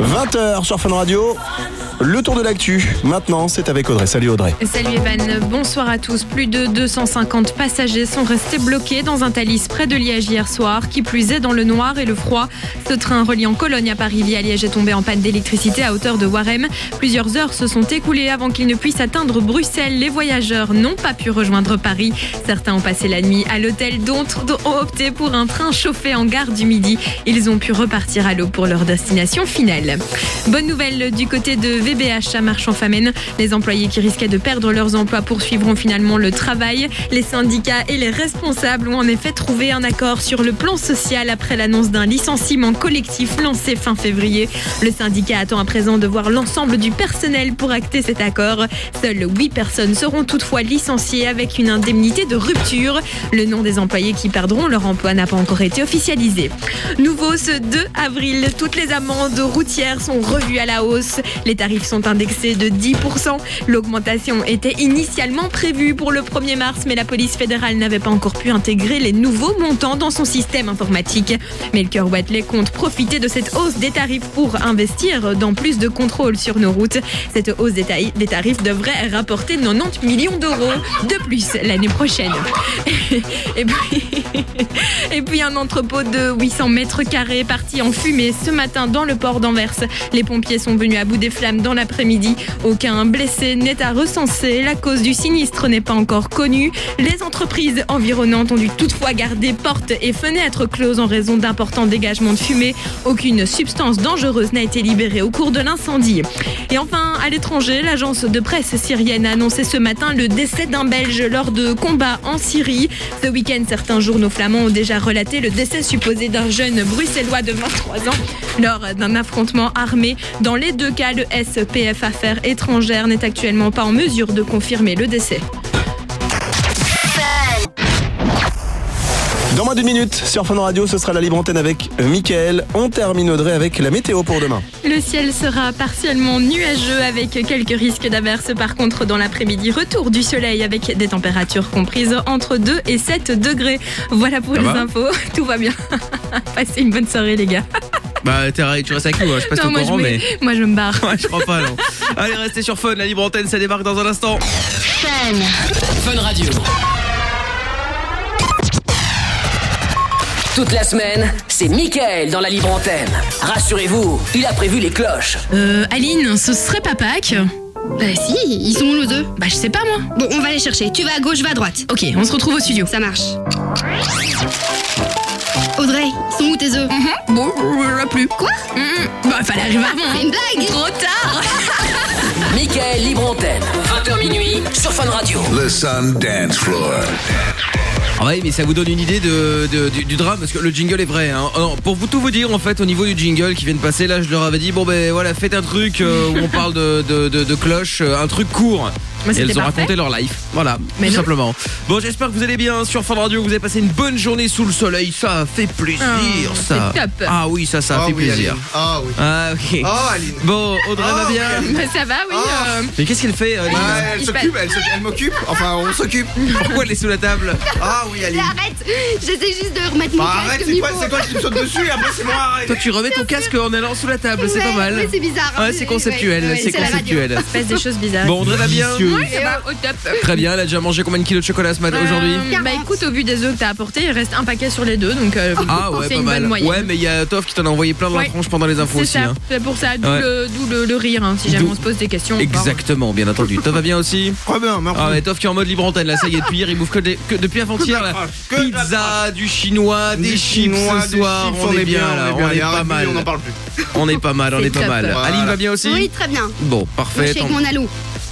20h sur Fun Radio. Le tour de l'actu. Maintenant, c'est avec Audrey. Salut Audrey. Salut Evan, bonsoir à tous. Plus de 250 passagers sont restés bloqués dans un Thalys près de Liège hier soir, qui plus est dans le noir et le froid. Ce train reliant Cologne à Paris via Liège est tombé en panne d'électricité à hauteur de Warem. Plusieurs heures se sont écoulées avant qu'il ne puisse atteindre Bruxelles. Les voyageurs n'ont pas pu rejoindre Paris. Certains ont passé la nuit à l'hôtel, d'autres ont opté pour un train chauffé en gare du Midi. Ils ont pu repartir à l'eau pour leur destination finale. Bonne nouvelle du côté de VBH à Marchand-Famène. Les employés qui risquaient de perdre leurs emplois poursuivront finalement le travail. Les syndicats et les responsables ont en effet trouvé un accord sur le plan social après l'annonce d'un licenciement collectif lancé fin février. Le syndicat attend à présent de voir l'ensemble du personnel pour acter cet accord. Seules 8 personnes seront toutefois licenciées avec une indemnité de rupture. Le nom des employés qui perdront leur emploi n'a pas encore été officialisé. Nouveau ce 2 avril, toutes les amendes routières sont revues à la hausse. Les tarifs sont indexés de 10%. L'augmentation était initialement prévue pour le 1er mars, mais la police fédérale n'avait pas encore pu intégrer les nouveaux montants dans son système informatique. Melker Watley compte profiter de cette hausse des tarifs pour investir dans plus de contrôle sur nos routes. Cette hausse des, tailles- des tarifs devrait rapporter 90 millions d'euros de plus l'année prochaine. Et puis, et puis un entrepôt de 800 mètres carrés est parti en fumée ce matin dans le port d'Anvers. Les pompiers sont venus à bout des flammes dans l'après-midi. Aucun blessé n'est à recenser. La cause du sinistre n'est pas encore connue. Les entreprises environnantes ont dû toutefois garder portes et fenêtres closes en raison d'importants dégagements de fumée. Aucune substance dangereuse n'a été libérée au cours de l'incendie. Et enfin, à l'étranger, l'agence de presse syrienne a annoncé ce matin le décès d'un Belge lors de combats en Syrie. Ce week-end, certains journaux flamands ont déjà relaté le décès supposé d'un jeune bruxellois de 23 ans lors d'un affrontement armé. Dans les deux cas, le SPF Affaires étrangères n'est actuellement pas en mesure de confirmer le décès. Dans moins d'une minute, sur Fun Radio, ce sera la libre antenne avec Mickaël. On termine Audrey avec la météo pour demain. Le ciel sera partiellement nuageux avec quelques risques d'averses. Par contre, dans l'après-midi, retour du soleil avec des températures comprises entre 2 et 7 degrés. Voilà pour les va infos. Tout va bien. Passez une bonne soirée, les gars. Bah, Terra, tu restes avec nous, hein. je passe Non, au moi, je courant, me- mais. moi, je me barre. Ouais, je crois pas, non. Allez, restez sur Fun, la libre antenne, ça débarque dans un instant. Fun Radio. Toute la semaine, c'est Michael dans la libre antenne. Rassurez-vous, il a prévu les cloches. Euh, Aline, ce serait pas Pâques Bah si, ils sont où nos œufs Bah, je sais pas moi. Bon, on va les chercher. Tu vas à gauche, je vais à droite. Ok, on se retrouve au studio. Ça marche. Audrey, ils sont où tes œufs Mhm. Bon, on l'a plus. Quoi Bah, fallait arriver avant. hein. Une blague Trop tard Michael Libre Antenne. 20h minuit sur Fun Radio. The Sun Dance Floor. Ah ouais, mais ça vous donne une idée de, de- du, du drame parce que le jingle est vrai. hein. Alors, pour vous tout vous dire, en fait, au niveau du jingle qui vient de passer, là, je leur avais dit bon ben voilà, faites un truc euh, où on parle de, de, de- de cloche, euh, un truc court. Mais Et c'était elles ont parfait. raconté leur life. Voilà, Mais tout non. simplement. Bon, j'espère que vous allez bien sur Fun Radio. que Vous avez passé une bonne journée sous le soleil. Ça fait plaisir, Oh, ça. c'est top. Ah oui, ça, ça Ah fait oui, plaisir. Aline. Ah oui. Ah ok. Oh Aline. Bon, Audrey va bien. Bah, ça va, Oh. oui. Ah. euh, Mais qu'est-ce qu'elle fait, Aline Ouais, Ah, elle Il s'occupe, elle, s'occupe- elle m'occupe. Enfin, on s'occupe. Pourquoi elle est sous la table Ah oui, Aline. Arrête J'essaie juste de remettre mon Bah, casque arrête, comme c'est il quoi, faut. c'est quoi qui me saute dessus et après c'est moi, arrête. Toi, tu remets ton casque en allant sous la table. C'est Ouais, pas mal. ouais, c'est bizarre. hein, Ouais, c'est conceptuel, Ouais, ouais, c'est la radio. il conceptuel. se passe des choses bizarres. Bon, Audrey va bien Ouais, ça va, au top. Très bien, elle a déjà mangé combien de kilos de chocolat ce matin aujourd'hui Euh, Bah écoute, au vu des œufs que t'as apportés, il reste un paquet sur les deux, donc euh, Ah ouais, c'est pas une mal. bonne moyenne. Ouais, mais il y a Toff qui t'en a envoyé plein dans la Ouais. frange pendant les infos c'est aussi. ça, hein. c'est pour ça, d'où Ouais. le, d'où le- le rire, hein, si jamais D'où- on se pose des questions. Exactement, bien entendu. Toff va bien aussi Très bien, merci. Ah ouais, Toff qui est en mode libre antenne là, ça y est, depuis hier, il bouffe que, des- que- depuis avant-hier là. crache, que de la Pizza, du chinois, des, chips ce des soir, chips, on, est bien, là, on Allez, est pas arrête, mal. On n'en parle plus. On est pas mal, on C'est est pas top. mal. Voilà. Aline va bien aussi Oui, très bien. Bon, Moi, je parfait. suis avec Ton- mon alou.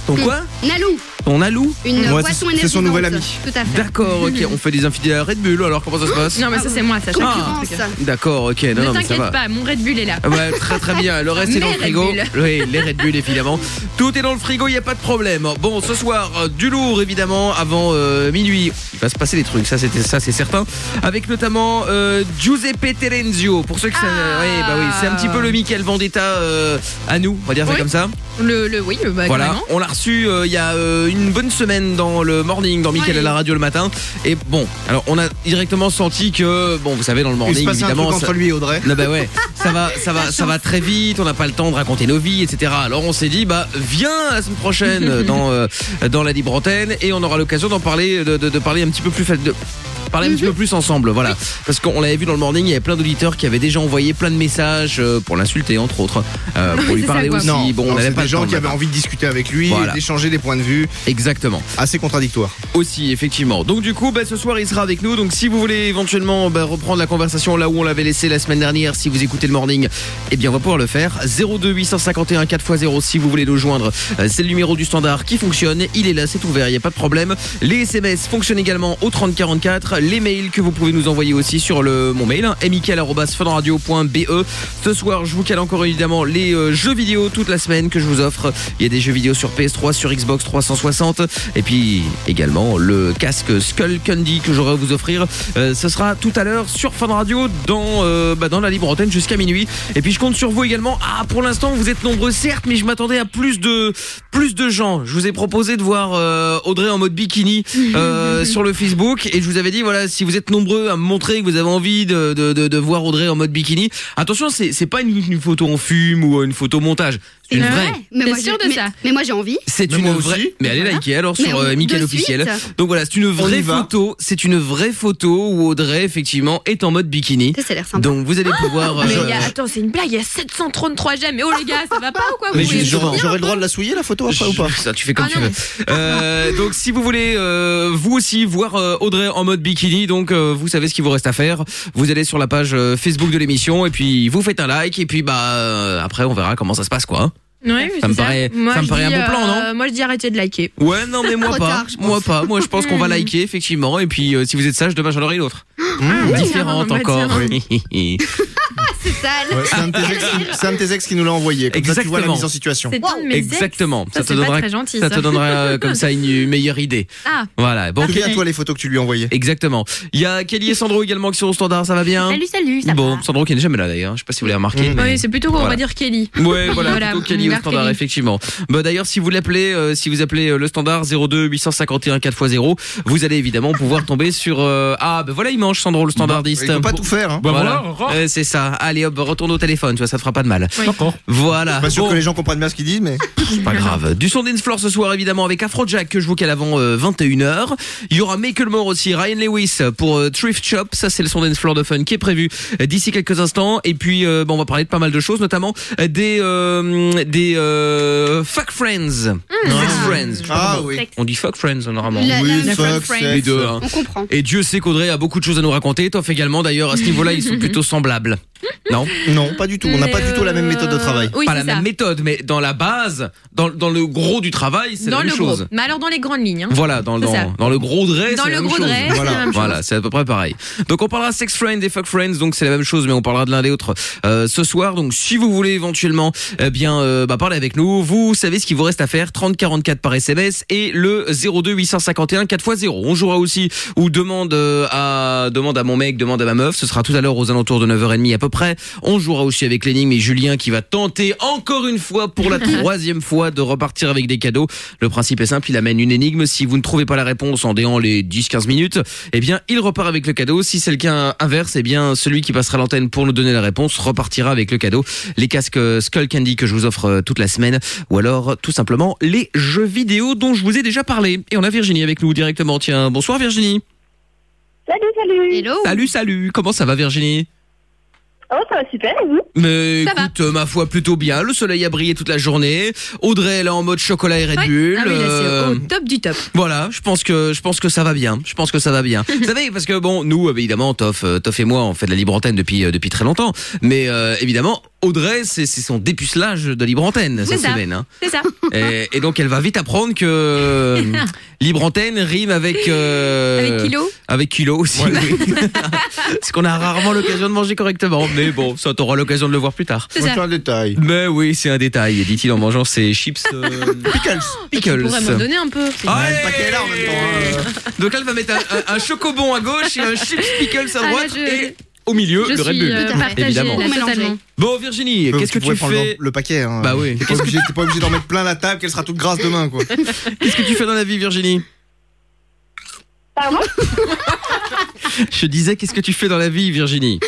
Ton quoi Nalou, Ton alou une Ouais, boisson c'est- énergisante. c'est son nouvel ami. Tout à fait. D'accord, ok, on fait des infidèles à Red Bull alors, comment ça se passe Ah, Non, mais ça c'est moi, ça je Concurrence. m'en occupe. D'accord, ok, Eh, non, non, Ne mais ça t'inquiète va. pas, mon Red Bull est là. Ah Ouais, très très bien. Le reste est Mais dans le Red frigo. Bull. Oui, les Red Bull évidemment. Tout est dans le frigo, il n'y a pas de problème. Bon, ce soir, euh, du lourd évidemment avant euh, minuit. Il va se passer des trucs, ça c'était ça c'est certain. Avec notamment euh, Giuseppe Terenzio. Pour ceux qui savent, Ah. oui, bah oui, c'est un petit peu le Michael Vendetta euh, à nous, on va dire ça Oui. comme ça. Le, le oui, bah voilà, carrément. on l'a reçu euh, il y a euh, une bonne semaine dans le morning, dans Mickaël Ouais. à la radio le matin. Et bon, alors on a directement senti que, bon, vous savez, dans le Il se morning, passe un évidemment. truc ça- entre lui et Audrey. Non bah ouais, ça va, ça va, ça va très vite. On n'a pas le temps de raconter nos vies, etc. Alors on s'est dit bah viens la semaine prochaine euh, dans euh, dans la libre antenne et on aura l'occasion d'en parler, de, de- de parler un petit peu plus fa- de parler un petit Mhm. peu plus ensemble, voilà. Parce qu'on l'avait vu dans le morning, il y avait plein d'auditeurs qui avaient déjà envoyé plein de messages euh, pour l'insulter entre autres, euh, Ah pour lui C'est ça, parler quoi. aussi. Ah, Non, bon, non, on n'avait c'est pas des le temps gens de qui la avaient faire. envie de discuter avec lui, Voilà. d'échanger des points de vue Exactement. assez contradictoires. Aussi, effectivement. Donc du coup, bah, ce soir, il sera avec nous. Donc si vous voulez éventuellement bah, reprendre la conversation là où on l'avait laissé la semaine dernière, si vous écoutez le morning, eh bien on va pouvoir le faire. 02 851 4x0 si vous voulez nous joindre. Euh, C'est le numéro du standard qui fonctionne. Il est là, c'est ouvert, il n'y a pas de problème. Les SMS fonctionnent également au 3044. Les mails que vous pouvez nous envoyer aussi sur le mon mail, hein, mickaël@funradio.be. Ce soir, je vous cale encore évidemment les euh, jeux vidéo toute la semaine que je vous offre. Il y a des jeux vidéo sur PS3, sur Xbox 360 et puis également le casque Skull Candy que j'aurai à vous offrir. Euh, ce sera tout à l'heure sur Fun Radio dans, euh, bah, dans la libre antenne jusqu'à minuit. Et puis je compte sur vous également. Ah, pour l'instant, vous êtes nombreux certes, mais je m'attendais à plus de plus de gens. Je vous ai proposé de voir euh, Audrey en mode bikini euh, sur le Facebook et je vous avais dit voilà si vous êtes nombreux à me montrer que vous avez envie de, de, de, de voir Audrey en mode bikini. Attention, c'est c'est pas une, une photo en fume ou une photo montage. C'est une C'est vraie. vrai. Mais T'es moi, j'ai- sûr de mais- ça Mais moi j'ai envie. C'est Mais une moi vraie. aussi. Mais allez liker alors Mais sur on- euh, de Mickaël suite. officiel. Donc voilà, c'est une vraie y va. photo. C'est une vraie photo où Audrey effectivement est en mode bikini. Ça, ça a l'air sympa. Donc vous allez pouvoir. euh, Ah, Mais il y a- attends, c'est une blague, il y a 733 j'aime. Mais oh les gars, ça va pas ou quoi Mais vous voulez- j'ai- j'aurais Non, j'aurais le droit de la souiller la photo après ou pas Ça, tu fais comme Ah tu non. veux. Euh, donc, si vous voulez euh, vous aussi voir euh, Audrey en mode bikini, donc euh, vous savez ce qu'il vous reste à faire. Vous allez sur la page euh, Facebook de l'émission et puis vous faites un like et puis bah euh, après on verra comment ça se passe quoi. hein. Ouais, mais Ça me c'est paraît- Moi, ça me je paraît un dis, bon plan, non euh, Moi je dis arrêtez de liker. Hmm. Ouais, non mais moi Trop pas, tard, je pense. moi pas. Moi je pense qu'on va liker effectivement et puis euh, si vous êtes sage, demain j'en aurai une autre. Hmm, Différente Ah, encore. C'est sale. C'est un, de tes ex qui- c'est un de tes ex qui nous l'a envoyé. Comme ça, tu vois la Exactement. mise en situation. C'est un de mes ex. Exactement. Ça, te c'est pas donnera, très gentil, ça ça. te donnera euh, comme ça une euh, meilleure idée. Ah, Voilà. Bon, Kelly- Souviens-toi les photos que tu lui as envoyées. Exactement. Il y a Kelly et Sandro également qui sont au standard. Ça va bien. salut, salut, ça Hein. bon, va. Sandro qui n'est jamais là d'ailleurs. Je sais pas si vous l'avez remarqué. Hmm. mais- Oui, c'est plutôt qu'on Voilà. va dire Kelly. Ouais, voilà, Voilà, plutôt Kelly au vers standard, Kelly. effectivement. Bah, d'ailleurs, si vous l'appelez, euh, si vous appelez euh, le standard 02 851 4x0, vous allez évidemment pouvoir tomber sur, euh, ah, bah voilà, il mange Sandro, le standardiste. Il peut pas tout faire. Hein. Bah Voilà. voilà, encore. Euh, c'est ça. Allez, hop, retourne au téléphone, tu vois, ça te fera pas de mal. D'accord. Voilà. Pas sûr Bon. que les gens comprennent bien ce qu'il dit, mais C'est pas grave. Du son d'Inflore ce soir évidemment avec Afrojack que je vous cale avant euh, 21h. Il y aura Macklemore aussi, Ryan Lewis pour euh, Thrift Shop. Ça c'est le son d'Inflore de Fun qui est prévu euh, d'ici quelques instants. Et puis euh, bon, on va parler de pas mal de choses, notamment euh, des euh, des euh, fuck friends, Sex friends. Je sais pas Ah comment- oui. On dit fuck friends normalement. La- oui, la- fuck, friend. sex. Les deux. hein. On comprend. Et Dieu sait qu'Audrey a beaucoup de choses à nous raconter. Toff également d'ailleurs à ce niveau-là ils sont plutôt semblables. Non, Non, pas du tout. On n'a pas Mais, du tout la même euh, méthode de travail. Oui, pas c'est la ça. même méthode, mais dans la base, dans, dans le gros du travail, c'est Dans la même le gros. chose. Mais alors dans les grandes lignes. hein. Voilà, dans, C'est ça. dans, dans le gros dress. Dans c'est la le même gros chose. dress, c'est la Voilà, même chose. Voilà, c'est à peu près pareil. Donc on parlera sex friends et fuck friends, donc c'est la même chose, mais on parlera de l'un et l'autre euh, ce soir. Donc si vous voulez éventuellement, eh bien, euh, bah, parler avec nous. Vous savez ce qu'il vous reste à faire 30 44 par SMS et le 02 851 4x0. On jouera aussi ou demande euh, à demande à mon mec, demande à ma meuf. Ce sera tout à l'heure aux alentours de 9h30 à peu près. On jouera aussi avec l'énigme et Julien qui va tenter encore une fois pour la troisième fois de repartir avec des cadeaux. Le principe est simple, il amène une énigme. Si vous ne trouvez pas la réponse en déant les 10-15 minutes, eh bien, il repart avec le cadeau. Si c'est le cas inverse, eh bien, celui qui passera l'antenne pour nous donner la réponse repartira avec le cadeau. Les casques euh, Skull Candy que je vous offre euh, toute la semaine ou alors euh, tout simplement les jeux vidéo dont je vous ai déjà parlé. Et on a Virginie avec nous directement. Tiens, bonsoir Virginie. Salut, salut Hello. Salut, salut. Comment ça va Virginie? Oh, ça va super, et vous Mais Ça va. écoute, euh, ma foi, plutôt bien. Le soleil a brillé toute la journée. Audrey, elle est en mode chocolat et Red Ouais. Bull. Ah oui, là, c'est Euh, au top du top. Voilà, je pense que je pense que ça va bien. Je pense que ça va bien. Vous savez, parce que bon, nous euh, évidemment, Toff, euh, Toff et moi, on fait de la libre antenne depuis euh, depuis très longtemps. Mais euh, évidemment, Audrey, c'est c'est son dépucelage de libre antenne C'est cette ça. semaine. hein. C'est ça. Et, et donc, elle va vite apprendre que euh, libre antenne rime avec euh, Avec Kilo. avec kilo aussi. Parce qu'on a rarement l'occasion de manger correctement. Mais bon, ça t'auras l'occasion de le voir plus tard. C'est On va ça. faire le détail. Mais oui, c'est un détail. Dit-il en mangeant ses chips euh, pickles. Tu pourrais m'en donner un peu. Ah, Le hey paquet est là en même temps. hein. Donc là, elle va mettre un, un- un chocobon à gauche et un chips pickles à Ah, là, droite je- et au milieu Je le Red suis, Bull. euh, partagée, évidemment. là, Ou mélangée. totalement. Bon Virginie, Euh, qu'est-ce que pouvais tu prendre fais Le, le paquet. hein. Bah oui. T'es pas obligé, t'es pas obligé d'en mettre plein la table, qu'elle sera toute grasse demain, quoi. Qu'est-ce que tu fais dans la vie Virginie Pardon Je disais qu'est-ce que tu fais dans la vie Virginie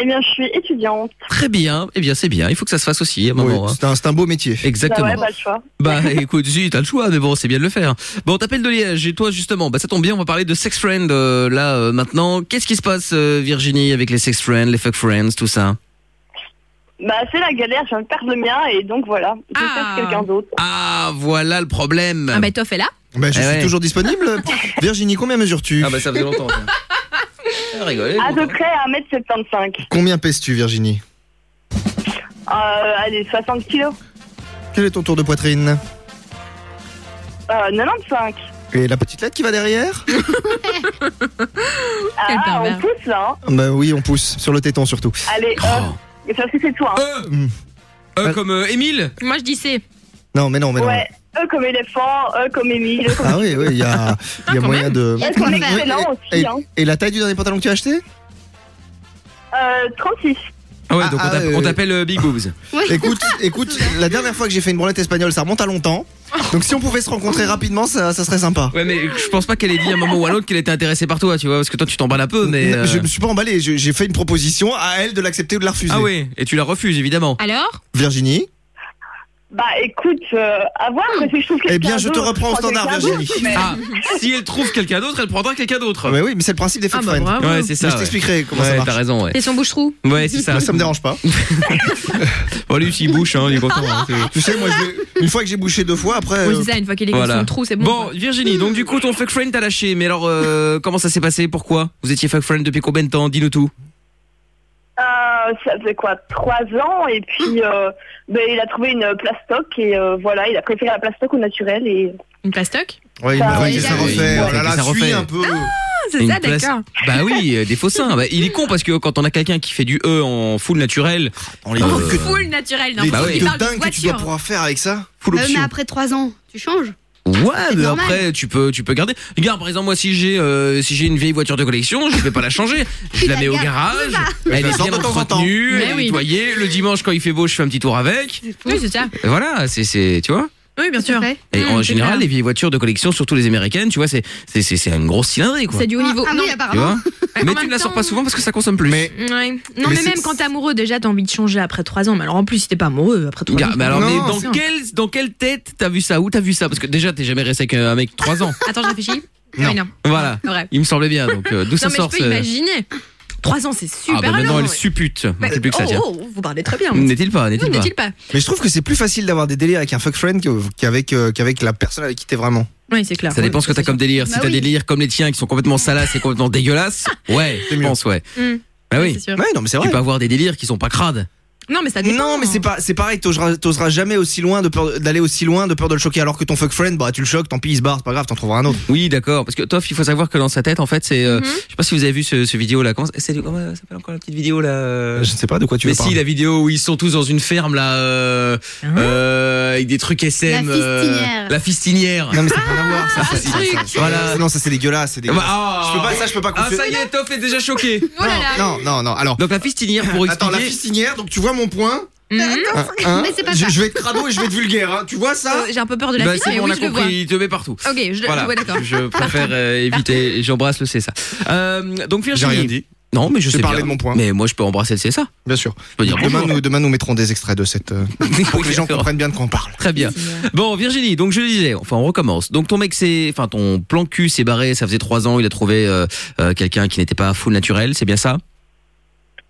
Eh bien, je suis étudiante. Très bien. Eh bien c'est bien, il faut que ça se fasse aussi à un moment. Oui, hein. c'est un, c'est un beau métier. Exactement. Bah ouais, pas le choix. Bah écoute, si, t'as le choix, mais bon, c'est bien de le faire. Bon, t'appelles de Liège, et toi justement, bah ça tombe bien, on va parler de Sex Friend euh, là euh, maintenant. Qu'est-ce qui se passe euh, Virginie avec les Sex Friends, les Fuck Friends, tout ça Bah, c'est la galère, je viens de perdre le mien et donc voilà, je Ah. cherche quelqu'un d'autre. Ah, voilà le problème. Ah bah toi fais là. Bah, je Eh suis ouais. toujours disponible. Virginie, combien mesures-tu Ah, bah, ça faisait longtemps. ça. Ah, rigolez, À peu bon. près à 1m75. Combien pèses-tu, Virginie Euh, allez, 60 kilos. Quel est ton tour de poitrine Euh, 95. Et la petite lettre qui va derrière Quel Ah, pervers. on pousse là. hein. Bah oui, on pousse, sur le téton surtout. Allez, hop. Et ça, c'est toi. hein. Oh. Euh, euh, comme euh, Émile Moi je dis c'est. Non, mais non, mais non. ouais, eux comme éléphant, eux comme Émile, eux comme... Ah oui, oui, il y a, il y a moyen de... Il y a Eux de quoi comme faire. excellent Et, aussi. Hein. et la taille du dernier pantalon que tu as acheté Euh, 36. Ah ouais, Ah, donc on ah, t'appelle- euh, on t'appelle euh, Big Boobs. Écoute, écoute, la dernière fois que j'ai fait une branlette espagnole, ça remonte à longtemps. Donc si on pouvait se rencontrer rapidement, ça, ça serait sympa. Ouais, mais je pense pas qu'elle ait dit à un moment ou à l'autre qu'elle était intéressée par toi, tu vois, parce que toi tu t'emballes un peu, mais. euh, Je me suis pas emballé, je- j'ai fait une proposition à elle de l'accepter ou de la refuser. Ah ouais, et tu la refuses évidemment. Alors Virginie Bah écoute, euh, à voir, mais si je trouve Eh bien, quelqu'un je te d'autre, reprends au prends standard, quelqu'un d'autre, Virginie. mais- Ah, si elle trouve quelqu'un d'autre, elle prendra quelqu'un d'autre. Ah bah oui, mais c'est le principe des fuck Ah bah friends. bravo. Ouais, c'est Mais ça. je ouais. t'expliquerai comment ça Ouais, t'as marche. raison, ouais. C'est son bouche-trou. Ouais, c'est ça. Moi, ça me dérange pas. Oh, Bon, lui, il bouche, hein, il est content. hein, c'est- Tu sais, moi, je- une fois que j'ai bouché deux fois, après. Moi je euh, dis ça, une fois qu'il est voilà. dans son trou, c'est bon. Bon, quoi. Virginie, donc du coup, ton fuck friend t'a lâché, mais alors, euh, comment ça s'est passé Pourquoi Vous étiez fuck friend depuis combien de temps Dis-nous tout. Euh, ça faisait quoi Trois ans et puis euh, ben, il a trouvé une plastoc et euh, voilà, il a préféré la plastoc au naturel et Une plastoc Ouais, il Ah, m'a ouais, fait il ça a- refait. il m'a Oh là fait là, ça suis refait. un peu. Ah, C'est Une ça, place- d'accord. Bah oui, euh, des faux seins. Bah, il est con parce que quand on a quelqu'un qui fait du E en full naturel, On les Euh, voit Oh, que Full naturel, non les bah trucs oui. de parle de dingue que tu dois voiture. pouvoir faire avec ça. full Euh, mais option. après 3 ans, tu changes. Ouais, c'est mais normal. après tu peux tu peux garder. Regarde par exemple moi si j'ai euh, si j'ai une vieille voiture de collection, je vais pas la changer, je Tu la la mets au gardes. garage, elle la est sors bien de temps en temps. entretenue, Mais elle est oui. nettoyée, le dimanche quand il fait beau, je fais un petit tour avec. Oui, c'est ça. Et voilà, c'est c'est tu vois. Oui, bien sûr. Tout à fait. Et Mmh, en c'est général, clair. les vieilles voitures de collection, surtout les américaines, tu vois, c'est c'est c'est c'est une grosse cylindrée quoi. C'est du haut niveau. Ah, ah non, oui, Tu apparemment. vois Mais en tu même ne la sors temps- pas souvent parce que ça consomme plus. Mais- Ouais. Non, Mais mais, c'est- même quand t'es amoureux, déjà, t'as envie de changer après 3 ans. Mais alors, en plus, si t'es pas amoureux après 3 ans. Gars, mais alors, Non, mais dans, c'est- quelle, dans quelle tête t'as vu ça Où t'as vu ça Parce que déjà, t'es jamais resté avec un mec 3 ans. Attends, je réfléchis. Non. Ah Oui, non. Voilà. Bref. Il me semblait bien, donc euh, d'où Non, ça mais sort je ce- peux imaginer. 3 ans, c'est super Ah bah maintenant, long. elle ouais. suppute. Mais- C'est plus que ça, oh, tiens. oh, vous parlez très bien. N'est-il pas Non, N'est-il pas N'est-il pas Mais je trouve que c'est plus facile d'avoir des délires avec un fuck friend que- qu'avec euh, qu'avec la personne avec qui t'es vraiment. Oui, c'est clair. Ça dépend ce que t'as comme délire. Si Bah t'as oui. des délires comme les tiens qui sont complètement salaces et complètement dégueulasses, ouais, je mieux. pense, ouais. Mm. Bah C'est oui. sûr. Ouais, non, mais c'est Tu vrai. peux avoir des délires qui sont pas crades. Non, mais ça dépend. Non, mais c'est pas, c'est pareil. T'oseras, t'oseras jamais aussi loin de peur, d'aller aussi loin de peur de le choquer. Alors que ton fuck friend, bah, tu le choques, tant pis, il se barre, c'est pas grave, t'en trouveras un autre. Oui, d'accord. Parce que Toff, il faut savoir que dans sa tête, en fait, c'est. euh, Mm-hmm. Je sais pas si vous avez vu ce, ce vidéo là. Comment ça c'est- comment ça s'appelle encore la petite vidéo là euh, ne sais pas de quoi tu mais si la vidéo où ils sont tous dans une ferme là euh, Hein euh, avec des trucs SM La euh, fistinière. la fistinière Non, mais ça n'a rien à voir. Ça, c'est- voilà Ah, non, ça c'est dégueulasse, c'est Ah bah, dégueulasse. ah. Je peux pas, ça je peux pas ah confier- ça y est Toff est déjà choqué Oh là là. Non, non, non. Alors, donc la fistinière pour expliquer attends, la fistinière. Donc tu vois mon point. Mhm. Hein, hein, Mais c'est pas je, ça. je vais être crado et je vais être vulgaire. hein. Tu vois ça Euh, J'ai un peu peur de la Bah, fille, c'est mais bon, oui, on a je le compris vois. il te met partout Ok, je, voilà je vois d'accord. je préfère euh, éviter et j'embrasse le c'est ça euh, donc Virginie J'ai rien dit. non mais je J'ai sais parlé bien. de mon point. mais moi je peux embrasser le c'est ça Bien sûr. je peux dire Demain bonjour. nous, demain, nous mettrons des extraits de cette. euh, pour que les gens comprennent bien de quoi on parle. Très bien. Bon, Virginie, donc je le disais, enfin on recommence. Donc ton mec c'est, enfin ton plan cul s'est barré, ça faisait trois ans, il a trouvé euh, euh, quelqu'un qui n'était pas full naturel, c'est bien ça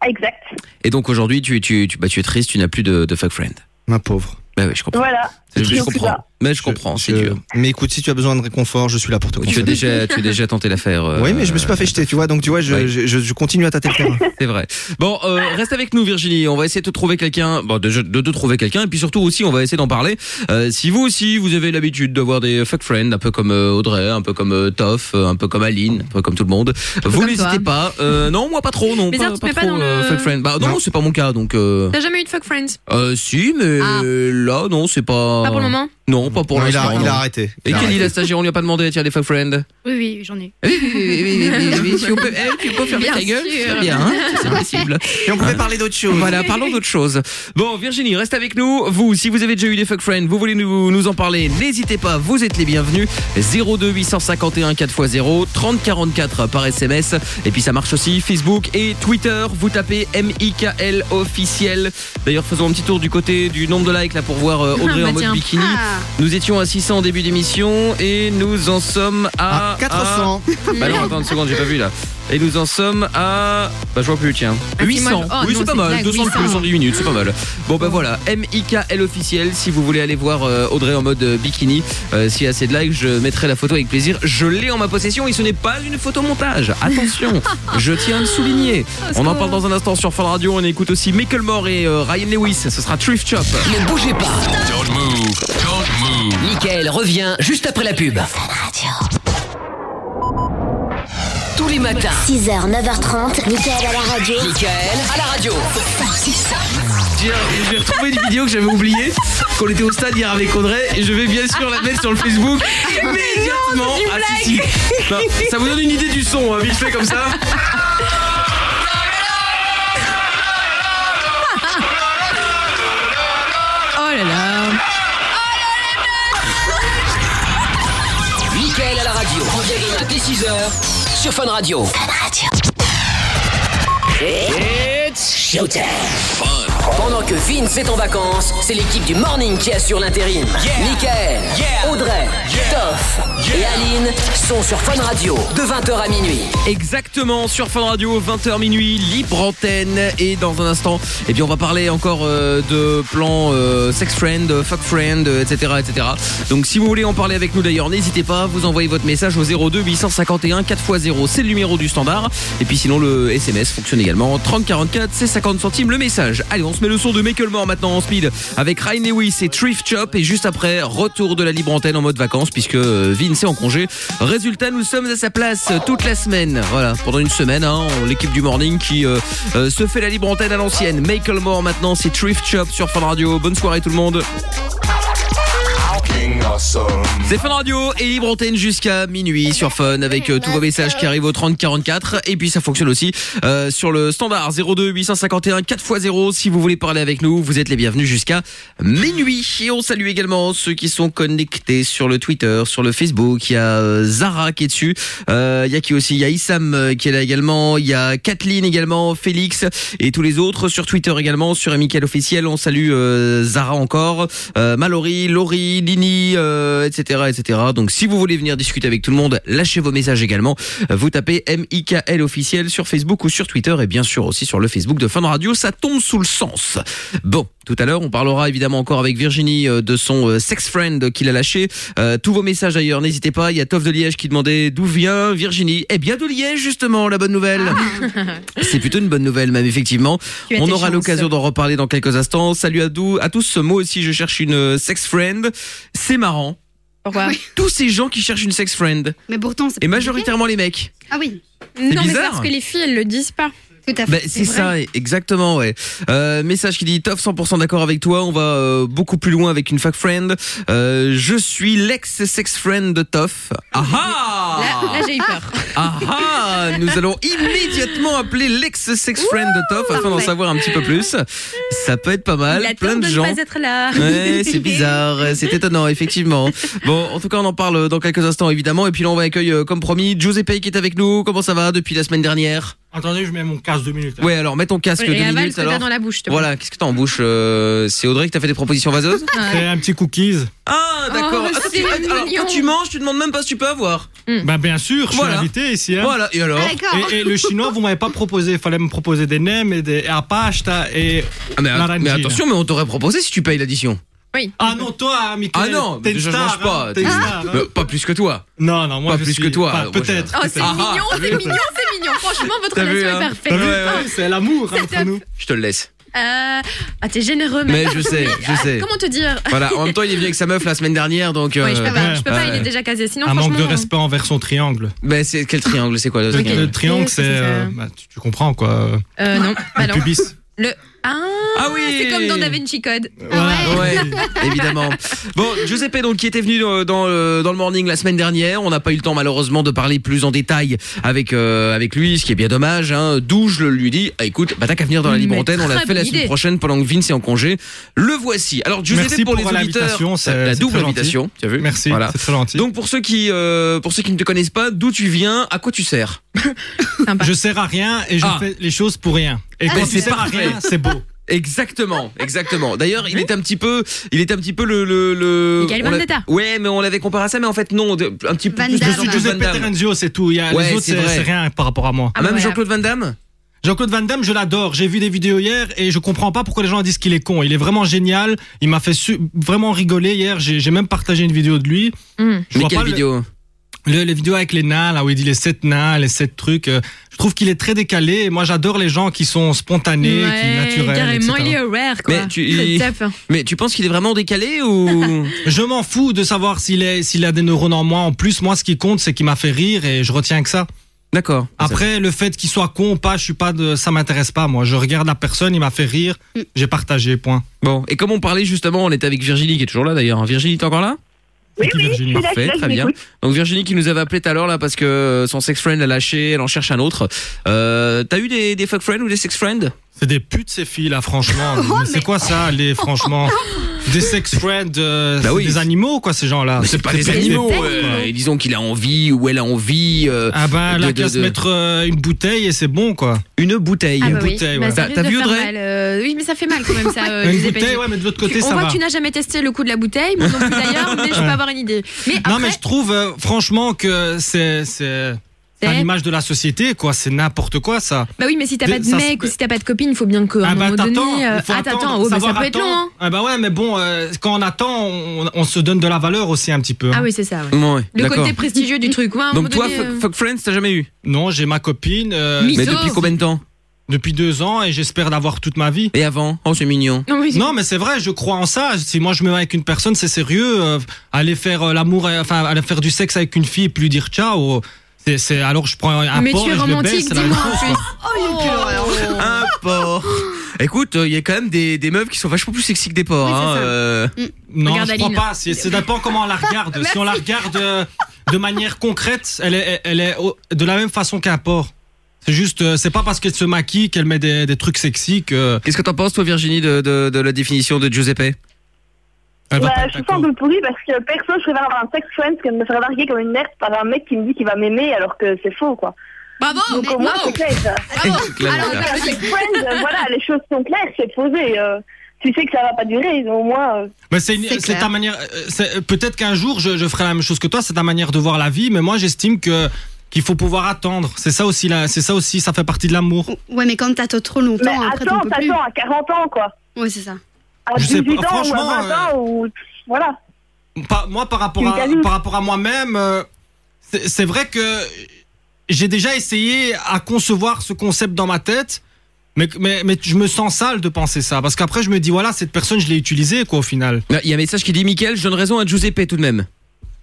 exact. Et donc aujourd'hui tu, tu, tu, bah, tu es triste, tu n'as plus de, de fuck friend. Ma pauvre. Bah oui, je comprends. Voilà. Je, triste, je comprends. ça. Mais je comprends, c'est Je- dur. Mais écoute, si tu as besoin de réconfort, je suis là pour te Tu as consoler. déjà, tu as déjà tenté l'affaire. euh, Oui, mais je me suis pas fait jeter, tu vois. Donc tu vois, je, ouais. je, je- je continue à tâter le terrain. C'est vrai. Bon, euh, reste avec nous, Virginie. On va essayer de te trouver quelqu'un. Bon, de, de te trouver quelqu'un, et puis surtout aussi, on va essayer d'en parler. Euh, si vous aussi, vous avez l'habitude d'avoir des fuck friends, un peu comme euh, Audrey, un peu comme euh, Toff, euh, un peu comme Aline, un peu comme tout le monde, vous comme n'hésitez pas. Euh, non, moi pas trop, non. Mais pas, ça, tu te mets pas trop, dans euh, le- fuck friend. Bah non, Non. c'est pas mon cas, donc. Euh, T'as jamais eu de fuck friends euh, si, mais Ah. là, non, c'est pas. Pas pour le moment Non, pas pour Non, il a- l'instant. il a non. arrêté. Et Il a Kelly, arrêté. la stagiaire, on lui a pas demandé, tiens, des faux friends. Oui, oui, j'en ai. Oui, oui, oui, oui, oui, si on peut, eh, tu peux fermer Bien ta gueule, sûr. c'est bien, hein, c'est possible. Et on pouvait parler d'autre chose. Voilà, parlons d'autre chose. Bon, Virginie, reste avec nous. Vous, si vous avez déjà eu des fuck friends, vous voulez nous, nous en parler, n'hésitez pas, vous êtes les bienvenus. 02 851 4x0, 30 44 par SMS. Et puis ça marche aussi, Facebook et Twitter. Vous tapez MIKL officiel. D'ailleurs, faisons un petit tour du côté du nombre de likes là pour voir euh, Ah, Audrey bah en mode tiens. bikini. Ah. Nous étions à 600 en début d'émission et nous en sommes à Ah, 400. bah non, attends une seconde, j'ai pas vu là. Et nous en sommes à. Bah, je vois plus, tiens. Ah, si, moi, 800. je- oh, oui, non, c'est pas c'est mal. blague, 200 de plus 800. en 10 minutes, c'est pas mal. Bon, bah voilà. MIKL officiel. Si vous voulez aller voir euh, Audrey en mode euh, bikini, euh, s'il y a assez de likes, je mettrai la photo avec plaisir. Je l'ai en ma possession et ce n'est pas une photo montage. Attention, je tiens à le souligner. Oh, On en parle dans un instant sur Fun Radio. On écoute aussi Macklemore et euh, Ryan Lewis. Ce sera Thrift Shop. Ne bougez pas. Don't move. Don't move. Michael revient juste après la pub. Tous les matins, 6h, 9h30, Michael à la radio. Michael à la radio. Tiens, je vais retrouver une vidéo que j'avais oubliée, qu'on était au stade hier avec Audrey, et je vais bien sûr la mettre sur le Facebook immédiatement. Ah, si, si. Non, ça vous donne une idée du son, hein, vite fait comme ça. Oh là là. Michael à la radio. En direct dès 6h sur Fun Radio. It's showtime. Pendant que Vince est en vacances, c'est l'équipe du Morning qui assure l'intérim. Michael, Audrey, Toff et Aline sont sur Fun Radio de 20h à minuit. Exactement, sur Fun Radio, 20h minuit, libre antenne. Et dans un instant, eh bien, on va parler encore euh, de plans euh, sex friend, euh, fuck friend, euh, etc., etc. Donc, si vous voulez en parler avec nous d'ailleurs, n'hésitez pas, vous envoyez votre message au 02 851 4x0, c'est le numéro du standard. Et puis, sinon, le SMS fonctionne également. 30 44, c'est 50 centimes le message. Allez, on se met le son de Macklemore maintenant en speed avec Ryan Lewis et Thrift Shop. Et juste après, retour de la libre antenne en mode vacances puisque euh, Vince est en congé. Résultat, nous sommes à sa place euh, toute la semaine. Voilà, pendant une semaine, hein, on- l'équipe du Morning qui euh, euh, se fait la libre antenne à l'ancienne. Macklemore maintenant, c'est Thrift Shop sur Fun Radio. Bonne soirée tout le monde. C'est Fun Radio et Libre Antenne jusqu'à minuit sur Fun avec euh, tous vos messages qui arrivent au 3044 et puis ça fonctionne aussi euh, sur le standard 02 851 4x0 si vous voulez parler avec nous vous êtes les bienvenus jusqu'à minuit et on salue également ceux qui sont connectés sur le Twitter sur le Facebook il y a euh, Zara qui est dessus euh, il y a qui aussi il y a Issam euh, qui est là également il y a Kathleen également Félix et tous les autres sur Twitter également sur Amical officiel on salue euh, Zara encore euh, Mallory Laurie Lini euh, etc etc donc si vous voulez venir discuter avec tout le monde lâchez vos messages également Euh, vous tapez MIKL officiel sur Facebook ou sur Twitter et bien sûr aussi sur le Facebook de Fun Radio ça tombe sous le sens bon tout à l'heure on parlera évidemment encore avec Virginie euh, de son euh, sex friend qu'il a lâché Euh, tous vos messages d'ailleurs n'hésitez pas il y a Toff de Liège qui demandait d'où vient Virginie eh bien de Liège justement la bonne nouvelle c'est plutôt une bonne nouvelle, même effectivement. Tu as On tes aura chances. l'occasion d'en reparler dans quelques instants. Salut à, dou- à tous. Moi aussi, je cherche une euh, sex friend. C'est marrant. Pourquoi Tous ces gens qui cherchent une sex friend Mais pourtant, c'est et pas majoritairement les mecs. compliqué. Ah oui, Non, mais c'est bizarre. parce que les filles, elles le disent pas. tout à fait. Bah, c'est vrai. ça, exactement, ouais. Euh, message qui dit Toff, 100% d'accord avec toi. On va euh, beaucoup plus loin avec une fuck friend. Euh, je suis l'ex sex friend de Toff. Ah ah Là, là, j'ai eu peur. Ah ah Nous allons immédiatement appeler l'ex-sex friend de Toff afin d'en parfait. savoir un petit peu plus. Ça peut être pas mal. Il a Plein peur de, de ne gens. pas être là. Ouais, c'est bizarre, c'est étonnant, effectivement. Bon, en tout cas, on en parle dans quelques instants, évidemment. Et puis là, on va accueillir, euh, comme promis, Giuseppe qui est avec nous. Comment ça va depuis la semaine dernière Attendez, je mets mon casque deux minutes. Ouais, alors mets ton casque deux Et avale minutes ce que t'as alors. dans la bouche. te Voilà, qu'est-ce que t'as en bouche euh, C'est Audrey qui t'a fait des propositions vaseuses C'est un petit cookies. Ah, d'accord. Oh, Attends, c'est tu- alors, mignon. quand tu manges, tu demandes même pas si tu peux avoir. Hmm. Bah bien sûr, je suis Voilà. invité ici. hein. Voilà, et alors Ah, D'accord. Et, et le chinois, vous m'avez pas proposé. Il fallait me proposer des nems et des apashta et. Ah, mais, att- Naranjina. mais attention, mais on t'aurait proposé si tu payes l'addition. Ah non, toi, hein, Ah Michael. non, t'es mais une déjà, je star, mange pas. hein, t'es une star, hein. Mais Euh, pas plus que toi. Non, non, moi pas je plus suis- que toi, enfin, moi, peut-être. je- Oh, c'est Ah, ah, mignon, c'est mignon, c'est mignon. Franchement, votre T'as vu, relation hein est T'as vu, parfaite. hein, C'est l'amour hein, entre top. nous. Je te le laisse. Euh, ah, t'es généreux, Mais mec. je sais, je sais. Comment te dire Voilà, en même temps, il est venu avec sa meuf la semaine dernière, donc. euh, Ouais, je peux pas, je peux pas, ouais. il est déjà casé. Sinon, Un manque de franchement, respect envers son triangle. Mais Ben, c'est quel triangle C'est quoi le Le, triangle le triangle, Qu'est-ce que c'est. c'est euh, ça bah, tu, tu comprends quoi. euh, euh, non, bah le non. pubis. Le. Ah, Ah oui. C'est comme dans Da Vinci Code. Ah Ouais, évidemment. Bon, Giuseppe, donc, qui était venu dans, dans, le- dans le morning la semaine dernière, on n'a pas eu le temps malheureusement de parler plus en détail avec euh, avec lui, ce qui est bien dommage. Hein. D'où je le lui dis, Ah, écoute, bah t'as qu'à venir dans la libre Mais antenne, on l'a très fait la bonne semaine idée. prochaine pendant que Vince est en congé. Le voici. Alors Giuseppe, Merci pour, pour les l'invitation, auditeurs, c'est- la c'est double très gentil. invitation, tu as vu Merci, voilà. Donc pour ceux qui euh, pour ceux qui ne te connaissent pas, d'où tu viens, à quoi tu sers Je sers à rien et je Ah. fais les choses pour rien. Et Ben, quand tu c'est sers à parfait. rien, c'est beau. Exactement, exactement. D'ailleurs, il est un petit peu, il est un petit peu le le. le Miguel on l'a- Vendetta. Ouais, mais on l'avait comparé à ça, mais en fait non, de- un petit peu. plus Je de suis Jean-Claude Giuseppe Van Damme. Terenzio, c'est tout. Il y a- Ouais, les autres, c'est c'est vrai. c'est rien par rapport à moi. bah, Ah, même Jean-Claude Van Damme Jean-Claude Van Damme, je l'adore. J'ai vu des vidéos hier et je comprends pas pourquoi les gens disent qu'il est con. Il est vraiment génial. Il m'a fait su- vraiment rigoler hier. J'ai j'ai même partagé une vidéo de lui. Hmm. Je Mais vois quelle pas le- vidéo le- les vidéos avec les nains, là où il dit les sept nains, les sept trucs, euh, je trouve qu'il est très décalé. Et moi, j'adore les gens qui sont spontanés, qui naturels. carrément, etc. il est rare, quoi. Mais tu- C'est il- top. Mais tu penses qu'il est vraiment décalé ou Je m'en fous de savoir s'il est s'il a des neurones en moi. En plus, moi, ce qui compte, c'est qu'il m'a fait rire et je retiens que ça. D'accord. Après, le fait qu'il soit con ou pas, je suis pas de, ça m'intéresse pas. Moi, je regarde la personne, il m'a fait rire, j'ai partagé, point. Bon, et comme on parlait justement, on était avec Virginie qui est toujours là d'ailleurs. hein. Virginie, t'es encore là Oui, oui, je suis là, je suis Parfait, là, très je bien. m'écoute. Donc Virginie qui nous avait appelé tout à l'heure là parce que euh, son sex friend l'a lâché, elle en cherche un autre. Euh, T'as eu des, des fuck friends ou des sex friends C'est des putes ces filles là, franchement. Mais c'est quoi ça, les franchement Des sex friends, euh, Bah c'est oui. des animaux quoi, ces gens-là. C'est pas des animaux. euh, et disons qu'il a envie ou elle a envie. euh, Ah bah de- là, de- qu'à se de- mettre euh, une bouteille et c'est bon quoi. Une bouteille. Ah bah oui, bouteille, bah, ouais. ça risque de faire mal, euh, Oui, mais ça fait mal quand même, ça. euh, Une Giuseppe. bouteille, ouais, mais de l'autre côté, Tu- On ça voit va. que tu n'as jamais testé le coup de la bouteille, moi non plus d'ailleurs, mais je peux avoir une idée. Mais Non après, mais je trouve euh, franchement que c'est c'est C'est- à l'image de la société quoi, c'est n'importe quoi ça. Bah oui, mais si t'as pas de Ça, Ah bah, mec ou si t'as pas de copine, il faut bien qu'à un moment donné. euh, il faut ah, attendre, t'attends, oh, bah, ça savoir peut être long, attendre. hein. Ah bah ouais, mais bon, euh, quand on attend, on, on se donne de la valeur aussi un petit peu. hein. Ah oui, c'est ça. ouais. Ouais, Le d'accord. côté prestigieux du truc. Ouais, à un moment Donc toi, donné, fuck- euh, Fuck friends, t'as jamais eu Non, j'ai ma copine. euh, Mytho. Mais depuis combien de temps Depuis deux ans et j'espère d'avoir toute ma vie. Et avant Oh, c'est mignon. Non, mais c'est vrai, je crois en ça. Si moi je me mets avec une personne, c'est sérieux. euh, aller faire euh, l'amour, euh, enfin aller faire du sexe avec une fille et puis lui dire ciao. euh, c'est- c'est- alors je prends un Mais porc tu es et je le baisse, romantique, c'est la dis-moi même en chose, plus. quoi. Un porc. Écoute, euh, il y a quand même des, des meufs qui sont vachement plus sexy que des porcs. hein, euh. Mm. Non, Regarde je crois Aline. pas. C'est ça dépend comment on la regarde. si on la regarde euh, de manière concrète, elle est, elle est au- de la même façon qu'un porc. C'est juste, euh, c'est pas parce qu'elle se maquille qu'elle met des, des trucs sexy que. Qu'est-ce que t'en penses toi, Virginie, de, de- de la définition de Giuseppe Bah, je suis un peu pourrie parce que perso, je préfère avoir un sex friend que de me faire larguer comme une merde par un mec qui me dit qu'il va m'aimer alors que c'est faux, quoi. Bravo Donc au moins, bravo. c'est clair. Clairement, Alors, clair. un sex friend, euh, voilà, les choses sont claires, c'est posé. euh, tu sais que ça va pas durer, au moins... euh, Mais c'est une- C'est c'est clair. ta manière. euh, c'est- euh, Peut-être qu'un jour je, je ferai la même chose que toi. C'est ta manière de voir la vie. Mais moi, j'estime que qu'il faut pouvoir attendre. C'est ça aussi. là C'est ça aussi. Ça fait partie de l'amour. Ouais, mais quand t'attends trop longtemps, après t'en attends, peux plus. t'attends à 40 ans, quoi. Ouais, c'est ça. À Je sais 18 pas, ans ou franchement, à 20 ans, ou... Voilà. Pas- moi, par rapport Tu à, me par rapport à moi-même, euh, c'est c'est vrai que j'ai déjà essayé à concevoir ce concept dans ma tête, mais, mais, mais je me sens sale de penser ça. Parce qu'après, je me dis, voilà, cette personne, je l'ai utilisée, quoi, au final. Il y a un message qui dit Michael, je donne raison à Giuseppe tout de même.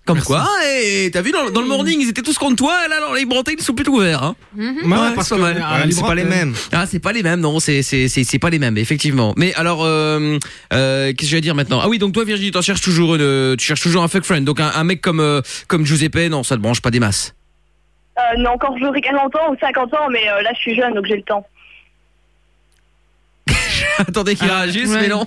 Comme quoi, eh, t'as vu dans, le- dans le morning, ils étaient tous contre toi, là, dans les Bretagne, ils sont plutôt ouverts. Hein. Mhm. Ouais, ouais, parce c'est que, pas mal. euh, à la Libre Antenne- Ah, c'est pas les mêmes, non, c'est c'est- c'est- c'est pas les mêmes, effectivement. Mais alors, euh, euh, qu'est-ce que j'allais dire maintenant Ah oui, donc toi, Virginie, t'en cherches toujours une, euh, tu cherches toujours un fuck friend. Donc un, un mec comme, euh, comme Giuseppe, non, ça te branche pas des masses. Euh, non, quand j'aurai 40 ans ou 50 ans, mais euh, là, je suis jeune, donc j'ai le temps. Attendez qu'il réagisse, mais non.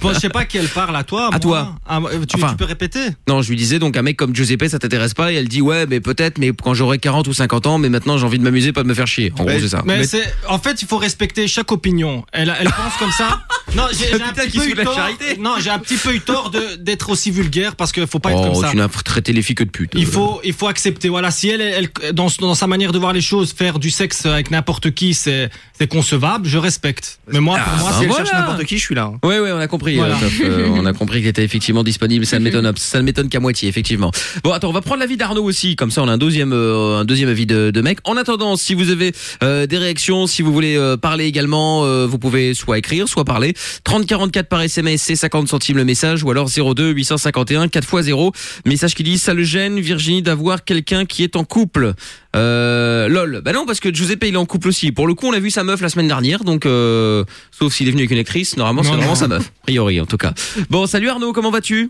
Bon, Ah, je sais pas qui elle parle, à toi. À toi. Ah, tu, tu peux répéter Non, je lui disais donc un mec comme Giuseppe, ça t'intéresse pas Et elle dit ouais, mais peut-être, mais quand j'aurai 40 ou 50 ans, mais maintenant j'ai envie de m'amuser, pas de me faire chier. En gros, c'est ça. Mais, c'est- en fait, il faut respecter chaque opinion. Elle, elle pense comme ça. Non, j'ai j'ai un Putain, petit qui peu suit eu la tort. charité. Non, j'ai un petit peu eu tort de- d'être aussi vulgaire parce qu'il faut pas être comme oh, ça. tu n'as traité les filles que de pute. Il faut, il faut accepter. Voilà, si elle, elle dans, son- dans sa manière de voir les choses, faire du sexe avec n'importe qui, c'est c'est concevable. Je respecte. Mais moi, pour moi, bah si elle voilà. cherche n'importe qui, je suis là. hein. Ouais, ouais, on a compris. Voilà. euh, Toph, euh, on a compris qu'il était effectivement disponible. Ça ne m'étonne, ça ne m'étonne qu'à moitié, effectivement. Bon, attends, on va prendre l'avis d'Arnaud aussi. Comme ça, on a un deuxième, euh, un deuxième avis de, de mec. En attendant, si vous avez euh, des réactions, si vous voulez euh, parler également, euh, vous pouvez soit écrire, soit parler. 30 44 par SMS, c'est 50 centimes le message, ou alors 02 851 4 x 0. Message qui dit ça le gêne, Virginie, d'avoir quelqu'un qui est en couple. Euh, lol. Bah non, parce que Giuseppe, il est en couple aussi. Pour le coup, on a vu sa meuf la semaine dernière, donc euh, sauf s'il est venu avec une actrice, normalement, c'est Non, vraiment non. sa meuf. A priori, en tout cas. Bon, salut Arnaud, comment vas-tu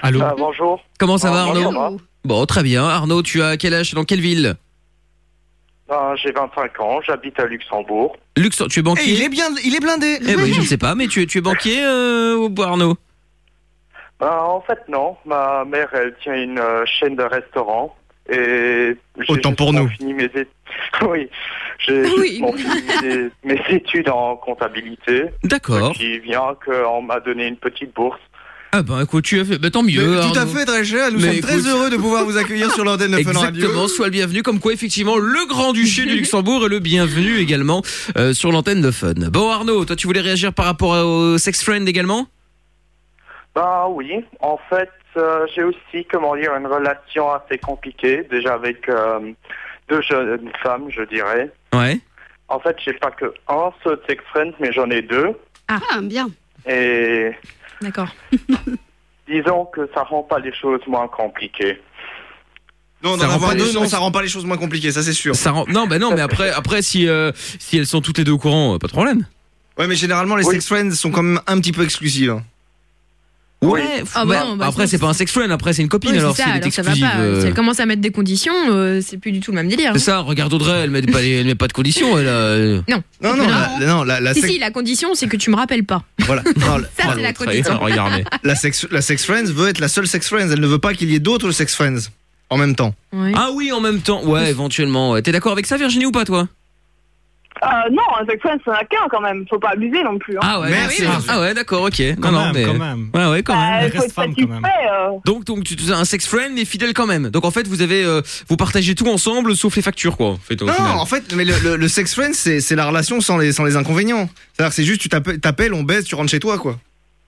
Allô Ah, Bonjour. Comment ça va Ah, Arnaud ça va. Bon, très bien. Arnaud, tu as quel âge et dans quelle ville Ben, J'ai 25 ans, j'habite à Luxembourg. Luxembourg, tu es banquier Eh, il est bien, il est blindé. Eh oui, je ne sais pas, mais tu es, tu es banquier, euh, ou Arnaud Ben, en fait, non. Ma mère, elle tient une euh, chaîne de restaurants. Et j'ai Autant pour justement nous. Fini mes études. oui, j'ai justement fini mes, mes études en comptabilité. D'accord. Ce Qui vient qu'on m'a donné une petite bourse. Ah ben écoute, tu as fait. bah, tant mieux. Mais tout à Arnaud. fait, très cher. Nous sommes très heureux de pouvoir vous accueillir sur l'antenne de Fun Radio. Exactement, sois le bienvenu. Comme quoi, effectivement, le grand duché du Luxembourg est le bienvenu également euh, sur l'antenne de Fun. Bon, Arnaud, toi, tu voulais réagir par rapport au sex friend également Bah oui, en fait, euh, j'ai aussi, comment dire, une relation assez compliquée, déjà avec euh, deux jeunes femmes, je dirais. Ouais. En fait, j'ai pas que un seul sex friend, mais j'en ai deux. Ah, bien. Et D'accord. disons que ça rend pas les choses moins compliquées. Non, Ça d'en rend avoir pas les deux, non, choses- ça rend pas les choses moins compliquées, ça c'est sûr. Ça rend- Non, bah non, mais après, après si, euh, si elles sont toutes les deux au courant, euh, pas de problème. Ouais, mais généralement, les sex friends sont quand même un petit peu hein. exclusives. Ouais, Ah bah non, bah après, c'est pas un sex friend, après, c'est une copine Oui, alors. c'est si ça, elle est alors ça va exclusive, pas. hein. euh, Si elle commence à mettre des conditions, euh, c'est plus du tout le même délire. C'est ça, regarde Audrey, elle met pas, les- elle met pas de conditions, elle. euh, Non. Non, non, la, non, la, la si, sex- si, la condition, c'est que tu me rappelles pas. Voilà. Non, la- Ça, c'est la condition. La sex, la sex friends veut être la seule sex friends. Elle ne veut pas qu'il y ait d'autres sex friends en même temps. Ah oui, en même temps, ouais, éventuellement. ouais. T'es d'accord avec ça, Virginie, ou pas, toi Euh, non, un sex friend, c'est un qu'un quand même. Faut pas abuser non plus. hein. Ah ouais, d'accord. ah ouais, d'accord, ok. Quand non, non, même, mais... quand même. Ouais, ouais, quand Euh, même. faut être satisfait, euh. Donc, donc tu tu as un sex friend mais fidèle quand même. Donc en fait, vous avez, euh, vous partagez tout ensemble, sauf les factures, quoi. en fait, au Non, final. en fait, mais le, le- le sex friends, c'est c'est la relation sans les, sans les inconvénients. C'est-à-dire, c'est juste, tu t'appelles- t'appelles, on baise, tu rentres chez toi, quoi.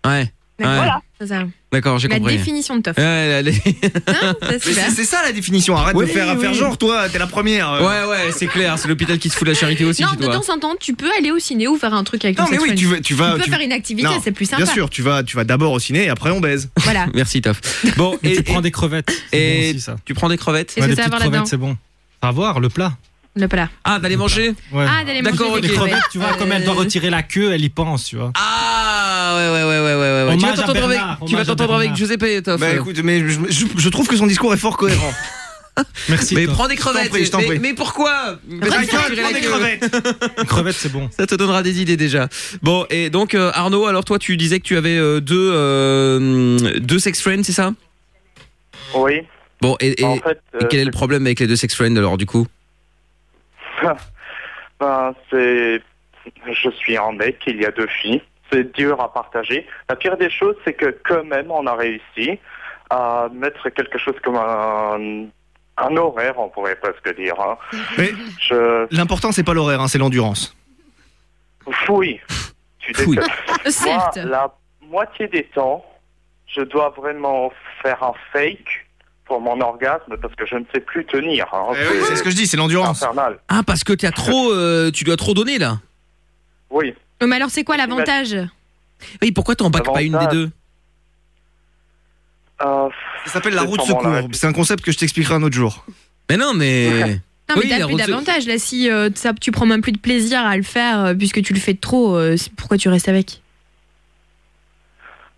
Ouais. ouais. Voilà. C'est ça. D'accord, j'ai La compris. Ah, définition de teuf. Ouais, la dé- Ça, Mais c'est ça. C'est c'est ça la définition. Arrête Oui, de faire, à oui. faire genre, toi, t'es la première. euh. ouais, ouais, c'est clair. C'est l'hôpital qui se fout de la charité aussi non, chez de toi. temps en temps, tu peux aller au ciné ou faire un truc avec Non, ton mais oui, sex tu friend. vas- tu vas- peux tu- faire une activité, Non, c'est plus sympa. Bien sûr, tu vas, tu vas d'abord au ciné et après on baise. Voilà. Merci, taf. Bon, et, tu prends des crevettes. Et tu prends des crevettes. Qu'est-ce Ouais, que des ça va petites avoir crevettes, là-dedans C'est bon. À voir le plat. Le plat. Ah, d'aller manger. Ouais. Ah, d'aller manger D'accord, des ok. Les crevettes, tu vois, Euh, comme elle doit retirer la queue, elle y pense, tu vois. Ah, ouais, ouais, ouais, ouais, ouais. ouais. Tu vas Hommage à t'entendre avec, Bernard, tu vas hommage à t'entendre avec Bernard. Giuseppe, Toff. Bah écoute, mais je, je- je trouve que son discours est fort cohérent. Merci. Mais Toff. prends des crevettes. Je t'en prie, je t'en mais- prie. Mais pourquoi Mais Parce que t'inquiète, tu prends les des queues. crevettes. crevettes, c'est bon. Ça te donnera des idées déjà. Bon, et donc euh, Arnaud, alors toi tu disais que tu avais euh, deux, euh, deux sex friends, c'est ça Oui. Bon, et, et- En fait, et euh, quel est le problème avec les deux sex friends alors du coup ben, c'est. Je suis un mec, il y a deux filles. C'est dur à partager. La pire des choses, c'est que quand même, on a réussi à mettre quelque chose comme un, un horaire, on pourrait presque dire. hein. Mais Je. l'important, c'est pas l'horaire, hein, c'est l'endurance. Fouille. Tu Fouille. déconnes. Moi, Certes. la moitié des temps, je dois vraiment faire un fake pour mon orgasme parce que je ne sais plus tenir. hein. Eh c'est ce que je dis, c'est l'endurance. Infernal. Ah parce que t'as trop, euh, tu dois trop donner là. Oui. Oh, Mais alors, c'est bah- quoi l'avantage Oui, pourquoi t'en bacs pas une des deux Ça s'appelle la Euh, c'est route sûrement la secours. C'est un concept que je t'expliquerai un autre jour. Mais non, mais. Non, mais Oui, t'as la plus route se- d'avantage là. Si euh, ça, tu prends même plus de plaisir à le faire euh, puisque tu le fais trop, euh, c'est- pourquoi tu restes avec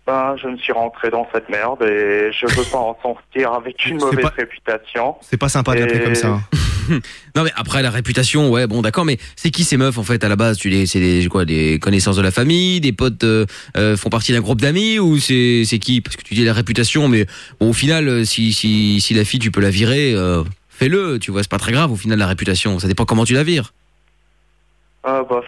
Ben, je me suis rentré dans cette merde et je veux pas en sortir avec une mauvaise réputation. C'est pas sympa de l'appeler Et- comme ça. hein. Non mais après la réputation, ouais, bon d'accord, mais c'est qui ces meufs en fait à la base Tu les, c'est des quoi, des connaissances de la famille, des potes euh, euh, font partie d'un groupe d'amis ou c'est c'est qui Parce que tu dis la réputation, mais bon, au final, euh, si si si la fille tu peux la virer, euh, fais-le, tu vois, c'est pas très grave. Au final, la réputation, ça dépend comment tu la vires. Ah, bah,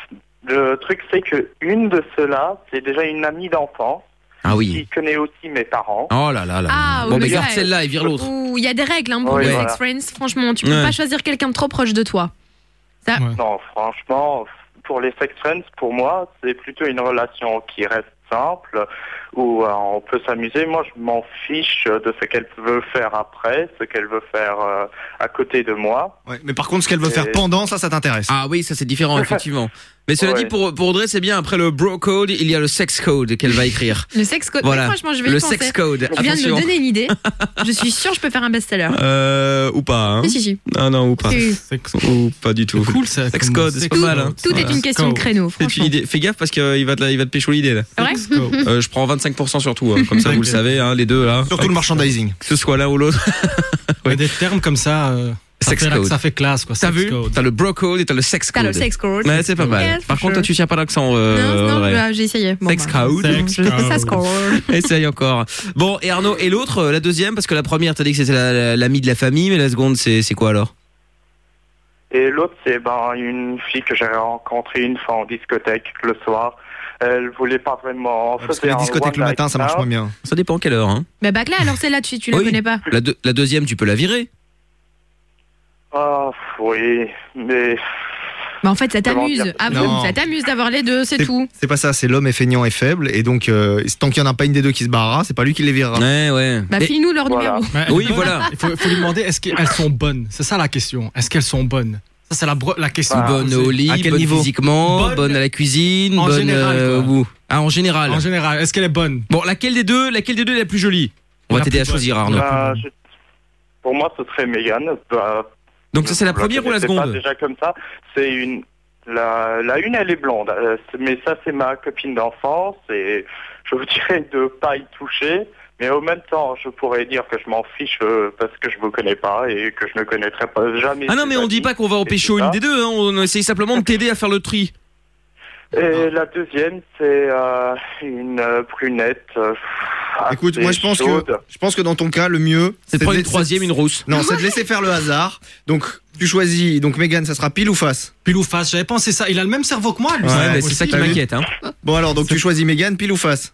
le truc, c'est que une de ceux-là, c'est déjà une amie d'enfance Ah oui. qui connaît aussi mes parents. Oh là là là. Ah, bon, oui, mais mais garde ouais. celle-là et vire l'autre. Ou il y a des règles hein, pour Oui, les voilà. sex friends. Franchement, tu peux Ouais. pas choisir quelqu'un de trop proche de toi. Ça. Non, franchement, pour les sex friends, pour moi, c'est plutôt une relation qui reste simple où euh, on peut s'amuser. Moi, je m'en fiche de ce qu'elle veut faire après, ce qu'elle veut faire euh, à côté de moi. Ouais, mais par contre, ce qu'elle veut faire Et- pendant, ça, ça t'intéresse. Ah oui, ça c'est différent, effectivement. Mais cela dit, pour, pour Audrey, c'est bien, après le bro code, il y a le sex code qu'elle va écrire. Le sex code. Voilà. Mais franchement, je vais Le y penser. sex code, Je viens de attention. me donner une idée. Je suis sûre que je peux faire un best-seller. Euh, ou pas, hein Si, si, si. Ah non, ou pas. Si. Ou pas du tout. cool ça. Sex code, c'est pas Tout- mal. Hein. tout est une question de créneau, C'est une idée. Fais gaffe parce qu'il va te, la- il va te pécho l'idée là. C'est vrai Let's go. Euh, je prends 25% sur tout, hein. comme ça vous le savez, hein, les deux là. Surtout le merchandising. Que ce soit l'un ou l'autre. Il y a des termes comme ça. euh, ça, Sex fait, code. ça fait classe quoi. T'as vu T'as le bro code et t'as le sex T'as code. le sex code. Ouais, c'est pas mal. Yes, Par for contre, toi, sure. tu tiens pas l'accent. euh, non, non, ouais. bah, j'ai essayé. Bon, Sex bah. code. Sex code. Sex code. Essaye encore. Bon, et Arnaud, et l'autre, euh, la deuxième, parce que la première, t'as dit que c'était la- la- l'amie de la famille, mais la seconde, c'est c'est quoi alors Et l'autre, c'est ben, une fille que j'ai rencontrée une fois en discothèque le soir. Elle voulait pas vraiment. parce que faisait les un discothèques le one matin, night ça marche stand. moins bien. Ça dépend quelle heure. Hein. Bah, back là, alors celle-là, tu, tu la Oui. connais pas. La, deux- la deuxième, tu peux la virer. Ah, oui, mais. Bah, en fait, ça Comment t'amuse. dire Ah bon, Non. ça t'amuse d'avoir les deux, c'est tout. C'est pas ça, c'est l'homme est feignant et faible, et donc euh, tant qu'il y en a pas une des deux qui se barrera, c'est pas lui qui les virera. Ouais, ouais. Bah, file-nous leur numéro. Ah Oui, voilà. Il faut, faut lui demander est-ce qu'elles sont bonnes C'est ça la question. Est-ce qu'elles sont bonnes Ça, c'est la, bro- la question. Bonne posée. au lit, À quel bonne niveau physiquement, bonne, Bonne à la cuisine, en bonne. général, euh, quoi. où Ah, en général. En général, est-ce qu'elle est bonne Bon, laquelle des deux, laquelle des deux est la plus jolie On va La t'aider plus à choisir, bonne. Arnaud. Bah, je- Pour moi, ce serait Mégane. Bah, Donc ça, c'est la je première ou la connaissais pas seconde Déjà comme ça, c'est une. La, la une, elle est blonde, euh, c'est- mais ça, c'est ma copine d'enfance et je vous dirais de pas y toucher. Mais en même temps, je pourrais dire que je m'en fiche euh, parce que je vous connais pas et que je ne connaîtrai pas jamais. Ah non, mais on dit pas qu'on va empêcher une des deux, hein, on essaye simplement de t'aider à faire le tri. Et la deuxième, c'est euh, une euh, brunette. euh, Écoute, assez moi je pense que chaude. je pense que dans ton cas le mieux C'est de prendre la- une troisième, une rousse. Non, c'est de laisser faire le hasard. Donc tu choisis donc Megan, ça sera pile ou face. Pile ou face, j'avais pensé ça. Il a le même cerveau que moi. Ah, lui, Ouais, ça, mais aussi. c'est ça qui m'inquiète, hein. Bon alors donc tu choisis Megan pile ou face.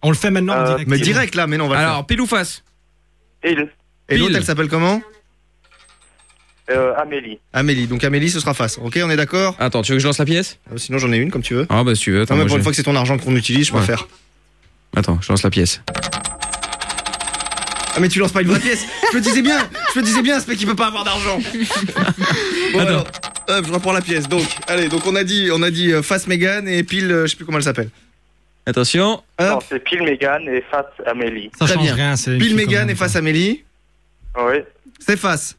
On le fait maintenant Euh, en direct. Mais direct là, mais non, on va le Alors, pile ou face Pile. Et l'autre elle s'appelle comment Euh, Amélie. Amélie. Donc Amélie ce sera face. OK, on est d'accord bah, Attends, tu veux que je lance la pièce Sinon j'en ai une comme tu veux. Ah bah si tu veux. attends, Non, mais moi, pour je- une fois que c'est ton argent qu'on utilise, je préfère. Attends, je lance la pièce. Ah mais tu lances pas une vraie pièce. Je me disais bien, je me disais bien, ce mec il peut pas avoir d'argent. Bon, alors, hop, je reprends la pièce. Donc, allez, donc on a dit, on a dit euh, face Megan et pile, euh, je sais plus comment elle s'appelle. Attention. Hein Non, c'est pile Mégane et face Amélie. Très bien. Pile Megan et face Amélie. Oui. C'est face.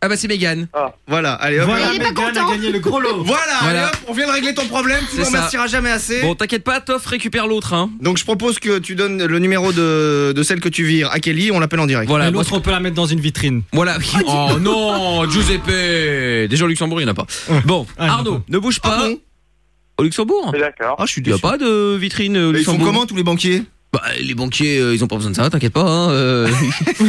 Ah bah c'est Megan. Voilà, allez hop. Voilà, Megan a gagné le gros lot. Voilà, Voilà. allez, hop, on vient de régler ton problème, tu C'est ne ça. remercieras jamais assez. Bon, t'inquiète pas, Toff récupère l'autre, hein. Donc je propose que tu donnes le numéro de, de celle que tu vires à Kelly, on l'appelle en direct. Voilà, Et l'autre, on peut la mettre dans une vitrine. Voilà. Ah, Oh non, Giuseppe Déjà au Luxembourg, il n'y en a pas. Bon, Arnaud, ne bouge pas. Au Luxembourg D'accord. Ah, je suis Il n'y a pas de vitrine euh, au Et ils font Luxembourg. comment tous les banquiers bah, les banquiers, euh, ils ont pas besoin de ça, t'inquiète pas. Hein, euh,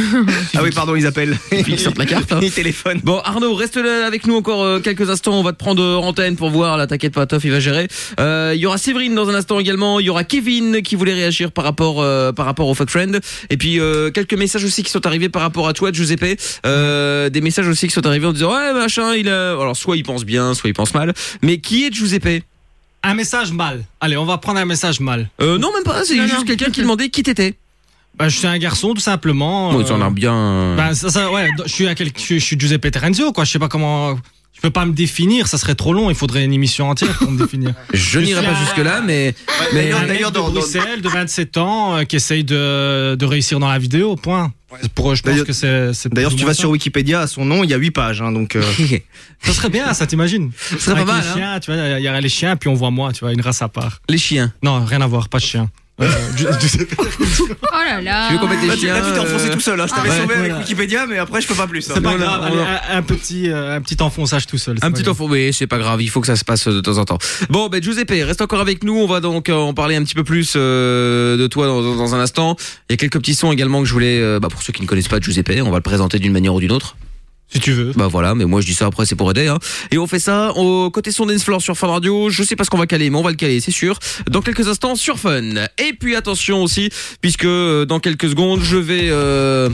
Ah oui, pardon, ils appellent. ils sortent la carte. Hein. Ils téléphonent. Bon, Arnaud, reste là avec nous encore euh, quelques instants. On va te prendre euh, antenne pour voir. Là, t'inquiète pas, Toff, il va gérer. Euh, Il y aura Séverine dans un instant également. Il y aura Kevin qui voulait réagir par rapport euh, par rapport au fuck friend. Et puis euh, quelques messages aussi qui sont arrivés par rapport à toi, Giuseppe. Euh, des messages aussi qui sont arrivés en disant ouais machin. Il a... alors soit il pense bien, soit il pense mal. Mais qui est Giuseppe Un message mal. Allez, on va prendre un message mal. Euh, non, même pas. C'est juste quelqu'un qui demandait qui t'étais. Bah, je suis un garçon, tout simplement. Bon, euh, ils en ont bien. ben, bah, ça, ça, ouais, je suis, un quel- je, suis- je suis Giuseppe Terenzio, quoi. Je sais pas comment. Je peux pas me définir, ça serait trop long. Il faudrait une émission entière pour me définir. Je n'irai pas jusque là, mais mais Un mec de Bruxelles, de 27 ans, euh, qui essaye de, de réussir dans la vidéo, point. Pour, je pense D'ailleurs- que c'est. c'est D'ailleurs, si plus tu ou vas moins sur Wikipédia, à son nom, il y a 8 pages. hein, donc, euh, Ça serait bien, ça t'imagines Ce serait pas mal, Les hein. chiens, tu vois, il y aurait les chiens, puis on voit moi, tu vois, une race à part. les chiens. Non, rien à voir, pas de chien. Euh, Gi- Giuseppe- Oh là là. Tu veux qu'on mette les Là, Ah, tu chiens là, tu t'es enfoncé euh, tout seul. hein. Je t'avais ouais. sauvé avec Voilà. Wikipédia, mais après, je peux pas plus. hein. c'est pas Mais on a- grave, on a- allez, un, un petit, euh, un petit enfonçage tout seul. c'est Un pas petit grave. enfant, oui, c'est pas grave, il faut que ça se passe de temps en temps. Bon, ben Giuseppe, reste encore avec nous, on va donc euh, en parler un petit peu plus euh, de toi dans, dans- dans un instant. Il y a quelques petits sons également que je voulais, euh, bah, pour ceux qui ne connaissent pas Giuseppe, on va le présenter d'une manière ou d'une autre. Si tu veux. Bah voilà, mais moi je dis ça après, c'est pour aider. Hein. Et on fait ça au côté son dance floor sur Fun Radio. Je sais pas ce qu'on va caler, mais on va le caler, c'est sûr. Dans quelques instants sur Fun. Et puis attention aussi, puisque euh, dans quelques secondes, je vais. euh,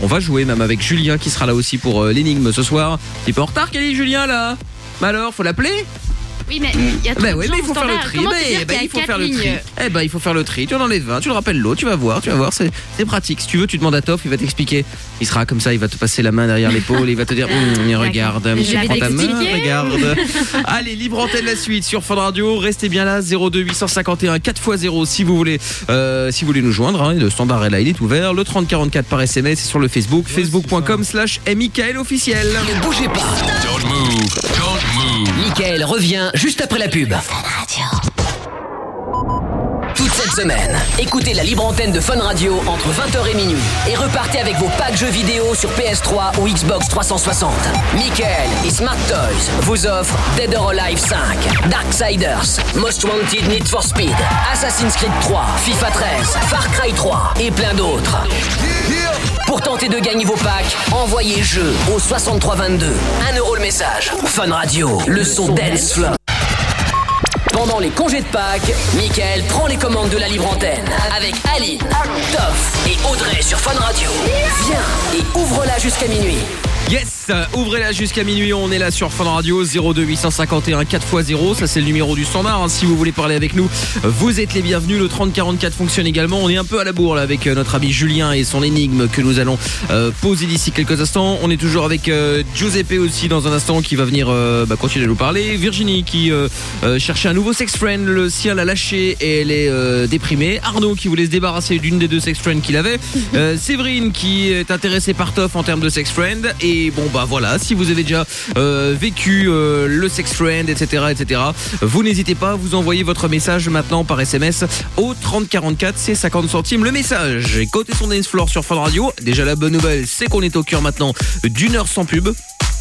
on va jouer même avec Julien qui sera là aussi pour euh, l'énigme ce soir. Il est pas en retard, quel est Julien là Bah alors, faut l'appeler Eh Oui, mais il y a trop Ben de oui, gens mais il faut au faire le standard. tri. Comment Ben, te dire ben, qu'il y a il faut quatre faire le tri. lignes Eh ben, il faut faire le tri. Tu en enlèves 20, tu le rappelles l'autre, tu vas voir, tu vas voir, c'est c'est pratique. Si tu veux, tu demandes à Toff, il va t'expliquer. Il sera comme ça, il va te passer la main derrière l'épaule, il va te dire Hum, mais regarde, Mais je vais prends ta main, t'expliquer. regarde. Allez, libre antenne la suite sur Fun Radio. Restez bien là, 02 851 4x0 si vous voulez, euh, si vous voulez nous joindre. hein, le standard est là, il est ouvert. Le 3044 par SMS et sur le Facebook, facebook.com/slash MIKL officiel. Ne bougez pas. Don't move. Don't move. Michael revient juste après la pub. Toute cette semaine, écoutez la libre antenne de Fun Radio entre 20h et minuit et repartez avec vos packs jeux vidéo sur PS3 ou Xbox 360. Michael et Smart Toys vous offrent Dead or Alive 5, Darksiders, Most Wanted Need for Speed, Assassin's Creed 3, FIFA 13, Far Cry 3 et plein d'autres. Pour tenter de gagner vos packs, envoyez jeu au 6322. 1 euro le message. Fun Radio, le son dance floor. Pendant les congés de Pâques, Michael prend les commandes de la libre antenne avec Aline, Toff et Audrey sur Fun Radio. Viens et ouvre-la jusqu'à minuit. Yes, euh, ouvrez-la jusqu'à minuit, on est là sur Fun Radio 02 851 4x0, ça c'est le numéro du standard, hein. si vous voulez parler avec nous, euh, vous êtes les bienvenus, le 3044 fonctionne également, on est un peu à la bourre là avec euh, notre ami Julien et son énigme que nous allons euh, poser d'ici quelques instants, on est toujours avec euh, Giuseppe aussi dans un instant qui va venir euh, bah, continuer à nous parler, Virginie qui euh, euh, cherchait un nouveau sex friend, le sien l'a lâché et elle est euh, déprimée, Arnaud qui voulait se débarrasser d'une des deux sex friends qu'il avait, euh, Séverine qui est intéressée par Toff en termes de sex friend et bon bah voilà si vous avez déjà euh, vécu euh, le sex friend etc etc vous n'hésitez pas vous envoyez votre message maintenant par SMS au 3044 c'est 50 centimes le message et côté son dance floor sur Fun Radio déjà la bonne nouvelle c'est qu'on est au cœur maintenant d'une heure sans pub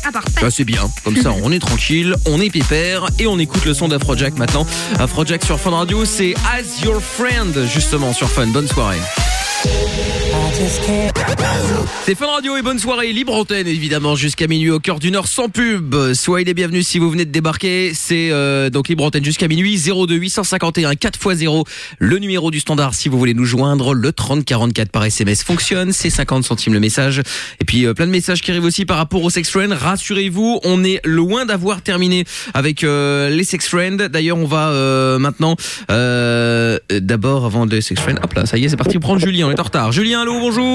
Ah, parfait. bah, c'est bien, comme ça on est tranquille, on est pépère et on écoute le son d'Afrojack maintenant. Afrojack sur Fun Radio, c'est As Your Friend justement sur Fun. Bonne soirée. C'est Fun Radio et bonne soirée, libre antenne évidemment jusqu'à minuit au cœur du Nord sans pub. Soyez les bienvenus si vous venez de débarquer, c'est euh, donc libre antenne jusqu'à minuit 02 851 4x0, le numéro du standard si vous voulez nous joindre, le 3044 par SMS fonctionne, c'est 50 centimes le message. Et puis euh, plein de messages qui arrivent aussi par rapport aux sex friends, rassurez-vous, on est loin d'avoir terminé avec euh, les sex friends. D'ailleurs, on va euh, maintenant euh, d'abord avant les sex friends. Hop là, ça y est, c'est parti prendre Julien, on est en retard. Julien, allô, bonjour.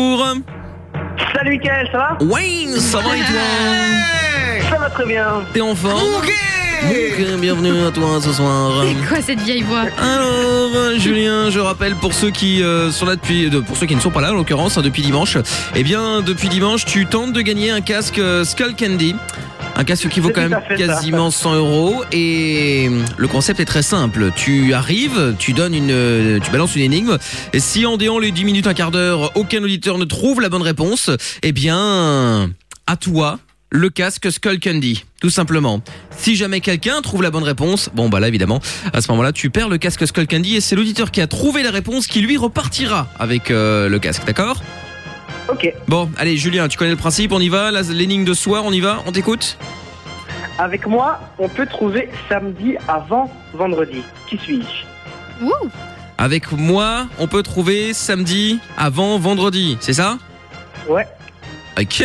Salut Mickaël, ça va Wayne, ça va et toi Ça va très bien. T'es en forme Ok, bienvenue à toi ce soir. C'est quoi cette vieille voix Alors, euh, Julien, je rappelle pour ceux qui euh, sont là depuis, de- pour ceux qui ne sont pas là en l'occurrence, hein, depuis dimanche. Eh bien, depuis dimanche, tu tentes de gagner un casque euh, Skull Candy. Un casque qui vaut C'est quand tout même à fait ça. quasiment 100 euros et euh, le concept est très simple. Tu arrives, tu donnes une, euh, tu balances une énigme. Et si en déant les 10 minutes, un quart d'heure, aucun auditeur ne trouve la bonne réponse, eh bien, à toi le casque Skull Candy, tout simplement. Si jamais quelqu'un trouve la bonne réponse, bon bah là évidemment, à ce moment-là tu perds le casque Skull Candy et c'est l'auditeur qui a trouvé la réponse qui lui repartira avec euh, le casque, d'accord Ok. Bon, allez Julien, tu connais le principe, on y va, là, l'énigme de soir, on y va, on t'écoute Avec moi, on peut trouver samedi avant vendredi. Qui suis-je Avec moi, on peut trouver samedi avant vendredi, c'est ça Ouais. Ok,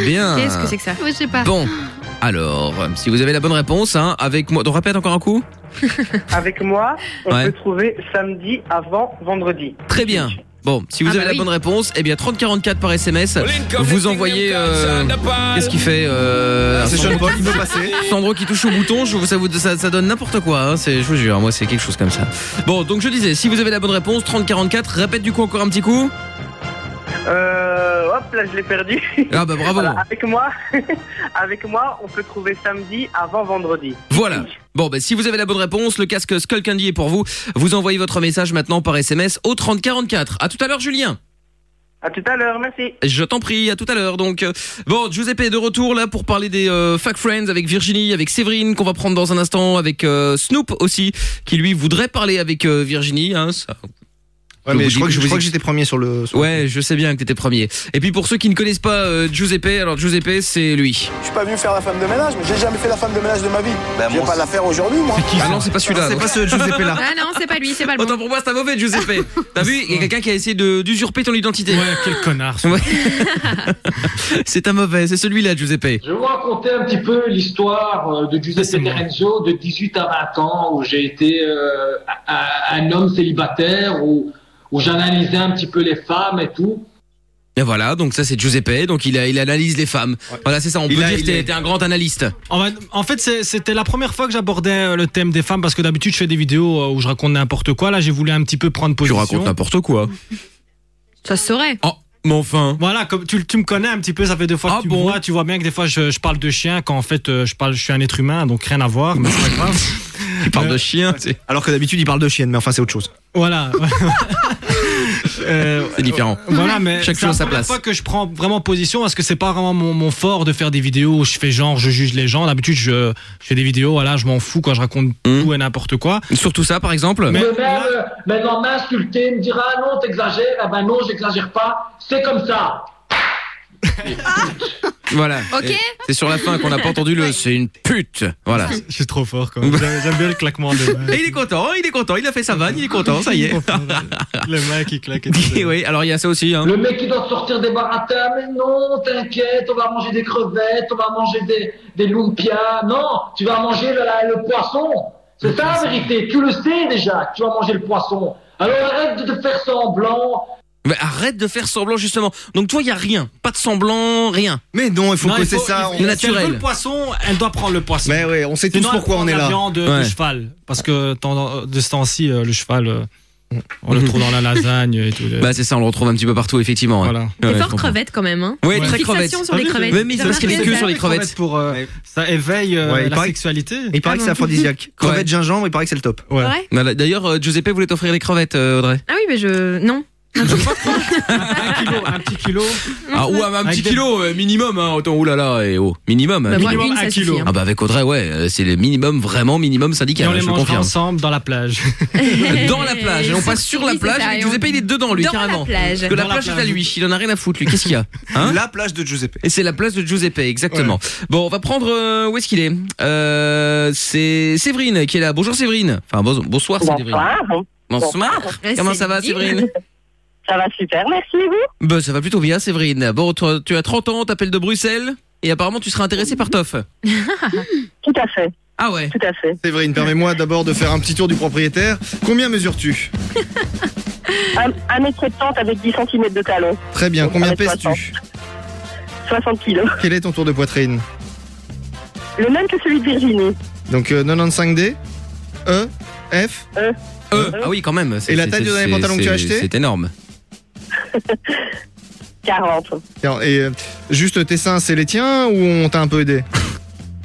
bien. Qu'est-ce que c'est que ça Oui, je sais pas. Bon, alors, si vous avez la bonne réponse, hein, avec moi, donc répète encore un coup Avec moi, on Ouais. peut trouver samedi avant vendredi. Très bien. Bon, si Ah vous avez bah la oui. bonne réponse, eh bien 3044 par SMS, vous envoyez. euh, Qu'est-ce qu'il fait euh, Ah, C'est Sandro- Sean Paul, il veut passer. Sandro qui touche au bouton, je, vous- ça, vous, ça, ça donne n'importe quoi, hein, c'est- je vous jure, moi c'est quelque chose comme ça. Bon, donc je disais, si vous avez la bonne réponse, 3044, répète du coup encore un petit coup. Euh, hop, là, je l'ai perdu. Ah bah bravo. Voilà, avec moi, avec moi, on peut trouver samedi avant vendredi. Voilà. Bon, ben, si vous avez la bonne réponse, le casque Skull Candy est pour vous. Vous envoyez votre message maintenant par SMS au 3044. À tout à l'heure, Julien. À tout à l'heure, merci. Je t'en prie, à tout à l'heure. Donc, euh, bon, Giuseppe est de retour là pour parler des euh, Fact Friends avec Virginie, avec Séverine qu'on va prendre dans un instant, avec euh, Snoop aussi, qui lui voudrait parler avec euh, Virginie. hein, ça- Ouais, mais je crois que- je crois que j'étais premier sur le. ouais, je sais bien que t'étais premier. Et puis pour ceux qui ne connaissent pas euh, Giuseppe, alors Giuseppe, c'est lui. Je suis pas venu faire la femme de ménage, mais j'ai jamais fait la femme de ménage de ma vie. Bah, je vais moi pas la faire aujourd'hui, moi. Ah non, c'est pas celui-là. C'est non. pas ce Giuseppe-là. Ah non, c'est pas lui, c'est pas le Autant pour moi, c'est un mauvais Giuseppe. T'as vu, il y a quelqu'un qui a essayé de- d'usurper ton identité. Ouais, quel connard. c'est un mauvais, c'est celui-là, Giuseppe. Je vais vous raconter un petit peu l'histoire euh, de Ah, Giuseppe Terenzo de 18 à 20 ans où j'ai été euh, un- un homme célibataire où, où j'analysais un petit peu les femmes et tout. Et voilà, donc ça c'est Giuseppe, donc il, a- il analyse les femmes. Voilà, c'est ça, on Il peut a- dire que il t'es est- t'es un grand analyste. En, va- en fait, c'est- c'était la première fois que j'abordais euh, le thème des femmes parce que d'habitude je fais des vidéos euh, où je raconte n'importe quoi. Là, j'ai voulu un petit peu prendre position. racontes n'importe quoi. Ça se saurait. Ah, mais enfin. Ah Voilà, comme tu, tu me connais un petit peu, ça fait deux fois que tu me vois. Tu vois bien que des fois je, je parle de chien quand en fait euh, je parle, je suis un être humain, donc rien à voir. Mais c'est pas grave. Il parle de chien. Alors que d'habitude, il parle de chienne, mais enfin, c'est autre chose. Voilà. Euh, C'est différent. Voilà, mais Chaque chose c'est la à sa première place. fois que je prends vraiment position parce que c'est pas vraiment mon, mon fort de faire des vidéos où je fais genre, je juge les gens. D'habitude, je, je fais des vidéos, voilà, je m'en fous quand je raconte tout et n'importe quoi. Hmm. Surtout ça, par exemple. Mais Mais, même, euh, maintenant m'insulter, me dire ah non t'exagères, ah ben non j'exagère pas, c'est comme ça. Voilà. Ok. Et C'est sur la fin qu'on n'a pas entendu le c'est une pute. Voilà. je suis trop fort quand même. J'aime j'aime bien Oh, le claquement de. Et il est content, il est content, il a fait sa vanne, il est content, ça y est. Le mec qui claque. oui, alors il y a ça aussi. Hein. Le mec qui doit te sortir des baratins, mais non, t'inquiète, on va manger des crevettes, on va manger des, des lumpias. Non, tu vas manger le, la- le poisson. C'est ça la vérité, tu le sais déjà, que tu vas manger le poisson. Alors arrête de te faire semblant. Mais arrête de faire semblant justement. Donc toi, il y a rien, pas de semblant, rien. Mais non, il faut Non, que il c'est faut- ça. il faut- on- si elle veut le poisson, elle doit prendre le poisson. Mais ouais, on sait tous Sinon, elle pourquoi prend on est la là. viande de, Ouais. de cheval. Parce que tend- de ce temps-ci, euh, le cheval, euh, on le trouve dans la lasagne et tout. Bah c'est ça, on le retrouve un petit peu partout effectivement. Voilà. T'es fort crevette quand même. Hein. Ouais, Une très fixation crevette. sur Ah les crevettes. Mais il T'as faut se remarqué caler que ça sur les crevettes. Pour, euh, Ça éveille euh, Ouais, il la paraît- sexualité. Il paraît que c'est aphrodisiaque. Crevette, gingembre, il paraît que c'est le top. Ouais. Ouais. Voilà. D'ailleurs, euh, Giuseppe voulait t'offrir des crevettes, euh, Audrey. Ah oui, mais je. Non. un petit kilo. Ah, ou un, un petit kilo euh, minimum, hein, autant oulala et oh, minimum. Bah, hein, moi, Minimum une, ça un kilo. suffit, hein. Ah bah avec Audrey, ouais, euh, c'est le minimum, vraiment minimum Et syndical. hein, on les je mangera confirme. ensemble dans la plage. Dans la plage, et on passe sur la Oui, c'est plage. ça, et et Giuseppe, on- il est dedans lui Dans la carrément. plage. Parce que la Dans la plage est à plage. lui, il en a rien à foutre lui. Qu'est-ce qu'il y a hein La plage de Giuseppe. Et c'est la place de Giuseppe, exactement. Bon, on va prendre euh, où est-ce qu'il est, Euh, C'est Séverine qui est là. Bonjour Séverine. Enfin bon- bonsoir Séverine. Bonsoir. Comment ça va Séverine Ça va super, merci vous. Bah ça va plutôt bien Séverine. Bon, toi, tu as 30 ans, t'appelles de Bruxelles et apparemment tu seras intéressée par Toff. Tout à fait. Ah ouais. Tout à fait. Séverine, permets-moi d'abord de faire un petit tour du propriétaire. Combien mesures-tu 1m70 avec 10 cm de talon. Très bien, Donc, combien 1m60. pèses-tu 60 kilos. Quel est ton tour de poitrine Le même que celui de Virginie. Donc euh, 95D, E, F. E. Euh, ah oui quand même. c'est- Et la c'est- taille du c'est- dernier pantalon que tu as c'est- acheté C'est énorme. 40. Tiens, Et euh, juste tes seins, c'est les tiens ou on t'a un peu aidé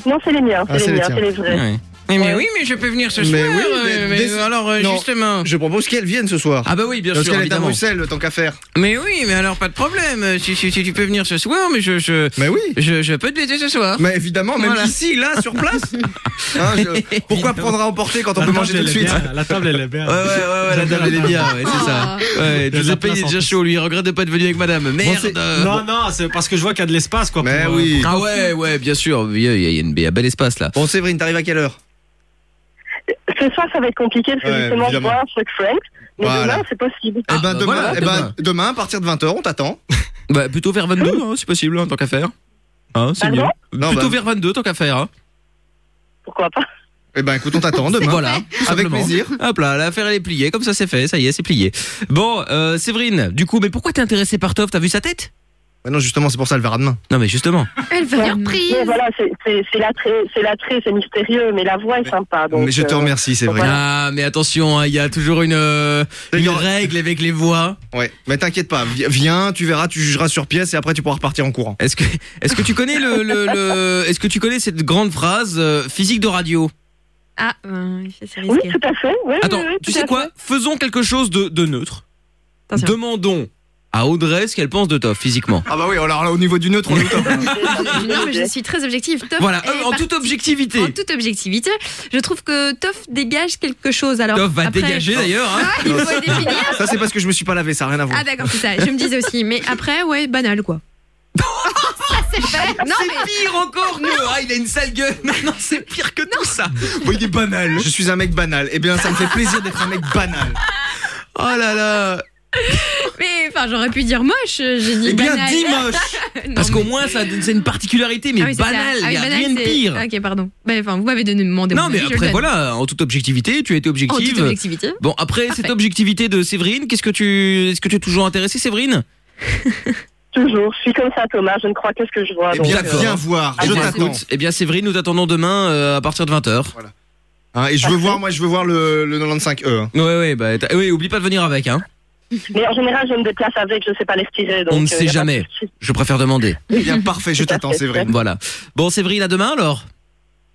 Non, c'est les miens, Ah, c'est les miens, c'est les vrais. Mais, mais oui, mais je peux venir ce soir. euh, mais alors, euh, justement. Je propose qu'elle vienne ce soir. Ah bah oui, bien Parce sûr, qu'elle est à évidemment. Bruxelles, tant qu'à faire. Mais oui, mais alors pas de problème. Euh, Si, si- si tu peux venir ce soir, mais je, je, mais oui. je, je peux te baiser ce soir. Mais évidemment, même ici, là, sur place. Hein, je- Pourquoi prendre à emporter quand on peut manger tout de suite La table, elle est bien. Ouais, ouais, ouais, ouais, la table Ah. elle est bien, ouais, c'est ça. Ouais, Il y a de la Giuseppe il place est en déjà chaud, lui, il regrette de pas être venu avec madame. Bon, Merde c'est- non, non, c'est parce que je vois qu'il y a de l'espace, quoi. Mais Eh pour, euh, oui. pour- Ah ouais, ouais, bien sûr, il y a, il y a- il y a une- il y a un bel espace là. Bon, Séverine, t'arrives à quelle heure Ce soir, ça va être compliqué parce que Ouais, justement, je évidemment. vois un truc Frank. Mais Voilà. demain, c'est possible. Eh ben, Ah, demain, bah voilà, eh ben, demain. demain, à partir de 20h, on t'attend. Bah, plutôt vers 22, hein, si possible, en tant qu'à faire. Hein, c'est Pardon mieux. Non, plutôt bah- vers 22, tant qu'à faire. Hein. Pourquoi pas Eh ben, écoute, on t'attend demain. Voilà, tout Avec simplement. plaisir. Hop là, l'affaire elle est pliée, comme ça c'est fait, ça y est, c'est plié. Bon, euh, Séverine, du coup, mais pourquoi t'es intéressée par Tov T'as vu sa tête Non, justement, c'est pour ça, elle verra demain. Non, mais justement. Elle va dire prise. voilà, c'est- c'est c'est l'attrait, c'est l'attrait, c'est mystérieux, mais la voix est sympa. Donc, Mais je te euh, remercie, C'est vrai. Ah, mais attention, hein, il y a toujours une, euh, une règle avec les voix. Ouais, mais t'inquiète pas, vi- viens, tu verras, tu jugeras sur pièce et après tu pourras repartir en courant. Est-ce que, est-ce que tu connais le, le, le- est-ce que tu connais cette grande phrase euh, physique de radio Ah, euh, oui, c'est Oui, risqué. tout à fait. Oui, Attends, oui, oui, tu tout à sais quoi Faisons quelque chose de, de neutre. Demandons à Audrey ce qu'elle pense de Toff physiquement. Ah bah oui, alors là, au niveau du neutre, on est au top. Non, mais je suis très objective. Toff Voilà, est euh, en parti- toute objectivité. En toute objectivité. Je trouve que Toff dégage quelque chose. Alors, Toff va après- dégager d'ailleurs. hein. Ah, il faut le définir. Ça, c'est parce que je me suis pas lavé, ça n'a rien à voir. Ah d'accord, c'est ça. Je me disais aussi, mais après, ouais, banal quoi. ça c'est fait. Non C'est mais pire encore mieux. Ah, il a une sale gueule. Non, non, c'est pire que tout ça. Oui, il est banal. Je suis un mec banal. Eh bien, ça me fait plaisir d'être un mec banal. Oh là là mais enfin, j'aurais pu dire moche. euh, J'ai dit Euh, Eh bien, banal. dis moche. Non, Parce qu'au mais- moins, ça c'est une particularité, mais Ah oui, c'est ça. banale. Ah Il oui, y a banal, rien de c'est- pire. Ok, pardon. Bah, enfin, vous m'avez donné demandé. Non, mais après, voilà, en toute objectivité, tu as été objective. En toute objectivité. Bon, après cette objectivité de Séverine, qu'est-ce que tu, est-ce que tu es toujours intéressée, Séverine Toujours, je suis comme ça, Thomas, je ne crois que ce que je vois. donc, euh, Eh je bien, t'attends. écoute, Eh bien, Séverine, nous t'attendons demain euh, à partir de 20h. Voilà. Hein, Et je veux voir, moi, je veux voir le, euh, hein. le 95E. Ouais, ouais, bah, t'as- ouais, oublie pas de venir avec, hein. Mais en général, je me déplace avec, je ne sais euh, pas les tirer. On ne sait jamais. Je préfère demander. Eh Bien, parfait, je t'attends, Séverine. Voilà. Bon, Séverine, à demain alors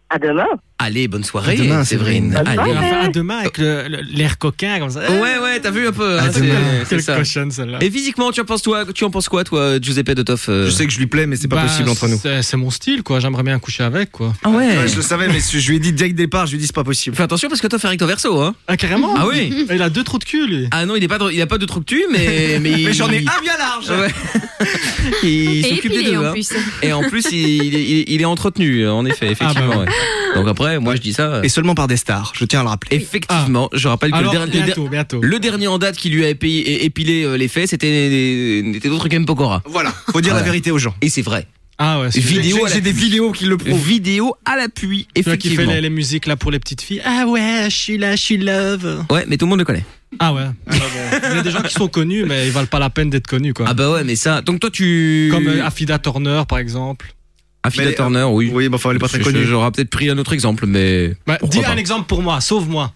À demain. Allez, bonne soirée. À demain, Séverine. Séverine. Allez. Ah, Enfin, à demain avec le- le- l'air coquin comme ça. Ouais, ouais, t'as vu un peu. hein, Ah, c'est- demain. c'est Quelle ça. cochonne, celle-là. Et physiquement, tu en penses, toi, tu en penses quoi, toi, Giuseppe de Toff euh Je sais que je lui plais, mais c'est pas Bah, possible entre nous. c'est- C'est mon style, quoi. J'aimerais bien coucher avec, quoi. Ah ouais. Je le savais, mais je lui ai dit dès le départ, je lui ai dit c'est pas possible. Fais attention parce que Toff est recto verso, hein. Ah, carrément Ah oui. Il a deux trous de cul, lui. Ah non, il, est pas de- il a pas de truc tu, mais. Eh, Mais, Mais j'en ai il- un bien large. Ouais. il Et s'occupe des épilé, deux. en hein. plus. Et en plus, il, il- il est entretenu, en effet, effectivement. bah ouais. ouais. Donc après, moi je dis ça. euh, Et seulement par des stars, je tiens à le rappeler. Effectivement, je rappelle que Alors, le, dernier, le bientôt, der- bientôt. le dernier en date qui lui a épi- é- épilé euh, les fesses, c'était n'était d'autre qu'M Pokora. Voilà, faut dire la vérité aux gens. Et c'est vrai. Ah ouais. c'est- Vidéo à J'ai- j'ai des vidéos qui le prouvent. Vidéo à l'appui, Celui qui fait effectivement. les, les musiques là pour les petites filles. Ah ouais, je suis là, je suis love. Ouais, mais tout le monde le connaît. Ah ouais. Il y a des gens qui sont connus, mais ils valent pas la peine d'être connus, quoi. Ah bah ouais, mais ça. Donc toi tu. Comme euh, Afida Turner, par exemple. Affida Mais, euh, Ah, Turner, oui. Oui, bah enfin, elle est pas très Je- connue. J'aurais peut-être pris un autre exemple, mais. Bah, pourquoi dis pas. un exemple pour moi, sauve-moi.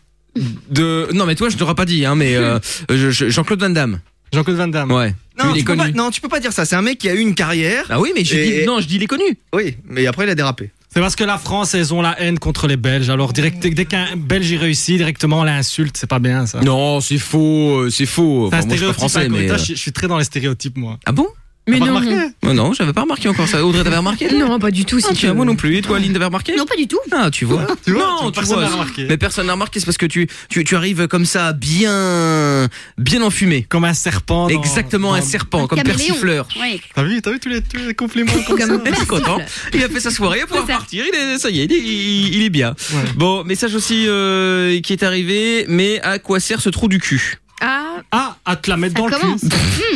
De... Non, mais toi, je t'aurais pas dit, hein, mais euh, je- je- Jean-Claude Van Damme. Jean-Claude Van Damme. Ouais. Lui, Non, il tu est peux connu. pas, non, tu peux pas dire ça. C'est un mec qui a eu une carrière. Ah oui, mais j'ai dit- non, je dis il est connu. Oui, mais après il a dérapé. C'est parce que la France, elles ont la haine contre les Belges. Alors, direct, dès qu'un Belge y réussit, directement, on l'insulte. C'est pas bien, ça. Non, c'est faux, euh, c'est faux. Ah. C'est Enfin, moi, je suis un pas stéréotype. français, hein, mais. Corita, euh, je, je suis très dans les stéréotypes, moi. Ah bon Mais T'as pas non. remarqué Oh non, j'avais pas remarqué encore ça. Audrey, t'avais remarqué toi Non, pas du tout. Si Ah, tu tiens, veux. moi non plus. Et toi, Aline, t'avais remarqué Non, pas du tout. Ah, tu vois. Tu vois, non, tu- personne vois, n'a remarqué. Mais personne n'a remarqué, c'est parce que tu, tu, tu arrives comme ça, bien, bien enfumé. Comme un serpent. dans- Exactement, un dans- serpent, comme caméléon. persifleur. Ouais. T'as vu, t'as vu tous les, tous les compliments comme ça Il est content. Il a fait sa soirée, il va pouvoir partir. Il est, ça y est, il est, il- il est bien. Bon, message aussi euh, qui est arrivé. Mais à quoi sert ce trou du cul Ah, Ah, Hmm. à te la mettre dans commence. le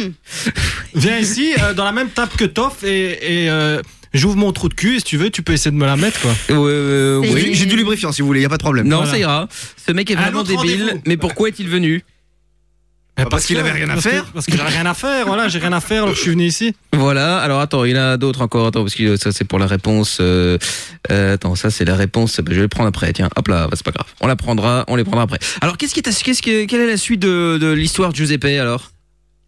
cul. Viens ici, euh, dans la même table que Toff, et, et, euh, j'ouvre mon trou de cul, et si tu veux, tu peux essayer de me la mettre, quoi. Euh, J'ai- oui. J'ai du lubrifiant si vous voulez, y a pas de problème. Non, Voilà. ça ira. Ce mec est Un vraiment autre débile. rendez-vous. Mais pourquoi est-il venu Ah, Bah, Ah, parce qu'il avait rien à Eh, Parce que- faire. Parce que, j'ai rien à faire, voilà, j'ai rien à faire, alors je suis venu ici. Voilà. Alors attends, il y en a d'autres encore. Attends, parce que euh, ça c'est pour la réponse. euh, euh, attends, ça c'est la réponse. Bah, je vais le prendre après. Tiens, hop là, bah, c'est pas grave. On la prendra, on les prendra après. Alors qu'est-ce qui est, qu'est-ce que, quelle est la suite de, de l'histoire de Giuseppe alors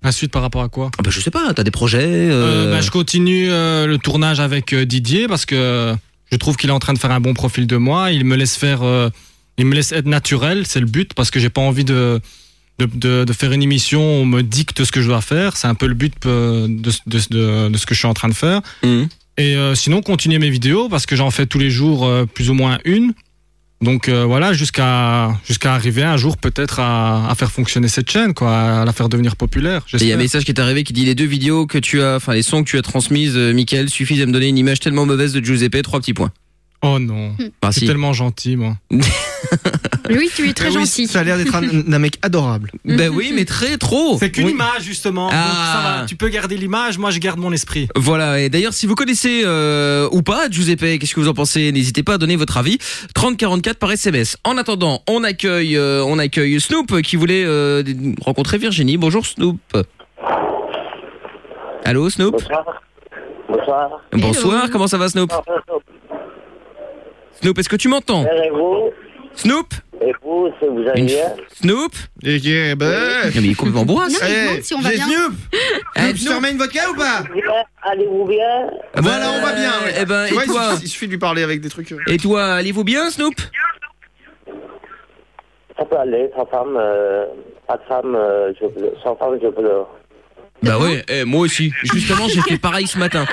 Ensuite, par rapport à quoi ah bah, Je sais pas. T'as des projets euh, Euh, bah, je continue euh, le tournage avec euh, Didier parce que je trouve qu'il est en train de faire un bon profil de moi. Il me laisse faire, euh, il me laisse être naturel, c'est le but parce que j'ai pas envie de de, de- de faire une émission. où On me dicte ce que je dois faire. C'est un peu le but euh, de, de, de- de ce que je suis en train de faire. Mhm. Et euh, sinon, continuer mes vidéos parce que j'en fais tous les jours euh, plus ou moins une. Donc euh, voilà, jusqu'à jusqu'à arriver un jour peut-être à, à faire fonctionner cette chaîne, quoi, à la faire devenir populaire. Et Il y a un j'espère. message qui est arrivé qui dit les deux vidéos que tu as, enfin les sons que tu as transmises, euh, Michael, suffisent à me donner une image tellement mauvaise de Giuseppe, trois petits points. Oh Hmm. non, Ah, c'est si. tellement gentil, moi. Oui, tu es très Eh oui, gentil. Ça a l'air d'être un, un mec adorable. Ben oui, mais très trop. C'est qu'une Oui. image justement. Donc, Ah. ça va, tu peux garder l'image, moi je garde mon esprit. Voilà, et d'ailleurs, si vous connaissez euh, ou pas Giuseppe, qu'est-ce que vous en pensez N'hésitez pas à donner votre avis. 3044 par SMS. En attendant, on accueille, euh, on accueille Snoop qui voulait euh, rencontrer Virginie. Bonjour Snoop. Allô Snoop Bonsoir. Bonsoir. Bonsoir, comment ça va Snoop Snoop, est-ce que tu m'entends Et vous Snoop Et vous, si vous allez Une- bien Snoop ben. Non, mais il est complètement bourrasse. Non, il demande si on va bien. Eh, Tu te Snoop. remets une vodka ou pas Bien, Allez-vous bien Ah bah, Voilà, on va bien. ouais. eh ben, Tu vois, et il toi suffit- il suffit de lui parler avec des trucs. euh. Et toi, allez-vous bien, Snoop Ça peut aller, sans femme, euh, pas de femme, euh, je pleure. Sans femme, je pleure. Bah ouais, eh, moi aussi. Justement, j'ai fait pareil ce matin.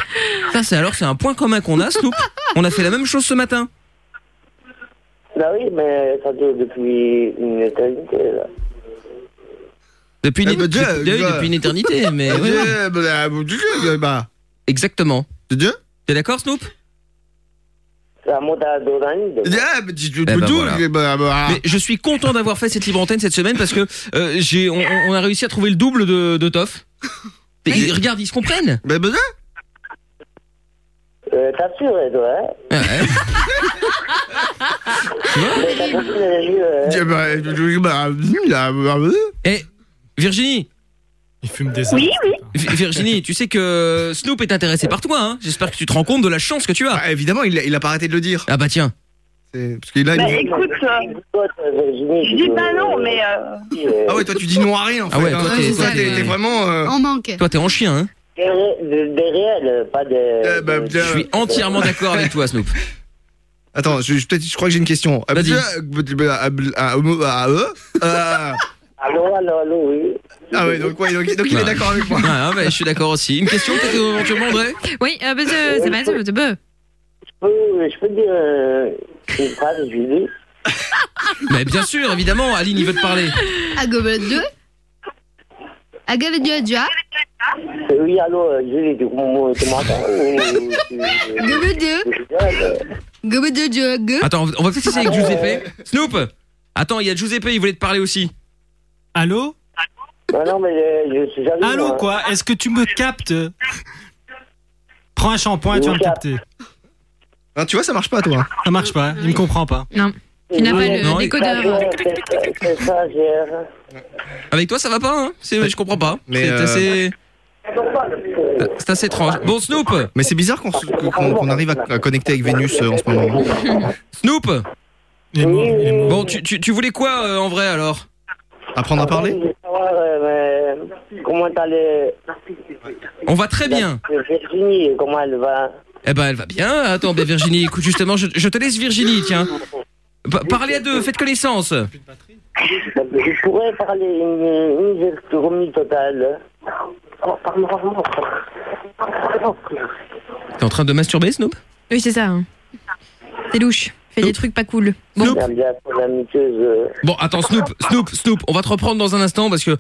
Ça, c'est alors, c'est un point commun qu'on a, Snoop. On a fait la même chose ce matin. Bah oui, mais ça dure depuis une éternité, là. Depuis une, Eh ben, Dieu, depuis- oui, quoi. depuis une éternité, mais. Eh ouais, Dieu, bah. ouais. Exactement. De Dieu T'es d'accord, Snoop Ça monte à deux années. Eh ben voilà. bah, Mais je suis content d'avoir fait cette libre antenne cette semaine parce que euh, j'ai, on, on a réussi à trouver le double de, de Toff. Et ils- regarde, ils se comprennent. Mais ben, Euh, t'as sûr, eh, toi, hein Mais t'as compris l'énergie, euh, ben, bah, Ah Eh, Virginie Il fume des Oui, oui. Vi- Virginie, tu sais que Snoop est intéressé par toi, hein J'espère que tu te rends compte de la chance que tu as. Ah, évidemment, il, a pas arrêté de le dire. Ah bah tiens. Parce qu'il a Bah écoute, euh, je dis pas non, mais... euh, Ah ouais, toi tu dis noiré en fait. Ah ouais, hein. toi, t'es- C'est toi, ça, t'es- t'es t'es vraiment. euh, On manque. Toi, t'es en chien, hein Des, ré- des réels, pas des... Eh ben, Je suis entièrement d'accord avec toi, Snoop. Attends, je, je- peut-être- je crois que j'ai une question. Ah, bah, Vas-y. Allô, allô, allô, oui. Ah ouais, donc, ouais, donc, donc il est Ouais. d'accord avec moi. Ouais, ah ouais, ouais, je suis d'accord aussi. Une question peut-être éventuellement, André Oui, euh, bah, euh, ça va, ça va, ça va. Je peux, je peux dire euh, une phrase, Julie Mais bien sûr, évidemment, Aline, il veut te parler. Agobel 2. Agobel 2, tu vois. Euh, Oui, allô, euh, Julie, tu, m- tu m'entends Oui, oui, oui, oui. Agobel 2. Agobel 2, tu vois. Go. Attends, on va- on va peut-être essayer avec Giuseppe. Snoop Attends, il y a Giuseppe, il voulait te parler aussi. Allô Ah Non, non, mais Euh, je, je suis jaloux. Allô moi. quoi Est-ce que tu me captes Prends un shampoing, tu vas me capter. Ah, tu vois, ça marche pas toi. Ça marche pas, hein. il me comprend pas. Non, tu n'as pas le Non, il- décodeur. euh, C'est ça, hein. gère. Avec toi, ça va pas, hein C'est- Je comprends pas. C'est euh, assez. C'est assez étrange. Bon, Snoop Mais c'est bizarre qu'on se- que- qu'on qu'on arrive à à connecter avec Vénus euh, en ce moment. Snoop Bon, tu, tu, tu voulais quoi euh, en vrai alors Apprendre à parler Je veux savoir, euh, Ah mais comment t'as les... On va très bien. Virginie, comment elle va Eh ben, elle va bien. Attends, ben, Virginie, écoute, justement, je, je te laisse Virginie, tiens. Pa- parlez à deux, faites connaissance. Je pourrais parler une, une économie totale. Oh, T'es en train de masturber, Snoop Oui, c'est ça. hein. C'est louche. Fais des trucs pas cool. Bon. J'aime bien ton amicieuse. euh, Bon, attends, Snoop, Snoop, Snoop, on va te reprendre dans un instant parce que.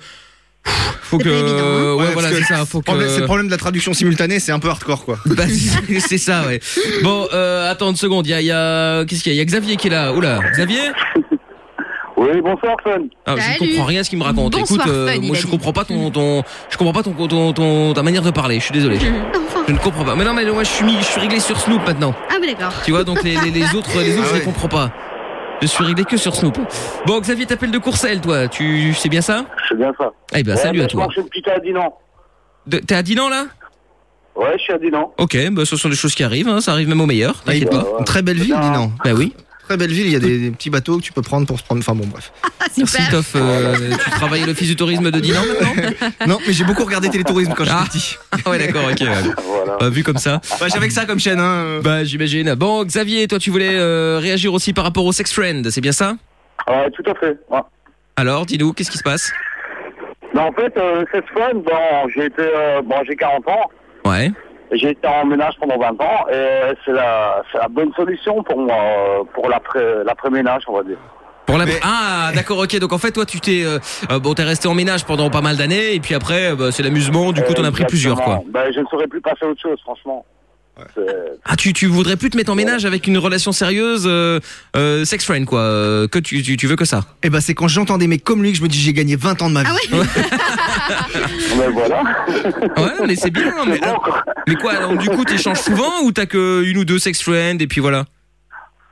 pff, Faut que. Euh, Ouais, parce voilà, que c'est ça. Faut que. problème- C'est le problème de la traduction simultanée, c'est un peu hardcore quoi. Bah, c'est- c'est ça, ouais. Bon, euh, attends une seconde. Il y a, il y a- qu'est-ce qu'il y a Il y a Xavier qui est là. Oula, Xavier Oui, bonsoir, Fun. Ah, Je ne Salut. comprends rien à ce qu'il me raconte. Bonsoir, Écoute, euh, Fun, il moi a je dit. comprends pas ton, ton, je comprends pas ton, ton, ton- ta manière de parler. Je suis désolé. Je ne comprends pas. Mais non, mais moi je suis, mis- je suis réglé sur Snoop maintenant. Ah, mais d'accord. Tu vois, donc les, les, les autres, les Ah autres, je les comprends pas. Je suis réglé que sur Snoop. Bon, Xavier, t'appelles de Courcelles, toi. Tu sais bien ça C'est bien ça. Eh ben, Ouais, salut bah, à Je toi. marche une petite à Dinan. De- T'es à Dinan là Ouais, je suis à Dinan. Ok, bah, ce sont des choses qui arrivent. hein, Ça arrive même au meilleur. T'inquiète pas. Une très belle ville, Dinan. Bah oui. Très belle ville, il y a des, des petits bateaux que tu peux prendre pour se prendre. Enfin bon, bref. Merci Toff, Euh, tu travailles à l'office du tourisme de Dinan maintenant Non, mais j'ai beaucoup regardé Télétourisme quand j'étais Ah. petit. Ah ouais d'accord ok ouais. Bah, vu comme ça Bah, j'avais que ça comme chaîne, hein. Bah j'imagine Bon Xavier toi tu voulais euh, réagir aussi par rapport au sex friend c'est bien ça Ouais, tout à fait. ouais. Alors dis-nous qu'est-ce qui se passe Bah, en fait, euh, cette fois, bon, j'ai été, euh, bon, j'ai 40 ans. Ouais J'ai été en ménage pendant 20 ans et euh, c'est la, c'est la bonne solution pour moi, euh, pour l'après, l'après-ménage, on va dire. pour la... Ah d'accord ok donc en fait toi tu t'es euh, euh, bon t'es resté en ménage pendant pas mal d'années et puis après euh, bah, c'est l'amusement du coup t'en as pris Exactement. plusieurs quoi Bah, je ne saurais plus passer à autre chose, franchement. C'est- Ah tu, tu voudrais plus te mettre en ménage avec une relation sérieuse euh, euh, sex friend quoi euh, que tu, tu, tu veux que ça Et bah, c'est quand j'entends des mecs comme lui que je me dis j'ai gagné 20 ans de ma vie. Mais voilà. Ouais mais c'est bien mais, mais quoi alors du coup t'échanges souvent ou t'as que une ou deux sex friends et puis voilà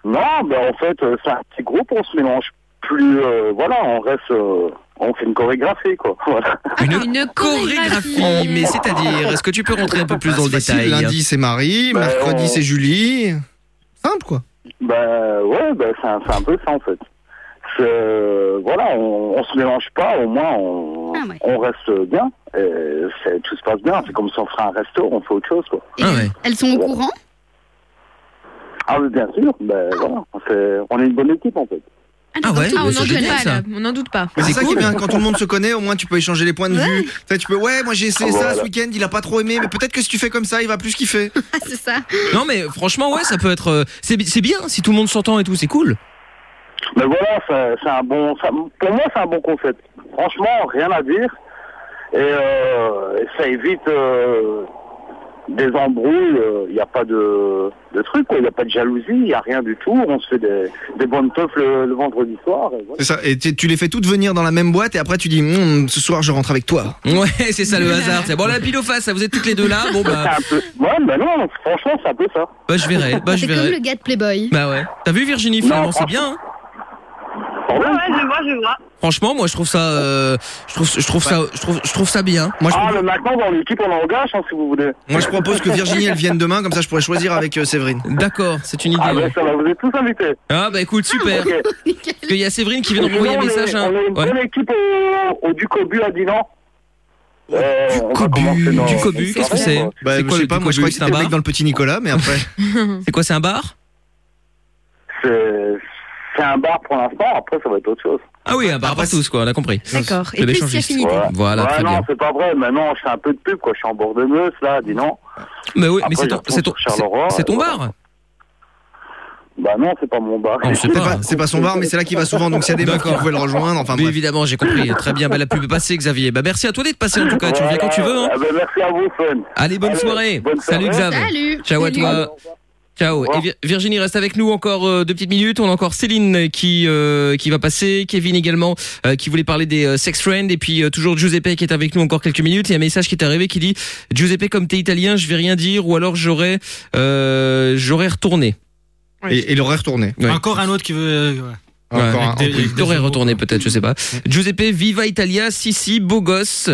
Non, bah, en fait, euh, c'est un petit groupe, on se mélange plus, euh, voilà, on reste, euh, on fait une chorégraphie, quoi. Voilà. Ah, Une chorégraphie, mais c'est-à-dire, est-ce que tu peux rentrer un peu plus dans le Facile, détail Lundi, Bah, c'est Marie, Bah, mercredi, on- c'est Julie. Simple, quoi. Bah ouais, bah, c'est un, c'est un peu ça en fait. C'est, euh, voilà, on, on se mélange pas, au moins on, on reste bien, et c'est- tout se passe bien. C'est comme si on ferait un resto, on fait autre chose quoi. Elles sont au courant ben, Ah oui, bien sûr, bah, voilà, c'est- on est une bonne équipe en fait. Ah ouais Ah, on Mais c'est n'en doute génial, pas, ça. là. On n'en doute pas. Mais c'est ça qui est hein, bien, quand tout le monde se connaît, au moins tu peux échanger les points de vue. Tu sais, tu peux, ouais, moi j'ai essayé Ah, ça voilà. ce week-end, il a pas trop aimé, mais peut-être que si tu fais comme ça, il va plus kiffer. Ah, c'est ça. Non mais franchement ouais ça peut être euh, c'est bi- c'est bien si tout le monde s'entend et tout c'est cool. Mais voilà, ça- c'est un bon. ça- pour moi, c'est un bon concept. Franchement, rien à dire. Et euh, ça évite euh, des embrouilles. euh, Il n'y a pas de, de truc, quoi. Il n'y a pas de jalousie, il n'y a rien du tout. On se fait des, des bonnes teufs le, le vendredi soir. et voilà. C'est ça, et tu tu les fais toutes venir dans la même boîte et après tu dis, Hum, ce soir je rentre avec toi. Ouais c'est ça le hasard. c'est- Bon là pile au face ça, vous êtes toutes les deux là bon bah C'est un peu- Ouais, mais non, franchement, c'est un peu ça. bah je verrai bah je C'est comme le verrai. gars de Playboy. Bah ouais. T'as vu Virginie finalement c'est bien. hein. Ah Ah Ouais, ouais, je vois, je vois. Franchement moi je trouve ça euh, je trouve je trouve ça je trouve je trouve ça bien. Moi je ah, mais maintenant, dans l'équipe, on engage, hein, si vous voulez. Moi je propose que Virginie elle vienne demain, comme ça je pourrais choisir avec euh, Séverine. D'accord, c'est une idée. Ah, ouais. bah, Ça va, vous êtes tous invités. Ah bah écoute super. Ok. Parce qu'il y a Séverine qui vient Sinon, d'envoyer un on est- message. hein. On est une Ouais. bonne équipe au, au Ducobu à Dinan. Euh, on va commencer dans- Du cobu, qu'est-ce que c'est Bah, C'est je sais le pas, moi Cobu je crois que C'est un c'était le mec bar dans le petit Nicolas, mais après. C'est quoi, c'est un bar C'est Euh, c'est un bar pour l'instant, après ça va être autre chose. Ah oui, un bar à tous quoi, on a compris. D'accord. C'est Et plus si l'échangiste. affinité. Ouais. Voilà, bah, Ouais, très non, bien. c'est pas vrai. Maintenant, je fais un peu de pub, quoi. Je suis en bord de Meuse, là, dis non. Mais oui, mais Après, c'est je ton, retourne c'est ton, sur Charleroi, c'est- c'est ton et voilà. bar Bah non, c'est pas mon bar. C'est pas, c'est pas son bar, mais c'est là qu'il va souvent, donc s'il y a des mecs qui D'accord. veulent le rejoindre, enfin Mais bref. évidemment, j'ai compris. Très bien, bah, la pub est passée, Xavier. Bah, merci à toi d'être passé en tout cas. Tu reviens quand tu veux. hein. Ah, bah, merci à vous, Fun. Allez, bonne soirée. Salut, Xav. Salut. Ciao à Salut. toi. Ciao. Et Vir- Virginie reste avec nous encore euh, deux petites minutes. On a encore Céline qui euh, qui va passer, Kevin également euh, qui voulait parler des euh, sex friends et puis euh, toujours Giuseppe qui est avec nous encore quelques minutes. Il y a un message qui est arrivé qui dit Giuseppe comme t'es italien, je vais rien dire ou alors j'aurais euh, j'aurais retourné. Et, l'aurait retourné. Encore un autre qui veut. euh, ouais. Ouais, Encore un- avec des- en plus. il t'aurait retourné peut-être, je sais pas. Giuseppe, viva Italia, si si, beau gosse.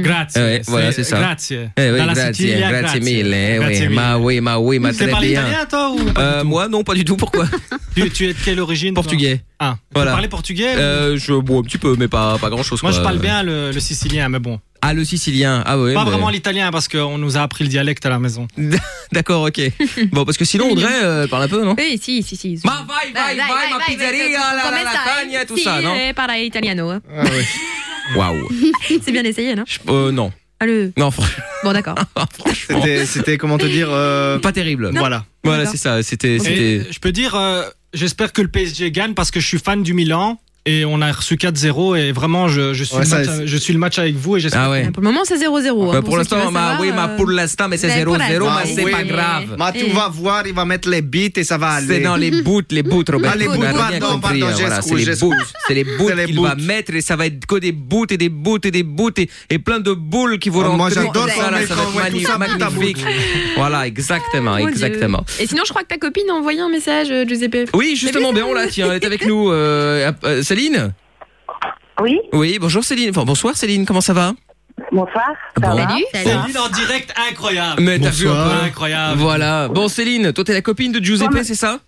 Grazie. Ouais, voilà, c'est ça. Grazie. Eh oui, Dalla grazie, Sicilia, grazie, grazie. mille. eh Grazie oui, mille. ma oui, ma oui, ma Tu sais Bah, très parler bien. italien, toi, ou pas Euh, moi, non, pas du tout. Pourquoi tu, tu es de quelle origine toi Portugais. Ah, Voilà. tu parles portugais ou- Euh, je bois un petit peu, mais pas, pas grand chose. Moi, je parle bien le, le sicilien, mais bon. Ah, le sicilien. Bah, Ah, ouais. pas mais- vraiment l'italien parce qu'on nous a appris le dialecte à la maison. D'accord, ok. Bon, parce que sinon, Audrey euh, parle un peu, non Oui, si, si, si. Ma vai, vai, vai, ma pizzeria, la, la, lasagna, tout ça, non pareil, italiano. hein. Ah, ouais. Waouh. C'est bien essayé, non Euh, non. Allez. Non, franchement. Bon, d'accord. C'était- Oh. C'était, comment te dire. euh, Pas terrible. Non. Voilà. Voilà, c'est ça. C'était. Et c'était- Je peux dire, euh, j'espère que le PSG gagne parce que je suis fan du Milan et on a reçu 4-0 et vraiment, je, je, suis Ouais, le ça, match, c'est- je suis le match avec vous et j'espère. Ah ouais. Pour le moment, c'est 0-0. hein, Bah, pour ceux qui l'instant, veulent ma, savoir, oui, ma, euh, pour l'instant, mais c'est ben, 0-0, pour l'instant, mais c'est oui. pas grave. Ma, Bah, tu vas voir, il va mettre les bits et ça va aller. C'est dans les bouts, les bouts, Robert. Ah, les On bouts, a bien pardon, compris, pardon, hein, j'ai voilà, c'est excuse, les j'ai bouts. excuse. C'est les bouts C'est les qu'il bouts. va mettre et ça va être que des bouts et des bouts et des bouts et, et plein de boules qui vont Ah, rentrer. moi, j'adore dans quand on met là, ça va quand on voit être tout ça magnifique, bout à bout. magnifique. Voilà, exactement, Oh Mon Dieu. exactement. Et sinon, je crois que ta copine a envoyé un message, euh, Giuseppe. Oui, justement, T'as vu ben on l'a, tiens, elle est avec nous. euh, euh, Céline Oui Oui, bonjour Céline. Enfin, bonsoir Céline, comment ça va Bonsoir. Ça Bon. va Céline en direct, incroyable. Mais t'as vu un Bonsoir. peu Incroyable. Voilà. Bon, Céline, toi, t'es la copine de Giuseppe, c'est ça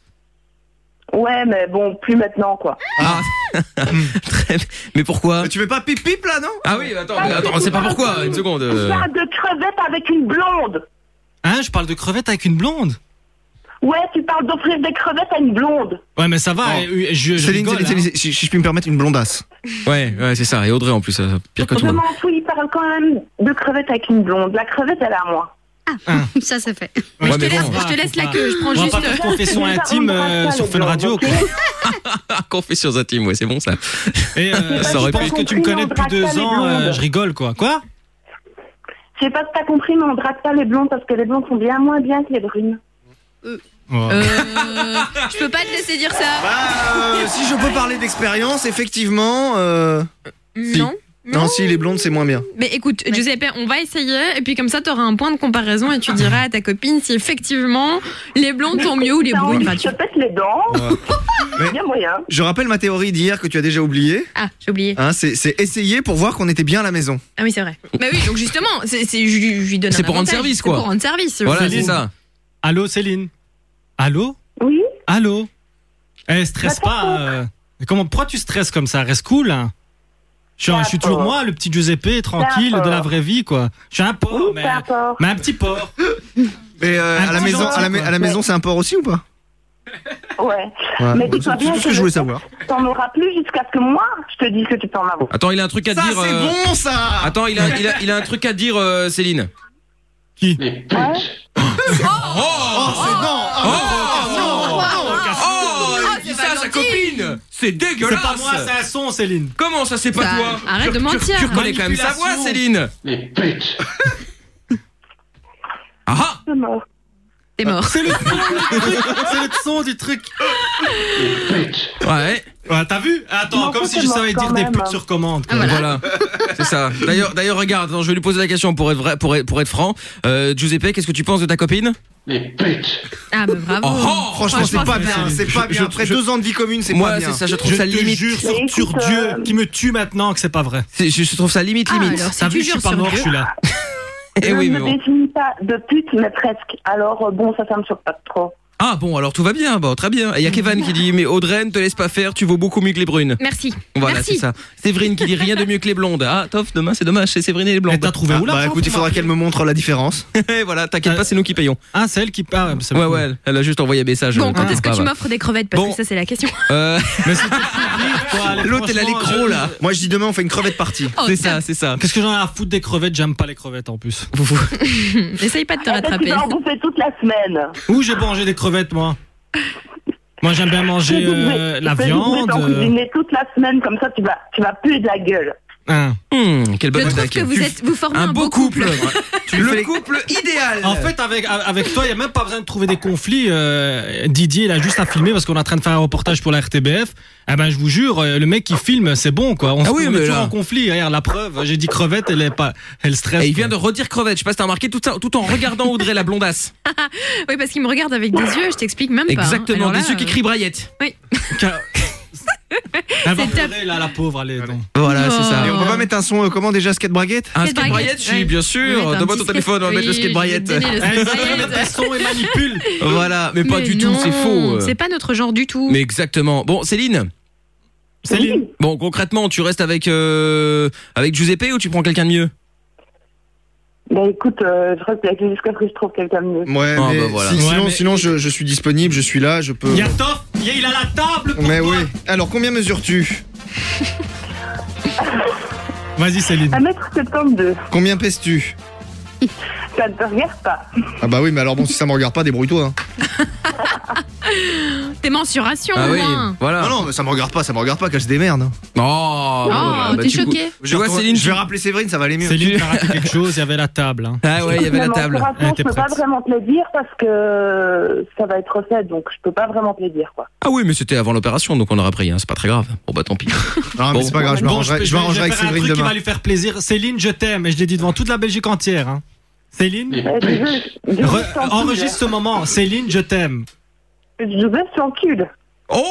Ouais, mais bon, plus maintenant, quoi. Ah Très bien. Mais pourquoi Tu veux pas pip pip là, non Ah oui, attends, mais attends, on sait pas pourquoi, une seconde. euh. Parle de crevettes avec une blonde. Hein, je parle de crevettes avec une blonde. Ouais, tu parles d'offrir des crevettes à une blonde. Ouais, mais ça va. Bon. eh, Je, je Céline, rigole, Céline, hein. Céline, si, si je puis me permettre, une blondasse. Ouais, ouais, c'est ça. Et Audrey en plus, euh, pire que tout. le monde. Vraiment, oui, il parle quand même de crevettes avec une blonde. La crevette, elle est à moi. Ça, ça fait. Ouais, je, te mais laisse, bon. je te laisse la Ah. queue, je prends On va juste. pas euh, faire confession Céline, intime on embrasse euh, pas sur les Fun blondes, Radio. ok quoi. Confessions intimes, ouais, c'est bon ça. Et euh, Ça je aurait pu. pense que tu me connais depuis On embrasse deux pas les ans, euh, blondes. je rigole quoi. Quoi Je sais pas si t'as compris, mais on drague pas les blondes parce que les blondes sont bien moins bien que les brunes. Euh, je peux pas te laisser dire ça. Bah. Euh, si je peux parler d'expérience, effectivement. euh, Non. Non, si, les blondes, c'est moins bien. Mais écoute, Giuseppe, on va essayer et puis comme ça, t'auras un point de comparaison et tu diras à ta copine si effectivement les blondes sont mieux ou les Bah, T'as brunes. envie Enfin, que tu- je te pète les dents. Mais- Bien moyen. Je rappelle ma théorie d'hier que tu as déjà oubliée. Ah, j'ai oublié. Hein, c'est, c'est essayer pour voir qu'on était bien à la maison. Ah oui, c'est vrai. Bah oui, donc justement, c'est c'est- je lui je lui donne C'est un pour rendre avantage. service, C'est quoi. pour rendre service. Voilà, Céline. c'est ça. Allô, Céline Allô Oui Allô Eh, stresse pas. euh. Mais Comment, pourquoi tu stresses comme ça Reste cool. hein. Je suis, un- je suis toujours moi, le petit Giuseppe, tranquille, de la vraie vie, quoi. Je suis un porc, mais, D'accord. mais un petit porc. Mais euh, Un à, la petit maison, gentil, à, la, ma- quoi. à la maison, c'est un porc aussi ou pas Ouais. Voilà. Mais C'est dis-toi tout bien ce que je voulais savoir. T'en auras plus jusqu'à ce que moi, je te dise que tu peux en avoir. Attends, il a un truc à te Ça, dire. euh, c'est bon, ça Attends, il a, il, a, il a un truc à te dire, euh, Céline. Qui Oh, c'est non Oh, oh, non Oh, elle oh, dit ça à sa copine C'est dégueulasse C'est pas moi, c'est un son, Céline. Comment ça, c'est pas Ça, toi arrête Tu- de tu- mentir. Tu reconnais quand même sa voix, Manipulation. Céline Les putes Ah T'es mort. T'es mort. C'est le son du truc, c'est le son du truc. Ouais. Ouais, Ah, t'as vu Attends, Non, comme si je forcément, savais quand dire même. des putes sur commande. quoi. Ah, Voilà, c'est ça. D'ailleurs, d'ailleurs, regarde, attends, je vais lui poser la question pour être vrai, pour être, pour être franc. Euh, Giuseppe, qu'est-ce que tu penses de ta copine Les putes. Ah, bah bravo. Oh, Franchement, c'est pas bien, c'est pas bien. Après deux ans de vie commune, c'est pas bien. te jure sur, sur Dieu qui me tue maintenant que c'est pas vrai. Je trouve ça limite, Ah, limite. alors, si T'as tu vu, je suis jures pas sur mort, Dieu. je suis là. Eh je Euh, oui, ne mais bon. définis pas de pute, mais presque. Alors, euh, bon, ça, ça me choque pas trop. Ah bon, alors tout va bien, bon, très bien. Et Il y a Kevin qui dit, mais Audrey, ne te laisse pas faire, tu vaux beaucoup mieux que les brunes. Merci. Voilà, Merci. c'est ça. Séverine qui dit rien de mieux que les blondes. Ah, tof, demain c'est dommage, c'est Séverine et les blondes. t'as trouvé où, là, Bah, écoute, il faudra qu'elle me montre la différence. Et voilà, t'inquiète pas, c'est nous qui payons. Ah, c'est elle qui parle. Ouais, ouais, elle a juste envoyé un message. Bon, euh, quand est-ce que pas, tu voilà. m'offres des crevettes Parce Bon. que ça, c'est la question. Euh, L'autre, elle a les franchement, crocs, je- là. Moi, je dis demain, on fait une crevette partie. Oh, C'est ça, c'est ça. Qu'est-ce que j'en ai à foutre des crevettes J'aime pas les crevettes en plus. N'essaye Mm. pas de te Eh ben, tu rattraper. vas en bouffer toute la semaine. Où j'ai mangé des crevettes moi Moi j'aime bien manger Je vais- euh, la je vais viande. t'en euh, cuisiner toute la semaine, comme ça, tu vas, tu vas puer de la gueule. hein. Hum, quelle Je trouve que vous êtes, vous formez un, beau couple. Le couple idéal. En fait, avec, avec toi, il n'y a même pas besoin de trouver des conflits. euh, Didier, il a juste à filmer parce qu'on est en train de faire un reportage pour la RTBF. Eh ben, je vous jure, euh, le mec qui filme, c'est bon, quoi. On Ah se oui, met mais toujours là- en conflit. Regarde, la preuve, j'ai dit crevette, elle est pas, elle stresse. Et il vient de redire crevette, je sais pas si t'as remarqué, tout, ça, tout en regardant Audrey la blondasse. oui, parce qu'il me regarde avec des yeux, je t'explique même pas. hein. Exactement, Alors là, des yeux qui euh, crient braillette. Oui. Elle va pleurer, Ah, là, la pauvre, allez. attends. Voilà, c'est ça. Et on peut pas mettre un son, euh, comment déjà, skate braguette Un skate braillette, ouais. si, bien Oui, t'as sûr. un Donne-moi petit ton skate- téléphone, on va oui, mettre le skate braillette. je vais te donner le skate euh, braillette. Des sons et manipule. Voilà, mais pas mais du tout, non, c'est euh. faux. euh. C'est pas notre genre du tout. Mais exactement. Bon, Céline Céline Bon, concrètement, tu restes avec, euh, avec Giuseppe ou tu prends quelqu'un de mieux Bah écoute, euh, je reste avec lui jusqu'à ce que je trouve quelqu'un de mieux. Ouais, Ah, mais bah, voilà. si- Ouais, sinon, mais- sinon je, je suis disponible, je suis là, je peux. Il y a Toff, il y a- il a la table pour Mais toi. oui. Alors, combien mesures-tu Vas-y, Céline. 1m72, Combien pèses-tu ça ne te regarde pas. Ah, bah oui, mais alors bon, si ça me regarde pas, débrouille-toi. hein. Tes mensurations, Ah au moins. voilà. Non, non, mais ça me regarde pas, ça me regarde pas, qu'elle se démerde. Oh, bah, t'es tu- choqué. Je, vois, Céline, je vais rappeler Séverine, ça va aller mieux. Céline, t'as raté quelque chose, il y avait la table. hein. Ah ouais, il y avait la Écoute, table. ma mensuration, Elle je était peux pas prête. vraiment te le dire parce que ça va être fait, donc je peux pas vraiment te le dire quoi. Ah oui, mais c'était avant l'opération, donc on aura pris, hein, c'est pas très grave. Bon, bah tant pis. Non, mais c'est pas grave, je Bon, m'arrangerai je, je je vais, m'arrangerai je vais avec faire un Séverine truc qui va demain. lui faire plaisir. Céline, je t'aime. Et je l'ai dit devant toute la Belgique entière. hein. Céline Eh, je veux- je veux Re- t'en Enregistre ce moment. Céline, je t'aime. Je veux sur cul. Oh,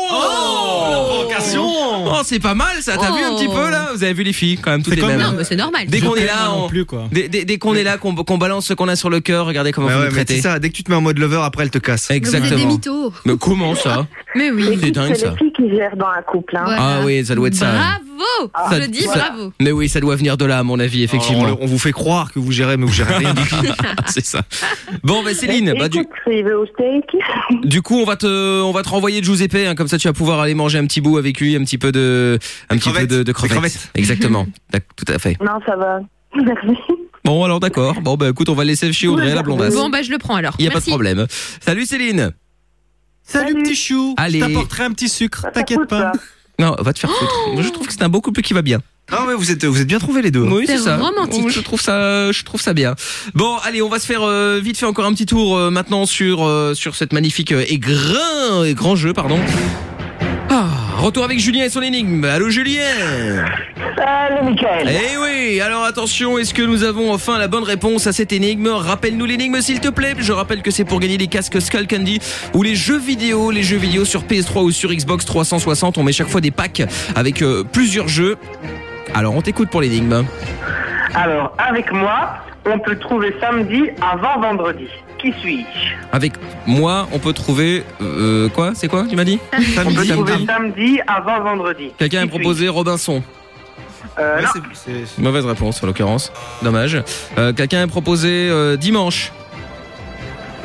la provocation Oh, c'est pas mal ça, t'as Oh. vu un petit peu là Vous avez vu les filles, quand même, toutes les C'est comme- mêmes. Non, mais c'est normal. Dès Je qu'on est t'aime, là, moi non on- plus, quoi. Dès, dès- dès qu'on est là, qu'on qu'on balance ce qu'on a sur le cœur, regardez comment Mais vous Bah ouais, nous mais c'est traitez. ça, dès que tu te mets en mode lover, après elle te casse. C'est des Exactement. mythos. Mais comment ça Mais oui. C'est Écoute, dingue, ça. les filles qui gèrent dans un couple. Hein. Ah, Ah oui, ça doit être ça. Bravo Ça- Je dis ça- bravo. Mais oui, ça doit venir de là, à mon avis, effectivement. Alors, Oh, on, on vous fait croire que vous gérez, mais vous gérez rien. c'est ça. Bon, bah Céline, bah, du, Écoute, il veut au steak. du coup, on va te, on va te renvoyer Giuseppe, hein, comme ça tu vas pouvoir aller manger un petit bout avec lui, un petit peu de, un petit crevettes. peu de, de Des crevettes. crevettes. Exactement. D'ac- Tout à fait. Non, ça va. Merci. Bon, alors d'accord. Bon, bah écoute, on va laisser chez Audrey la blondasse. Bon, bah je le prends alors. Il y a pas de Merci. problème. Salut Céline. Salut, petit chou. Allez. Je t'apporterai un petit sucre. T'inquiète pas. Non, va te faire foutre. Je trouve que c'est un beau couple qui va bien. Non, mais vous êtes, vous êtes bien trouvés les deux. Oui, Oh. C'est c'est ça. romantique. Moi, Je trouve ça, je trouve ça bien. Bon, allez, on va se faire euh, vite fait encore un petit tour euh, maintenant sur euh, sur cette magnifique euh, et grand et grand jeu, pardon. Ah, retour avec Julien et son énigme. Allô Julien. Salut, Michael. Eh oui. Alors attention, est-ce que nous avons enfin la bonne réponse à cette énigme Rappelle-nous l'énigme s'il te plaît. Je rappelle que c'est pour gagner les casques Skull Candy ou les jeux vidéo, les jeux vidéo sur PS3 ou sur Xbox 360. On met chaque fois des packs avec euh, plusieurs jeux. Alors on t'écoute pour l'énigme. Alors, avec moi, on peut trouver samedi avant vendredi. Qui suis-je Avec moi, on peut trouver euh, quoi C'est quoi Tu m'as dit On peut Samedi. trouver samedi avant vendredi. Quelqu'un a Qui proposé Robinson. suis-je Euh, non. Mauvaise réponse en l'occurrence. Dommage. Euh, Quelqu'un a proposé euh, dimanche.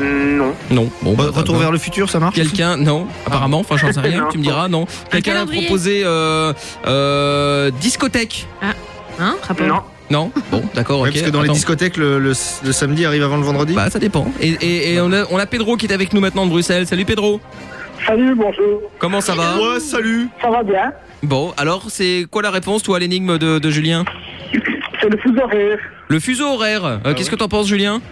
Non. Non. Bon, bah, Retour bah, vers le futur, ça marche Quelqu'un, non, apparemment, enfin j'en sais rien, Non. tu me diras, non. Quelqu'un a calendrier. proposé euh, euh, discothèque. Ah, hein, rapport Non. Non Bon, d'accord, Ouais, ok. parce que dans les attends. discothèques, le, le- le samedi arrive avant le vendredi Bah, ça dépend. Et, et- et on, a, on a Pedro qui est avec nous maintenant de Bruxelles. Salut Pedro Salut, bonjour. Comment ça va Ouais, salut Ça va bien Bon, alors c'est quoi la réponse toi à l'énigme de, de Julien C'est le fuseau horaire. Le fuseau horaire. Euh, Ah Qu'est-ce que t'en penses Julien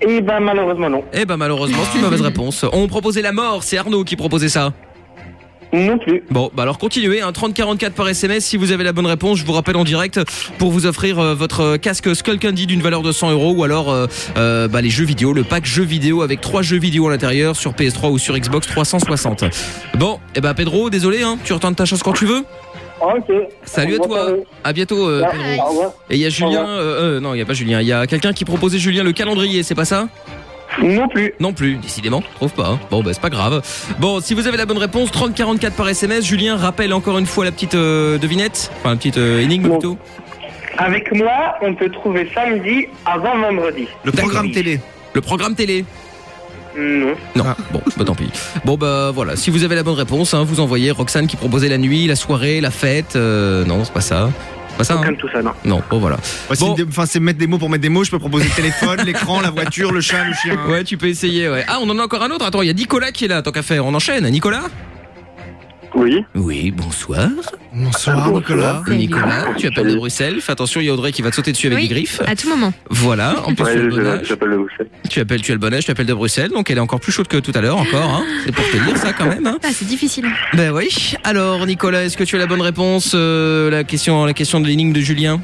Eh ben malheureusement non. Eh ben malheureusement c'est une mauvaise réponse. On proposait la mort, c'est Arnaud qui proposait ça. Non plus. Bon, bah alors continuez, hein, 3044 par SMS, si vous avez la bonne réponse, je vous rappelle en direct pour vous offrir euh, votre euh, casque Skullcandy d'une valeur de 100 euros ou alors euh, euh, bah, les jeux vidéo, le pack jeux vidéo avec trois jeux vidéo à l'intérieur sur PS3 ou sur Xbox 360. Bon, et ben Pedro, désolé, hein, tu retentes ta chance quand tu veux. Ok. Salut à toi. À bientôt. euh, Pedro. Au revoir. Et il y a Julien, euh, euh, non, il y a pas Julien, il y a quelqu'un qui proposait Julien le calendrier, c'est pas ça Non plus. Non plus, décidément, je trouve pas. hein. Bon, bah c'est pas grave. Bon, si vous avez la bonne réponse, 3044 par SMS, Julien rappelle encore une fois la petite euh, devinette, enfin la petite euh, énigme plutôt. Avec moi, on peut trouver samedi avant vendredi. Le programme télé. Le programme télé. Hmm, Non. Non, bon, bah tant pis. Bon, bah voilà, si vous avez la bonne réponse, hein, vous envoyez Roxane qui proposait la nuit, la soirée, la fête. euh, non, c'est pas ça. C'est Pas ça. hein. tout ça, non. Non, bon voilà. Ouais, c'est une dé- Enfin, c'est mettre des mots pour mettre des mots. Je peux proposer le téléphone, l'écran, la voiture, le chat, le chien. Ouais, tu peux essayer, ouais. Ah, on en a encore un autre. Attends, il y a Nicolas qui est là, tant qu'à faire. On enchaîne. Nicolas Oui. Oui, bonsoir. Euh, Bonsoir, Nicolas. Nicolas, tu appelles de Bruxelles. Fais attention, il y a Audrey qui va te sauter dessus avec Oui, des griffes. À tout moment. Voilà, en plus Ouais, tu as le je- bon âge. Tu appelles, tu as le bon âge, tu appelles de Bruxelles, donc elle est encore plus chaude que tout à l'heure encore. Hein. C'est pour te dire ça quand même. Hein. Ah, c'est difficile. Ben oui. Alors Nicolas, est-ce que tu as la bonne réponse euh, la question, la question de l'énigme de Julien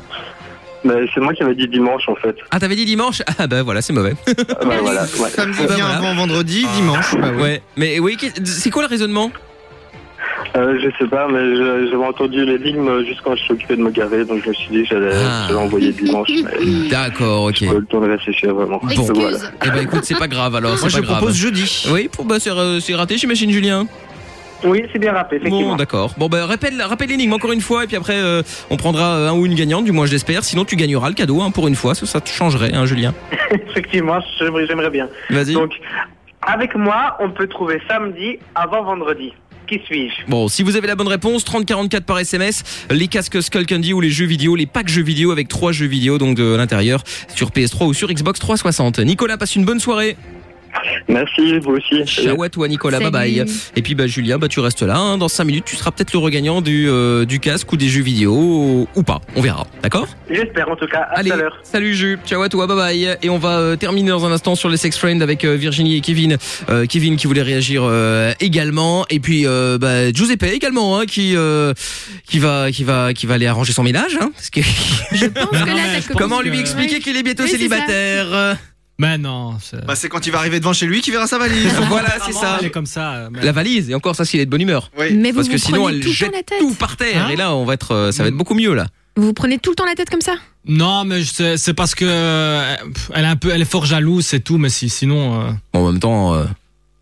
Mais c'est moi qui avais dit dimanche en fait. Ah, t'avais dit dimanche Ah ben voilà, c'est mauvais. bah voilà, ouais. Samedi Eh ben vient voilà. avant vendredi, dimanche. Bah, ouais. Ouais. Mais oui, qu'est- c'est quoi le raisonnement Euh, je sais pas, mais je- j'avais entendu l'énigme juste quand je s'occupais de me garer, donc je me suis dit que j'allais Ah. j'allais envoyer dimanche. Mais D'accord, ok. j'ai pas eu le temps de réfléchir vraiment. Bon, eh ben écoute, c'est pas grave alors. Moi, c'est je pas grave. propose jeudi. Oui, pour, bah, c'est, euh, c'est raté, j'imagine, Julien. Oui, c'est bien rappelé, effectivement. Bon, d'accord. Bon, bah, rappelle, rappelle l'énigme encore une fois, et puis après, euh, on prendra euh, un ou une gagnante, du moins, je l'espère. Sinon, tu gagneras le cadeau, hein, pour une fois. Ça, ça te changerait, hein, Julien. Effectivement, j'aimerais j'aimerais bien. Vas-y. Donc, avec moi, on peut trouver samedi avant vendredi. Qui suis-je Bon, si vous avez la bonne réponse, 3044 par SMS, les casques Skullcandy ou les jeux vidéo, les packs jeux vidéo avec trois jeux vidéo, donc de l'intérieur, sur PS3 ou sur Xbox 360. Nicolas, passe une bonne soirée. Merci, vous aussi. Ciao à toi Nicolas, Salut. bye bye. Et puis bah Julien, bah tu restes là. hein. Dans 5 minutes, tu seras peut-être le regagnant du, euh, du casque ou des jeux vidéo ou pas. On verra, d'accord J'espère en tout cas. À Allez, tout à l'heure. salut Jules, ciao à toi, bye bye. Et on va euh, terminer dans un instant sur les sex friends avec euh, Virginie et Kevin. Euh, Kevin qui voulait réagir euh, également, et puis euh, bah, Giuseppe également, hein, qui euh, qui va qui va qui va aller arranger son ménage. hein, parce que comment lui expliquer qu'il est bientôt Oui, c'est ça. célibataire euh. Mais non. Bah, c'est quand il va arriver devant chez lui qu'il verra sa valise. Voilà, c'est ça. Elle est comme ça. euh, mais- La valise et encore ça s'il est de bonne humeur. Mais vous Parce que vous sinon prenez elle tout Hein Mm. le temps jette la tête. tout par terre et là on va être euh, ça va être beaucoup mieux là. Vous vous prenez tout le temps la tête comme ça Non, mais je sais- c'est parce que euh, pff, elle est un peu, elle est fort jalouse, c'est tout. Mais si, sinon. euh, en même temps. euh,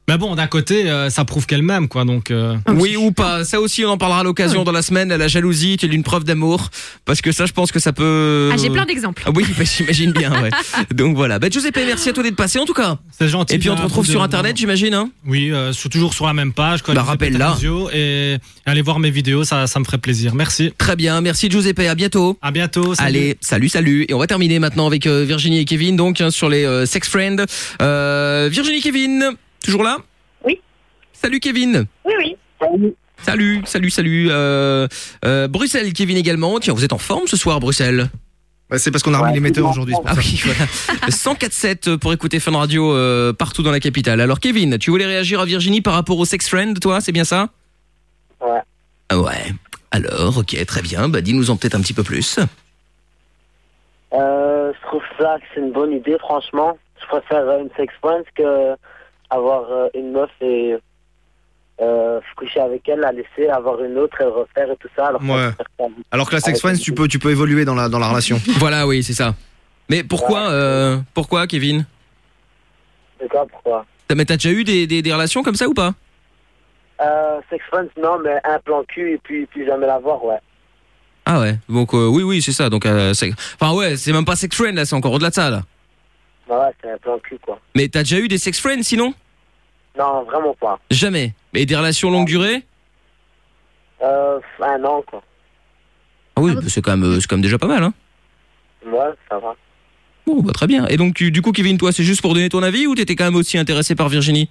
Mais bon, d'un côté, euh, ça prouve qu'elle-même, quoi. Donc. euh, Oui ou pas, ça aussi on en parlera à l'occasion dans la semaine, la jalousie est une preuve d'amour, parce que ça je pense que ça peut... Ah, j'ai plein d'exemples. Ah oui, bah, j'imagine bien, ouais. Donc voilà, bah, Giuseppe, merci à toi d'être passé en tout cas. C'est gentil. Et puis on te d'un retrouve coup de- sur Internet, j'imagine, hein Oui, euh, sur- toujours sur la même page. quoi, Bah, Giuseppe rappelle-la. Tarazio, Et allez voir mes vidéos, ça, ça me ferait plaisir. Merci. Très bien, merci Giuseppe, à bientôt. À bientôt. salut. Allez, salut, salut. Et on va terminer maintenant avec euh, Virginie et Kevin, donc hein, sur les euh, Sex Friends. Euh, Virginie, Kevin, toujours là Oui. Salut Kevin. Oui, oui. Salut. Salut, salut, salut. Euh, euh, Bruxelles, Kevin également. Tiens, vous êtes en forme ce soir, Bruxelles Bah, c'est parce qu'on a remis les metteurs aujourd'hui. c'est pour Ah ça. oui, voilà. 104.7 pour écouter Fun Radio euh, partout dans la capitale. Alors Kevin, tu voulais réagir à Virginie par rapport au sex friend, toi, c'est bien ça Ouais. Ah ouais. Alors, ok, très bien. Bah, dis-nous en peut-être un petit peu plus. Euh, je trouve ça que c'est une bonne idée, franchement. Je préfère euh, une sex friend que avoir euh, une meuf et euh, se coucher avec elle, la laisser, avoir une autre et refaire et tout ça. Alors, que Ouais. je préfère ça. Alors que la sex friends, tu peux, tu peux évoluer dans la, dans la relation. Voilà, oui, c'est ça. Mais pourquoi, euh, pourquoi, Kevin C'est quoi, pourquoi T'as- Mais t'as déjà eu des, des- des relations comme ça ou pas euh, Sex friends, non, mais un plan cul et puis, puis jamais la voir, ouais. Ah ouais. Donc euh, oui, oui, c'est ça. Donc, euh, c'est- enfin ouais, c'est même pas sex friend là, c'est encore au-delà de ça là. Bah ouais, c'est un plan cul, quoi. Mais t'as déjà eu des sex friends sinon Non, vraiment pas. Jamais. Et des relations longue durée Euh, un an, quoi. Ah oui, bah, c'est quand, même, euh, c'est quand même déjà pas mal. Hein. Ouais, ça va. Bon, bah, très bien. Et donc, tu- du coup, Kevin, toi, c'est juste pour donner ton avis ou t'étais quand même aussi intéressé par Virginie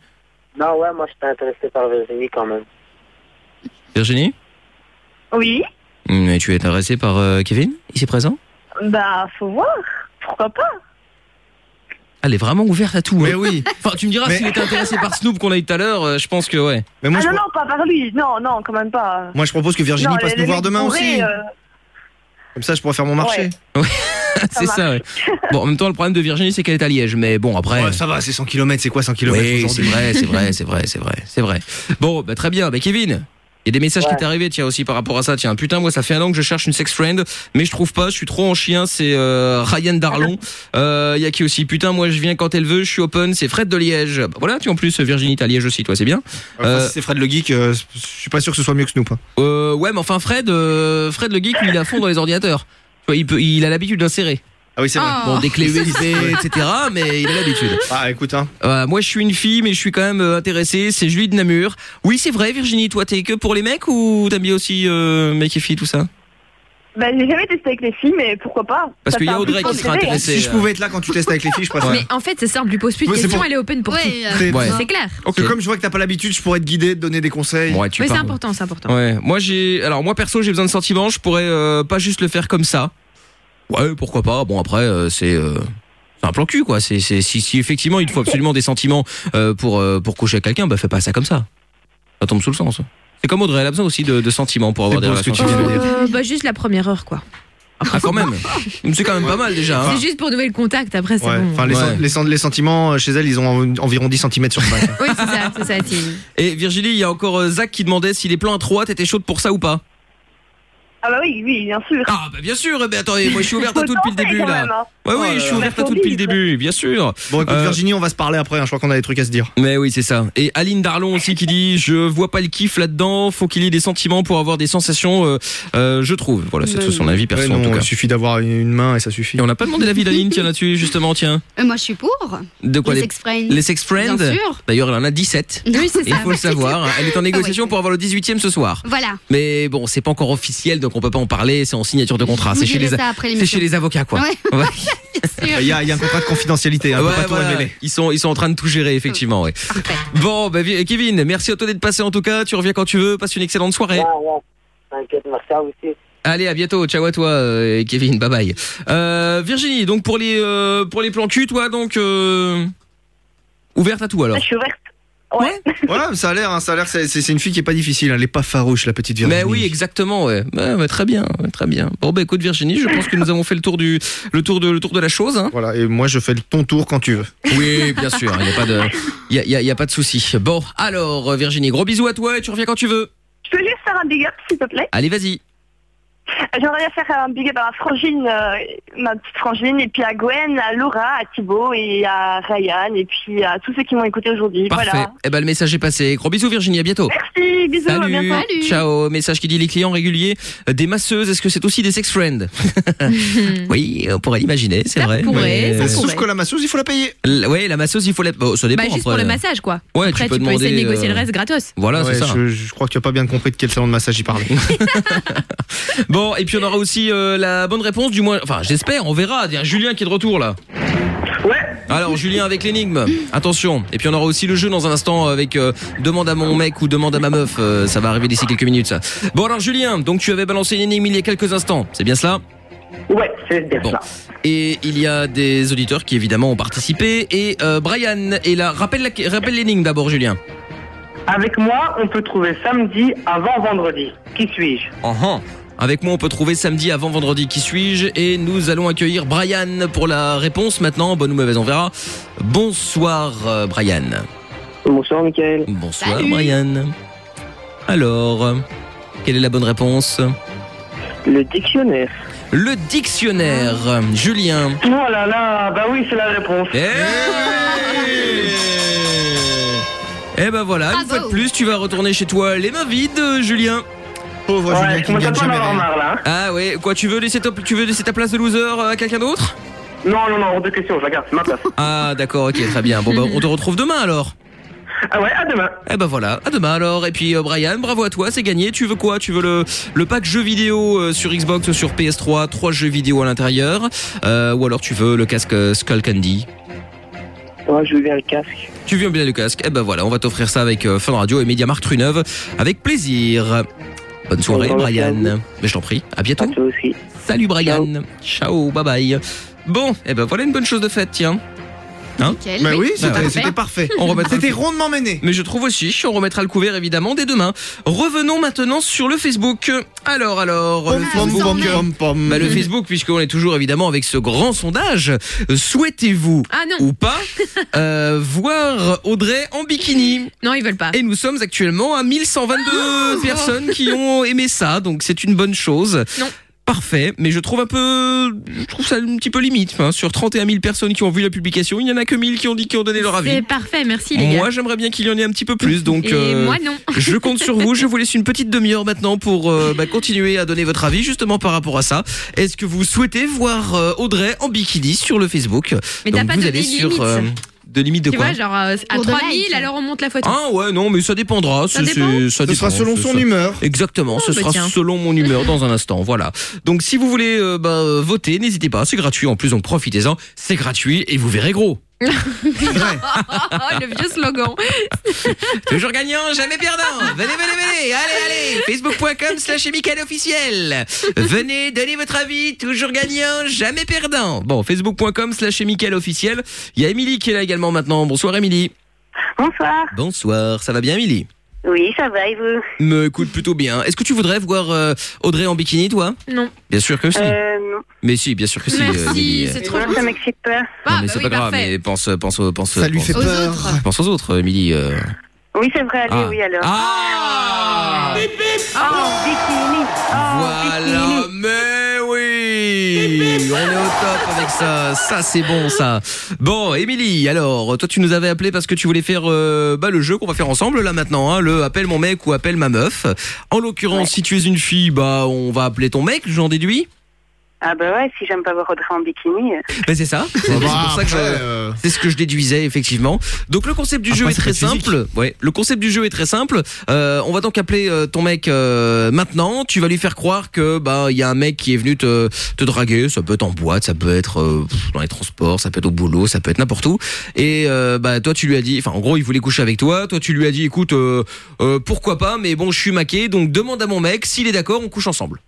Non, ouais, moi, j'étais intéressé par Virginie quand même. Virginie Oui, Hum, Et tu es intéressé par euh, Kevin, ici présent bah faut voir. Pourquoi pas Ah, Elle est vraiment ouverte à tout. Mais oui. Enfin, tu me diras Mais- s'il était intéressé par Snoop qu'on a eu tout à l'heure, euh, je pense que ouais. Ah non, non, pas par lui. Non, non, quand même pas. Moi, je propose que Virginie Non, passe les- nous les voir mecs demain bourrés, aussi. euh, Comme ça, je pourrais faire mon marché. c'est ça, ouais. Bon, en même temps, le problème de Virginie, c'est qu'elle est à Liège, mais bon, après. euh, Ouais, ça va, c'est 100 km, c'est quoi 100 km Oui, c'est vrai, c'est vrai, c'est vrai, c'est vrai, c'est vrai. Bon, bah, très bien. Bah, Kevin, il y a des messages qui t'est arrivé, tiens, aussi par rapport à ça. Tiens, putain, moi, ça fait un an que je cherche une sex friend, mais je trouve pas, je suis trop en chien, c'est euh, Ryan Darlon. Euh, Il y a qui aussi Putain, moi, je viens quand elle veut, je suis open, c'est Fred de Liège. Bah, voilà, tu en plus, Virginie, t'es à Liège aussi, toi, c'est bien. Enfin, si c'est Fred le Geek, euh, je suis pas sûr que ce soit mieux que Snoop. hein. Euh, ouais, mais enfin, Fred, euh, Fred le geek, lui, il est à fond dans les ordinateurs. Tu vois, il, peut, il a l'habitude d'insérer. Ah oui, c'est vrai. Bon, des clés USB, etc. Mais il a l'habitude. Ah, écoute, hein. Euh, moi, je suis une fille, mais je suis quand même euh, intéressé. C'est Julie de Namur. Oui, c'est vrai, Virginie, toi, t'es que pour les mecs ou t'aimes bien aussi euh, mecs et filles, tout ça Bah j'ai jamais testé avec les filles, mais pourquoi pas Parce Ça qu'il y a fait un Audrey petit qui peu sera rêver, hein. intéressée. euh, Si je pouvais être là quand tu testes avec les filles, je préfère. Mais en fait, c'est simple, je lui pose plus de Ouais, euh, c'est questions, pour- elle est open pour tout. T'es- C'est clair. Ok, comme je vois que t'as pas l'habitude, je pourrais te guider, te donner des conseils. Ouais, Oh, tu Mais c'est parles. important, c'est important. Ouais. Moi, j'ai. Alors, moi, perso, j'ai besoin de sentiments. Je pourrais euh, pas juste le faire comme ça. Ouais, pourquoi pas. Bon, après, euh, c'est. euh, c'est un plan cul, quoi. C'est, c'est, si, si effectivement il te faut absolument des sentiments euh, pour, euh, pour coucher avec quelqu'un, bah fais pas ça comme ça. Ça tombe sous le sens. C'est comme Audrey, elle a besoin aussi de, de sentiments pour avoir des beau ce que relations. tu viens de sexuelles. Euh, bah juste la première heure quoi. Ah, quand même. C'est quand même pas mal déjà. hein. C'est juste pour nouer le contact après c'est Ouais, bon. Enfin, les, sen- Ouais. les sen- les sentiments euh, chez elle, ils ont en- environ 10 cm sur 5. Oui, c'est ça, c'est ça Tim. Et Virginie, il y a encore euh, Zach qui demandait si les plans à 3 t'étais chaude pour ça ou pas. Ah bah oui, oui, bien sûr. Ah bah bien sûr, mais attendez, moi je suis ouverte à tout depuis le début hein. là. Ouais, Oh oui, je suis ouverte à tout depuis le début, bien sûr. Bon, écoute, Euh, Virginie, on va se parler après, hein, je crois qu'on a des trucs à se dire. Mais oui, c'est ça. Et Aline Darlon aussi qui dit je vois pas le kiff là-dedans, faut qu'il y ait des sentiments pour avoir des sensations, euh, euh, je trouve. Voilà, Bah c'est son avis perso Ouais, non, en tout cas. Il suffit d'avoir une- une main et ça suffit. Et on n'a pas demandé l'avis d'Aline tiens là-dessus justement, tiens. Euh, moi, je suis pour. De quoi les sex friends. Les sex friends. Bien sûr. D'ailleurs, elle en a 17. Oui, c'est Et Il ça. Ah faut le savoir, hein. elle est en négociation pour avoir le 18e ce soir. Voilà. Mais bon, c'est pas encore officiel, donc on peut pas en parler. C'est en signature de contrat. Vous C'est chez direz les, ça après c'est l'émission. chez les avocats, Ah, quoi. Ouais. Ouais. Il y, a, il y a un contrat de confidentialité, hein, on peut Ouais, pas tout voilà. révéler. Ils sont, ils sont en train de tout gérer, effectivement. ouais. Bon, bah, vi- Kevin, merci à toi d'être passé en tout cas. Tu reviens quand tu veux. Passe une excellente soirée. Ouais, ouais. T'inquiète, merci à vous aussi. Allez, à bientôt. Ciao à toi, euh, et Kevin. Bye bye. Euh, Virginie, donc pour les, euh, pour les plans cul, toi, donc euh, ouverte à tout alors. Bah, Je suis ouverte. Ouais. Voilà, ça a l'air, hein, ça a l'air, c'est c'est- c'est une fille qui est pas difficile, hein, elle est pas farouche, la petite Virginie. Mais Ben oui, exactement, ouais. Ouais, ouais, très bien, ouais, très bien. Bon, bah écoute Virginie, je pense que nous avons fait le tour du, le tour de, le tour de la chose. hein. Voilà, et moi je fais le ton tour quand tu veux. Oui, bien sûr, il n'y a pas de, il y a, il y a- il y a pas de souci. Bon, alors euh, Virginie, gros bisous à toi et tu reviens quand tu veux. Je peux juste faire un big up, s'il te plaît Allez, vas-y. J'aimerais bien faire un big up à ma frangine, euh, ma petite frangine, et puis à Gwen, à Laura, à Thibaut et à Ryan, et puis à tous ceux qui m'ont écouté aujourd'hui. Parfait. Voilà. Eh ben le message est passé. Gros bisous Virginie, à bientôt. Merci, bisous, à Salut. bientôt. Ciao. Message qui dit les clients réguliers euh, des masseuses, est-ce que c'est aussi des sex friends Oui, on pourrait l'imaginer, Bah, c'est vrai. pourrait, ça Sauf pourrait. que la masseuse, il faut la payer. L- ouais, la masseuse, il faut la bon, ça Bah dépend juste après, pour le là. massage quoi. Ouais, après tu peux essayer de demander, négocier euh, le reste gratos. Voilà, c'est Ouais, ça. Je, je crois que tu as pas bien compris de quel salon de massage il parlait. Bon, et puis on aura aussi euh, la bonne réponse du moins enfin, j'espère, on verra, il y a Julien qui est de retour là. Alors Julien avec l'énigme, attention. Et puis on aura aussi le jeu dans un instant avec euh, demande à mon mec ou demande à ma meuf. Euh, ça va arriver d'ici quelques minutes. Ça. Bon alors Julien, donc tu avais balancé une énigme il y a quelques instants. C'est bien cela Ouais, c'est bien ça. Et il y a des auditeurs qui évidemment ont participé. Et euh, Brian est là. Rappelle la- rappelle l'énigme d'abord Julien. Avec moi, on peut trouver samedi avant vendredi. Qui suis-je Enhan. Avec moi, on peut trouver samedi avant vendredi qui suis-je et nous allons accueillir Brian pour la réponse maintenant. Bonne ou mauvaise, on verra. Bonsoir euh, Brian. Bonsoir, Michael. Bonsoir Brian. Alors, quelle est la bonne réponse Le dictionnaire. Le dictionnaire. Julien. Oh là là, bah oui, c'est la réponse. Eh ben voilà, une fois de plus, tu vas retourner chez toi les mains vides, euh, Julien. Pauvre Ouais, Julien qui je commence ne gagne à pas en jamais avoir rien. marre, là. Ah ouais, quoi, tu veux laisser ta, tu veux laisser ta place de loser à euh, quelqu'un d'autre Non, non, non, hors de question, je la garde, c'est ma place. Ah d'accord, ok, très bien. Bon bah on te retrouve demain alors. Ah ouais, à demain. Eh ben voilà, à demain alors. Et puis euh, Brian, bravo à toi, c'est gagné. Tu veux quoi Tu veux le, le pack jeux vidéo euh, sur Xbox ou sur PS3, trois jeux vidéo à l'intérieur, euh, ou alors tu veux le casque euh, Skull Candy. Moi, je veux bien le casque. Tu viens bien le casque Eh ben voilà, on va t'offrir ça avec euh, Fun Radio et Mediamarkt Runeuve avec plaisir. Bonne soirée Bonne soirée à Brian. vous. Mais je t'en prie, à bientôt. Salut Brian. Ciao. bye bye. Bon, eh ben voilà une bonne chose de faite, tiens. Hein Nickel, Bah oui. oui, c'était- c'était parfait. On remettra C'était rondement mené. Mais je trouve aussi, on remettra le couvert évidemment dès demain. Revenons maintenant sur le Facebook. Alors, alors, le Facebook. Bah, le Facebook, puisqu'on est toujours évidemment avec ce grand sondage. Euh, Souhaitez-vous Ah non. ou pas euh, voir Audrey en bikini Non, ils veulent pas. Et nous sommes actuellement à Ah. 1122 personnes qui ont aimé ça, donc c'est une bonne chose. Non. Parfait, mais je trouve un peu, je trouve ça un petit peu limite. Enfin, sur 31 000 personnes qui ont vu la publication, il n'y en a que 1000 qui ont dit, qui ont donné leur avis. C'est parfait, merci les Moi, gars. j'aimerais bien qu'il y en ait un petit peu plus, donc. euh, Et moi, non. je compte sur vous. Je vous laisse une petite demi-heure maintenant pour euh, bah, continuer à donner votre avis justement par rapport à ça. Est-ce que vous souhaitez voir euh, Audrey en bikini sur le Facebook Mais Donc t'as pas vous donné allez de sur euh, limite. de limite de tu quoi vois, genre euh, à 3000, alors on monte la photo. ah ouais non mais ça dépendra. Ça c'est- dépend c'est- Ce sera selon ce son humeur. Exactement. Oh, ce bah sera tiens. selon mon humeur dans un instant. Voilà. Donc si vous voulez euh, bah, euh, voter, n'hésitez pas. C'est gratuit en plus, donc profitez-en. C'est gratuit et vous verrez gros. Oh, le vieux slogan. Toujours gagnant, jamais perdant. Venez, venez, venez. Allez, allez. Facebook.com slash Mickaël officiel. Venez, donnez votre avis. Toujours gagnant, jamais perdant. Bon, Facebook.com slash Mickaël officiel. Il y a Émilie qui est là également maintenant. Bonsoir, Émilie. Bonsoir. Bonsoir. Ça va bien, Émilie Oui, ça va, et vous Me écoute plutôt bien. Est-ce que tu voudrais voir euh, Audrey en bikini, toi Non. Bien sûr que si. Euh, non. Mais si, bien sûr que si. euh, Émilie. Non, Ça m'excite pas. Bah, Non, mais c'est pas grave, mais pense, euh, pense, aux- pense, ça lui fait Aux peur. autres. Pense aux autres, Émilie. euh. Oui, c'est vrai, allez, Ah. oui, alors. Ah Bip, bip Oh, bikini Voilà, mais oui On est au top avec ça, ça c'est bon ça. Bon, Émilie, alors, toi tu nous avais appelé parce que tu voulais faire euh, bah, le jeu qu'on va faire ensemble là maintenant, hein, le appelle mon mec ou appelle ma meuf. En l'occurrence, si tu es une fille, bah on va appeler ton mec, j'en déduis. Ah bah ouais, si j'aime pas voir Audrey en bikini... euh. Ben c'est ça. euh. C'est c'est pour ça que je- c'est ce que je déduisais effectivement. Donc le concept du jeu est très simple. Ouais, le concept du jeu est très simple. Euh, on va donc appeler euh, ton mec euh, maintenant. Tu vas lui faire croire que bah il y a un mec qui est venu te, te draguer. Ça peut être en boîte, ça peut être euh, pff, dans les transports, ça peut être au boulot, ça peut être n'importe où. Et euh, bah toi tu lui as dit, enfin en gros il voulait coucher avec toi. Toi tu lui as dit écoute euh, euh, pourquoi pas, mais bon je suis maqué donc demande à mon mec s'il est d'accord on couche ensemble.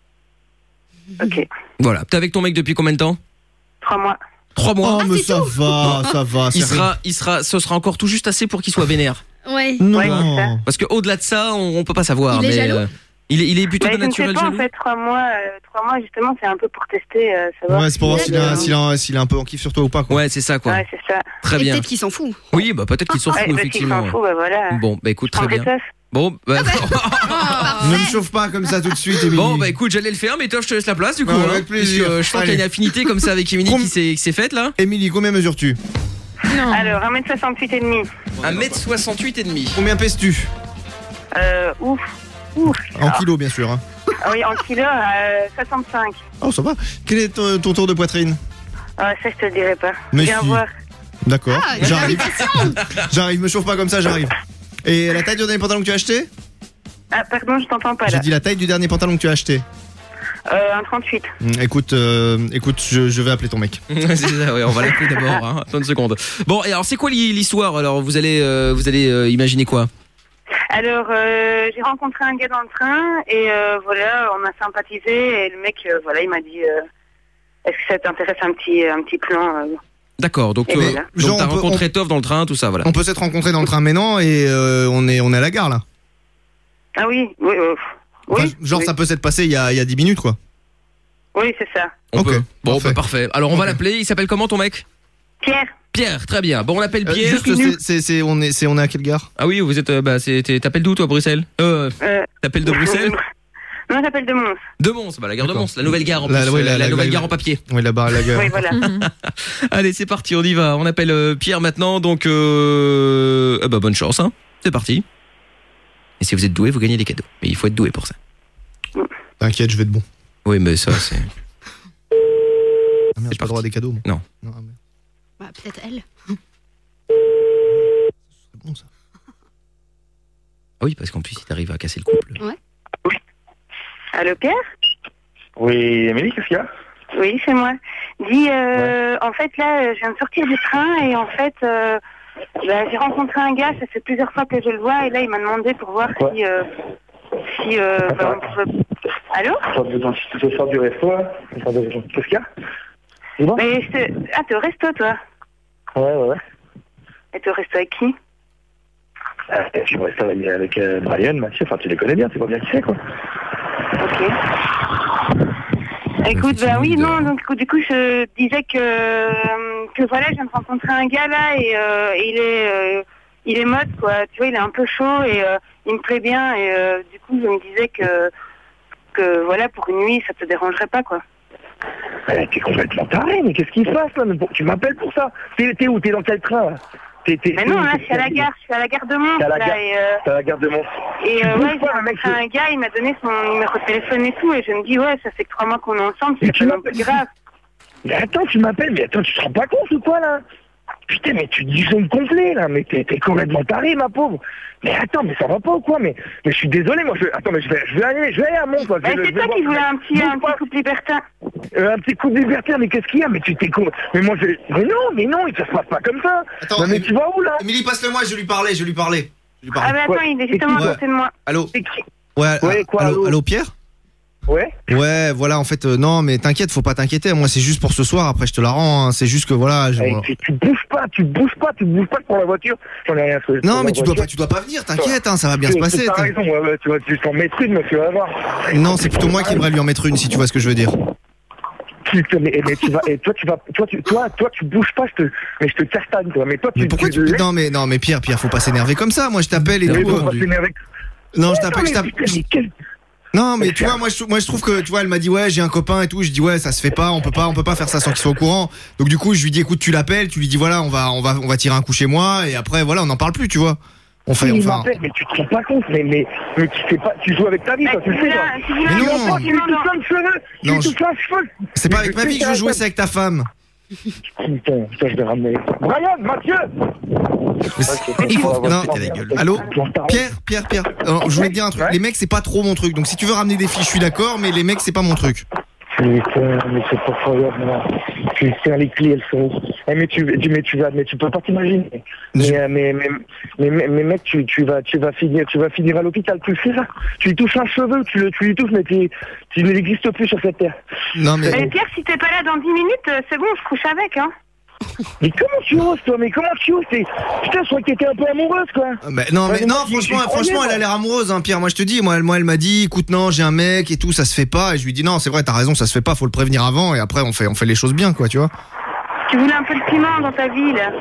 Ok. Voilà. Ah, T'es avec ton mec depuis combien de temps Trois mois. Trois mois. Oh, mais ça va, ça va, Il ça va. sera, il sera, ce sera encore tout juste assez pour qu'il soit vénère. Ouais. Non. Ouais, c'est ça. Parce que au-delà de ça, on, on peut pas savoir. Il est mais, euh, jaloux il est, il est plutôt Bah, de je ne sais naturel pas, jaloux. en fait, trois mois, euh, trois mois justement, c'est un peu pour tester, euh, savoir... Ouais, c'est pour voir s'il a, Euh, s'il a- s'il a un peu en kiff sur toi ou pas. Quoi. Ouais, c'est ça quoi. Ouais, c'est ça. Très bien. Peut-être qu'il s'en fout. Oui, bah peut-être qu'il s'en Ouais, fout peut-être qu'il effectivement. s'en fout, bah, voilà. Bon, bah écoute, très prends bien. des teufs. Bon, bah, Ah, Oh, Ne me chauffe pas comme ça tout de suite, Émilie. bon, bah écoute, j'allais le faire, mais toi, je te laisse la place du coup. Ouais, hein, avec plaisir. parce que, euh, je sens qu'il y a une Allez. affinité comme ça avec Émilie qui s'est qui s'est faite là. Émilie, combien mesures-tu Alors, 1m68 et demi. 1m68 et demi. Combien pèses-tu Euh, ouf, ouf. En kilos, bien sûr. hein. Ah oui, en kilo, euh, 65. Oh, ça va. Quel est ton, ton tour de poitrine Ah, ça, je te le dirai pas. Mais Viens si. voir. D'accord. Ah, j'arrive. J'arrive, me chauffe pas comme ça, j'arrive. Et la taille du dernier pantalon que tu as acheté Ah, pardon, je t'entends pas J'ai là. dit la taille du dernier pantalon que tu as acheté. Euh, un 38. Hum, Écoute, euh, écoute, je, je vais appeler ton mec. c'est ça, ouais, on va l'appeler d'abord. Hein. Attends une seconde. Bon, et alors c'est quoi l'hi- l'histoire Alors vous allez, euh, vous allez euh, imaginer quoi Alors, euh, j'ai rencontré un gars dans le train et euh, voilà, on a sympathisé et le mec, euh, voilà, il m'a dit euh, Est-ce que ça t'intéresse un petit, un petit plan euh D'accord, donc Et ben, euh, voilà. donc Genre, t'as on peut- rencontré Tov dans le train, tout ça, voilà. On peut s'être rencontrés dans le train maintenant et euh, on, est, on est à la gare là. Ah oui, oui, euh, Enfin, genre, ça peut s'être passé il y a, il y a 10 minutes quoi. oui, c'est ça. On peut. Bon, bah, parfait. Alors on va l'appeler. Il s'appelle comment ton mec Pierre. Pierre, très bien. Bon, on appelle Euh, Pierre. juste, c'est- c'est- c'est- on, est, c'est- on est à quelle gare Ah oui, vous êtes. euh, bah, c'est- t'es- t'appelles d'où toi, Bruxelles Euh. Euh, T'appelles de Bruxelles Non, j'appelle de Mons. De Mons, bah la gare de Mons, la nouvelle gare en La- plus, ouais, euh, la, la- la- nouvelle la- gare en papier. Oui, là-bas, à la gare. Oui, voilà. Allez, c'est parti, on y va. On appelle euh, Pierre maintenant, donc. Euh... eh bah, bonne chance, hein. C'est parti. Et si vous êtes doué, vous gagnez des cadeaux. Mais il faut être doué pour ça. T'inquiète, je vais être bon. Oui, mais ça, c'est. Ah J'ai pas le droit à des cadeaux. moi. Non. Bah, peut-être elle. Ah oui, parce qu'en plus, il t'arrive à casser le couple. Allô, Pierre Oui, Amélie, qu'est-ce qu'il y a Oui, c'est moi. Dis, euh, en fait, là, euh, je viens de sortir du train et en fait, euh, bah, j'ai rencontré un gars, ça fait plusieurs fois que je le vois et là, il m'a demandé pour voir si... euh, si euh, bah, on pouvait- Allô Je sors du- Je sors du resto, là. Je sors de- Qu'est-ce qu'il y a Mais je te- Ah, t'es au resto, toi Ouais, ouais, ouais. Et t'es au resto avec qui Euh, je suis au resto avec- avec euh, Brian, Mathieu, enfin tu les connais bien, tu vois bien qui c'est quoi. Écoute, bah oui, non, donc du coup, je disais que, euh, que voilà, je viens de rencontrer un gars là et euh, il est euh, il est mode quoi, tu vois, il est un peu chaud et euh, il me plaît bien et euh, du coup, je me disais que que voilà, pour une nuit, ça te dérangerait pas quoi. Mais t'es complètement taré, mais qu'est-ce qui se passe là mais pour- Tu m'appelles pour ça T'es t'es où T'es dans quel train là T'es- t'es- Mais t'es non, où là, T'es- je suis à la gare, je suis à la gare de Mons T'es à la là gare. et euh, T'es à la gare de Mons. Et euh, Tu ouais, bouges j'ai pas, mec, rencontré un gars, il m'a donné son numéro de téléphone et tout, et je me dis, ouais, ça fait que trois mois qu'on est ensemble, c'est pas non plus grave. Mais attends, tu m'appelles, mais attends, tu te rends pas compte ou quoi là Putain, mais tu disons complet là, mais t'es t'es complètement taré, ma pauvre. Mais attends, mais ça va pas ou quoi Mais, mais je suis désolé, moi, je attends, mais je vais, je vais aller, je vais aller à Mons. quoi. Je Bah, vais le- c'est je vais toi qui voir- voulais un petit, un petit couple libertin. Euh, un petit coup de libertaire, mais qu'est-ce qu'il y a Mais tu t'es con. Mais moi, je... mais non, mais non, ça se passe pas comme ça. non, mais tu vas où là Émilie, passe-le-moi, je lui parlais, je lui parlais. Je lui parlais. Ah, mais attends, il est justement à côté de moi. Allô Ouais, ah, allô, allô, Pierre Ouais. Ouais, voilà, en fait, euh, non, mais t'inquiète, faut pas t'inquiéter. Moi, c'est juste pour ce soir. Après, je te la rends. hein. C'est juste que voilà. je- Eh, tu, tu bouges pas, tu bouges pas, tu bouges pas pour la voiture. J'en ai rien à foutre. Non, pour mais la tu dois voiture. pas- tu dois pas venir, t'inquiète, hein, ça va bien Tu- se passer, Euh, T'as t'as- raison, ouais, ouais, tu vois, tu t'en mets une, mais tu vas voir. Non, c'est plutôt moi qui aimerais lui en mettre une, si tu vois ce que je veux dire. Tu te- mais, mais tu vas, et toi, tu vas, toi, tu, toi, toi, tu bouges pas, je te, mais je te castagne, toi. Mais toi, tu. Mais pourquoi tu... Non, mais non, mais Pierre, Pierre, faut pas s'énerver comme ça. Moi, je t'appelle et Mais tout. faut pas euh, s'énerver. Non, je Attends, t'appelle, je mais t'appelle. putain, mais quel- Non, mais tu vois, moi je, trou- moi je trouve que tu vois, elle m'a dit ouais, j'ai un copain et tout. Je dis ouais, ça se fait pas, on peut pas, on peut pas faire ça sans qu'il soit au courant. Donc du coup, je lui dis écoute, tu l'appelles, tu lui dis voilà, on va, on va, on va tirer un coup chez moi et après voilà, on n'en parle plus, tu vois. On fait, on Il fait. un- m'appelle, mais tu te rends pas compte, mais, mais, mais tu fais pas, tu joues avec ta vie, toi, Eh, tu le sais, toi. Mais non. Attends, tu es tout plein de cheveux, tu es Non, tout je- plein de cheveux. C'est pas avec ma vie que je veux jouer, c'est avec ta femme. Putain, putain, je vais ramener. Brian, Mathieu Il faut- Non, ta gueule. Allô Pierre, Pierre, Pierre. Alors, je voulais te dire un truc. Les mecs, c'est pas trop mon truc. Donc si tu veux ramener des filles, je suis d'accord, mais les mecs, c'est pas mon truc. Putain, mais c'est pas faveur, non. Putain, les clés, elles sont. Eh, mais tu, tu- mais tu vas, mais tu peux pas t'imaginer. Mais, euh, mais, mais, mais, mais, mais mec, tu, tu vas, tu vas finir, tu vas finir à l'hôpital, tu le sais ça. Tu lui touches un cheveu, tu le, tu lui touches, mais tu, tu n'existes plus sur cette terre. Eh, Non, Mais Pierre, si t'es pas là dans 10 minutes, euh, c'est bon, je couche avec, hein. Mais comment tu oses, toi? Mais comment tu oses? T'es- Putain, je croyais que t'étais un peu amoureuse, quoi. Bah, non, mais Ouais, non, moi, j'y- franchement, j'y croyais, franchement, elle moi. a l'air amoureuse, hein, Pierre. Moi, je te dis, moi, elle, moi, elle m'a dit, écoute, non, j'ai un mec et tout, ça se fait pas. Et je lui dis, non, c'est vrai, t'as raison, ça se fait pas, faut le prévenir avant. Et après, on fait, on fait les choses bien, quoi, tu vois. Tu voulais un peu de piment dans ta vie, là.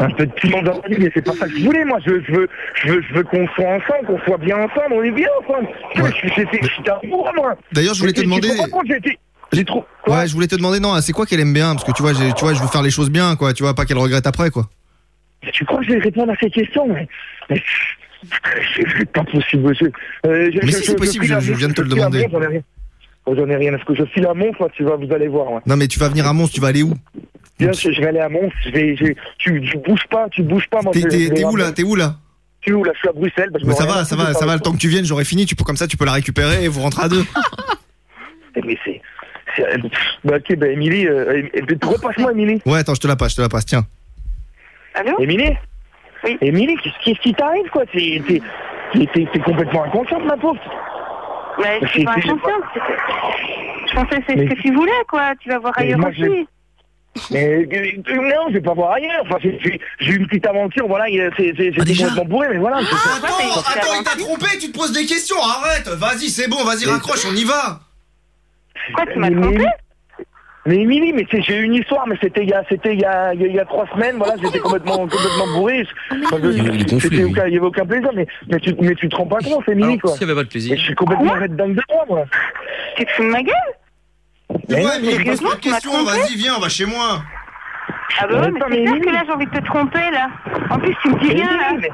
Un peu de piment dans la vie, mais c'est pas ça que je voulais, moi. Je, je veux, je veux, je veux qu'on soit ensemble, qu'on soit bien ensemble, on est bien ensemble. Putain, je suis- j'étais, j'étais amoureux, moi. D'ailleurs, je voulais te Tu- tu demander- te rends compte, j'étais- J'ai trop. Ouais, je voulais te demander, non, c'est quoi qu'elle aime bien Parce que tu vois, j'ai- tu vois, je veux faire les choses bien, quoi. Tu vois, pas qu'elle regrette après, quoi. Tu crois que je vais répondre à ces questions mais- mais- C'est c'est pas possible, monsieur. Euh, Mais si, c'est possible, file je- à je viens de te le file à demander. Mons, J'en ai rien. Oh, j'en ai rien à ce que je file à Mons, moi, tu vas, vous allez voir. ouais. Non, mais tu vas venir à Mons, tu vas aller où Bah, Bien, je, je vais aller à Mons, je vais, je- tu, tu bouges pas, tu bouges pas, moi. T'es je- je t'es- vais t'es à où là Mons. T'es où là Je suis où là Je suis à Bruxelles. parce que Mais j'en ça ai rien va, à ça foutre va, de ça va. parler. Le temps que tu viennes, j'aurai fini. Tu peux comme ça, tu peux la récupérer et vous rentrez à deux. Mais c'est. c'est- euh, pff, Bah, ok, bah, Émilie, euh, euh, euh, repasse-moi, Émilie. Ouais, attends, je te la passe, je te la passe. Tiens. Allô Émilie Oui. Émilie, qu'est-ce qu'est-ce qui t'arrive, quoi T'es t'es- t'es- t'es- t'es complètement inconsciente, ma pauvre. Mais je suis pas Mais c'est- inconsciente. c'est que- Je pensais que c'est Mais- ce que tu voulais, quoi. Tu vas voir Mais ailleurs moi, je aussi. Mais euh, non, je vais pas voir ailleurs. Enfin, j'ai- j'ai j'ai eu une petite aventure, voilà, il a- c'est c'est- c'est complètement bourré, mais voilà. Ah, c'est- c'est- Attends, attends, il t'a trompé, tu te poses des questions, arrête, vas-y, c'est bon, vas-y, raccroche, on y va. Quoi, tu m'as Mais- trompé Mais Émilie, mais c'est- j'ai eu une histoire, mais c'était il y a, c'était il y a, il y a- il y a trois semaines, voilà, j'étais complètement, complètement bourré. Enfin, je- Il est gonflé, c'était lui. aucun- Il y avait aucun plaisir, mais, mais tu, mais tu te rends pas compte, Émilie, quoi. S'il y avait pas de plaisir. Et je suis complètement red dingue de toi, moi. Tu te fous de ma gueule Mais ouais, mais je pose sérieusement, pas de tu m'as questions, trompé vas-y, viens, on va chez moi. Ah bah ouais, mais Attends, c'est mais clair Émilie. que là, j'ai envie de te tromper, là. En plus, tu me dis rien, là. Émilie,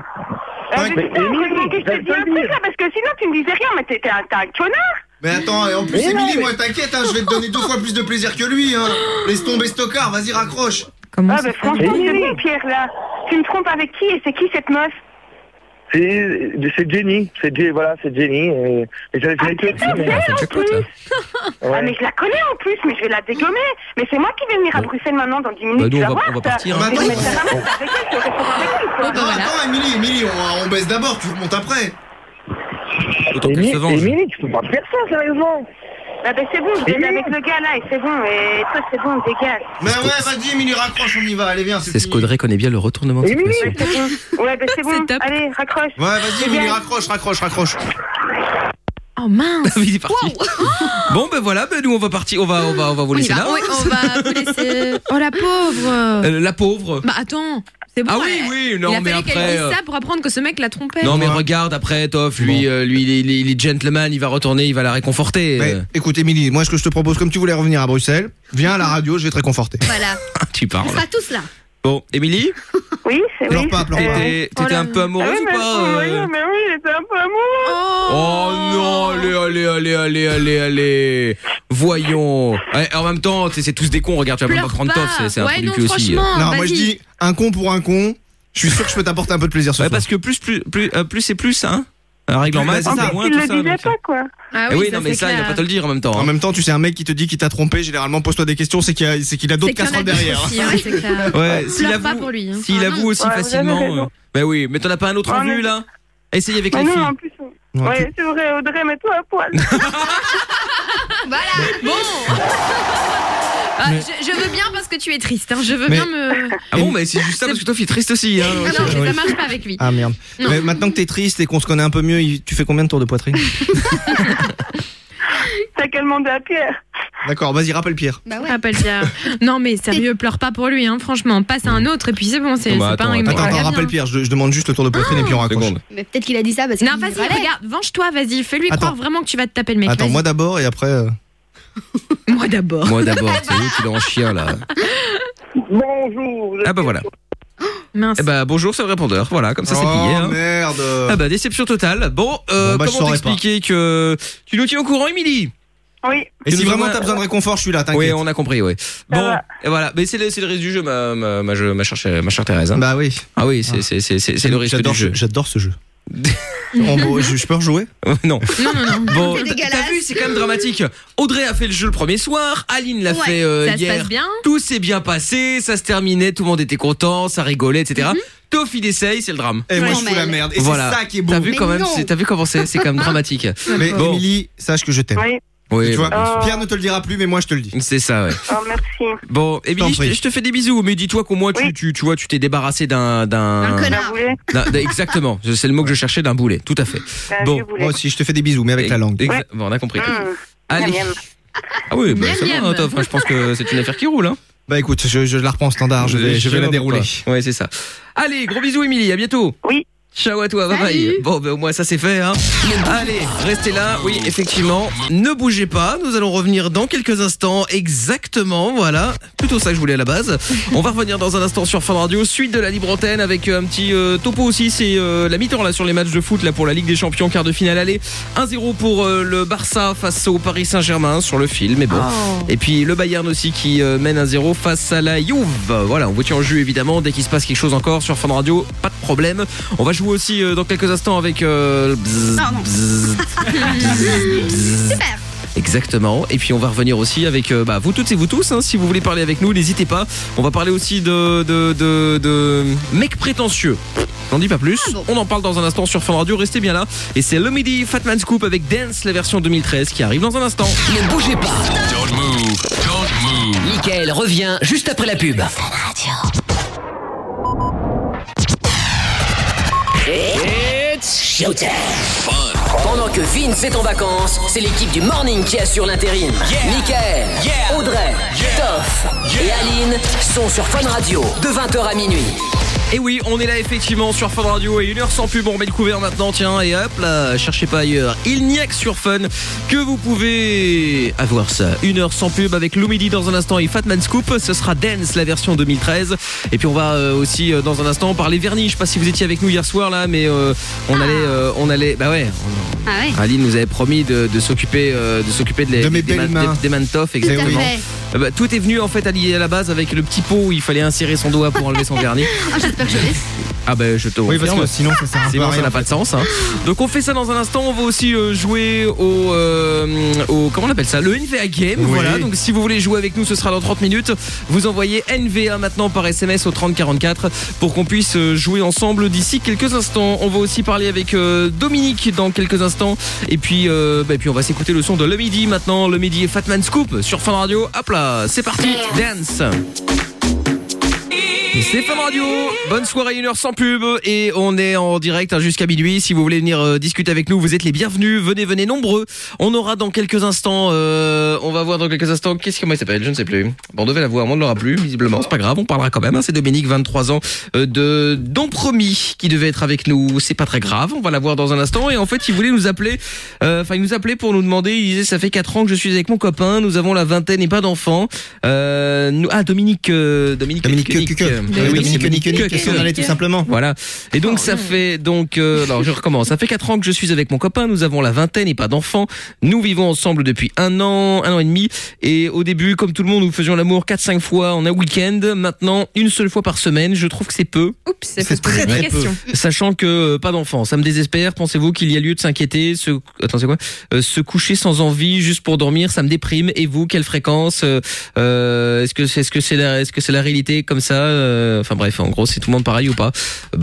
Ah, mais- mais putain, Émilie, heureusement que je je vais te dis un te le truc, dire. là, parce que sinon, tu me disais rien, mais t'es t'es un t'es un connard Mais attends, et en plus, Mais non, Émilie, mais- moi, t'inquiète, hein, je vais te donner deux fois plus de plaisir que lui. Hein. Laisse tomber Stockard, vas-y, raccroche. Ah, bah, franchement, c'est bon, Pierre, là. Tu me trompes avec qui et c'est qui cette meuf C'est c'est Jenny, c'est Jenny, voilà, c'est Jenny. Et, et j'avais fait putain, Ah, c'est elle, en hein. plus. Ah, mais je la connais en plus, mais je vais la dégommer. Mais c'est moi qui vais venir à Bruxelles maintenant dans 10 minutes. Bah, nous, tu vas on va- voir, on va ça. partir, hein. Mais Bah, non. je vais te faire un match avec elle, je vais rester avec elle, quoi. Attends, attends, Émilie, Émilie, Ah, on, on baisse d'abord, tu remontes après. Eh, Autant qu'elle se venge. Émilie, tu peux pas faire ça, sérieusement. Bah, bah, c'est bon, je vais aller avec le gars là et c'est bon. Et toi, c'est bon, dégage. Mais ouais, vas-y, Émilie, raccroche, on y va, allez, viens. C'est ce qu'Audrey connaît bien, le retournement de Ouais, situation. c'est bon. Ouais, bah, c'est bon. Allez, raccroche. Ouais, vas-y, Émilie, raccroche, raccroche, raccroche. Oh mince Bah Il est parti. Bon ben voilà, ben nous on va partir, on va on va on va vous On y laisser va. bah, là. hein Oui, on va vous laisser. Oh la pauvre Euh, la pauvre. Bah attends, c'est bon. Ah oui, elle- oui, non, il a mais fallu qu'elle après, dise euh, ça pour apprendre que ce mec la trompait. Non mais regarde après Toff, lui euh, lui il est, il est- il est gentleman, il va retourner, il va la réconforter. Mais, Euh, écoute, Émilie, moi, ce que je te propose, comme tu voulais revenir à Bruxelles, viens à la radio, je vais te réconforter. Voilà. tu On parles. sera tous là. Bon, Émilie Oui, c'est oui. pas, pleure pas. T'étais t'étais un peu amoureuse ou pas euh Oui, mais oui, j'étais un peu amoureux. Oh non, allez, allez, allez, allez, allez, allez. Voyons. Ouais, en même temps, t'es- c'est tous des cons, regarde, tu vas même pas prendre Toff, c'est- c'est un peu du cul aussi. euh. Non, moi, je dis un con pour un con. Je suis sûr que je peux t'apporter un peu de plaisir ce Ouais, soir. parce que plus, plus, plus, euh, plus c'est plus, hein Un règle en Plus, bah, masse, c'est ça. c'est moins, Il tout le ça. disait donc ça. pas, quoi. Ah oui, Eh oui, non, ça, mais c'est ça, il va clair. pas te le dire en même temps. hein. En même temps, tu sais, un mec qui te dit qu'il t'a trompé, généralement, pose-toi des questions, c'est qu'il a, c'est qu'il a d'autres C'est qu'il y en a casseroles d'autres derrière. aussi, ouais, c'est clair. Ouais, Pleure s'il pas avoue- pour lui, hein. S'il Ah, non. avoue aussi Ouais, vous avez facilement. raison. euh, Bah oui, mais t'en as pas un autre en Ouais, vue mais- là Essaye avec Mais les Ah non, filles. en plus. Ouais, c'est vrai, Audrey, mets-toi à poil. Voilà, bon Ah, Mais- je, je veux bien parce que tu es triste, hein, je veux Mais- bien me... Ah bon, mais c'est juste ça parce que toi, il est triste aussi. Hein, Ah non, Oui. ça marche pas avec lui. Ah merde. Non. Mais maintenant que t'es triste et qu'on se connaît un peu mieux, il- tu fais combien de tours de poitrine T'as qu'à demander à Pierre. D'accord, vas-y, rappelle Pierre. Bah Rappelle Pierre. Non mais sérieux, pleure pas pour lui, hein, franchement. Passe à un autre et puis c'est bon, c'est Bah, c'est pas attends, un attends, attends, regarde rappelle bien. Pierre, je, je demande juste le tour de poitrine et puis on Ah. raccroche. Mais peut-être qu'il a dit ça parce que. Non, vas-y, regarde, venge-toi, vas-y, fais-lui Attends. croire vraiment que tu vas te taper le mec. Attends, vas-y. moi d'abord et après. euh, Moi d'abord. Moi d'abord, c'est où qu'il est en chien là Bonjour. Ah bah voilà. Mince. Eh bah bonjour, c'est le répondeur. Voilà, comme ça c'est Oh, plié. hein. merde. Ah bah déception totale. Bon, euh, Bon, bah, je comment saurais t'expliquer que tu nous tiens au courant, Émilie Oui. Et si vraiment t'as besoin de réconfort, je suis là, t'inquiète. Oui, on a compris, oui. Ça Bon, va. et voilà, mais c'est le, c'est le risque du jeu, ma, ma, ma, je- ma chère, chère- ma chère Thérèse. hein. Bah oui. Ah oui, c'est c'est- c'est- c'est- c'est le risque J'adore du ce- jeu. J'adore ce jeu. En gros, je, je peux rejouer Non. Non, non, non. Bon, C'est t'as- dégueulasse. t'as vu, c'est quand même dramatique. Audrey a fait le jeu le premier soir, Aline l'a Ouais, fait euh, ça se hier. passe bien. Tout s'est bien passé, ça se terminait, tout le monde était content, ça rigolait, etc. Mm-hmm. Toff il essaye, c'est le drame. Et Eh, moi, je fous la merde. Et Voilà. c'est ça qui est beau. T'as vu quand même, c'est- t'as vu comment c'est, c'est quand même dramatique. Mais Bon. Émilie, sache que je t'aime. Oui. Oui, tu vois, bah, Pierre ne te le dira plus, mais moi je te le dis. C'est ça, ouais. Oh, merci. Bon, Émilie, je, prie. te- je te fais des bisous, mais dis-toi qu'au moins tu, tu, tu vois, tu t'es débarrassé d'un, d'un, Vous voulez d'un- d'un- Euh, exactement. C'est le mot que je cherchais, d'un boulet. Tout à fait. D'un Bon, vieux boulet. Moi aussi, je te fais des bisous, mais avec la langue. Exa- bon, on a compris. Mmh. Allez. Miam, miam. Ah oui, bah, Miam, c'est miam. bon, hein, Toff, je pense que c'est une affaire qui roule. Hein. Bah écoute, je, je la reprends en standard, je vais, je vais la dérouler. Ouais, c'est ça. Allez, gros bisous, Émilie, à bientôt. Oui. Ciao à toi, bye bye. Bon, ben au moins ça c'est fait. Hein. Allez, restez là. Oui, effectivement. Ne bougez pas. Nous allons revenir dans quelques instants. Exactement, voilà. Plutôt ça que je voulais à la base. On va revenir dans un instant sur Fun Radio, suite de la libre antenne avec euh, un petit euh, topo aussi. C'est euh, la mi-temps là sur les matchs de foot là pour la Ligue des Champions, quart de finale aller. 1-0 pour euh, le Barça face au Paris Saint-Germain sur le film. Mais bon. Oh. Et puis le Bayern aussi qui euh, mène 1-0 face à la Juve. Voilà, on vous tient en jeu évidemment dès qu'il se passe quelque chose encore sur Fun Radio, pas de problème. On va jouer aussi euh, dans quelques instants avec euh, le bzzz, bzzz. Super. Exactement. Et puis on va revenir aussi avec euh, bah, vous toutes et vous tous. hein, si vous voulez parler avec nous, n'hésitez pas. On va parler aussi de de de, de mecs prétentieux. J'en dis pas plus. On en parle dans un instant sur Fun Radio. Restez bien là. Et c'est le midi Fatman Scoop avec Dance, la version 2013 qui arrive dans un instant. Ne bougez pas. Don't move. Don't move. Michael revient juste après la pub. It's showtime. Pendant que Vince est en vacances, c'est l'équipe du Morning qui assure l'intérim. Michael, Audrey, Toff et Aline sont sur Fun Radio de 20h à minuit. Et oui, on est là effectivement sur Fun Radio et une heure sans pub, on met le couvert maintenant, tiens, et hop là, cherchez pas ailleurs. Il n'y a que sur Fun que vous pouvez avoir ça. Euh, Une heure sans pub avec Lou Midi dans un instant et Fatman Scoop, ce sera Dance, la version 2013. Et puis on va euh, aussi euh, dans un instant parler vernis. Je sais pas si vous étiez avec nous hier soir là, mais euh, on allait, euh, on allait, bah ouais, on- Ah ouais. Aline nous avait promis de, de s'occuper euh, de s'occuper de les- De mes des, belles man- mains. des- des manteaux, à exactement. fait. Euh, bah, tout est venu en fait à lier à la base avec le petit pot où il fallait insérer son doigt pour enlever son vernis. Ah, j'espère que je l'ai. Ah ben je te Oui, parce confirme. que sinon, Ah, ça sert un peu Sinon à ça rien, n'a en pas de sens. hein. Donc on fait ça dans un instant. On va aussi euh, jouer au, euh, au- comment on appelle ça, le NVA game. Oui. Voilà. Donc si vous voulez jouer avec nous, ce sera dans 30 minutes. Vous envoyez NVA maintenant par SMS au 3044 pour qu'on puisse euh, jouer ensemble d'ici quelques instants. On va aussi parler avec euh, Dominique dans quelques instants. Et puis euh, bah, et puis on va s'écouter le son de le midi maintenant. Le midi et Fatman Scoop sur Fun Radio. Hop là, c'est parti. Dance. C'est Fun Radio, bonne soirée, une heure sans pub et on est en direct hein, jusqu'à minuit. Si vous voulez venir euh, discuter avec nous, vous êtes les bienvenus. Venez, venez nombreux. On aura dans quelques instants, euh, on va voir dans quelques instants, qu'est-ce qu'il comment il s'appelle, je ne sais plus. Bon, on devait l'avoir, mais on ne l'aura plus, visiblement, c'est pas grave, on parlera quand même. hein. C'est Dominique, 23 ans, euh, de Don Promis, qui devait être avec nous. C'est pas très grave, on va la voir dans un instant. Et en fait, il voulait nous appeler, euh, enfin, il nous appelait pour nous demander, il disait, ça fait 4 ans que je suis avec mon copain, nous avons la vingtaine et pas d'enfants. Euh, nous- ah, Dominique, euh, Dominique, Dominique Koenig. Koenig. Euh, Oui, Dominique c'est Koenig, Koenig, Koenig. s'en allait tout simplement. Voilà. Et donc ça fait donc euh, alors je recommence. Ça fait quatre ans que je suis avec mon copain. Nous avons la vingtaine et pas d'enfants. Nous vivons ensemble depuis un an, un an et demi. Et au début, comme tout le monde, nous faisions l'amour quatre cinq fois en un week-end. Maintenant, une seule fois par semaine. Je trouve que c'est peu. C'est très Ouais. Sachant que euh, pas d'enfant, ça me désespère. Pensez-vous qu'il y a lieu de s'inquiéter se... Attends, c'est quoi Euh, Se coucher sans envie juste pour dormir, ça me déprime. Et vous, quelle fréquence Euh, euh, Est-ce que c'est est-ce que c'est la est-ce que c'est la réalité comme ça Euh, Enfin bref, en gros, c'est tout le monde pareil ou pas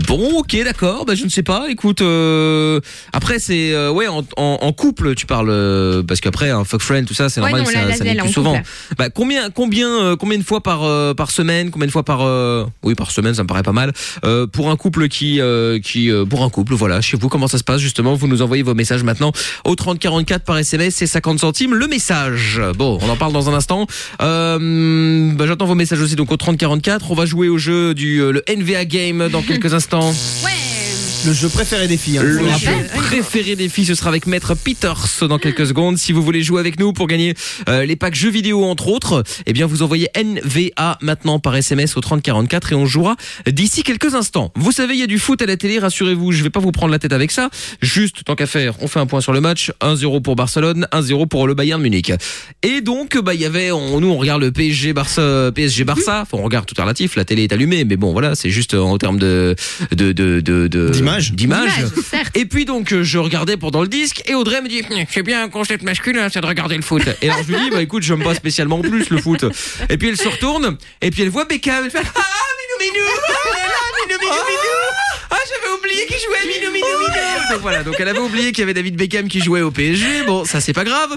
Bon, ok, d'accord. Bah, je ne sais pas. Écoute, euh, après c'est euh, ouais en, en- en couple, tu parles euh, parce qu'après un fuck friend, tout ça, c'est Ouais, normal, non, ça, là, là, ça là, n'est là, plus on souvent. couple, Bah, combien, combien, euh, combien de fois par euh, par semaine, combien de fois par euh, oui par semaine, ça me paraît pas mal. Euh, pour un couple qui euh, qui euh, pour un couple, voilà, chez vous comment ça se passe justement Vous nous envoyez vos messages maintenant au 30 44 par SMS, c'est 50 centimes le message. Bon, on en parle dans un instant. Euh, bah, j'attends vos messages aussi donc au 30 44. On va jouer au jeu du euh, le NVA game dans quelques instants. Le jeu préféré des filles. hein. Le Je le jeu rappelle. préféré des filles, ce sera avec Maître Peters dans quelques secondes. Si vous voulez jouer avec nous pour gagner euh, les packs jeux vidéo entre autres, eh bien vous envoyez NVA maintenant par SMS au 3044 et on jouera d'ici quelques instants. Vous savez, il y a du foot à la télé, rassurez-vous, je vais pas vous prendre la tête avec ça. Juste, tant qu'à faire, on fait un point sur le match. 1-0 pour Barcelone, 1-0 pour le Bayern de Munich. Et donc, bah, il y avait, on, nous, on regarde le PSG Barça, PSG Barça. Enfin, on regarde tout est relatif, la télé est allumée, mais bon, voilà, c'est juste euh, en termes de, de, de, de, de- D'image. d'image. Et puis donc euh, je regardais pendant le disque et Audrey me dit "Hum, c'est bien un concept masculin c'est de regarder le foot. Et alors je lui dis bah écoute j'aime pas spécialement en plus le foot. Et puis elle se retourne et puis elle voit Beckham elle fait ah minou minou ah, il est là, minou minou minou ah j'avais oublié qu'il jouait à minou minou minou. Donc voilà donc elle avait oublié qu'il y avait David Beckham qui jouait au PSG bon ça c'est pas grave.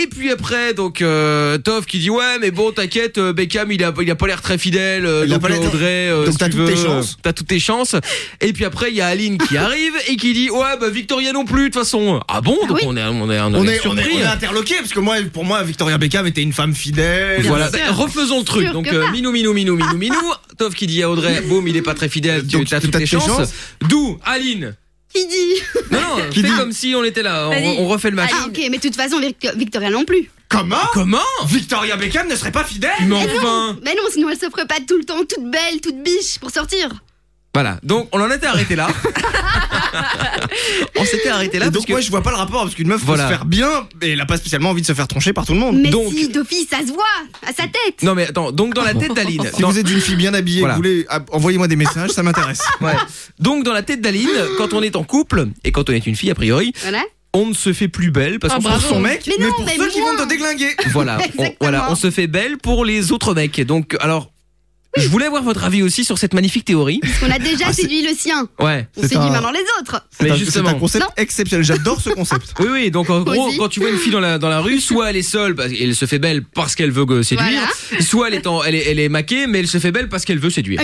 Et puis après donc euh, Toff qui dit ouais mais bon t'inquiète euh, Beckham il a il a pas l'air très fidèle euh, Il a donc pas l'air- Audrey euh, Donc, si t'as tu toutes tes veux, euh, chances. t'as toutes tes chances. Et puis après, il y a Aline qui arrive et qui dit Ouais, bah Victoria non plus, de toute façon. Ah bon Donc on est, on est, on est On est, on, est, surpris. on est interloqué parce que moi, pour moi, Victoria Beckham était une femme fidèle. Voilà, bah, refaisons le truc. Sûr Donc que euh, pas. Ah, minou minou minou minou minou. Tov qui dit à Audrey, boum, il est pas très fidèle. tu as toutes tes chances. chances. D'où Aline. Qui dit Non, non, fais comme si on était là. On, Vas-y. on refait le match. Ah, Ah, ok, mais de toute façon, Vic- Victoria non plus. Ah, Comment Comment Victoria Beckham ne serait pas fidèle Mais Mais non, enfin. Mais non, sinon elle s'offre pas tout le temps, toute belle, toute biche, pour sortir. Voilà. Donc on en était arrêté là. on s'était arrêté là. Et donc, moi, je vois pas le rapport parce qu'une meuf Voilà. peut se faire bien et elle a pas spécialement envie de se faire troncher par tout le monde. Mais si, d'office, ça se voit, à sa tête. Oh, Non mais attends, donc dans la tête d'Aline. Si dans- vous êtes une fille bien habillée, et que Voilà. vous voulez, ah, envoyez-moi des messages, ça m'intéresse. Ouais. Donc dans la tête d'Aline, quand on est en couple et quand on est une fille a priori, Voilà. on ne se fait plus belle parce Ah, qu'on se bravo. trouve son mec. Mais non, Mais pour mais ceux qui moins. vont te déglinguer. Voilà, on, Exactement. voilà, on se fait belle pour les autres mecs. Donc alors, je voulais avoir votre avis aussi sur cette magnifique théorie. On a Ah, déjà séduit le sien. Ouais. On séduit maintenant les autres. Mais justement, c'est un concept exceptionnel. J'adore ce concept. Oui, oui, donc en gros, Vas-y. quand tu vois une fille dans la, dans la rue, soit elle est seule parce qu'elle se fait belle parce qu'elle veut euh, séduire, soit elle est, en- elle, est, elle est maquée, mais elle se fait belle parce qu'elle veut séduire.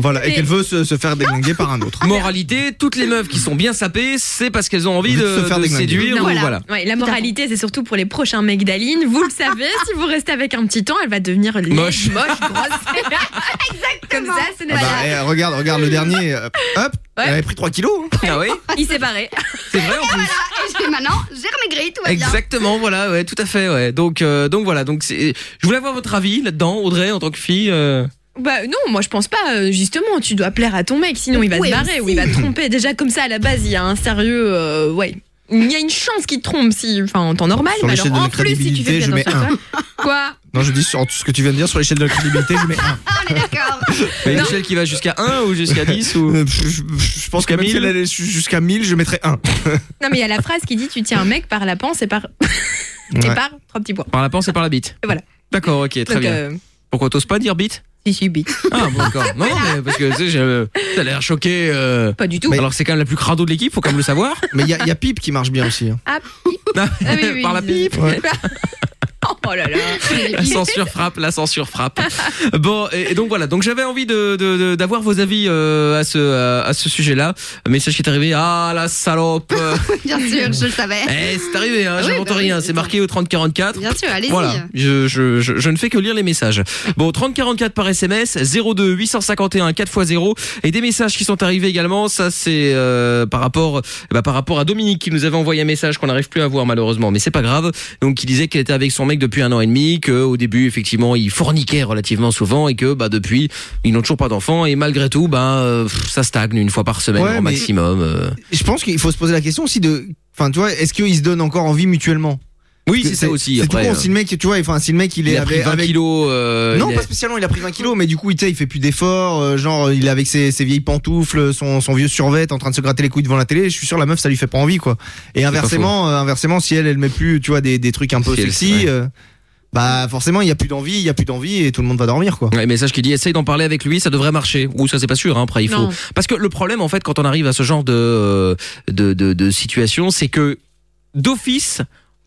Voilà, et qu'elle veut se, se faire déglinguer par un autre. Moralité, toutes les meufs qui sont bien sapées, c'est parce qu'elles ont envie Envie de, de se faire de déglinguer. séduire. Non, ou voilà. Ouais, la moralité, c'est surtout pour les prochains mecs d'Aline. Vous le savez, si vous restez avec un petit temps, elle va devenir laide, Moche. moche grosse. Comme ça, c'est Ah bah, Nada. eh, regarde, regarde le dernier. euh, Hop, elle avait pris 3 kilos. hein. Ah oui Il s'est barré. C'est vrai en plus. Et je fais maintenant, j'ai remaigri, tout va bien. Exactement, voilà, ouais, tout à fait, ouais. Donc, euh, donc voilà, donc c'est- je voulais avoir votre avis là-dedans, Audrey, en tant que fille. euh. Bah non, moi je pense pas. euh, Justement, tu dois plaire à ton mec, sinon il va Ouais, se barrer aussi. ou il va te tromper. Déjà comme ça à la base, il y a un sérieux, euh, ouais. Il y a une chance qu'il te trompe si, enfin en temps normal. Sur mais l'échelle alors, de en la plus, si tu fais crédibilité, bien je mets attention à un. toi. Quoi Non, je dis sur tout ce que tu viens de dire sur l'échelle de la crédibilité, je mets un. Mais une échelle qui va jusqu'à 1 ou jusqu'à 10 ou Euh, Je pense que même si elle allait ju- jusqu'à 1000, je mettrais 1. Non mais il y a la phrase qui dit tu tiens un mec par la panse et par et par trois petits points. Par la panse et par la bite. Voilà. D'accord, ok, très Donc, bien. euh, Pourquoi t'oses pas dire bite Si si bite. Ah bon, d'accord. Non, non, mais parce que tu sais, j'ai- euh, t'as l'air choqué. euh. Pas du tout. Alors c'est quand même la plus crado de l'équipe, faut quand même le savoir. Mais il y, a Pipe qui marche bien aussi. hein. Ah, oui, oui, Par la oui. pipe. Oh là là. La censure frappe, la censure frappe. Bon, et, et donc voilà. Donc j'avais envie de de- de- d'avoir vos avis euh, à ce à, à ce sujet-là. Un message qui est arrivé. Ah la salope. Bien sûr, je le savais. Eh, c'est arrivé, hein, Oui, j'invente bah oui, rien. C'est marqué au 3044. Bien sûr, allez-y. Voilà, je, je, je, je ne fais que lire les messages. Bon, 3044 par SMS, 02 851 4x0 et des messages qui sont arrivés également. Ça, c'est euh, par rapport eh ben, par rapport à Dominique qui nous avait envoyé un message qu'on n'arrive plus à voir malheureusement, mais c'est pas grave. Donc, il disait qu'elle était avec son mec depuis un an et demi, que au début, effectivement, il forniquait relativement souvent et que bah depuis, ils n'ont toujours pas d'enfant et malgré tout, bah euh, pff, ça stagne une fois par semaine Ouais, au mais- maximum. euh. Je pense qu'il faut se poser la question aussi de. Enfin, tu vois, est-ce qu'ils se donnent encore envie mutuellement Oui, Parce que c'est ça aussi, C'est tout après, con, euh, si le mec, tu vois, enfin, si le mec, il est il a pris avec- 20 avec kilos. euh, non, il a- pas spécialement, il a pris 20 kilos, mais du coup, il, tu sais, il fait plus d'efforts. euh, genre, il est avec ses, ses vieilles pantoufles, son, son vieux survêt en train de se gratter les couilles devant la télé. Je suis sûr, la meuf, ça lui fait pas envie, quoi. Et inversement, euh, inversement si elle, elle met plus, tu vois, des, des trucs un peu Si elle- sexy, ouais. euh, bah, forcément, il y a plus d'envie, il y a plus d'envie et tout le monde va dormir, quoi. Ouais, message qui dit essaye d'en parler avec lui, ça devrait marcher. Ou ça c'est pas sûr, hein, après il faut. Non. Parce que le problème en fait quand on arrive à ce genre de euh, de, de, de situation, c'est que d'office,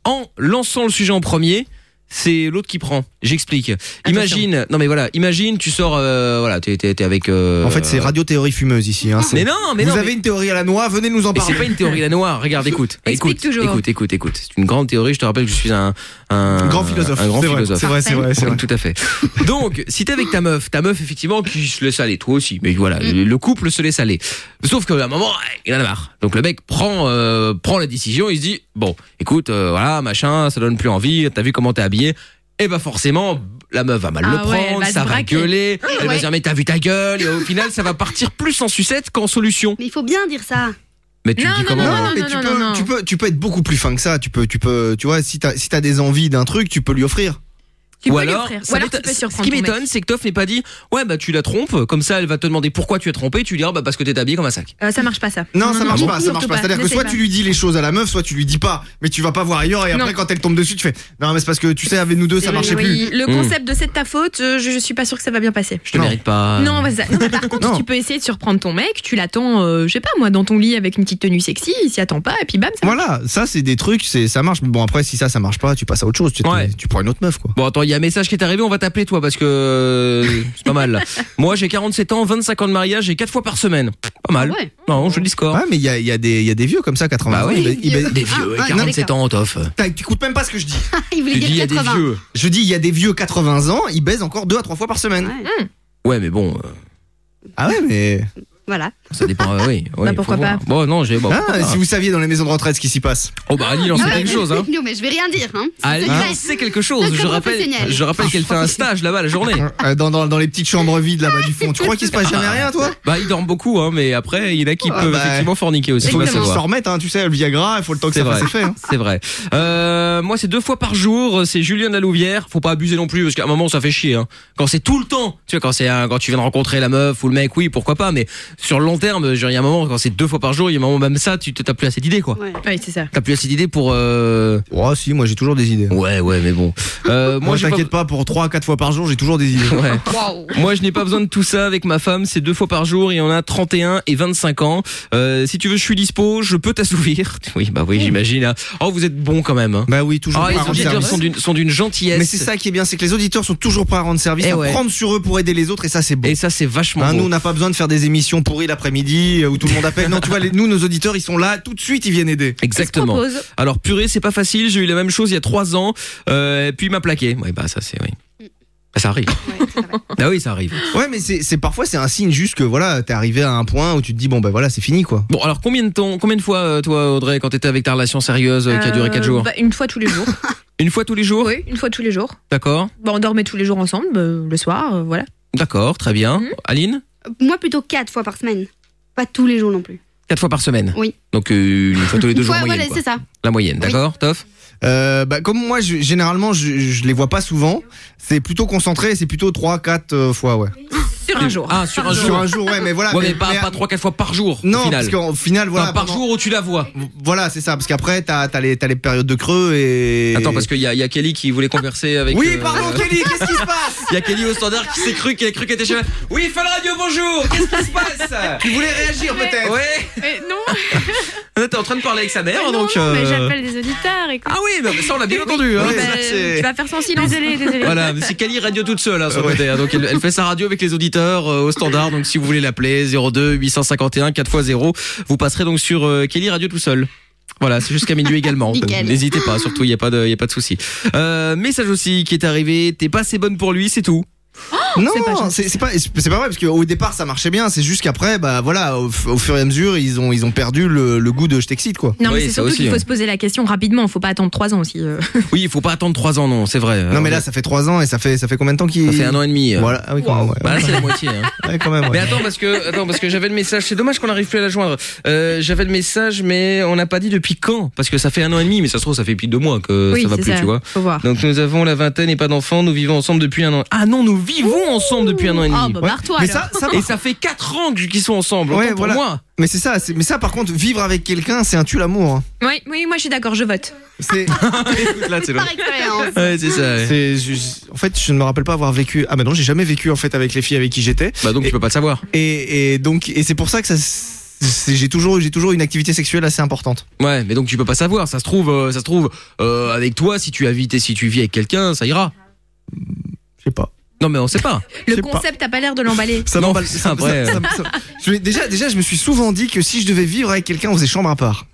en lançant le sujet en premier. C'est l'autre qui prend. J'explique. Imagine, non mais voilà, imagine, tu sors, euh, voilà, t'es t'es- t'es avec. euh, En fait, c'est radio théorie fumeuse ici. Hein, c'est- Mais non, mais Vous non, avez mais- une théorie à la noix, venez nous en Mais parler. c'est pas une théorie la noire. Regarde, écoute, écoute, toujours. écoute, écoute, écoute. C'est une grande théorie. Je te rappelle que je suis un un Grand philosophe, Un grand c'est vrai, philosophe. c'est vrai, c'est vrai, c'est vrai. Tout à fait. Donc, si t'es avec ta meuf, ta meuf effectivement qui se laisse aller, toi aussi. Mais voilà, le- le couple se laisse aller. Sauf qu'à un moment, il en a marre. Donc le mec prend euh, prend la décision. Il se dit bon, écoute, euh, voilà, machin, ça donne plus envie. T'as vu comment t'es habillé Et bah forcément. La meuf va mal Ah le ouais, prendre, elle va se ça va braquer. gueuler, Oui, elle va ouais. dire mais t'as vu ta gueule, et au final ça va partir plus en sucette qu'en solution. Mais il faut bien dire ça. Mais tu le dis comment hein mais tu peux, tu peux, tu peux être beaucoup plus fin que ça. Tu peux, tu peux, tu vois, si t'as, si t'as des envies d'un truc, tu peux lui offrir. ou alors, ça m'étonne- ce qui m'étonne, c'est que Toff n'ait pas dit Ouais, bah tu la trompes, comme ça elle va te demander pourquoi tu es trompé, tu lui diras Bah parce que t'es habillé comme un sac. Euh, ça marche pas ça. Non, ça marche pas, ça surtout marche pas. C'est-à-dire que N'essaye soit pas. tu lui dis les choses à la meuf, soit tu lui dis pas. Mais tu vas pas voir ailleurs et après Non. quand elle tombe dessus, tu fais non mais c'est parce que tu sais avec nous deux ça Oui, marchait oui, plus. Mm. Le concept de c'est de ta faute, euh, je, je suis pas sûr que ça va bien passer. Hmm. Je te mérite pas. Non, mais ça- non, mais par contre, tu peux essayer de surprendre ton mec, tu l'attends, euh, je sais pas moi, dans ton lit avec une petite tenue sexy, il s'y attend pas, et puis bam, ça Voilà, ça c'est des trucs, c'est ça marche. Mais bon après si ça ça marche pas, tu passes à autre chose. Tu, tu prends une autre meuf quoi. Bon, attends, il y a un message qui est arrivé, on va t'appeler toi parce que euh, c'est pas mal là. Moi j'ai 47 ans, 25 ans de mariage et 4 fois par semaine. Pas mal. Ouais. Non, joli score. Ouais mais il y a, il y a des, il y a des vieux comme ça 80 Bah ans. oui, ils ba- ils ba- des vieux, Ah, ah, 47 ans, Toff. T'as- T'écoutes même pas ce que je dis. il voulait Tu dire dis, il y a des 80. vieux. Je dis il y a des vieux 80 ans, ils baisent encore deux à trois fois par semaine. Hmm. Ouais, mais bon, euh, Ah ouais mais. Voilà. ça dépend, euh, oui. oui, faut pourquoi voir. pas. Bon, non, j'ai. Bon, Ah, pourquoi si pas. vous saviez dans les maisons de retraite ce qui s'y passe. Oh bah Aline en Ah sait ouais, quelque mais- chose, hein. Non, mais je vais rien dire. Hein. C'est Aline secret. en sait quelque chose, Secret je rappelle, professionnel. Ah. je Ah, rappelle qu'elle fait un stage là-bas la journée. Euh, Dans, dans, dans les petites chambres vides là-bas du fond. Tu crois qu'il se passe jamais rien, toi Bah, ils dorment beaucoup, hein, mais après, il y en a qui Ah peuvent bah, effectivement forniquer aussi. Faut faut le qu'ils savoir. s'en remettent, hein, tu sais, le Viagra, il faut le temps que C'est ça vrai. fasse effet. hein. C'est vrai. Euh, moi, c'est deux fois par jour. C'est Julien de la Louvière. Faut pas abuser non plus, parce qu'à un moment, ça fait chier. Hein. Quand c'est tout le temps, tu vois, quand c'est un- quand tu viens de rencontrer la meuf ou le mec, oui, pourquoi pas. Mais sur le long terme, genre, il y a un moment quand c'est deux fois par jour, il y a un moment même ça, tu te- t'as plus assez d'idées, quoi. va. Oui, c'est ça. T'as plus assez d'idées pour. Euh... Oh, si, moi j'ai toujours des idées. Ouais, ouais, mais bon. Euh, Moi, j'ai pas- t'inquiète pas, pour 3 à 4 fois par jour, j'ai toujours des idées. Ouais. Moi, je n'ai pas besoin de tout ça avec ma femme. C'est deux fois par jour et on a 31 et 25 ans. Euh, si tu veux, je suis dispo. Je peux t'assouvir. Oui, bah oui, j'imagine. hein. Oh, vous êtes bon quand même. hein. Bah oui, toujours. Ah, pas ils rendre sont d'une- service. sont d'une sont d'une gentillesse. Mais c'est ça qui est bien, c'est que les auditeurs sont toujours prêts à rendre service, Eh à ouais. prendre sur eux pour aider les autres, et ça c'est bon. Et ça, c'est vachement Hein, beau. nous, on n'a pas besoin de faire des émissions pourries l'après-midi euh, où tout le monde appelle. Non, tu vois, les- nous, nos auditeurs, ils sont là, tout de suite, ils viennent aider. Exactement. Alors purée, c'est pas facile. J'ai eu la même chose il y a trois ans, euh, et puis il m'a plaqué. Oui, bah ça c'est oui. Ça arrive. Ah oui, ça arrive. Ouais, mais c'est c'est- parfois c'est un signe juste que voilà, t'es arrivé à un point où tu te dis bon ben voilà, c'est fini quoi. Bon, alors combien de temps, combien de fois, euh, toi, Audrey, quand t'étais avec ta relation sérieuse euh, qui a duré 4 Euh, jours bah, Une fois tous les jours. Une fois tous les jours oui, une fois tous les jours. D'accord, Bah, on dormait tous les jours ensemble, euh, le soir, euh, voilà. d'accord, très bien. Aline Moi, plutôt 4 fois par semaine. Pas tous les jours non plus. 4 fois par semaine Oui. Donc euh, une fois tous les deux Une jours fois, en moyenne. voilà, quoi. c'est ça. La moyenne, d'accord, Toff Euh, bah, comme moi, je- généralement, je, je les vois pas souvent. C'est plutôt concentré, c'est plutôt 3-4 fois, ouais. Sur un jour. Ah, sur un jour. Sur un jour, ouais, mais voilà. Ouais, mais pas- pas 3-4 fois par jour. Non, au final. parce qu'en final, voilà. Enfin, par jour où tu la vois. Voilà, c'est ça, parce qu'après, t'as as les, t'as les périodes de creux et. Attends, parce qu'il y, a- il y a Kelly qui voulait converser avec. Oui, euh, pardon, Kelly, qu'est-ce qui se passe Il y a Kelly au standard qui s'est cru qu'elle a cru qu'elle était chez elle. Oui, Fun Radio, bonjour Qu'est-ce qui se passe Tu voulais réagir peut-être Ouais Euh, non, On était en train de parler avec sa mère, Ah non, donc. non, mais euh, j'appelle des auditeurs. Et... Ah oui, mais ça on l'a bien entendu. hein. Ça, c'est- tu vas bah, faire sans silence. Désolé, désolé. Voilà, mais c'est Cali Radio toute seule, hein, sur le côté, hein. donc elle, elle fait sa radio avec les auditeurs euh, au standard. Donc si vous voulez l'appeler 02 851 4x0, vous passerez donc sur euh, Kelly Radio tout seul. Voilà, c'est jusqu'à minuit également. Nickel. N'hésitez pas, surtout il y a pas de il y a pas de souci. Euh, message aussi qui est arrivé, t'es pas assez bonne pour lui, c'est tout. Oh, non, c'est c'est pas, c'est pas vrai parce qu'au départ ça marchait bien, c'est juste qu'après, bah voilà, au, f- au fur et à mesure, ils ont, ils ont perdu le, le goût de je t'excite quoi. Non, mais c'est surtout qu'il faut se poser la question rapidement, faut pas attendre 3 ans aussi. euh. hein. Oui, il faut pas attendre 3 ans non, c'est vrai. Non, mais là ça fait 3 ans et ça fait, ça fait combien de temps qu'il. Ça fait un an et demi. euh. Voilà, ah oui, quand même, ouais. Bah, là, c'est la moitié. hein. Ouais, quand même, ouais. Mais attends parce que attends parce que j'avais le message. C'est dommage qu'on n'arrive plus à la joindre. Euh, j'avais le message, mais on n'a pas dit depuis quand. Parce que ça fait un an et demi, mais ça se trouve ça fait plus de deux mois que Oui, ça va c'est plus, ça. tu vois. Faut voir. Donc nous avons la vingtaine et pas d'enfants. Nous vivons ensemble depuis un an. Ah non, nous vivons ensemble depuis un an et demi. Ah, bah, barre-toi, Mais alors. ça- ça- et ça fait quatre ans que- qu'ils sont ensemble. autant Ouais, pour voilà. moi. Mais c'est ça, c'est- mais ça par contre, vivre avec quelqu'un, c'est un tue l'amour. hein. Oui, oui, moi je suis d'accord, je vote. C'est. Écoute, là, c'est l'autre. expérience. Ouais, c'est ça. C'est- je- je- en fait, je ne me rappelle pas avoir vécu. Ah, bah non, j'ai jamais vécu en fait avec les filles avec qui j'étais. Bah donc tu peux pas te savoir. Et, et donc, et c'est pour ça que ça. c'est- J'ai toujours, j'ai toujours une activité sexuelle assez importante. Ouais, mais donc tu peux pas savoir. Ça se trouve, euh, ça se trouve euh, avec toi si tu habites et si tu vis avec quelqu'un, ça ira. Je sais pas. Non mais on sait pas. Le concept a pas l'air de l'emballer. Ça m'emballe. Ça, après, ça- euh. ça- ça- je vais- déjà, déjà, je me suis souvent dit que si je devais vivre avec quelqu'un, on faisait chambre à part.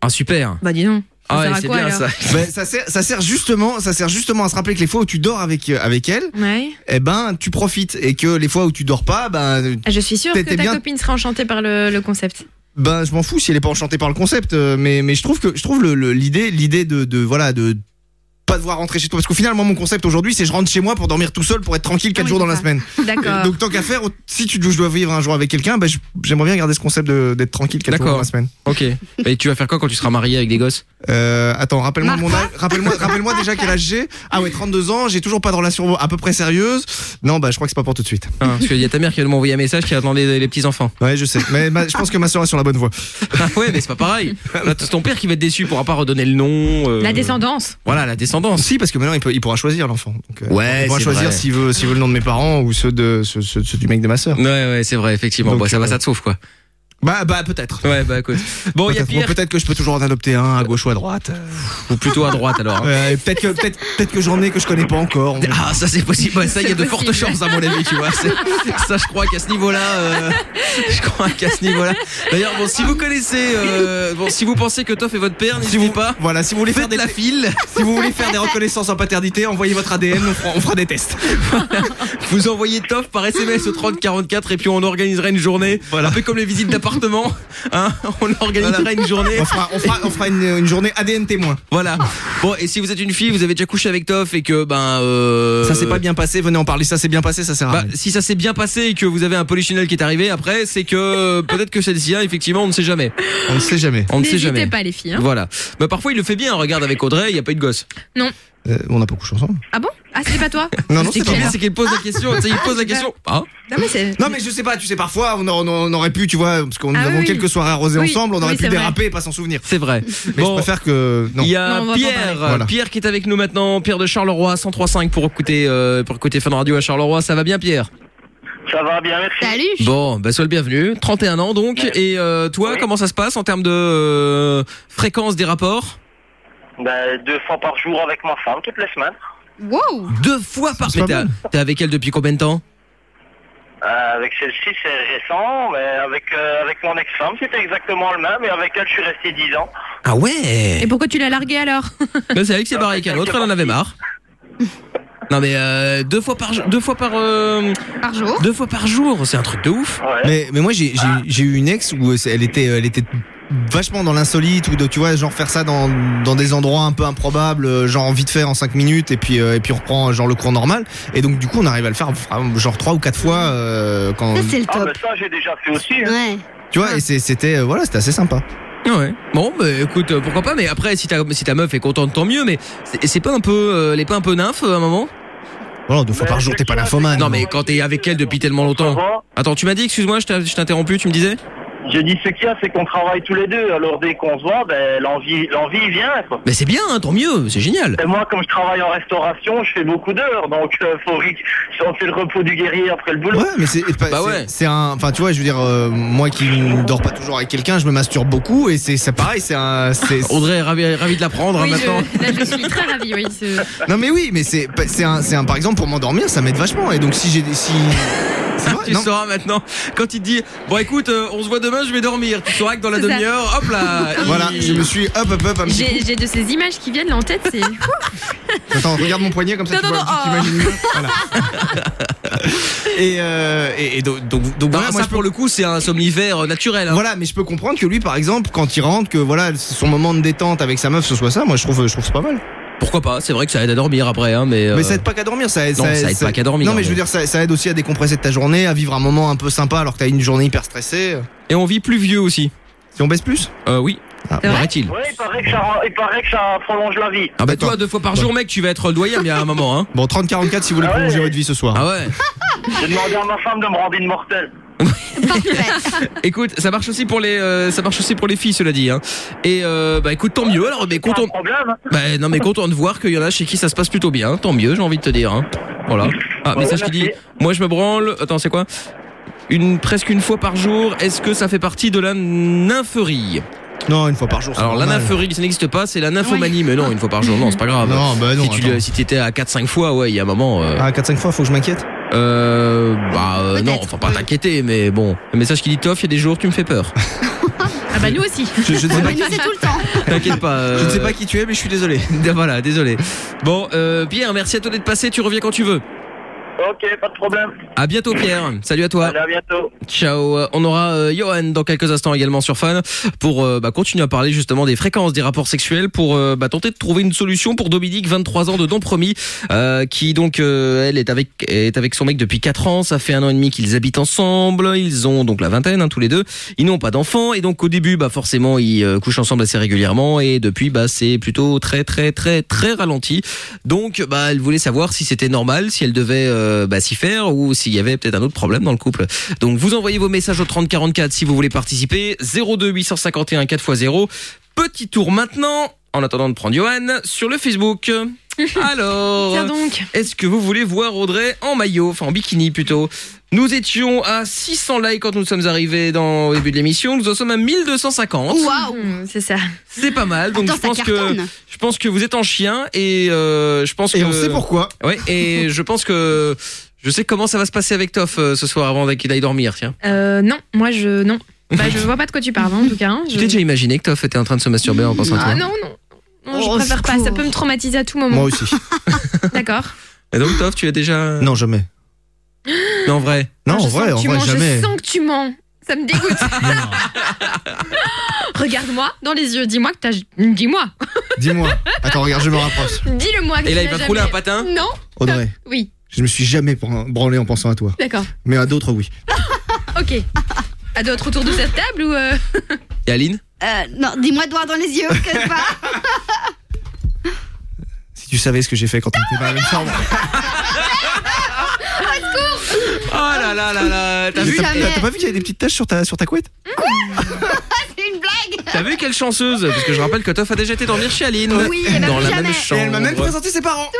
Ah super. Oh, Bah dis donc. Ah ouais, c'est bien ça. Ben, ça sert, ça sert justement, ça sert justement à se rappeler que les fois où tu dors avec euh, avec elle, Ouais. eh ben, tu profites et que les fois où tu dors pas, ben, Ah, Je suis sûre que T'étais ta bien- copine serait enchantée par le, le concept. Ben, je m'en fous si elle est pas enchantée par le concept, euh, mais mais je trouve que je trouve le- le- l'idée l'idée de, de voilà de pas devoir rentrer chez toi parce qu'au final moi mon concept aujourd'hui c'est je rentre chez moi pour dormir tout seul pour être tranquille 4 jours dans la semaine. D'accord. Donc tant qu'à faire si tu je dois vivre un jour avec quelqu'un ben, je- j'aimerais bien garder ce concept de- d'être tranquille 4 jours dans D'accord. la semaine. Ok. Et tu vas faire quoi quand tu seras marié avec des gosses Euh, attends, rappelle-moi mon âge, rappelle-moi rappelle-moi déjà quel âge j'ai. Ah ouais, 32 ans, j'ai toujours pas de relation à peu près sérieuse. Non, bah je crois que c'est pas pour tout de suite. Ah, parce qu'il y a ta mère qui m'a envoyé un message qui attendait les, les petits enfants. Ouais, je sais. Mais ma- je pense que ma soeur est sur la bonne voie. Ah ouais, mais c'est pas pareil. Là, c'est ton père qui va être déçu, pourra pas redonner le nom. euh, La descendance. Voilà, la descendance. Si, parce que maintenant il, peut- il pourra choisir l'enfant. Donc, euh, Ouais, il pourra c'est choisir vrai. s'il veut, s'il veut le nom de mes parents ou ceux, de, ceux, ceux- ceux du mec de ma soeur. Ouais, ouais, c'est vrai, effectivement. Donc, Bon, ça va, euh, ça te sauve quoi. Bah, bah peut-être. Ouais, bah écoute. Bon, il y a peut-être, Pierre. Bon, peut-être que je peux toujours en adopter un à gauche ou à droite. euh. Ou plutôt à droite alors. hein. Ouais, et peut-être que, peut-être, peut-être que j'en ai que je connais pas encore. on- Ah, ça c'est possible. Ouais, ça, il y a de C'est fortes possible. chances à mon avis, tu vois. C'est- Ça, je crois qu'à ce niveau-là, euh, je crois qu'à ce niveau-là. D'ailleurs, bon, si vous connaissez, euh, bon, si vous pensez que Toff est votre père, n'hésitez pas. Voilà, si vous voulez faire Faites des la file. si vous voulez faire des reconnaissances en paternité, envoyez votre ADN, on fera, on fera des tests. Vous envoyez Toff par SMS au 30 44 et puis on organisera une journée. Un peu comme les visites d'appartement. Hein, on organisera une journée. On fera, on fera- on fera une, une journée ADN témoin. Voilà. Bon, et si vous êtes une fille, vous avez déjà couché avec Toff et que ben euh, Ça s'est pas bien passé, venez en parler. Ça s'est bien passé, ça sert à Bah, rien. si ça s'est bien passé et que vous avez un polychinelle qui est arrivé après, c'est que euh, peut-être que celle-ci, hein, effectivement, on ne sait jamais. On ne sait jamais. On ne sait N'hésitez jamais. pas, les filles, hein. Voilà. Bah, parfois, il le fait bien. Regarde, avec Audrey, il n'y a pas eu de gosse. Non. Euh, on n'a pas couché ensemble. Ah bon Ah, c'est pas toi Ah. Non, non, c'est pas clair. moi. C'est qu'il pose la question. tu sais, il pose la question. Ah. Non, mais c'est. Hein Non mais je sais pas, tu sais parfois on, aur- on aurait pu, tu vois, parce qu'on nous Ah avons oui. quelques soirées arrosées Oui, ensemble, on aurait oui, pu c'est vrai. déraper et pas s'en souvenir. C'est vrai. Mais je préfère que non. Il y a Non, on va pas Pierre, parler. Voilà. Pierre qui est avec nous maintenant, Pierre de Charleroi, 1035 pour écouter euh, pour écouter Fun Radio à Charleroi. Ça va bien, Pierre Ça va bien, merci. Salut. Bon, bah sois le bienvenu. 31 ans donc. Et euh, toi, comment ça se passe en termes de euh, fréquence des rapports Bah, deux fois par jour avec ma femme, toutes les semaines. Wow Deux fois par Mais t'as- T'es avec elle depuis combien de temps Euh, avec celle-ci, c'est récent, mais avec, euh, avec mon ex-femme, c'était exactement le même, et avec elle, je suis resté 10 ans. Ah ouais Et pourquoi Eh. tu l'as largué alors Bah, C'est avec ses barres avec un autre, elle en avait marre. Non mais euh, deux fois par jour, deux fois par euh, par jour. Deux fois par jour, c'est un truc de ouf. Mais, mais moi, j'ai j'ai- j'ai eu une ex où c'est- elle était, euh, elle était vachement dans l'insolite ou de, tu vois, genre faire ça dans, dans des endroits un peu improbables, euh, genre vite faire en 5 minutes et puis, euh, et puis on reprend euh, genre le cours normal. Et donc, du coup, on arrive à le faire vraiment, genre 3 ou 4 fois euh, quand. Ça, c'est Ah, le bah, top. Ça, j'ai déjà fait aussi. hein. Ouais. Ah, Ah Tu vois, et c'est- c'était euh, voilà, c'était assez sympa. Ouais. Bon, bah, écoute, euh, pourquoi pas. Mais après, si ta si ta meuf est contente, tant mieux. Mais c'est- c'est pas un peu, euh, elle est pas un peu nymphe à un moment Voilà, deux fois par jour, t'es pas nymphomane. Non mais quand t'es avec elle depuis tellement longtemps. Attends, tu m'as dit, excuse-moi, je t'ai- je t'ai interrompu, tu me disais Je dis ce qu'il y a, c'est qu'on travaille tous les deux. Alors dès qu'on se voit, ben, l'envie, l'envie vient. Quoi. Mais c'est bien, hein, tant mieux, c'est génial. Et moi, comme je travaille en restauration, je fais beaucoup d'heures, donc euh, faut ri- on fait le repos du guerrier après le boulot. Ouais, mais c'est et pas- Bah c'est- c'est un. Enfin, tu vois, je veux dire, euh, moi qui ne dors pas toujours avec quelqu'un, je me masturbe beaucoup et c'est c'est pareil, c'est un. c'est- Audrey est ravie, ravie de l'apprendre hein, Oui, je- maintenant. là, je suis très ravie, oui. c'est- Non mais oui, mais c'est pas- c'est un, c'est un par exemple pour m'endormir, ça m'aide vachement. Et donc si j'ai des- si tu sauras maintenant quand il te dit bon écoute euh, on se voit demain je vais dormir tu sauras que dans la C'est ça. demi-heure hop là il- voilà, je me suis hop hop hop un petit J'ai j'ai de ces images qui viennent là en tête, c'est. coup. Attends, regarde mon poignet comme ça Non, tu non, vois, non, oh. tu t'imagines mieux. Voilà. Et, euh, et, et donc donc, donc Non, voilà, moi ça je peux- pour le coup c'est un somnifère euh, naturel hein. voilà, mais je peux comprendre que lui par exemple quand il rentre que voilà, son moment de détente avec sa meuf ce soit ça, moi je trouve je trouve c'est pas mal. pourquoi pas c'est vrai que ça aide à dormir après hein, mais Mais euh, ça aide pas qu'à dormir, ça aide, non, ça aide pas qu'à dormir, hein, Non, mais je mais- veux dire, ça, ça aide aussi à décompresser de ta journée, à vivre un moment un peu sympa alors que t'as une journée hyper stressée. Et on vit plus vieux aussi. Si on baisse plus Ah. Euh, oui. paraît-il Ouais, il paraît, que ça, rend- il paraît que ça prolonge la vie. ah bah toi deux fois par jour mec tu vas être le doyen bien à un moment hein. Bon 30-44 si vous voulez prolonger votre vie ce soir. Ah ouais J'ai demandé à ma femme de me rendre immortel. Écoute, ça marche aussi pour les, euh, ça marche aussi pour les filles, cela dit. Hein. Et euh, bah écoute, tant mieux. Alors, mais content. hein. Bah non, mais content de voir qu'il y en a chez qui ça se passe plutôt bien. Tant mieux, j'ai envie de te dire. Hein. Voilà. Ah, Ouais, message qui merci. dit. Moi, je me branle. Attends, c'est quoi Une presque une fois par jour. Est-ce que ça fait partie de la nympherie Non, une fois par jour. c'est Alors la normal. nympherie, ça n'existe pas, c'est la nymphomanie, mais non, une fois par jour, non, c'est pas grave. Non, bah non, Si tu attends. si t'étais à 4-5 fois, ouais, il y a un moment. euh, Ah, 4-5 fois, faut que je m'inquiète. euh, bah euh, non, enfin pas t'inquiéter, mais bon. Le message qui dit Toff, il y a des jours, tu me fais peur. Ah bah nous aussi. Je- je ne sais pas qui- c'est tout le temps. T'inquiète pas. Je ne sais pas qui tu es, mais je suis désolé. voilà, désolé. Bon, euh, Pierre, merci à toi d'être passé. Tu reviens quand tu veux. Ok, pas de problème. À bientôt, Pierre. Salut à toi. Allez, à bientôt. Ciao. Euh, On aura euh, Johan dans quelques instants également sur Fan pour euh, bah, continuer à parler justement des fréquences des rapports sexuels pour euh, bah, tenter de trouver une solution pour Dominique, 23 ans de don promis, euh, qui donc euh, elle est avec est avec son mec depuis 4 ans. Ça fait un an et demi qu'ils habitent ensemble. Ils ont donc la vingtaine hein, tous les deux. Ils n'ont pas d'enfants et donc au début bah forcément ils euh, couchent ensemble assez régulièrement et depuis bah c'est plutôt très très très très ralenti. Donc bah elle voulait savoir si c'était normal, si elle devait euh, bah, s'y faire ou s'il y avait peut-être un autre problème dans le couple. Donc vous envoyez vos messages au 3044 si vous voulez participer. 02 851 4x0. Petit tour maintenant, en attendant de prendre Johan, sur le Facebook. Alors, Tiens donc. est-ce que vous voulez voir Audrey en maillot, enfin en bikini plutôt Nous étions à 600 likes quand nous sommes arrivés dans, au début de l'émission, nous en sommes à 1250. Waouh, c'est ça. C'est pas mal, donc je pense que je pense que vous êtes en chien et euh, je pense Et que on sait pourquoi. Ouais, et je pense que je sais comment ça va se passer avec Toff euh, ce soir avant qu'il aille dormir, tiens. Euh, non, moi je non. Bah je vois pas de quoi tu parles hein, en tout cas. hein. Tu t'es déjà imaginé que Toff était en train de se masturber en pensant à toi Ah non non. Non, je Oh, préfère pas, ça secours. peut me traumatiser à tout moment. Moi aussi. D'accord. Et donc Toff, tu as déjà Non, jamais. Non, en vrai. Non, Je en sens vrai, que en tu vrai, mens, jamais. Je sens que tu mens. Ça me dégoûte. Regarde-moi dans les yeux, dis-moi que t'as. Dis-moi. Dis-moi. Oh, Attends, regarde, je me rapproche. Dis-le-moi. que Et là, tu il l'as va rouler jamais. un patin Non. Audrey, Oui. je me suis jamais bran- branlé en pensant à toi. D'accord. Mais à d'autres, oui. Ok. À d'autres autour de cette table ou euh, Et Aline Euh, non, dis-moi de voir dans les yeux, quelque part. Si tu savais ce que j'ai fait quand on était dans la même chambre. Oh là là là là T'as Mais vu T'as t'as pas vu qu'il y avait des petites taches sur ta, sur ta couette C'est une blague. T'as vu quelle chanceuse Parce que je rappelle que Toff a déjà été dormir chez Aline Oui, elle m'a dans plus la jamais. même chambre. Et elle m'a même présenté ses parents.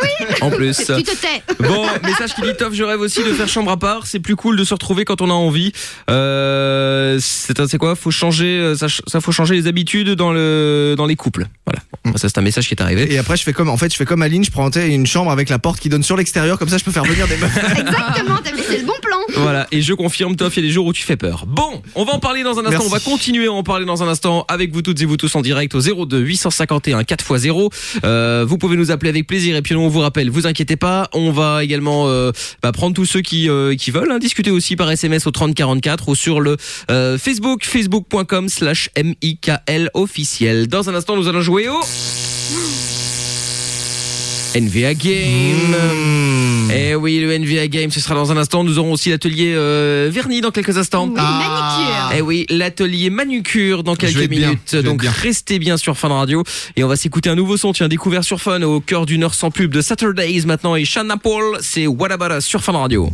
En plus. Tu te tais. Bon, message qui dit Toff, je rêve aussi de faire chambre à part. C'est plus cool de se retrouver quand on a envie. Euh, c'est c'est quoi Faut changer, euh, ça, ch- ça faut changer les habitudes dans le dans les couples. Voilà. Bon, ça c'est un message qui est arrivé. Et après, je fais comme, en fait, je fais comme Aline, je prends tu sais, une chambre avec la porte qui donne sur l'extérieur, comme ça, je peux faire venir des meufs. Exactement, t'as vu, c'est le bon plan. Voilà. et je confirme, Toff, il y a des jours où tu fais peur. Bon, on va en parler dans un instant, Merci. on va continuer à en parler dans un instant avec vous toutes et vous tous en direct au 02 851 4x0. Euh, vous pouvez nous appeler avec plaisir et puis on vous rappelle, vous inquiétez pas, on va également euh, bah, prendre tous ceux qui, euh, qui veulent, hein, discuter aussi par SMS au 3044 ou sur le euh, Facebook, facebook.com slash MIKL officiel. Dans un instant, nous allons jouer au... NVA Game. Hmm. Eh oui, le NVA Game, ce sera dans un instant. Nous aurons aussi l'atelier euh, vernis dans quelques instants. manicure. Eh oui, l'atelier manucure dans vais quelques être bien, minutes. Ah. je vais être Donc bien. restez bien sur Fun Radio et on va s'écouter un nouveau son. Tiens, découvert sur Fun au cœur d'une heure sans pub de Saturdays maintenant et Shanna Paul, c'est What About Us sur Fun Radio.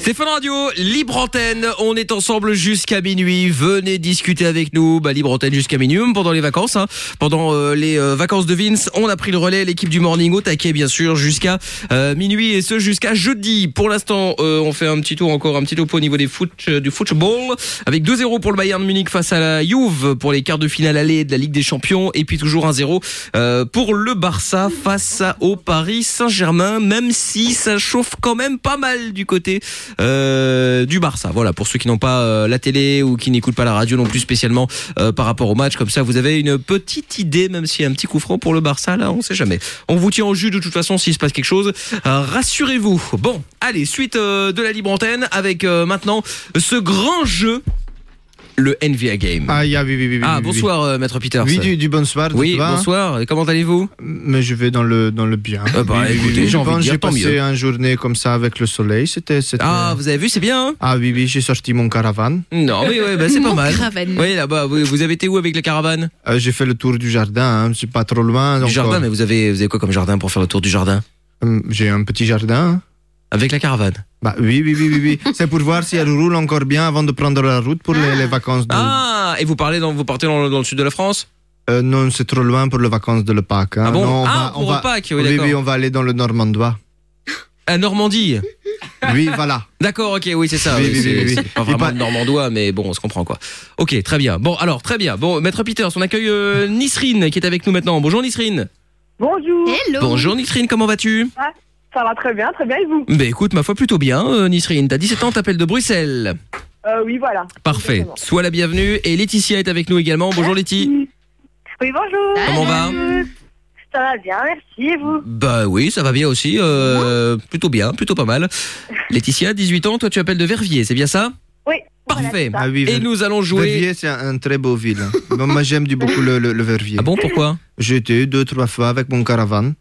C'est Fun Radio, libre antenne, on est ensemble jusqu'à minuit, venez discuter avec nous, bah, libre antenne jusqu'à minuit, même pendant les vacances, hein. pendant euh, les euh, vacances de Vince, on a pris le relais, l'équipe du Morning au taquet bien sûr, jusqu'à euh, minuit et ce jusqu'à jeudi. Pour l'instant, euh, on fait un petit tour encore, un petit topo au niveau des foot, euh, du football, avec 2-0 pour le Bayern Munich face à la Juve pour les quarts de finale aller de la Ligue des Champions, et puis toujours 1-0 euh, pour le Barça face à- au Paris Saint-Germain, même si ça chauffe quand même pas mal du côté euh, du Barça. Voilà, pour ceux qui n'ont pas euh, la télé ou qui n'écoutent pas la radio non plus spécialement euh, par rapport au match, comme ça vous avez une petite idée, même s'il y a un petit coup franc pour le Barça, là on sait jamais. On vous tient au jus de toute façon s'il se passe quelque chose. Euh, Rassurez-vous. Bon, allez, suite euh, de la libre antenne avec euh, maintenant ce grand jeu. Le NVA Game. Ah, yeah, oui, oui, oui, oui, Ah, oui, bonsoir, oui. euh, Maître Peters. Oui, du, du bonsoir. hein. Oui, ça va bonsoir. Comment allez-vous Mais je vais dans le dans le bien. Ah bah, Oui, oui, écoutez, oui, j'ai je envie de pense dire, J'ai tant passé mieux. une journée comme ça avec le soleil. C'était c'était- Ah, vous avez vu, c'est bien. hein ah oui oui, j'ai sorti mon caravane. Non, mais ouais, bah, c'est pas Mon mal. Ah bah, caravane. Oui, là-bas, vous, vous avez été où avec la caravane Euh, j'ai fait le tour du jardin. hein, C'est pas trop loin. euh, Du jardin, mais vous avez, euh, vous avez quoi comme jardin pour faire le tour du jardin J'ai un petit jardin. hein. Avec la caravane. Bah oui oui oui oui, oui. c'est pour voir si elle roule encore bien avant de prendre la route pour les, les vacances. De... Ah, et vous parlez dans, vous partez dans, le- dans le sud de la France Euh, non, c'est trop loin pour les vacances de le Pâques. hein. Ah bon Non, on Ah, va- pour on le va- Pâques, oui, oui, d'accord. oui, on va aller dans le Normandois. À Normandie Oui, voilà. D'accord, ok, oui, c'est ça. Oui, oui, oui, c'est oui, oui. c'est pas Et vraiment pas- normandois, mais bon, on se comprend quoi. Ok, très bien. Bon, alors, très bien. Bon, Maître Peters, on accueille euh, Nisrine qui est avec nous maintenant. Bonjour Nisrine. Bonjour. Hello. Bonjour Nisrine, comment vas-tu Ah, ça va très bien, très bien et vous Bah écoute, ma foi, plutôt bien, euh, Nisrine. T'as 17 ans, t'appelles de Bruxelles. Euh, Oui, voilà. Parfait. Exactement. Sois la bienvenue. Et Laetitia est avec nous également. Bonjour Laetitia. Oui, bonjour. Comment on va Ça va bien, merci et vous Bah oui, ça va bien aussi. euh, plutôt bien, plutôt pas mal. Laetitia, 18 ans, toi tu appelles de Verviers, c'est bien ça Oui. Parfait. Ah oui, Et Ver- nous allons jouer. Verviers, c'est un, un très beau ville. Bon, moi, j'aime du beaucoup le, le, le Verviers. Ah bon, pourquoi J'étais deux, trois fois avec mon caravane.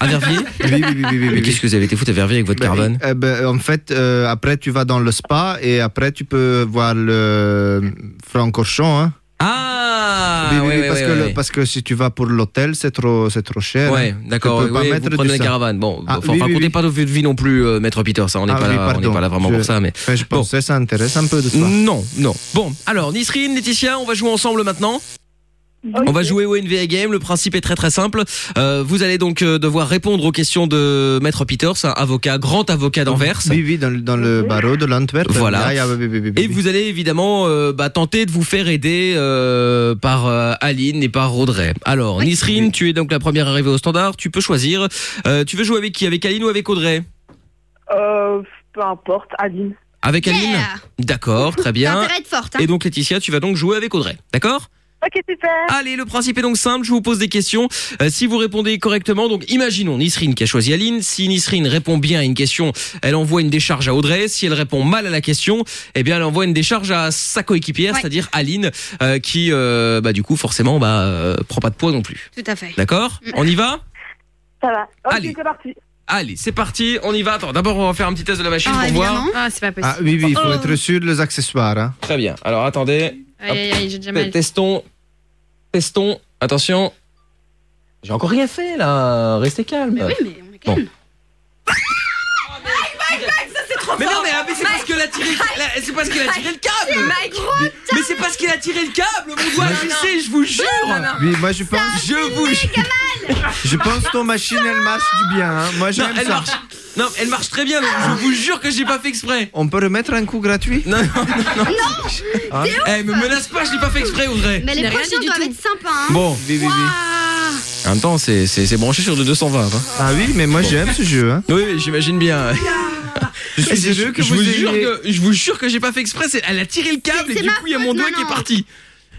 À Verviers Oui, oui, oui. oui, oui, Mais qu'est-ce que vous avez été foutre à Verviers avec votre caravane Eh ben, en fait, euh, après, tu vas dans le spa et après, tu peux voir le Francorchamps. Hein. Ah Oui, oui, ouais, oui, ouais, parce, ouais, que le- ouais. parce que si tu vas pour l'hôtel, c'est trop, c'est trop cher. Ouais, hein. Tu d'accord. peux ouais, pas ouais, mettre vous du prenez la ça. caravane. Bon, Ah, enfin, oui, oui, racontez oui. pas notre vie de vie non plus, euh, Maître Peters. hein, on n'est Ah pas, oui, là- on n'est pardon. pas là vraiment Je- pour ça, mais. Enfin, je pensais, ça intéresse un peu de ça. Non, non. Bon, alors Nisrine, Laetitia, on va jouer ensemble maintenant. On va jouer au NVA Game. Le principe est très très simple. Euh, vous allez donc euh, devoir répondre aux questions de Maître Peters, un avocat, grand avocat d'Anvers. Oui, oui, dans, le- dans le barreau de l'Antwerp. Voilà. Ah, oui, oui, oui, oui, oui. Et vous allez évidemment euh, bah, tenter de vous faire aider euh, par euh, Aline et par Audrey. Alors, Nisrine, tu es donc la première arrivée au standard. Tu peux choisir. Euh, tu veux jouer avec qui Avec Aline ou avec Audrey Euh, peu importe, Aline. Avec Aline D'accord, très bien. T'as intérêt à être forte, hein. Et donc Laetitia, tu vas donc jouer avec Audrey. D'accord Ok, super. Allez, le principe est donc simple, je vous pose des questions. Euh, si vous répondez correctement, donc imaginons Nisrine qui a choisi Aline. Si Nisrine répond bien à une question, elle envoie une décharge à Audrey. Si elle répond mal à la question, eh bien elle envoie une décharge à sa coéquipière, c'est-à-dire Aline, euh, qui, euh, bah du coup, forcément, bah euh, prend pas de poids non plus. Tout à fait. D'accord Mm. On y va Ça va. Ok, Allez. c'est parti. Allez, c'est parti, on y va. Attends, d'abord on va faire un petit test de la machine pour voir. Ah, c'est pas possible. Ah oui, oui, il faut Oh. être sûr les accessoires. Hein. Très bien. Alors attendez. Aïe, aïe, aïe, j'ai déjà mal. Testons. Testons. Attention. J'ai encore rien fait là. Restez calme. Mais oui, mais on est calme. Mais non, mais, ah, mais c'est parce qu'il a tiré, la- c'est parce qu'il a tiré le câble. mais c'est parce qu'il a tiré le câble. Mon doigt Mais- glissé, je vous jure. Oui, moi je pense. Je vous jure. Je pense ton machine elle marche du bien. hein. Moi Non, j'aime elle ça. marche. Non, elle marche très bien. Mais je vous jure que j'ai pas fait exprès. On peut remettre un coup gratuit Non, non, non. Hein Eh, me menace pas, je l'ai pas fait exprès, Audrey. Mais les prochains doivent être sympas. Hein. Bon. Oui, oui, oui. Ah. En même temps, c'est- c'est c'est branché sur le 220. Ah oui, mais moi j'aime ce jeu. hein. hein. Oui, oui, j'imagine bien. Je, Et c'est je- le que je vous vous ayez- jure que, je vous jure que j'ai pas fait exprès. c'est- Elle a tiré le câble et du coup, il y a mon doigt qui est parti.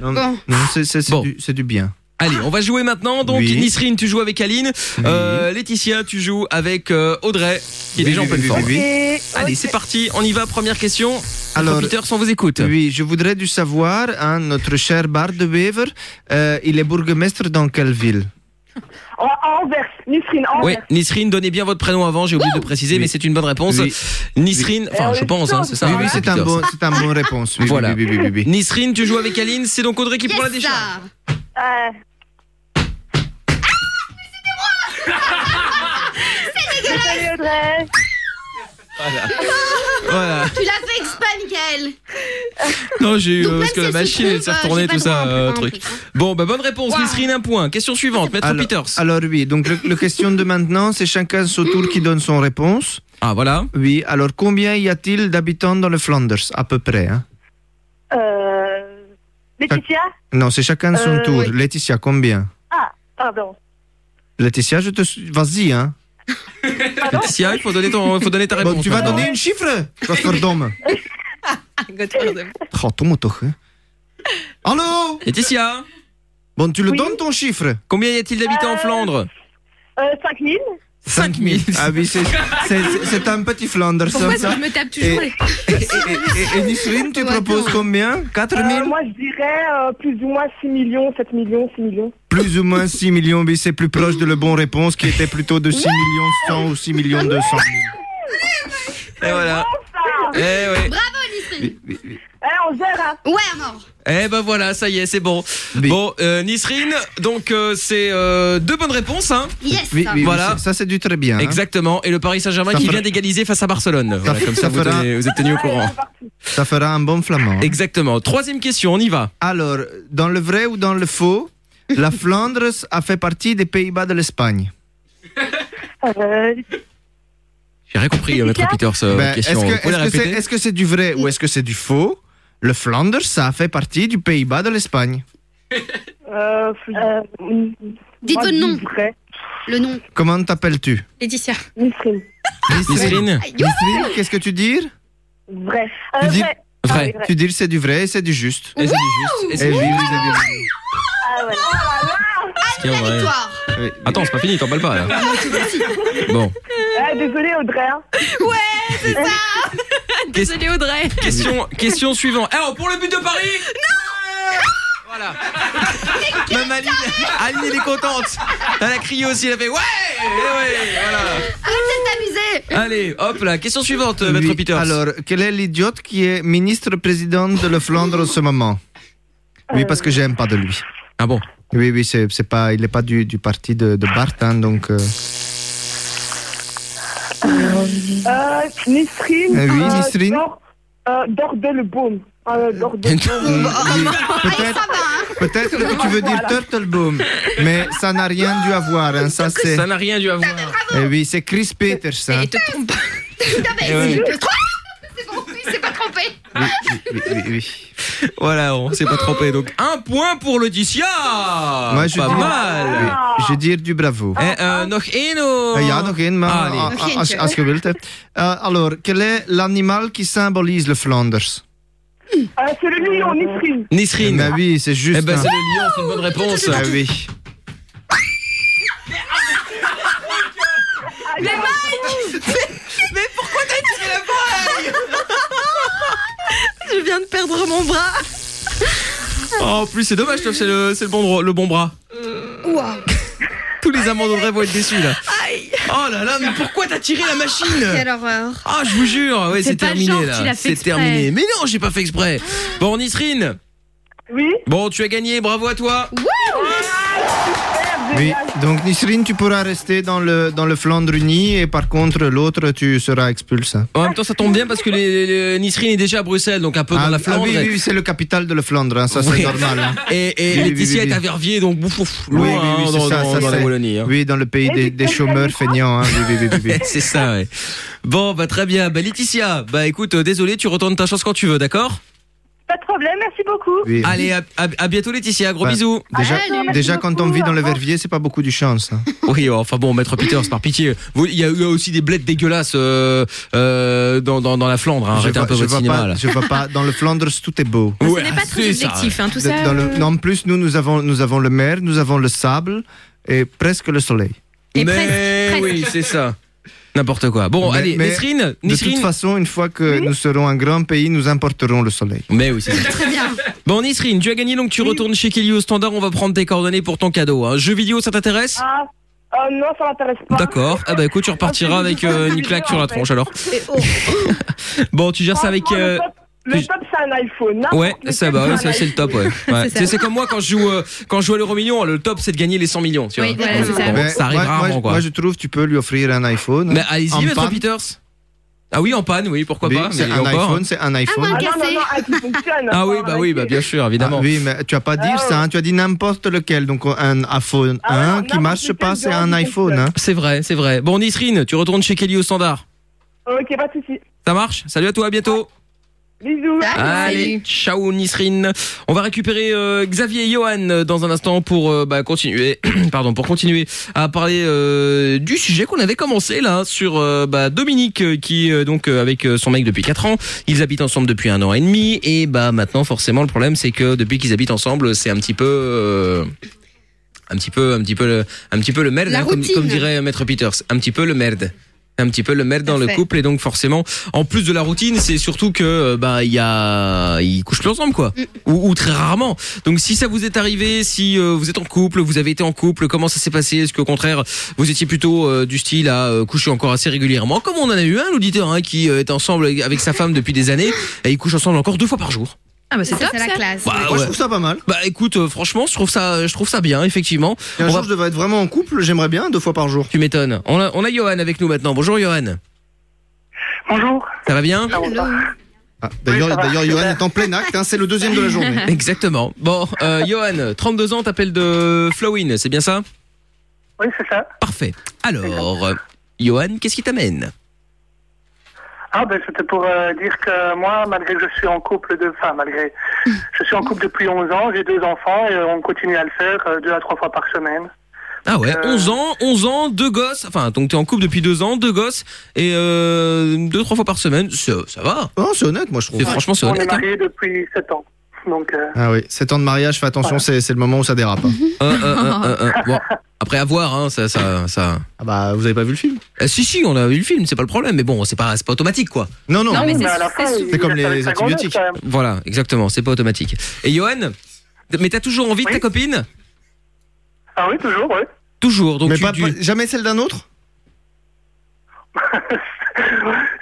Non, non, c'est- c'est c'est du, c'est du bien. Allez, on va jouer maintenant. Donc, Oui. Nisrine, tu joues avec Aline. Euh, Laetitia, tu joues avec euh, Audrey, qui est Oui, déjà en oui, pleine oui, forme. oui, oui. Allez, c'est parti. On y va. Première question. Alors, Peter, on vous écoute. Oui, je voudrais du savoir, hein, notre cher Bart de Wever, euh, il est bourgmestre dans quelle ville En, en Anvers, Nisrine, Anvers. Oui, Nisrine, donnez bien votre prénom avant. J'ai oublié de préciser, mais c'est une bonne réponse. Nisrine, Eh, enfin, Euh, je pense, hein, c'est ça. Oui, oui, c'est un Peter, bon, ça. c'est un bon réponse. Oui, Voilà. oui, oui, oui, oui, oui. Nisrine, tu joues avec Aline. C'est donc Audrey qui prend la décharge. Euh, Ah, C'est dégueulasse Audrey Voilà. Voilà. Tu l'as fait exprès, Michael Non, j'ai eu. euh, Parce même que si la elle se machine, elle s'est trompe, euh, retournée, j'ai pas tout le droit hein. ça, à un euh, truc, truc. Bon, bah, bonne réponse, Nisrine, un point. Question suivante, Maître alors, Peters. Alors oui, donc le, le question de maintenant, c'est chacun son tour qui donne son réponse. Ah voilà. Oui, alors combien y a-t-il d'habitants dans le Flanders à peu près hein euh, Laetitia Non, c'est chacun son Euh, tour. oui. Laetitia, combien Ah, pardon. Laetitia, je te suis- vas-y hein. Laetitia, Bah, ah, il faut donner, ton, faut donner ta réponse. hein. Bon, tu vas donner une chiffre Godverdomme. Oh, ton mot, toch, hein. Allô Laetitia Bon, tu le donnes ton chiffre Combien y a-t-il d'habitants en Flandre Euh, 5000 5000. Ah oui, c'est- c'est c'est un petit Flanders. Pourquoi ça. est-ce que je me tape toujours Et, et, et- et- et Nisrine, tu proposes combien 4000 Euh, Moi, je dirais euh, plus ou moins 6 millions, 7 millions, 6 millions. Plus ou moins 6 millions, oui, c'est plus proche de la bonne réponse qui était plutôt de 6 millions 100 ou 6 millions 200 Et voilà. Eh ouais. Bravo, Nisrine on gère, hein Ouais, à mort Eh ben voilà, ça y est, c'est bon. Bon, euh, Nisrine, donc euh, c'est euh, deux bonnes réponses, hein Yes Oui, oui, Voilà. oui, ça, c'est du très bien. hein. Exactement. Et le Paris Saint-Germain Ça qui fera- vient d'égaliser face à Barcelone. Voilà, f- comme ça, ça vous, fera- tenez- vous êtes tenus au courant. Ça fera un bon flamand. Exactement. Troisième question, on y va. Alors, dans le vrai ou dans le faux, la Flandre a fait partie des Pays-Bas de l'Espagne. Euh, J'ai rien compris, euh, Maître Peters, euh, Ben, Est-ce question. que Vous pouvez la est-ce que c'est répéter est-ce que c'est du vrai ou est-ce que c'est du faux Le Flandre, ça a fait partie du Pays-Bas de l'Espagne. euh, euh, Dites moi, le nom. je dirais Le nom, Comment t'appelles-tu Laetitia. Nisrine. Nisrine. Nisrine, qu'est-ce que tu dis Vrai. Tu Euh, dis vrai. Ah oui, vrai. Tu dis c'est du vrai et c'est du juste. Et c'est du juste. Eh oui, Wouh oui, oui, oui. Ah ouais. Tiens, ouais. Attends, c'est pas fini, t'emballes pas là. Bon. Ah, désolé Audrey. hein. Euh, Ouais, c'est ça Désolé Audrey Question, question suivante. Alors, pour le but de Paris Non Voilà. Même Aline, Aline, elle est contente. Elle a crié aussi, elle a fait Ouais, ouais voilà. Arrête de t'amuser Allez, hop là, question suivante, Maître Oui, Peters. Alors, quel est l'idiote qui est ministre-président de la Flandre en ce moment Oui, parce que j'aime pas de lui. Ah bon Oui, oui, c'est c'est pas, il n'est pas du, du parti de, de Bart, hein, donc... euh, Euh, Nisrine. Eh Euh, oui, euh, Nisrine. Dor- Euh, Dordeleboom. Euh, Mm, Dordeleboom. Ah, bah, oui. Peut-être hein. peut-être que tu veux dire Voilà. Turtleboom, mais ça n'a rien dû avoir. Hein, ça c'est- Ça n'a rien dû avoir. Eh oui, c'est Chris Peters. hein. Et te trompe pas Eh ouais. C'est bon, il s'est pas trompé Oui, oui, oui, oui. Voilà, on s'est pas trompé. Donc, un point pour Laetitia Moi, je Pas dis- mal Oui, je dis du bravo. Eh, euh, nog één, oh. Eh, ja, nog één, maar Allez. a- a- als, als je wilt. Hè. Eh, alors, quel est l'animal qui symbolise le Flanders Euh, c'est le lion, Nisrine. Nisrine. Bah oui, c'est juste. Eh ben, hein. c'est le lion, c'est une bonne réponse. Ah oui. Mais Mais pourquoi t'as tiré la paille Je viens de perdre mon bras Oh, en plus, c'est dommage, c'est le, c'est le bon, dro- le bon bras. Ouah Tous les amants d'Audrey vont être déçus là. Oh là là, mais pourquoi t'as tiré la Quelle machine horreur Ah, je vous jure, ouais, C'est c'est pas terminé genre, tu là. l'as fait C'est exprès. terminé. Mais non, j'ai pas fait exprès. Bon, Nisrine. Oui. Bon, tu as gagné, bravo à toi. Oui, donc Nisrine, tu pourras rester dans le, dans le Flandre uni et par contre, l'autre, tu seras expulsé. En même temps, ça tombe bien parce que les, les- Nisrine est déjà à Bruxelles, donc un peu dans Ah, la ah Flandre. oui, oui, oui, c'est le capital de la Flandre, hein, ça c'est Oui. normal. hein. Et, et Oui, oui, Laetitia oui, oui. est à Verviers, donc bouf, bouf, Oui, loin oui, oui, hein, c'est dans, ça, dans- ça, dans la c'est- Wallonie. hein. Oui, dans le pays des, des chômeurs feignants. hein, oui, oui, oui, oui, oui. C'est ça, ouais. Bon, bah très bien. Bah Laetitia, bah écoute, euh, désolé, tu retournes ta chance quand tu veux, d'accord Pas de problème, merci beaucoup. Oui. Allez, à, à- à bientôt Laetitia, gros Bah, bisous. Déjà, déjà quand on vit dans le vervier, c'est pas beaucoup de chance. hein. Oui, oh, enfin bon, Maître Peters, par pitié. Vous- Il y a eu aussi des blettes dégueulasses euh, euh, dans, dans, dans la Flandre. Hein. Je Arrêtez vois- un peu je votre vois cinéma pas- là. Je vois pas. Dans le Flandre, tout est beau. Ouais, n'est pas très c'est ça, objectif, hein, tout Dans- ça, dans le- euh, non, en plus, nous, nous avons, nous avons le mer, nous avons le sable et presque le soleil. Mais oui, c'est ça. N'importe quoi. Bon, Mais- allez, mais Nesrine, Nesrine. De toute façon, une fois que nous serons un grand pays, nous importerons le soleil. Mais oui, c'est ça. Très bien. Bon, Nisrine, tu as gagné, donc tu retournes chez Kelly au standard. On va prendre tes coordonnées pour ton cadeau. Hein. Jeu vidéo, ça t'intéresse Ah, euh, non, ça m'intéresse pas. D'accord. Ah bah écoute, tu repartiras avec euh, une claque sur la tronche alors. oh. Bon, tu gères ça avec. euh, Ah, Le top, c'est un iPhone. hein. n'importe Ouais, lequel, ça va, un ouais, ça c'est le top. Ouais. C'est Ouais. ça. C'est c'est comme moi quand je joue euh, quand je joue à l'euro million, le top c'est de gagner les 100 millions. Tu vois. Oui, voilà, c'est ça. Bon, Mais ça arrive moi, moi, rarement je- quoi. moi, je trouve tu peux lui offrir un iPhone. Mais allez-y, en Maître panne. Peters. Ah oui, en panne, oui, pourquoi Oui, pas. c'est mais un encore, iPhone, hein. c'est un Ah iPhone. non, non, non, un qui fonctionne. Ah oui, bah oui, bah bien sûr, évidemment. Ah oui, mais tu as pas dit Ah ouais. ça, hein, tu as dit n'importe lequel. Donc euh, un iPhone Ah 1 qui marche pas, c'est un iPhone. hein. C'est vrai, c'est vrai. Bon, Nisrine, tu retournes chez Kelly au standard. Ok, pas de soucis. Ça marche Salut à toi, à bientôt. Bisous. Allez, ciao Nisrine. On va récupérer euh, Xavier et Johan euh, dans un instant pour euh, bah, continuer, pardon, pour continuer à parler euh, du sujet qu'on avait commencé là sur euh, bah, Dominique euh, qui euh, donc euh, avec euh, son mec depuis 4 ans, ils habitent ensemble depuis un an et demi et bah maintenant forcément le problème c'est que depuis qu'ils habitent ensemble c'est un petit peu euh, un petit peu un petit peu le, un petit peu le merde La comme, routine. comme dirait maître Peters un petit peu le merde un petit peu le merde dans le fait. couple et donc forcément en plus de la routine c'est surtout que euh, bah il y a ils couchent plus ensemble quoi Mm. ou, ou très rarement donc si ça vous est arrivé si euh, vous êtes en couple vous avez été en couple comment ça s'est passé est-ce qu'au contraire vous étiez plutôt euh, du style à euh, coucher encore assez régulièrement comme on en a eu un l'auditeur hein, qui euh, est ensemble avec sa femme depuis des années et ils couchent ensemble encore deux fois par jour Ah bah c'est Ça, top c'est la ça. classe. Bah, Moi, je ouais. trouve ça pas mal. bah écoute, euh, franchement, je trouve ça, je trouve ça bien, effectivement. Un jour, je devrais être vraiment en couple, j'aimerais bien deux fois par jour. Tu m'étonnes. On a, on a Johan avec nous maintenant. Bonjour Johan. Bonjour. Ça va bien Ah, D'ailleurs, d'ailleurs, Johan est en plein acte, hein, c'est le deuxième de la journée. Exactement. Bon, euh, Johan, 32 ans, t'appelles de Flowin, c'est bien ça Oui, c'est ça. Parfait. Alors, euh, Johan, qu'est-ce qui t'amène Ah ben c'était pour euh, dire que moi, malgré que je suis en couple de, enfin malgré, je suis en couple depuis 11 ans, j'ai deux enfants et euh, on continue à le faire euh, deux à trois fois par semaine. Ah ouais, Euh. 11 ans, 11 ans, deux gosses. Enfin, donc t'es en couple depuis deux ans, deux gosses et euh, deux trois fois par semaine, ça, ça va. Non, c'est honnête, moi je trouve. C'est franchement c'est on est honnête. hein. mariés depuis 7 ans, donc. euh, Ah oui, 7 ans de mariage, fais attention, c'est c'est le moment où ça dérape. hein. Euh, euh, euh, euh, euh. Bon, après avoir, hein, ça, ça, ça. Euh, Ah bah, vous avez pas vu le film Si si, on a vu le film, c'est pas le problème, mais bon, c'est pas, c'est pas automatique quoi. non. Non, mais c'est- à la c'est fin, sou- il C'est comme reste les avec sa grand-mère, antibiotiques. quand même. Voilà, exactement, c'est pas automatique. Et Johan, t- mais t'as toujours envie de ta copine Ah oui, toujours, oui. Toujours, donc Mais tu- pas- tu- pas- jamais celle d'un autre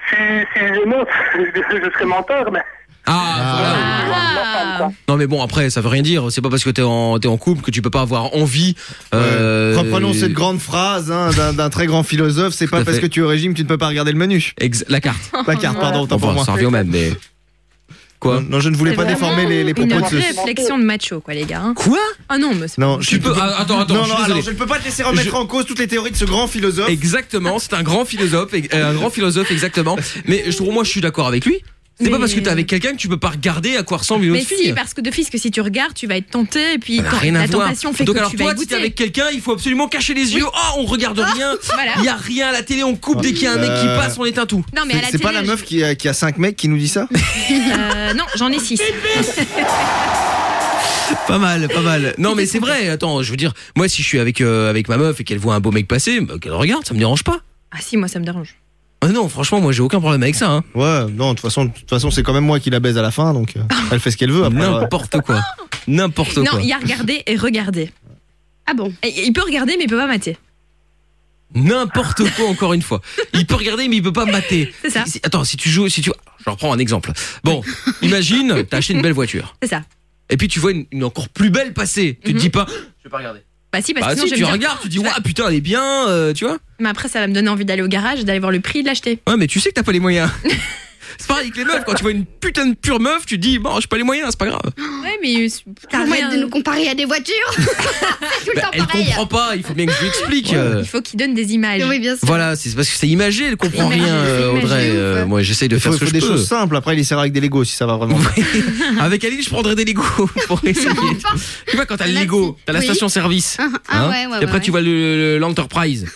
Si, si j'ai une autre, je, je serais menteur, mais. Ah, voilà. Non mais bon après ça veut rien dire c'est pas parce que t'es en t'es en couple que tu peux pas avoir envie euh, Reprenons cette grande phrase hein, d'un- d'un très grand philosophe, c'est pas à parce fait. que tu es au régime tu ne peux pas regarder le menu. la carte. La carte, pardon, autant Enfin, pour moi. ça revient au même, mais- Quoi Non, je ne voulais pas déformer les, les propos Une de ce... réflexion de macho, quoi, les gars. hein. Quoi Ah non, mais c'est Non, je peux- ah, attends, attends, non, je suis non, alors, désolé. je ne peux pas te laisser remettre Je- en cause toutes les théories de ce grand philosophe. Exactement, c'est un grand philosophe, ex- euh, un grand philosophe exactement. Mais je trouve moi je suis d'accord avec lui. C'est pas parce que t'es avec quelqu'un que tu peux pas regarder à quoi ressemble une Mais autre fille. si, parce que de fils que si tu regardes, tu vas être tenté et puis Ça n'a quand rien à la voir. tentation fait Donc que alors tu vas toi, y si t'es goûter. Ah, avec quelqu'un, il faut absolument cacher les yeux. Oh, on regarde rien. Voilà. Il y a rien à la télé, on coupe dès qu'il y a un mec qui Euh, passe, on éteint tout. Non, mais à la C'est- C'est pas télé, la je- meuf qui a, qui a 5 mecs qui nous dit ça Euh, non, j'en ai six. Pas mal, pas mal. Non mais c'est vrai. Attends, je veux dire, moi si je suis avec euh, avec ma meuf et qu'elle voit un beau mec passer, bah, qu'elle regarde, ça me dérange pas. ah si, moi ça me dérange. Ah non, franchement, moi j'ai aucun problème avec ça. hein. Ouais, non, de toute façon, de toute façon, c'est quand même moi qui la baise à la fin, donc euh, elle fait ce qu'elle veut. après. N'importe quoi. N'importe Non, quoi. il y a regardé et regardé. Ah bon Il peut regarder, mais il peut pas mater. N'importe quoi encore une fois. Il peut regarder mais il peut pas mater. C'est ça. Si- Attends, si tu joues, si tu, je reprends un exemple. Bon, imagine, t'as acheté une belle voiture. C'est ça. Et puis tu vois une, une encore plus belle passer. Tu te dis pas, je vais pas regarder. Bah si, parce Bah que sinon Mhm. si, je vais tu me dire, Ah, regardes, tu dis ouais putain elle est bien, euh, tu vois. Mais après, ça va me donner envie d'aller au garage et d'aller voir le prix et de l'acheter. Ouais mais tu sais que t'as pas les moyens. c'est pareil avec les meufs quand tu vois une putain de pure meuf, tu te dis bon j'ai pas les moyens, c'est pas grave. Ouais, mais T'arrêtes de nous comparer à des voitures. C'est tout le Bah, temps elle pareil. comprend pas, il faut bien que je lui explique. euh. Il faut qu'il donne des images. Oui, bien sûr. Voilà, c'est parce que c'est imagé, elle comprend Imagé, rien, c'est euh, imagé Audrey. de ouf, euh, euh, moi j'essaye de Il faut, faire ce faut que des je peux. choses simples. Après, il essaiera avec des Legos si ça va vraiment. Avec Aline, je prendrais des Lego pour essayer. tu vois, quand t'as le Lego, t'as la Oui. station-service. Hein Ah, ah, ouais, ouais, Et ouais, après, ouais. tu vois le- le- l'Enterprise.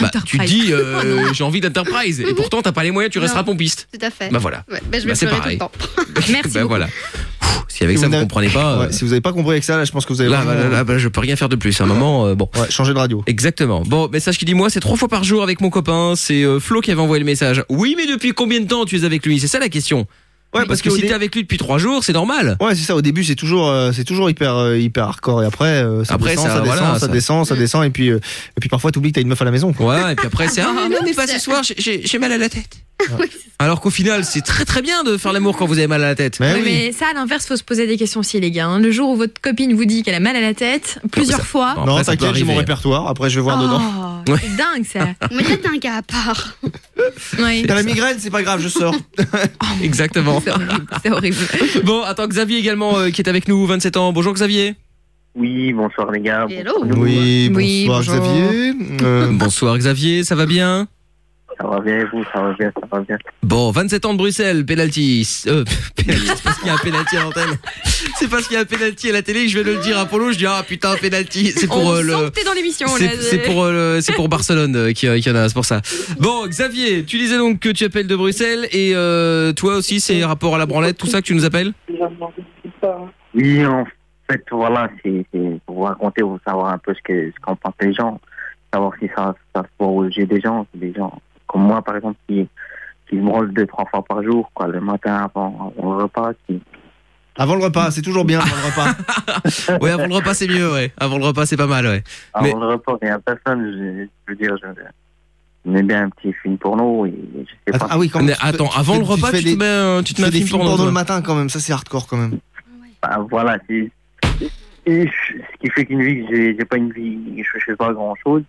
Bah, tu te dis, Oh, euh, j'ai envie d'Enterprise. Et pourtant, t'as pas les moyens, tu resteras pompiste. Tout à fait. Bah voilà. Ouais, bah, je vais Bah, c'est pleurer pareil. tout le temps. Merci. Bah voilà. Pff, Si avec Si ça vous vous n'avez- comprenez pas. euh, Ouais, si vous n'avez pas compris avec ça, là, je pense que vous avez. Là, vraiment- là, là, là, je peux rien faire de plus. À un moment, euh, bon. changer de radio. Exactement. Bon, message qui dit moi, c'est trois fois par jour avec mon copain. C'est euh, Flo qui avait envoyé le message. Oui, mais depuis combien de temps tu es avec lui C'est ça la question. Ouais, parce que si t'es avec lui depuis trois jours, c'est normal. Ouais, c'est ça. Au début, c'est toujours, euh, c'est toujours hyper, euh, hyper hardcore. Et après, euh, ça, Après, descend, ça, ça, descend, voilà, ça, ça- descend, ça descend, et puis, euh, et puis parfois, t'oublies que t'as une meuf à la maison. Quoi. Ouais, et puis après, c'est ah, mais non, mais pas ce soir, j'ai- j'ai j'ai mal à la tête. Alors qu'au final, c'est très très bien de faire l'amour quand vous avez mal à la tête. Ben Ouais, Mais ça, à l'inverse, faut se poser des questions aussi, les gars. hein. Le jour où votre copine vous dit qu'elle a mal à la tête, plusieurs fois. non, t'inquiète, j'ai mon répertoire. Après, je vais voir Oh, dedans. C'est dingue ça. Mais toi, t'es un cas à part. Ouais. T'as la migraine, c'est pas grave, je sors. Exactement. C'est horrible. Bon, attends, Xavier également euh, qui est avec nous, 27 ans. Bonjour Xavier. Oui, bonsoir les gars. Oui, Oui, bonsoir bonjour. Xavier. euh, Bonsoir Xavier, ça va bien Ça va bien et vous, ça va bien, ça va bien. Bon, 27 ans de Bruxelles, penalty. Euh, penalty, c'est parce qu'il y a un penalty à l'antenne. C'est parce qu'il y a un penalty à la télé que je vais le dire à Polo. Je dis ah putain penalty. C'est pour On euh, sent que le. t'es dans l'émission, là. C'est c'est pour euh, le- c'est pour Barcelone euh, qu'il y, a- qu'il y en a, c'est pour ça. Bon, Xavier, tu disais donc que tu appelles de Bruxelles et euh, toi aussi c'est rapport à la branlette, tout ça que tu nous appelles Oui, en fait, voilà, c'est c'est pour vous raconter, vous savoir un peu ce que ce qu'en pensent les gens, savoir si ça, ça se voit aux yeux des gens, des gens comme moi par exemple qui qui me branle deux trois fois par jour, quoi, le matin avant, avant le repas, qui Avant le repas, c'est toujours bien avant le repas. Ouais, avant le repas c'est mieux, ouais. Avant le repas c'est pas mal, ouais. avant Mais le repas, il n'y a personne, je, je veux dire, je, je mets bien un petit film porno et je sais pas. Ah oui, quand même. Mais tu te- tu te fais- fais des- fais des films porno le matin quand même. Ça, c'est hardcore quand même. Bah, voilà, c'est et je- ce qui fait qu'une vie, que j'ai j'ai pas une vie, je fais pas grand chose.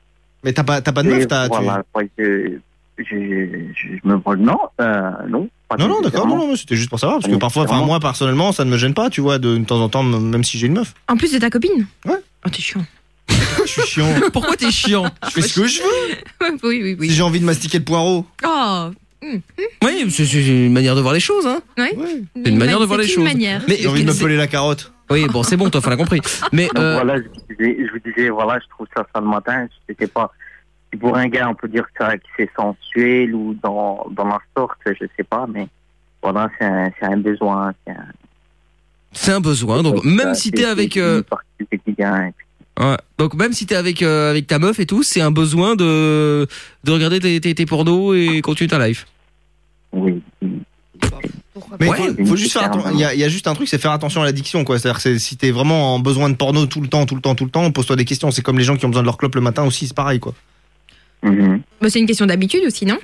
Mais t'as pas, Ah, t'as pas de meuf, t'as. tu- Voilà, ouais, je, je, je- je me prends. Non, euh, non. pas Non, non, d'accord, nécessairement. non, non, mais c'était juste pour savoir, parce que parfois, enfin, moi, personnellement, ça ne me gêne pas, tu vois, de, de temps en temps, m- même si j'ai une meuf. En plus de ta copine Ouais. Oh, t'es chiant. Je suis chiant. Pourquoi t'es chiant Je fais ce que je veux. oui, oui, oui. Si j'ai envie de mastiquer le poireau. Oh. oui, c'est c'est une manière de voir les choses, hein. Ouais. C'est une manière de voir les C'est une choses. manière. Mais- J'ai envie de me peler la carotte. Oui, bon, c'est bon, toi, on a compris. Ah, Mais euh, Donc, voilà, je vous, disais, je vous disais, voilà, je trouve ça ça le matin. Je sais pas. Si pour un gars, on peut dire que ça- que c'est sensuel ou dans, dans la sorte, je sais pas, mais voilà, c'est un, c'est un besoin. C'est un, C'est un besoin. Donc même si t'es avec, euh, du quotidien. ouais. donc même si t'es avec euh, avec ta meuf et tout, c'est un besoin de de regarder tes tes, tes pornos et continuer ta life. Oui. Mais Ouais, faut, faut juste faire attention. Il y, a- il y a juste un truc, c'est faire attention à l'addiction, quoi. C'est-à-dire que c'est- si t'es vraiment en besoin de porno tout le temps, tout le temps, tout le temps, pose-toi des questions. C'est comme les gens qui ont besoin de leur clope le matin aussi, c'est pareil, quoi. Mhm. Bah, c'est une question d'habitude aussi, non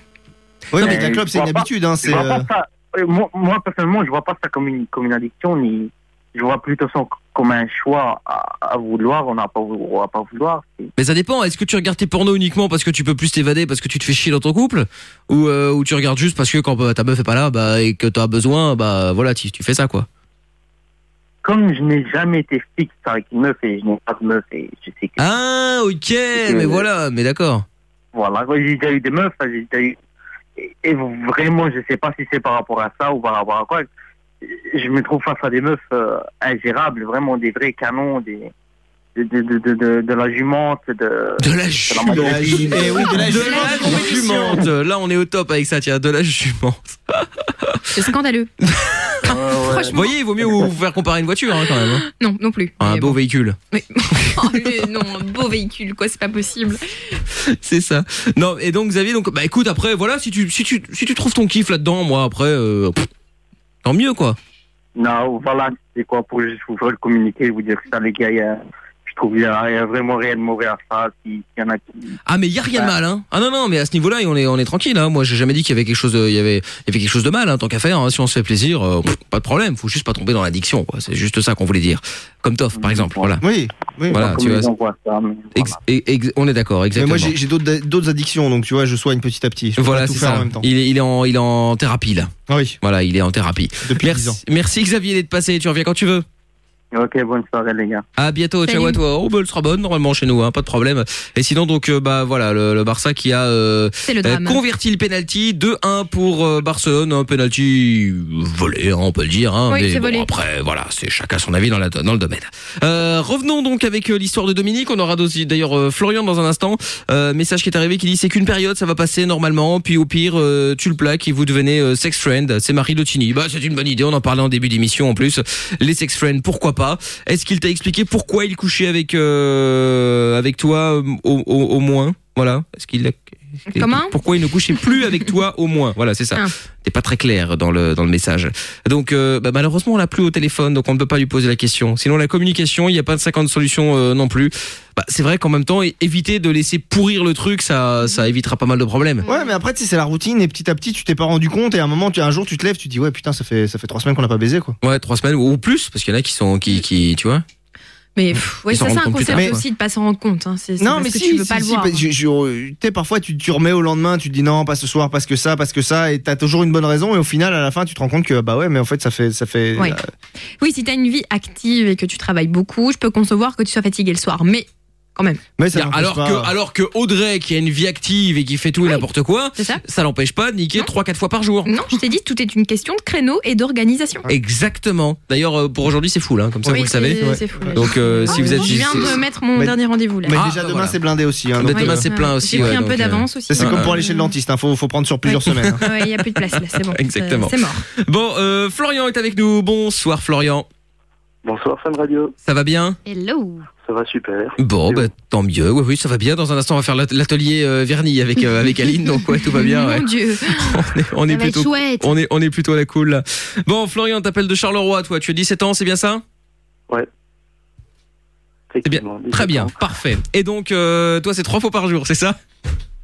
Oui, Euh, mais la clope, je c'est une vois pas- habitude, hein. je C'est. vois pas euh, ça- euh, moi, moi, personnellement, je vois pas ça comme une, comme une addiction, ni. Je vois plutôt ça comme un choix à, à vouloir, on n'a pas, vou- on va pas vouloir. C'est- Mais ça dépend. Est-ce que tu regardes tes pornos uniquement parce que tu peux plus t'évader parce que tu te fais chier dans ton couple, ou euh, ou tu regardes juste parce que quand bah, ta meuf est pas là, bah et que t'as besoin, bah voilà, tu, tu fais ça quoi. Comme je n'ai jamais été fixe avec une meuf et je n'ai pas de meuf et je sais que. Ah, ok, mais voilà, mais d'accord. Voilà, quoi, j'ai déjà eu des meufs, hein, j'ai déjà eu. Et, et vraiment, je sais pas si c'est par rapport à ça ou par rapport à quoi. Je me trouve face à des meufs euh, ingérables, vraiment des vrais canons, des. De, de, de, de, de, de la jumente, de... De la jumente. De la ju- eh oui, de la De la jumente. Là, on est au top avec ça. Tiens, de la jumente. C'est scandaleux. Vous voyez, il vaut mieux vous vous faire comparer à une voiture hein, quand même. hein. Non, non plus. Un beau véhicule. Oh, le- non, un beau véhicule, quoi, c'est pas possible. C'est ça. Non, et donc Xavier, donc bah écoute, après voilà, si tu si tu si tu trouves ton kiff là-dedans, moi après, euh, pff, tant mieux quoi. Non, voilà, c'est quoi pour juste vous faire le communiquer, vous dire que ça, les gars, il y a- je trouve qu'il y, a il y a vraiment rien de mauvais à ça. S'il y en a qui. Ah mais y a rien de mal hein. Ah non non, mais à ce niveau-là, on est on est tranquille hein. Moi, j'ai jamais dit qu'il y avait quelque chose de il y avait il y avait quelque chose de mal hein, tant qu'à faire hein. si on se fait plaisir, euh, pff, pas de problème, faut juste pas tomber dans l'addiction quoi. C'est juste ça qu'on voulait dire. Comme Toff par exemple, voilà. Oui, oui. Voilà, Comme tu les vois. gens Ex- et- ex- on est d'accord, Mais exactement. moi, j'ai j'ai d'autres d'autres addictions, donc tu vois, je soigne petit à petit. Je peux Voilà, pas tout c'est faire ça. en même temps. Ah Il est, il est en, il est en thérapie là. Oui. Voilà, il est en thérapie. Depuis merci, dix ans. merci Xavier d'être passé. Tu reviens quand tu veux. Ok, bonne soirée les gars. À bientôt, ciao à toi. Oh, bah, elle sera bonne normalement chez nous, hein, pas de problème. Et sinon, donc, euh, bah voilà, le, le Barça qui a euh, C'est le euh, drame. converti le penalty 2-1 pour euh, Barcelone, un penalty volé, hein, on peut le dire. Hein, Oui, mais c'est bon, volé. après, voilà, c'est chacun son avis dans, la, dans le domaine. Euh, revenons donc avec euh, l'histoire de Dominique. On aura d'aussi- d'ailleurs euh, Florian dans un instant. Euh, message qui est arrivé qui dit c'est qu'une période, ça va passer normalement. Puis au pire, euh, tu le plaques et vous devenez euh, sex friend. C'est Marie Lotini. Bah c'est une bonne idée. On en parlait en début d'émission en plus. Les sex friends, pourquoi pas Est-ce qu'il t'a expliqué pourquoi il couchait avec euh, avec toi euh, au, au- au moins Voilà. Est-ce qu'il a- Comment pourquoi il ne couchait plus avec toi au moins Voilà, c'est ça. Ah. T'es pas très clair dans le dans le message. Donc euh, bah, malheureusement, on l'a plus au téléphone, donc on ne peut pas lui poser la question. Sinon la communication, il n'y a pas de 50 solutions euh, non plus. Bah, c'est vrai qu'en même temps, é- éviter de laisser pourrir le truc, ça ça évitera pas mal de problèmes. Ouais, mais après, tu sais, c'est la routine et petit à petit, tu t'es pas rendu compte et à un moment, tu, un jour, tu te lèves, tu te dis ouais, putain, ça fait, ça fait trois semaines qu'on n'a pas baisé, quoi. Ouais, trois semaines ou plus, parce qu'il y en a qui sont qui qui tu vois. Mais pff, ouais, Ils s'en ça c'est rendent un compte plus concept tard, quoi. aussi de pas s'en rendre compte. Hein. C'est c'est Non, parce mais que si, tu veux si, pas le si, bah, voir. hein. parce que je- je- tu sais, parfois, tu, tu remets au lendemain, tu te dis non, pas ce soir, parce que ça, parce que ça, et t'as toujours une bonne raison, et au final, à la fin, tu te rends compte que bah ouais, mais en fait, ça fait, ça fait. euh, Ouais. Euh, Oui, si t'as une vie active et que tu travailles beaucoup, je peux concevoir que tu sois fatigué le soir, mais quand même. Mais ça Bien, alors n'empêche pas- que alors que Audrey qui a une vie active et qui fait tout et n'importe quoi, ça, l'empêche pas de niquer trois quatre fois par jour. Non, je t'ai dit, tout est une question de créneau et d'organisation. Exactement. D'ailleurs euh, pour aujourd'hui c'est full hein, comme ça Oui, vous le c'est- savez. c'est full. Donc euh, si vous êtes Je viens de mettre mon Mais- dernier rendez-vous là. Mais Ah, déjà, bah demain, voilà. c'est blindé aussi. Hein, Mais donc, demain, c'est plein aussi, J'ai pris ouais, un peu donc, euh, d'avance aussi. Ça, C'est Ouais. comme pour aller chez le dentiste, hein, faut, faut prendre sur plusieurs semaines. hein. Ouais, il n'y a plus de place là, c'est bon. Exactement. C'est mort. Bon, euh, Florian est avec nous. Bonsoir Florian. Bonsoir Femme Radio. Ça va bien Hello. Ça va super. Bon, bah, tant mieux. Oui, oui, ça va bien. Dans un instant, on va faire l'at- l'atelier euh, vernis avec euh, avec Aline. Donc ouais, tout va bien. ouais. Mon Dieu. On est, on Ça est va être plutôt, chouette. on est on est plutôt à la cool. Là. Bon, Florian, t'appelles de Charleroi, toi. Tu as 17 ans, c'est bien ça Ouais. C'est bien. Très bien. Parfait. Et donc, euh, toi, c'est trois fois par jour, c'est ça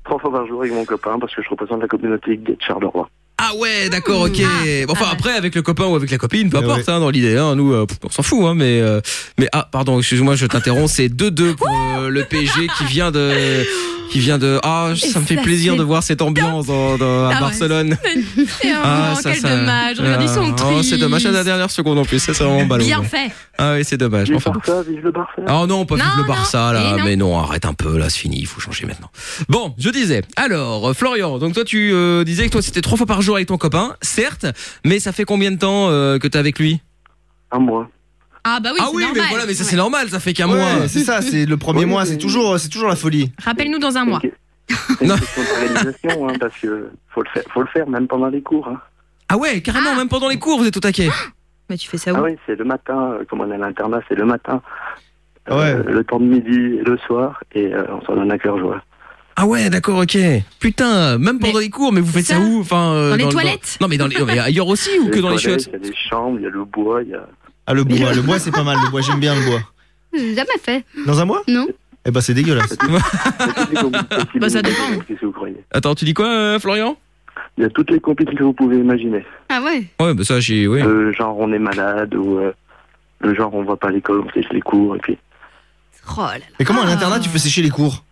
Trois fois par jour avec mon copain parce que je représente la communauté gay de Charleroi. Ah ouais, d'accord, ok. Ah, Bon, enfin, après, avec le copain ou avec la copine, peu importe, hein, dans l'idée. hein, nous, euh, pff, on s'en fout, hein, mais... euh, mais ah, pardon, excuse-moi, je t'interromps. C'est 2-2 pour euh, le PSG qui vient de... Qui vient de... Ah, Et ça me fait ça, plaisir c'est de voir cette ambiance dans- dans- Ah à ouais. Barcelone. Et oh, quel dommage. Regarde, ils sont Ah, oh, c'est dommage à la tristes. dernière seconde en plus, ça c'est vraiment ballot. Bien fait. Ah oui, c'est dommage. Enfin, Ah non, pas vive le Barça là, mais non, arrête un peu là, c'est fini, il faut changer maintenant. Bon, je disais. Alors, euh, Florian, donc toi tu euh, disais que toi c'était trois fois par jour avec ton copain, certes, mais ça fait combien de temps euh, que t'es avec lui Un mois. Ah bah oui, ah c'est oui, normal. mais voilà, mais ça c'est normal, ça fait qu'un Ouais, mois. c'est ça, c'est le premier mois, c'est toujours, c'est toujours la folie. Rappelle-nous dans un mois. C'est une question d'organisation hein, parce que faut le faire, faut le faire même pendant les cours. hein. Ah ouais, carrément, même pendant les cours, vous êtes au taquet. Mais tu fais ça Ah, oui, c'est le matin. euh, Comme on est à l'internat, c'est le matin. Euh, le temps de midi, le soir, et euh, on s'en donne à cœur joie. Ah ouais, d'accord, ok. Putain, même pendant les cours, mais vous faites ça, où Enfin, euh, Dans les toilettes Non, mais dans les, non, mais ailleurs aussi ou Il y a que dans les toilettes, chiottes Il y a des chambres, il y a le bois, il y a. Ah, le bois, le bois, c'est pas mal, le bois, j'aime bien le bois. J'ai jamais fait. Dans un mois Non. Eh ben, c'est dégueulasse. Bah, ça dépend. Qu'est-ce que vous croyez Attends, tu dis quoi, euh, Florian Il y a toutes les compétitions que vous pouvez imaginer. Ah ouais Ouais, bah ça, j'ai. Oui. Euh, genre, on est malade, ou euh, le genre, on va pas à l'école, on sèche les cours, et puis. Mais comment à l'internat, tu peux sécher les cours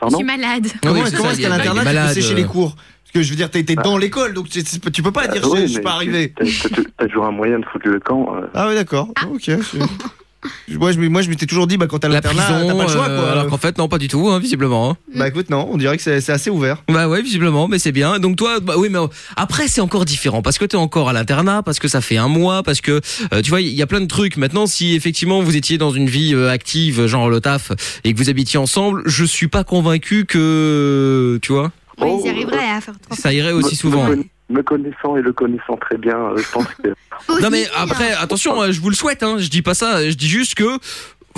Pardon Je suis malade. Comment, oui, c'est comment ça, est-ce il y qu'à a- il l'internat, est tu peux malade, sécher euh. les cours Parce que je veux dire, t'es t'es Ah. dans l'école, donc tu tu peux pas dire je je suis pas arrivé. Euh, T'as toujours un moyen de foutre le camp. euh. Ah ouais, d'accord. Ok. je- Moi, je, m'ai- moi, je m'étais toujours dit, bah, quand t'as La l'internat, prison, t'as pas le choix, quoi. euh, alors qu'en fait, non, pas du tout, hein, visiblement. hein. Bah écoute, non, on dirait que c'est c'est assez ouvert. Bah ouais, visiblement, mais c'est bien. Donc toi, bah oui, mais euh, après c'est encore différent parce que t'es encore à l'internat, parce que ça fait un mois, parce que euh, tu vois, il y a plein de trucs. Maintenant, si effectivement vous étiez dans une vie euh, active, genre le taf, et que vous habitiez ensemble, je suis pas convaincu que, tu vois, Ouais, ils y arriveraient à faire trois. ça irait aussi Me- souvent. hein. Me, conna- me connaissant et le connaissant très bien, euh, je pense que. Non mais après, attention, hein, je vous le souhaite. Hein, je dis pas ça. Je dis juste que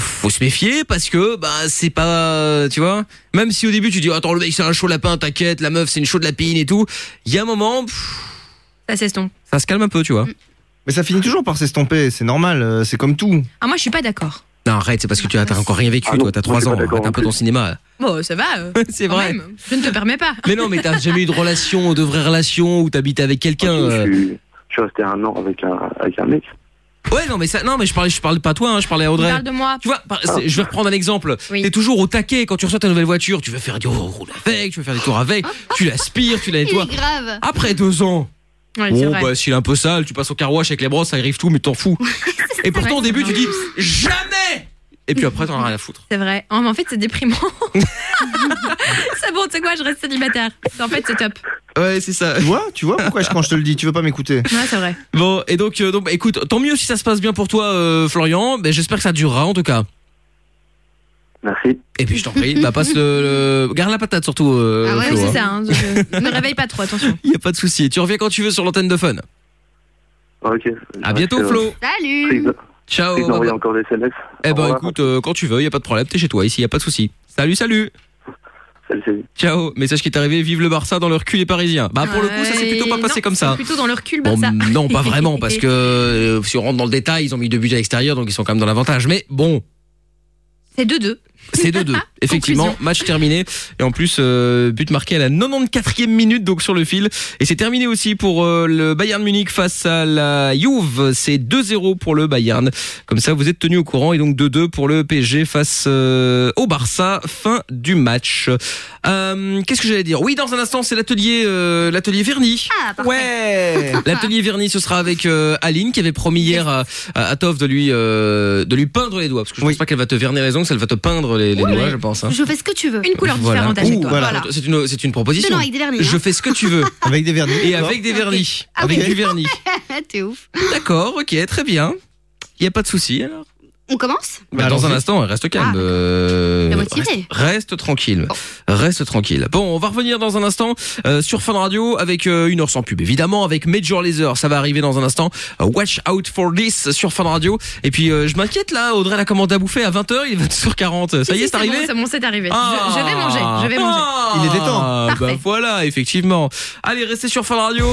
faut se méfier parce que bah c'est pas, tu vois. Même si au début tu dis attends le mec c'est un chaud lapin, t'inquiète, la meuf c'est une chaude lapine et tout. Il y a un moment, pff, Ça s'estompe. ça se calme un peu, tu vois. Mais ça finit toujours par s'estomper, c'est normal, euh, c'est comme tout. Ah moi je suis pas d'accord. Non, arrête, c'est parce que tu as t'as encore rien vécu, toi, t'as 3 ans, t'as un peu ton cinéma. Bon, ça va. euh, C'est quand vrai. même. Je ne te permets pas. Mais non, mais t'as jamais eu de relation, de vraie relation, où t'habitais avec quelqu'un. euh. Je suis resté un an avec un, avec un mec. Ouais, non, mais ça, non, mais je parlais, je parle pas à toi, hein, je parlais à Tu Audrey. parles de moi. Tu vois, par- c'est- je vais reprendre un exemple. T'es toujours au taquet quand tu reçois ta nouvelle voiture. Tu veux faire du roule avec, tu veux faire des tours avec, tu l'aspires, tu la nettoies. grave. Après deux ans, Ouais, c'est bon, vrai. bah, s'il est un peu sale, tu passes au car wash avec les brosses, ça arrive tout, mais t'en fous. Et pourtant, au début, tu dis jamais Et puis après, t'en as rien à foutre. C'est vrai. Oh, mais en fait, c'est déprimant. c'est bon, tu sais quoi, je reste célibataire. En fait, c'est top. Ouais, c'est ça. Tu vois, tu vois pourquoi je, quand je te le dis, tu veux pas m'écouter. Ouais, c'est vrai. Bon, et donc, euh, donc bah, écoute, tant mieux si ça se passe bien pour toi, euh, Florian. Ben, J'espère que ça durera, en tout cas. Merci. Et puis, je t'en prie, bah, passe le, le- Garde la patate, surtout. euh, ah ouais, Flo, c'est hein. ça. hein, je- Ne me réveille pas trop, attention. Il y a pas de souci. Tu reviens quand tu veux sur l'antenne de Fun. Ok. euh, À bientôt, Flo. Salut Ciao. Ils bye ont envoyé bye. encore des SMS. Eh ben, écoute, euh, quand tu veux, il y a pas de problème. T'es chez toi ici, il y a pas de souci. Salut, salut. Salut, salut. Ciao. Message qui est arrivé. Vive le Barça dans le recul des Parisiens. Bah pour le coup, ça s'est plutôt pas Ouais, passé non, comme ça. c'est Plutôt dans le recul, Bon, Barça. Oh non, pas vraiment, parce que euh, si on rentre dans le détail, ils ont mis deux buts à l'extérieur, donc ils sont quand même dans l'avantage. Mais bon, C'est 2-2. c'est 2-2. Effectivement, match terminé. Et en plus, euh, but marqué à la 94e minute, donc sur le fil. Et c'est terminé aussi pour euh, le Bayern Munich face à la Juve. C'est 2-0 pour le Bayern. Comme ça, vous êtes tenus au courant. Et donc 2-2 pour le PSG face euh, au Barça. Fin du match. Euh, Qu'est-ce que j'allais dire Oui, dans un instant, c'est l'atelier euh, l'atelier Vernis. Ah, Ouais L'atelier vernis, ce sera avec euh, Aline qui avait promis hier à, à, à Tov de lui euh, de lui peindre les doigts parce que je pense pas qu'elle va te verner les ongles, elle va te peindre les, les Oui. doigts, je pense. hein. Je fais ce que tu veux. Une Voilà. Ouh, voilà. C'est une c'est une proposition. Non, non, avec des vernis, Je hein. fais ce que tu veux. avec des vernis. Et avec des vernis. Ah avec oui. du vernis. T'es ouf. D'accord, ok, très bien. Il y a pas de souci alors. On commence Bah, dans un instant, reste Ah, calme. euh, T'es motivé reste, reste Oh. tranquille. Reste tranquille. Bon, on va revenir dans un instant euh, sur Fun Radio avec euh, une heure sans pub, évidemment, avec Major Laser. Ça va arriver dans un instant. Euh, watch out for this sur Fun Radio. Et puis, euh, je m'inquiète là, Audrey la commande à bouffer à 20h, il est 20h40. Ça y est, c'est arrivé bon, C'est bon, c'est arrivé. Je- Ah. je, vais manger, je vais manger. Ah, Bah Parfait. voilà, effectivement. Allez, restez sur Fun Radio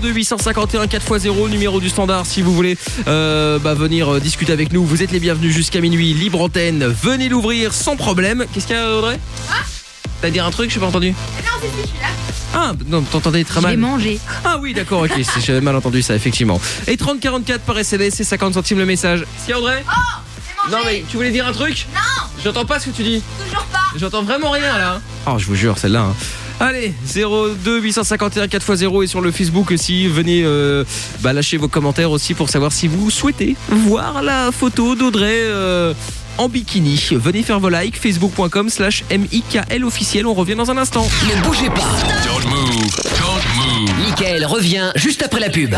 02851 4x0 numéro du standard si vous voulez euh, bah, venir euh, discuter avec nous. Vous êtes les bienvenus jusqu'à minuit, libre antenne. Venez l'ouvrir sans problème. Qu'est-ce qu'il y a Audrey T'as à dire un truc, j'ai pas entendu. Non, c'est je suis là. Ah, non, t'entendais très mal. manger. Ah oui, d'accord, ok, c'est- j'avais mal entendu ça, effectivement. Et 3044 par SMS et 50 centimes le message. Si Audrey Non mais tu voulais dire un truc Non J'entends pas ce que tu dis. Toujours pas J'entends vraiment rien là. Oh, je vous jure, celle-là. hein. Allez, 02 851 4x0 et sur le Facebook aussi, venez euh, bah, lâcher vos commentaires aussi pour savoir si vous souhaitez voir la photo d'Audrey euh, en bikini. Venez faire vos likes, facebook.com slash MIKL officiel, on revient dans un instant. Ne bougez pas. Don't move. Don't move. Michael revient juste après la pub.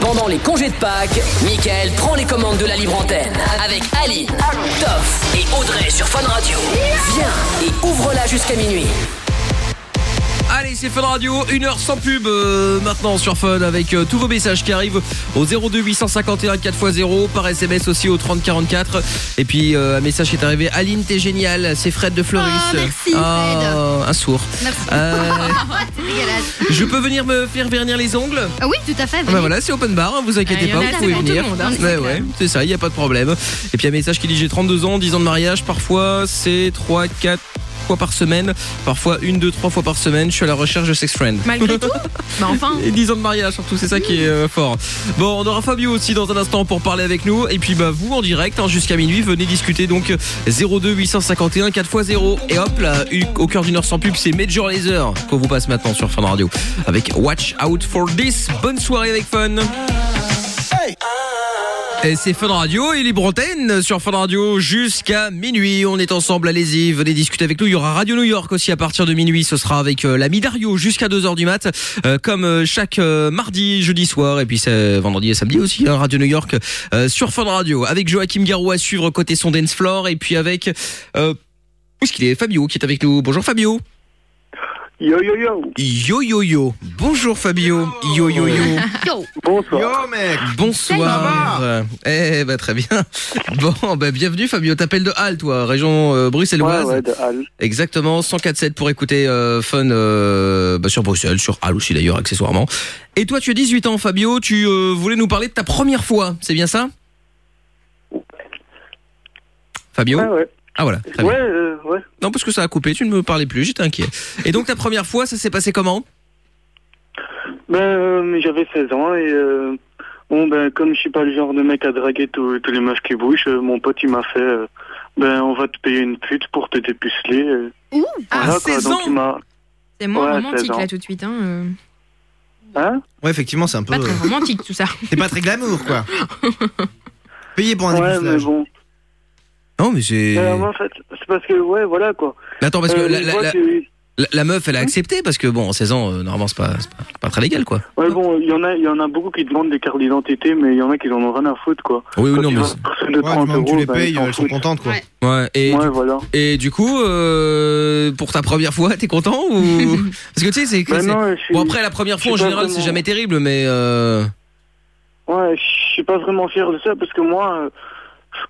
Pendant les congés de Pâques, Michael prend les commandes de la libre antenne avec Aline, Toff et Audrey sur Fun Radio. Viens et ouvre-la jusqu'à minuit. Allez, c'est Fun Radio, une heure sans pub euh, maintenant sur Fun avec euh, tous vos messages qui arrivent au 02 851 4x0 par SMS aussi au 3044 et puis euh, un message qui est arrivé Aline t'es géniale, c'est Fred de Floris. merci, Ah, un sourd. Merci. Euh, c'est dégueulasse. je peux venir me faire vernir les ongles Ah oui, tout à fait. ah bah voilà, c'est open bar, hein, vous inquiétez Ah, il y pas, en a, vous c'est pouvez pour tout venir. le monde, hein, c'est Ouais, clair. ouais, c'est ça, il n'y a pas de problème. Et puis un message qui dit j'ai 32 ans, 10 ans de mariage, parfois c'est 3, 4 fois par semaine, parfois une, deux, trois fois par semaine, je suis à la recherche de sex friend. Malgré tout Bah enfin. Et 10 ans de mariage surtout, c'est ça qui est euh, fort. Bon, on aura Fabio aussi dans un instant pour parler avec nous. Et puis bah vous en direct hein, jusqu'à minuit, venez discuter donc 02 851 4x0. Et hop là, une- au cœur d'une heure sans pub, c'est Major Laser qu'on vous passe maintenant sur Fun Radio avec Watch Out for This. Bonne soirée avec Fun. Et c'est Fun Radio et Libre Antenne sur Fun Radio jusqu'à minuit. On est ensemble, allez-y, venez discuter avec nous. Il y aura Radio New York aussi à partir de minuit. Ce sera avec euh, l'ami Dario jusqu'à 2h du mat, euh, comme euh, chaque euh, mardi, jeudi soir, et puis c'est vendredi et samedi aussi, hein, Radio New York euh, sur Fun Radio. Avec Joachim Garou à suivre côté son dance floor, et puis avec... Euh, où est-ce qu'il est Fabio qui est avec nous. Bonjour Fabio. Yo yo yo. Yo yo yo. Bonjour Fabio. Yo yo yo. Bonsoir. Yo mec. Bonsoir. Eh bah très bien. Bon bah bienvenue Fabio. T'appelles de Halle toi, région euh, bruxelloise. Ouais, ouais, de Halle. Exactement. 104.7 pour écouter euh, Fun euh, bah, sur Bruxelles, sur Halle aussi d'ailleurs accessoirement. Et toi tu as 18 ans Fabio. Tu euh, voulais nous parler de ta première fois. C'est bien ça Fabio. Ah voilà. très bien. Ouais, euh, ouais. Non parce que ça a coupé. Tu ne me parlais plus. J'étais inquiet. Et donc ta première fois, ça s'est passé comment Ben, euh, j'avais 16 ans et euh, bon ben comme je suis pas le genre de mec à draguer tous tous les meufs qui bougent, euh, mon pote il m'a fait euh, ben on va te payer une pute pour te dépuceler. euh. Ouh Ah, Voilà, quoi. Donc, il m'a- C'est moins Ouais, romantique 16 ans. là tout de suite. Hein. euh. Hein Ouais, effectivement, c'est un peu. Pas très euh, romantique tout ça. C'est pas très glamour, quoi. Payé pour un dépistage. Non, mais c'est. Euh, moi, en fait, c'est parce que, ouais, voilà quoi. Mais Attends, parce que Euh, la, je la- vois la- que- la- la meuf, elle a accepté parce que bon, en 16 ans, euh, normalement, c'est pas, c'est pas, pas très légal quoi. Ouais, bon, il y en a, il y en a beaucoup qui demandent des cartes d'identité, mais il y en a qui en ont rien à foutre, quoi. Oui, oui, Quand non, ils mais voient c'est- personne de 30 euros, ben, ils euh, s'en foutent. contentes quoi. Ouais, et, du, et du coup, euh, pour ta première fois, t'es content ou Parce que tu sais, c'est que Ben c'est- non, je suis- bon après la première je fois en suis pas général, c'est vraiment- jamais terrible, mais euh, Ouais, je suis pas vraiment fier de ça parce que moi, euh,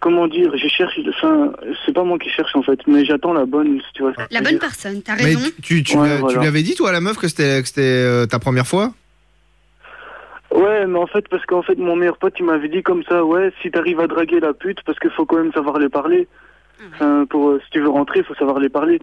comment dire, je cherche, enfin, c'est pas moi qui cherche en fait, mais j'attends la bonne, si tu vois. ce que je La veux bonne dire. personne, t'as Mais raison. tu, tu, Ouais, l'as- tu voilà. l'avais dit, toi, à la meuf, que c'était que c'était, euh, ta première fois Ouais, mais en fait, parce qu'en fait, mon meilleur pote, il m'avait dit comme ça, ouais, si t'arrives à draguer la pute, parce qu'il faut quand même savoir les parler. Mhm. Enfin, pour, euh, si tu veux rentrer, il faut savoir les parler.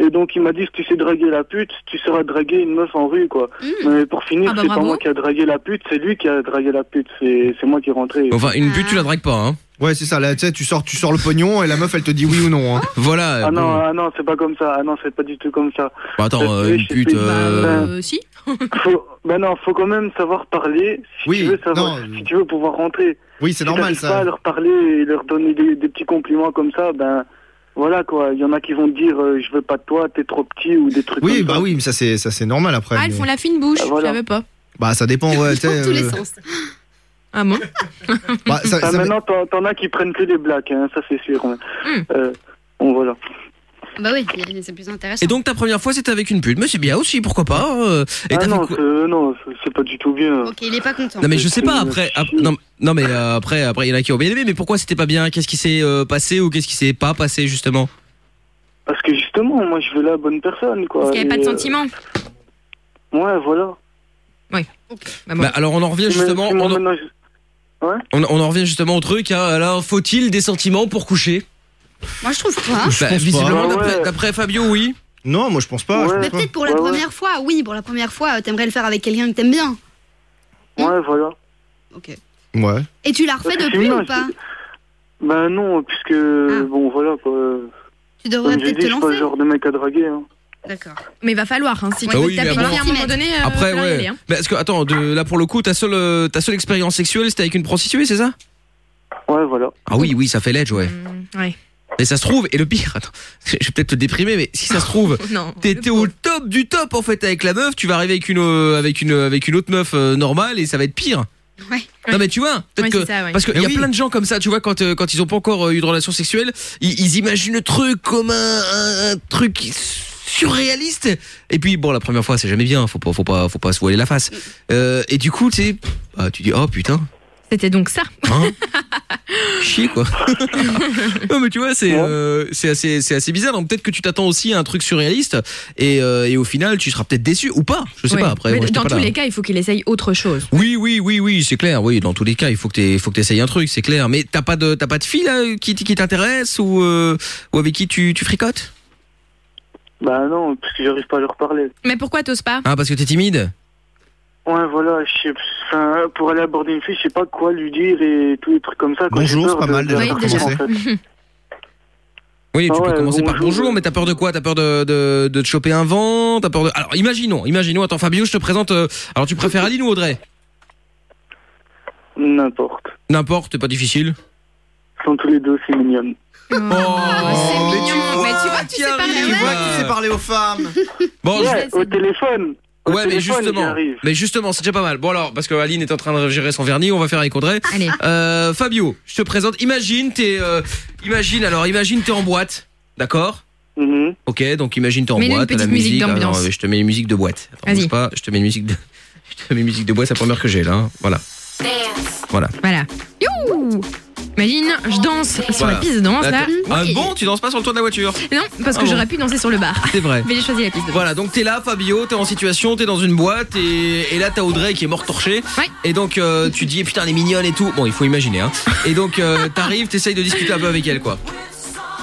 Et donc, il m'a dit, si tu sais draguer la pute, tu sauras draguer une meuf en rue, quoi. Mais pour finir, Ah bah c'est pas bravo. moi qui a dragué la pute, c'est lui qui a dragué la pute, c'est c'est moi qui est rentré. enfin une Euh. pute, tu la dragues pas. Hein. Ouais, c'est ça. Là, tu sais, tu sors, tu sors le pognon et la meuf, elle te dit oui ou non. hein. Voilà. Ah non, bon. ah non, c'est pas comme ça, ah non, c'est pas du tout comme ça. Bah, attends, Parce euh, que une je sais pute, plus. euh, Ben, Euh, si. faut, ben non, faut quand même savoir parler si, tu, veux savoir, si tu veux pouvoir rentrer. Oui, c'est Si normal, t'arrives ça. pas à leur parler et leur donner des, des petits compliments comme ça, ben voilà quoi. Il y en a qui vont te dire euh, je veux pas de toi, t'es trop petit ou des trucs Oui, comme bah ça. oui, mais ça c'est ça c'est normal après. Ah, elles mais- font la fine bouche, Ah, je voilà. savais pas. Bah ça dépend, ouais. tu sais, euh, Ah bon Bah, ça- Ah, ça- maintenant, t'en, t'en as qui prennent que des blagues, hein, ça c'est sûr. hein. Hmm. Euh, bon voilà. Bah oui, c'est plus intéressant. Et donc ta première fois, c'était avec une pute, mais c'est bien aussi, pourquoi pas hein. Et Ah t'as fait non, quoi c'est, non, c'est- c'est pas du tout bien. Ok, il est pas content. Non mais je sais pas après ap- non, non, mais euh, après après il y en a qui ont bien aimé mais pourquoi c'était pas bien qu'est-ce qui s'est euh, passé ou qu'est-ce qui s'est pas passé justement Parce que justement, moi je veux la bonne personne quoi. Parce qu'il n'y avait Et, pas de euh, sentiment. Ouais, voilà. Oui. Bah, alors on en revient justement on en, on, on en revient justement au truc hein. alors faut-il des sentiments pour coucher Moi, je trouve pas. Bah, visiblement d'après- d'après Fabio oui non moi je pense pas Mais peut-être pour la première fois, oui, pour la première fois, euh, t'aimerais le faire avec quelqu'un que t'aimes bien. Ouais, voilà. Mmh. Ok. Ouais. Et tu l'as refait Parce que depuis sinon, ou pas Ben non, puisque bon voilà quoi. Ah. Tu devrais Comme j'ai peut-être dit, te je suis pas le lancer. genre de mec à draguer. Hein. D'accord. Mais il va falloir, hein, si tu Bah veux oui, te taper mais une fille à un après- moment donné. euh, après faut la régler, ouais hein. mais est-ce que attends de, là pour le coup ta seule euh, ta seule expérience sexuelle c'était avec une prostituée c'est ça Ouais voilà ah oui oui ça fait ledge ouais Ouais. Mais ça se trouve, et le pire, attends, je vais peut-être te déprimer, mais si ça se trouve, Non, t'étais au top du top en fait avec la meuf, tu vas arriver avec une euh, avec une avec une autre meuf euh, normale et ça va être pire. Ouais. Non mais tu vois, peut-être Ouais, que- c'est ça, ouais. parce qu'il Mais y a Eh oui. plein de gens comme ça, tu vois, quand euh, quand ils ont pas encore euh, eu de relation sexuelle, ils, ils imaginent le truc comme un, un- un truc surréaliste. Et puis bon, la première fois, c'est jamais bien, faut pas faut pas faut pas se voiler la face. Euh, et du coup, tu sais, bah, tu dis oh putain, C'était donc ça. hein, chier quoi. non mais tu vois c'est euh, c'est assez c'est assez bizarre donc peut-être que tu t'attends aussi à un truc surréaliste et, euh, et au final tu seras peut-être déçu ou pas je sais Ouais. pas après Mais moi, j'étais dans pas tous là. les cas, il faut qu'il essaye autre chose. oui oui oui oui c'est clair oui dans tous les cas il faut que t'aies- faut que t'essayes un truc c'est clair mais t'as pas de t'as pas de fille là, qui t- qui t'intéresse ou euh, ou avec qui tu tu fricotes Bah non, parce que j'arrive pas à leur parler. Mais pourquoi t'oses pas ah parce que t'es timide Ouais voilà, je sais, enfin, pour aller aborder une fille, je sais pas quoi lui dire et tous les trucs comme ça. quoi. J'ai Bonjour, peur c'est pas de- mal, de déjà, la pour personne, commencer. en fait. oui, tu Ah peux ouais, commencer par bonjour, mais t'as peur de quoi T'as peur de, de, de te choper un vent T'as peur de... Alors, imaginons, imaginons. Attends, Fabio, je te présente... euh, Alors, tu préfères Aline ou Audrey N'importe. N'importe, c'est pas difficile. Ils sont tous les deux aussi mignonnes. Oh, mais tu vois, mais tu vois que tu sais parler, tu vois que tu sais parler aux femmes. Bon, Ouais, je- Au téléphone. Au Ouais, mais téléphone, j'y justement, arrive. mais justement, c'est déjà pas mal. Bon alors, parce que Aline est en train de gérer son vernis, on va faire avec Audrey. Allez. Euh, Fabio, je te présente. Imagine, t'es, euh, imagine alors, imagine t'es en boîte, d'accord Ok, donc imagine t'es en Mets-nous une boîte, à la petite musique musique. Ah, d'ambiance. non, je te mets une musique de boîte. Attends, Vas-y. bouge pas, je te mets une musique de, je te mets une musique de boîte, c'est la première que j'ai là. hein. Voilà, voilà. Voilà. Youhou Imagine, je danse sur Voilà. la piste de danse Là, là. t'es- Ah Oui. bon, tu danses pas sur le toit de la voiture Non, parce que Ah bon. j'aurais pu danser sur le bar. C'est vrai. Mais j'ai choisi la piste de danse. Voilà, donc t'es là, Fabio, t'es en situation, t'es dans une boîte, et, et là t'as Audrey qui est mort torchée. Et donc euh, tu dis, putain, elle est mignonne et tout. Bon, il faut imaginer, hein. Et donc euh, t'arrives, t'essayes de discuter un peu avec elle, quoi.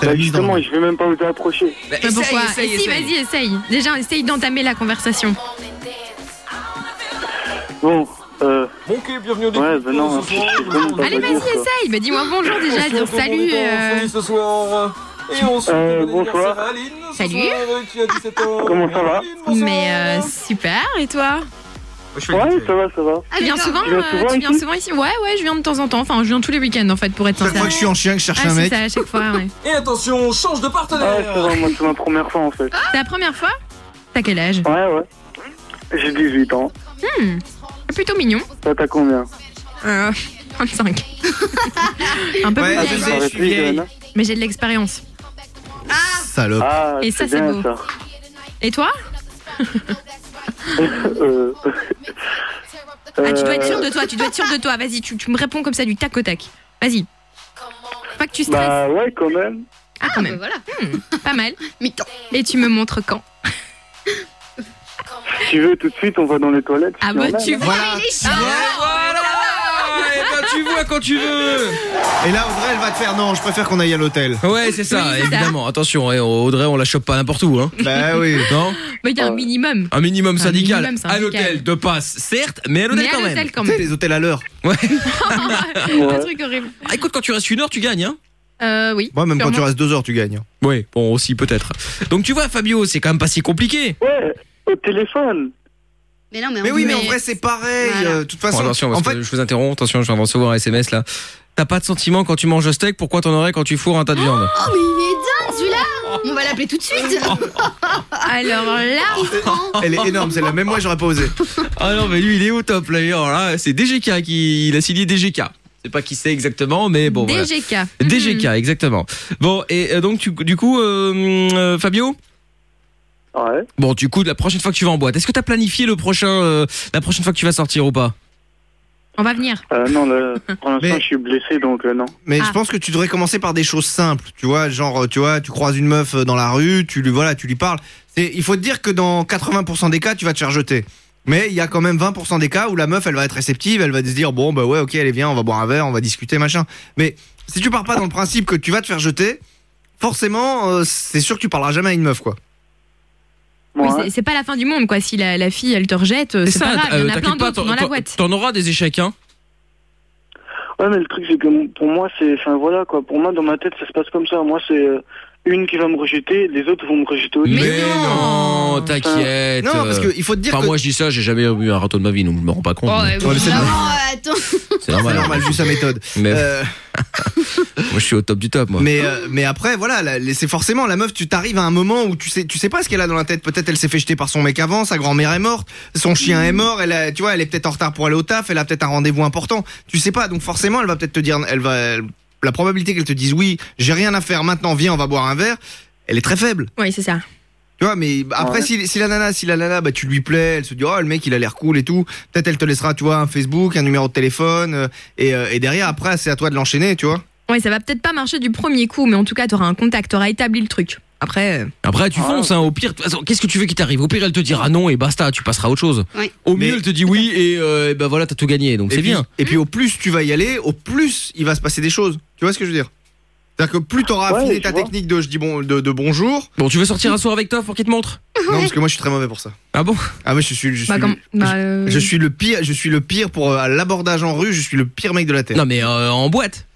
Bah, justement, je vais même pas vous Bah, approcher. Bah, Mais pourquoi Eh Si, vas-y, essaye. Déjà, essaye d'entamer la conversation. Bon, euh... Bon, ok, bienvenue au début. Ouais, ben non, je sais vraiment pas Allez, quoi vas-y, dire, quoi. essaye. Bah, dis-moi bonjour déjà. Dire salut. euh, ce soir. Et on euh, bonsoir. Salut. Comment ça va Mais euh, super, et toi Ouais, ça va, ça va. Tu viens souvent, Tu viens euh, souvent tu viens ici souvent ici Ouais, ouais, je viens de temps en temps. Enfin, je viens tous les week-ends en fait pour être sincère. fois que je suis en chien, que je cherche Ah, un c'est mec. ça, à chaque fois, ouais. Et attention, on change de Ah, Ouais, ça va, moi, c'est ma première fois en fait. C'est la première fois T'as quel âge Ouais, ouais. J'ai 18 ans. Hmm, c'est plutôt mignon. Toi, t'as combien Euh, 35. Un peu Ouais, plus je vieille. sais, je suis vieille. Mais j'ai de l'expérience. Salope. Ah, Et ça, c'est bien, beau. ça. Et toi Euh, Ah, tu dois être sûr euh, de toi, tu dois être sûr de toi. Vas-y, tu, tu me réponds comme ça du tac au tac. Vas-y. Pas que tu stresses. Bah ouais, quand même. ah, quand même. Hmm, pas mal. Et tu me montres quand Si tu veux, tout de suite, on va dans les toilettes. Ah c'est bah, normal, tu hein. vois, il est chiant. Eh ben, tu vois quand tu veux. Et là, Audrey, elle va te faire non, je préfère qu'on aille à l'hôtel. Ouais, c'est ça, Oui, c'est ça. évidemment. Attention, hein, Audrey, on la chope pas n'importe où. Hein. Bah oui. Non Mais il y a un minimum. Un minimum Un syndical. minimum syndical. À l'hôtel, de passe, certes, mais à l'hôtel Mais à quand même. l'hôtel quand même. Tu sais, les hôtels à l'heure. Ouais. Un truc horrible. Ah, écoute, quand tu restes une heure, tu gagnes, hein Euh, oui. Moi, même quand tu sûrement. restes deux heures, tu gagnes. hein. Oui, bon, aussi peut-être. Donc tu vois, Fabio, c'est quand même pas si compliqué. Ouais, au téléphone. Mais non, mais, Mais on- oui, mais en vrai, c'est pareil. euh, De toute Bon, façon, attention, en parce fait, que je vous interromps, attention, je viens de recevoir un SMS là. T'as pas de sentiment quand tu manges un steak, pourquoi t'en aurais quand tu fourres un tas de viande Oh, mais il est dingue celui-là On va l'appeler tout de suite Alors là, elle est énorme celle-là, même moi j'aurais pas osé. Ah non, mais lui il est au top là, Alors là, c'est DGK qui. Il a signé DGK. C'est pas qui c'est exactement, mais bon. voilà. DGK. DGK, exactement. Bon, et euh, donc, tu- du coup, euh, hum, euh, Fabio Ouais. Bon, du coup, la prochaine fois que tu vas en boîte, est-ce que t'as planifié le prochain, euh, la prochaine fois que tu vas sortir ou pas On va venir. Euh, non, là, pour l'instant, je suis blessé, donc euh, non. Mais je pense que tu devrais commencer par des choses simples, tu vois, genre euh, tu vois, tu croises une meuf euh, dans la rue, tu lui voilà, tu lui parles. C'est il faut te dire que dans 80% des cas, tu vas te faire jeter. Mais il y a quand même 20% des cas où la meuf, elle va être réceptive, elle va se dire bon bah ouais, OK, allez viens, on va boire un verre, on va discuter machin. Mais si tu pars pas dans le principe que tu vas te faire jeter, forcément euh, c'est sûr que tu parleras jamais à une meuf quoi. Oui, c'est- c'est pas la fin du monde, quoi. Si la, la fille, elle te rejette, euh, c'est pas grave. Il y en a t'inquiète plein pas, d'autres t'en- dans la t'en- boîte. T'en auras des échecs, hein Ouais, mais le truc, c'est que mon- pour moi, c'est. Enfin, voilà, quoi. Pour moi, dans ma tête, ça se passe comme ça. Moi, c'est euh, une qui va me rejeter, les autres vont me rejeter aussi. Mais non, t'inquiète. euh, Non, parce que il faut te dire Enfin, que- moi je dis ça, j'ai jamais eu un râteau de ma vie, donc je me rends pas compte. Oh, mais- attends. C'est normal. hein. C'est normal, vu sa méthode. Mais- Euh, Moi je suis au top du top, moi. Mais euh, mais après voilà, la- les- c'est forcément la meuf. Tu t'arrives à un moment où tu sais tu sais pas ce qu'elle a dans la tête. Peut-être elle s'est fait jeter par son mec avant, sa grand-mère est morte, son chien est mort. Elle a, tu vois, elle est peut-être en retard pour aller au taf. Elle a peut-être un rendez-vous important. Tu sais pas. Donc forcément, elle va peut-être te dire, elle va elle- la probabilité qu'elle te dise oui, j'ai rien à faire maintenant, viens, on va boire un verre. Elle est très faible. Oui, c'est ça. Tu vois, mais après, Ouais. si, si la nana, si la nana, bah, tu lui plais, elle se dit, oh, le mec, il a l'air cool et tout. Peut-être elle te laissera, tu vois, un Facebook, un numéro de téléphone, euh, et, euh, et derrière, après, c'est à toi de l'enchaîner, tu vois. Ouais, ça va peut-être pas marcher du premier coup, mais en tout cas, t'auras un contact, t'auras établi le truc. Après. euh, Après, tu fonces, hein, au pire, de toute façon, qu'est-ce que tu veux qu'il t'arrive Au pire, elle te dira non et basta, tu passeras à autre chose. Oui. Au mieux, elle te dit oui et, euh, et ben voilà, t'as tout gagné, donc Et c'est puis- bien. Et puis au plus tu vas y aller, au plus il va se passer des choses. Tu vois ce que je veux dire C'est-à-dire que plus t'auras Ouais, affiné je ta vois. technique de je dis bon de, de bonjour. Bon, tu veux sortir un soir avec toi pour qu'il te montre Non, parce que moi je suis très mauvais pour ça. Ah bon Ah moi je suis je suis Bah, comme- bah, euh, je suis le pire, je suis le pire pour euh, à l'abordage en rue, je suis le pire mec de la terre. Non mais euh, en boîte.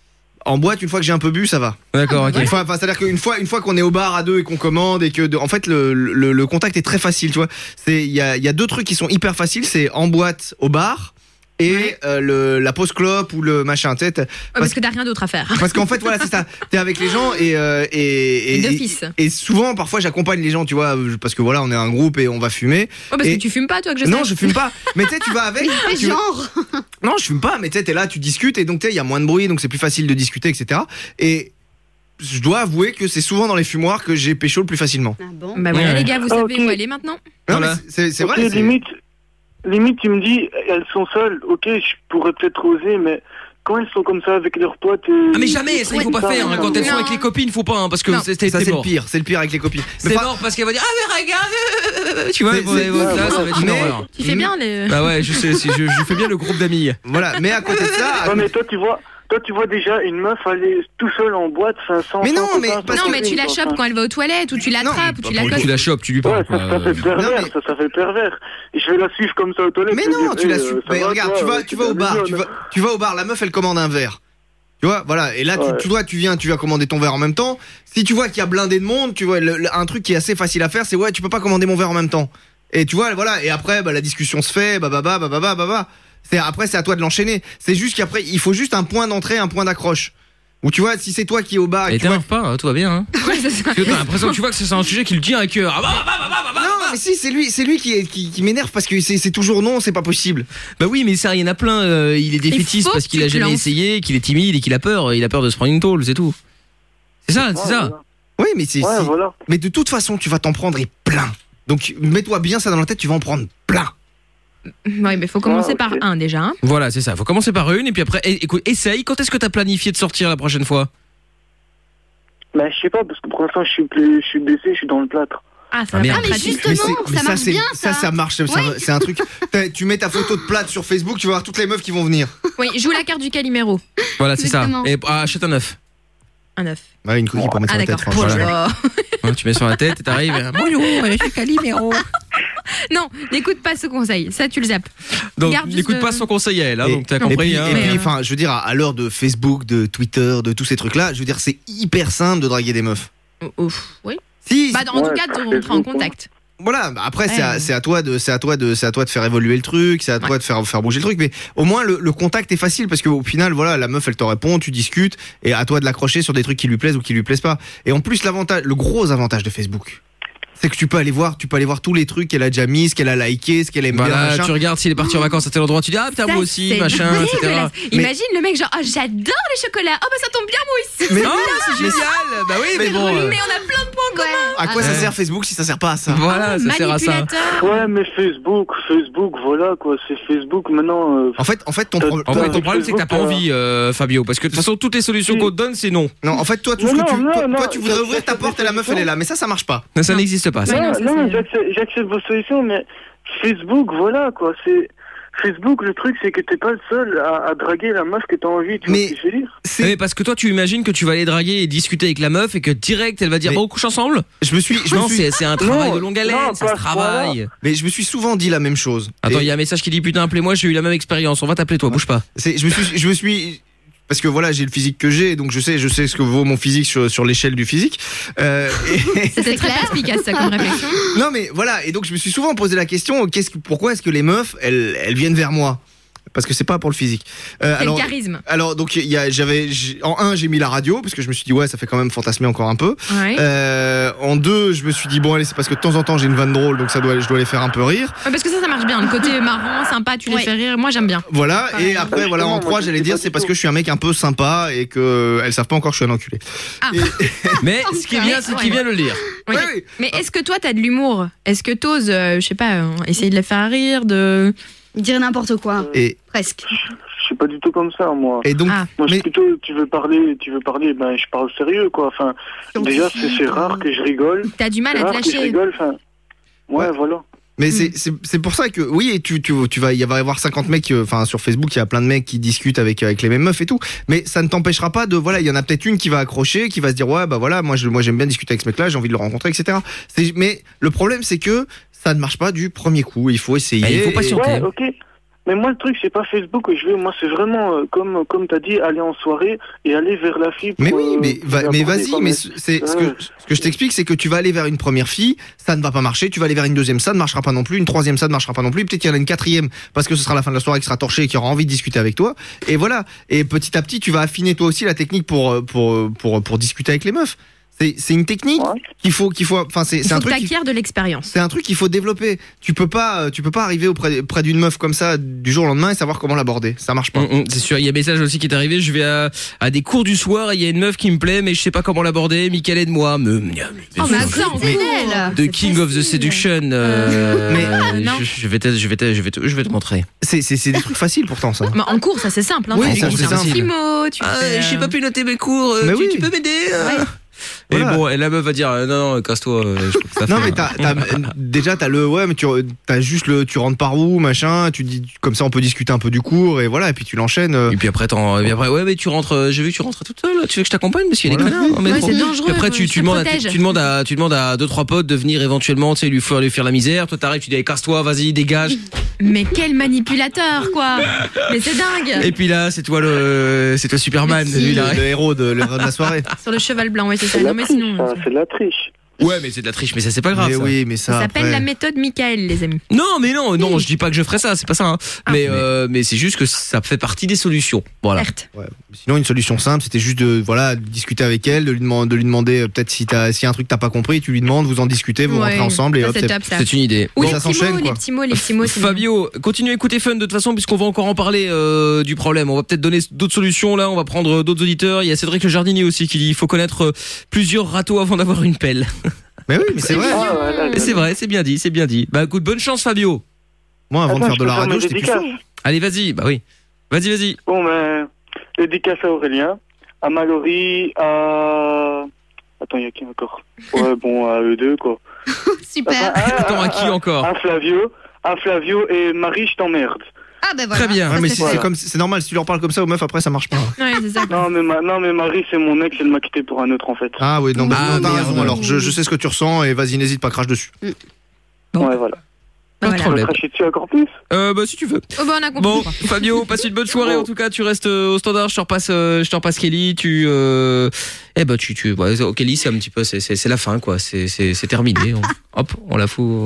En boîte, une fois que j'ai un peu bu, ça va. D'accord, ok. Une fois- enfin, c'est-à-dire qu'une fois, une fois qu'on est au bar à deux et qu'on commande et que, de- en fait, le, le- le contact est très facile, tu vois. C'est, il y a, il y a deux trucs qui sont hyper faciles, c'est en boîte, au bar et euh, le, la pause clope ou le machin tête. ouais, parce que t'as rien d'autre à faire. Parce qu'en fait, voilà, c'est ça. T'es avec les gens et euh, et, Et d'office. et, et souvent, parfois, j'accompagne les gens, tu vois, euh, parce que voilà, on est un groupe et on va fumer. Ouais, parce Et- que tu fumes pas, toi, que je Non, sache. je fume pas. Mais tu sais, tu vas avec. Mais tu- genre Non, je fume pas. Mais tu sais, t'es là, tu discutes et donc tu sais, il y a moins de bruit, donc c'est plus facile de discuter, etc. Et je dois avouer que c'est souvent dans les fumoirs que j'ai pécho le plus facilement. Bah voilà, Ouais. les gars, vous Ah, savez ok. où aller maintenant Non, mais c'est c'est Ok, vrai. c'est- limite, limite, tu me dis, elles sont seules, ok, je pourrais peut-être oser, mais quand elles sont comme ça avec leurs potes. euh, Ah mais jamais, ça il faut pas faire. hein. Quand elles sont avec les copines, faut pas, hein, parce que Non. c'est t'es- Ça, t'es c'est le mort. pire, c'est le pire avec les copines. C'est mort parce qu'elle va dire ah mais regarde, euh, tu vois, C'est- bon, c'est- bon, là, ça va être une Mais- horreur. Tu fais bien les. Bah ouais, je sais, si je, je fais bien le groupe d'amis. Voilà, mais à côté de ça. Ouais, mais toi, tu vois. Toi, tu vois déjà une meuf aller tout seule en boîte, 500. Mais non, mais Non, mais tu la chopes quand elle va aux toilettes, ou tu l'attrapes, ou tu la tu coches. la chopes, tu lui parles. Ouais, ça, ça fait pervers, ça, ça fait pervers. Et je vais la suivre comme ça aux toilettes. Mais je vais non, dire, tu eh, la euh, su- ça Mais va, regarde, toi, tu vas, euh, tu vas au bar, tu vas, tu vas au bar, la meuf elle commande un verre. Tu vois, voilà. Et là, tu- Ouais. tu, vois, tu viens, tu vas commander ton verre en même temps. Si tu vois qu'il y a blindé de monde, tu vois, le- le- un truc qui est assez facile à faire, c'est ouais, tu peux pas commander mon verre en même temps. Et tu vois, voilà. Et après, bah, la discussion se fait, bah, bah, bah, bah, bah, bah, bah, bah. C'est, après, c'est à toi de l'enchaîner. C'est juste qu'après, il faut juste un point d'entrée, un point d'accroche. Ou tu vois, si c'est toi qui est au bar. Et t'énerve pas, hein, tout va bien. Hein. Parce que t'as l'impression que tu vois que c'est un sujet qui le tient à cœur. Ah bah, bah, bah, bah, bah, bah. Non, mais si, c'est lui, c'est lui qui, est- qui, qui m'énerve parce que c'est c'est toujours non, c'est pas possible. Bah oui, mais ça, il y en a plein. euh, il est Il défaitiste faut parce que qu'il tu a te jamais lances. essayé, qu'il est timide et qu'il a peur. Il a peur de se prendre une tôle, c'est tout. C'est ça, c'est ça. Oui, mais c'est. c'est- Mais de toute façon, tu vas t'en prendre et plein. Donc, mets-toi bien ça dans la tête, tu vas en prendre plein. Oui, mais faut Ah, commencer par un déjà. hein. Voilà, c'est ça. Faut commencer par une et puis après, é- écoute, essaye. Quand est-ce que t'as planifié de sortir la prochaine fois Bah, je sais pas, parce que pour l'instant, je suis plus, je suis blessé, je suis dans le plâtre. Ah, ça Ah, va merde. pas être pratique. Mais justement, c'est- ça mais marche c'est- bien, ça. ça. ça marche, ça- c'est un truc. T'as- Tu mets ta photo de plate sur Facebook, tu vas voir toutes les meufs qui vont venir. Oui, joue la carte du Calimero. Voilà, c'est ça. Exactement. Et ah, achète un œuf. Un œuf. Ouais, Bah, une coquille pour Ah, d'accord. Franck, voilà. Hein, tu mets sur la tête et t'arrives. et, ah, bonjour. non, n'écoute pas ce conseil. Ça, tu le zappes. Donc, Garde n'écoute ce- pas son conseil à elle, hein, donc t'as Et compris. puis- hein. Et euh, puis, enfin, je veux dire, à- à l'heure de Facebook, de Twitter, de tous ces trucs-là, je veux dire, c'est hyper simple de draguer des meufs. Oh, Ouf, oui. Si. Bah, en tout cas, de rentrer en contact. Voilà, bah après c'est Ouais. à, c'est à toi de c'est à toi de c'est à toi de faire évoluer le truc, c'est à toi de faire faire bouger le truc mais au moins le, le contact est facile parce que au final voilà, la meuf elle te répond, tu discutes et à toi de l'accrocher sur des trucs qui lui plaisent ou qui lui plaisent pas. Et en plus l'avantage le gros avantage de Facebook c'est que tu peux aller voir, tu peux aller voir tous les trucs qu'elle a déjà mis, ce qu'elle a liké, ce qu'elle aime bien. Voilà, machin. tu regardes s'il est parti en vacances à tel endroit, tu dis ah putain Ça, moi aussi, c'est machin, etc. dégueulasse. Imagine le mec genre, oh, j'adore les chocolats. Oh, bah, ça tombe bien, moi aussi. Mais j'adore. non, c'est génial. Bah oui, mais C'est bon, drôle, euh, Mais on a plein de points communs. À quoi ça Ouais. sert Facebook si ça sert pas à Ah, ça Ah. Voilà, ça sert à ça. manipulateur. Ouais, mais Facebook, Facebook, voilà quoi, c'est Facebook maintenant. euh, en fait, en fait, ton, En fait, ton problème c'est que t'as pas envie, euh, Fabio, parce que de toute façon toutes les solutions qu'on te donne c'est non. Non, en fait, toi, tout Mais ce que non, tu, non, toi, non, toi, tu voudrais ça- ouvrir ça, ta c'est porte et la meuf, elle est là. Mais ça, ça marche pas. Non, ça n'existe pas. ça. Non, non, j'accepte j'accepte vos solutions, mais Facebook, voilà quoi, c'est. Facebook, le truc, c'est que t'es pas le seul à, à draguer la meuf que t'as envie, tu vois ce que je veux dire Mais parce que toi tu imagines que tu vas aller draguer et discuter avec la meuf et que direct elle va dire bon on couche ensemble Je me suis, je non me suis- c'est c'est un travail de longue haleine, ça se travaille. Mais je me suis souvent dit la même chose. Attends il y a un message qui dit putain appelez-moi j'ai eu la même expérience on va t'appeler toi bouge pas. C'est- je me suis, je me suis, parce que voilà, j'ai le physique que j'ai, donc je sais, je sais ce que vaut mon physique sur, sur l'échelle du physique. Euh, et- C'était Ah, très perspicace, ça, comme réflexion. non mais voilà, et donc je me suis souvent posé la question, qu'est-ce que, pourquoi est-ce que les meufs, elles, elles viennent vers moi Parce que c'est pas pour le physique. Euh, C'est le charisme. Alors donc il y a, j'avais, j'ai- en un, j'ai mis la radio parce que je me suis dit ouais, ça fait quand même fantasmer encore un peu. Ouais. Euh, en deux, je me suis dit bon allez, c'est parce que de temps en temps j'ai une vanne drôle, donc ça doit, je dois les faire un peu rire. Ouais, Parce que ça, ça marche bien. Le côté marrant, sympa, tu les fais rire. Moi, j'aime bien. Voilà, et après, voilà, en trois, j'allais dire, c'est parce que je suis un mec un peu sympa et que euh, elles savent pas encore que je suis un enculé. Ah. Mais ce qui est bien, c'est qu'il vient le lire. Oui. Mais Ah. est-ce que toi, t'as de l'humour Est-ce que t'oses, euh, je sais pas, euh, essayer de les faire rire, de dire n'importe quoi Et Presque. Je suis pas du tout comme ça, moi. Et Ah. donc, moi, je suis plutôt, tu veux parler, tu veux parler, ben, je parle sérieux, quoi. Enfin, déjà, c'est c'est rare que je rigole. T'as du mal C'est à te rare que je lâcher. rigole, enfin, Ouais, voilà. Mais c'est- c'est c'est pour ça que, oui, et tu, tu, tu vas, il va y avoir 50 mecs, euh, enfin, sur Facebook, il y a plein de mecs qui discutent avec, avec les mêmes meufs et tout. Mais ça ne t'empêchera pas de, voilà, il y en a peut-être une qui va accrocher, qui va se dire, ouais, bah voilà, moi, je, moi, j'aime bien discuter avec ce mec-là, j'ai envie de le rencontrer, etc. C'est- Mais le problème, c'est que ça ne marche pas du premier coup. Bah, Il faut essayer. Ouais, ok. Mais moi, le truc, c'est pas Facebook que je veux. Moi, c'est vraiment, euh, comme, comme t'as dit, aller en soirée et aller vers la fille. Mais pour, oui, euh, mais, pour va- lui mais apporter, vas-y, quoi, mais c'est c'est- ce que, ce que je t'explique, c'est que tu vas aller vers une première fille, ça ne va pas marcher, tu vas aller vers une deuxième, ça ne marchera pas non plus, une troisième, ça ne marchera pas non plus, peut-être qu'il y en a une quatrième, parce que ce sera la fin de la soirée qui sera torchée et qui aura envie de discuter avec toi. Et voilà, et petit à petit, tu vas affiner toi aussi la technique pour, euh, pour, euh, pour, pour, discuter avec les meufs. C'est c'est une technique qu'il faut, qu'il faut, enfin, c'est Il c'est faut un que truc. qui- t'acquières de l'expérience. C'est un truc qu'il faut développer. Tu peux pas, euh, tu peux pas arriver auprès, près d'une meuf comme ça du jour au lendemain et savoir comment l'aborder. Ça marche pas. Mm, mm, C'est sûr, il y a un message aussi qui est arrivé, je vais à, à des cours du soir et il y a une meuf qui me plaît mais je sais pas comment l'aborder, Michael aide moi. Me- me- Oh, mais me- attends, Ah, c'est elle The King of the Seduction. euh, Mais- je, je vais te, je vais te, je vais te, je vais te montrer. C'est des trucs faciles pourtant ça. Bah, en cours, ça c'est simple. Hein, Oui, tu ça, fais c'est un simple. petit mot, tu Ah, fais, j'ai euh, pas pu noter mes cours. euh, Mais tu, oui. tu peux m'aider euh Et bon, et la meuf va dire euh, non non, casse-toi. euh, je peux pas ça Non faire. mais t'as, t'as- déjà t'as le ouais mais tu t'as juste le tu rentres par où machin tu dis comme ça on peut discuter un peu du cours et voilà et puis tu l'enchaînes euh. Et puis après, t'en, et puis après, ouais, mais tu rentres, euh, j'ai vu que tu rentres toute seule, tu veux que je t'accompagne parce qu'il y a des Voilà. connards en Ouais, métro. c'est dangereux, Puis après, ouais, tu, je tu te demandes à, protège. tu, tu demandes à, tu demandes à deux, trois potes de venir éventuellement, tu sais, lui faire, lui faire la misère. Toi, t'arrives, tu dis, allez, casse-toi, vas-y, dégage. Mais quel manipulateur, quoi Mais c'est dingue Et puis là, c'est toi le, c'est toi Superman. Le- le héros de, la soirée. Sur le cheval blanc, ouais, c'est ça. Non, mais sinon. C'est de la triche. Ouais, mais c'est de la triche, mais ça c'est pas grave. Mais oui, mais ça. Ça s'appelle la méthode Michael, les amis. Non, mais non, non, je dis pas que je ferais ça, c'est pas ça. hein. Ah. mais euh, mais c'est juste que ça fait partie des solutions. Voilà. Ouais. Sinon, une solution simple, c'était juste de voilà de discuter avec elle, de lui demander, de lui demander euh, peut-être si t'as si y a un truc que t'as pas compris, tu lui demandes, vous en discutez, vous Ouais. rentrez ensemble et Ça, hop, c'est top, ça. C'est une idée. Ou Bon, les, ça petits s'enchaîne, mots, quoi. les petits mots, les petits mots, c'est bien. Fabio, continue à écouter Fun de toute façon puisqu'on va encore en parler euh, du problème. On va peut-être donner d'autres solutions là, on va prendre euh, d'autres auditeurs. Il y a Cédric le jardinier aussi qui dit il faut connaître euh, plusieurs râteaux avant d'avoir une pelle. Mais oui, mais c'est vrai. Mais c'est vrai, c'est bien dit, c'est bien dit. Bah écoute, bonne chance Fabio. Moi avant de Attends, faire de je la peux radio, faire mes j'étais plus dédicaces sûr. Allez, vas-y, bah oui. Vas-y, vas-y. Bon, ben, dédicace à Aurélien, à Mallory, à. Attends, il y a qui encore Ouais, bon, à eux deux, quoi. Super. Attends, à qui encore ah, À Flavio, à Flavio et Marie, je t'emmerde. Ah ben voilà. Ouais, Ça, mais c'est si fait. c'est comme c'est normal si tu leur parles comme ça aux meufs après ça marche pas. Non, mais, ma- non, mais Marie, c'est mon ex, elle m'a quitté pour un autre, en fait. Ah oui, non, bah, Ah, non, t'as merde. raison. Alors, je, je sais ce que tu ressens et vas-y, n'hésite pas, crache dessus. Ouais, voilà. Pas de problème. Tu encore plus Euh, bah si tu veux. Oh, bah, on a compris. Bon, Fabio, passe une bonne soirée. En tout cas, tu restes euh, au standard. Je te repasse, euh, je te repasse Kelly. Tu, euh, eh ben, tu, tu, ouais, oh, Kelly, c'est un petit peu, c'est, c'est, c'est la fin, quoi. C'est, c'est, c'est terminé. On- hop, on la fout. au-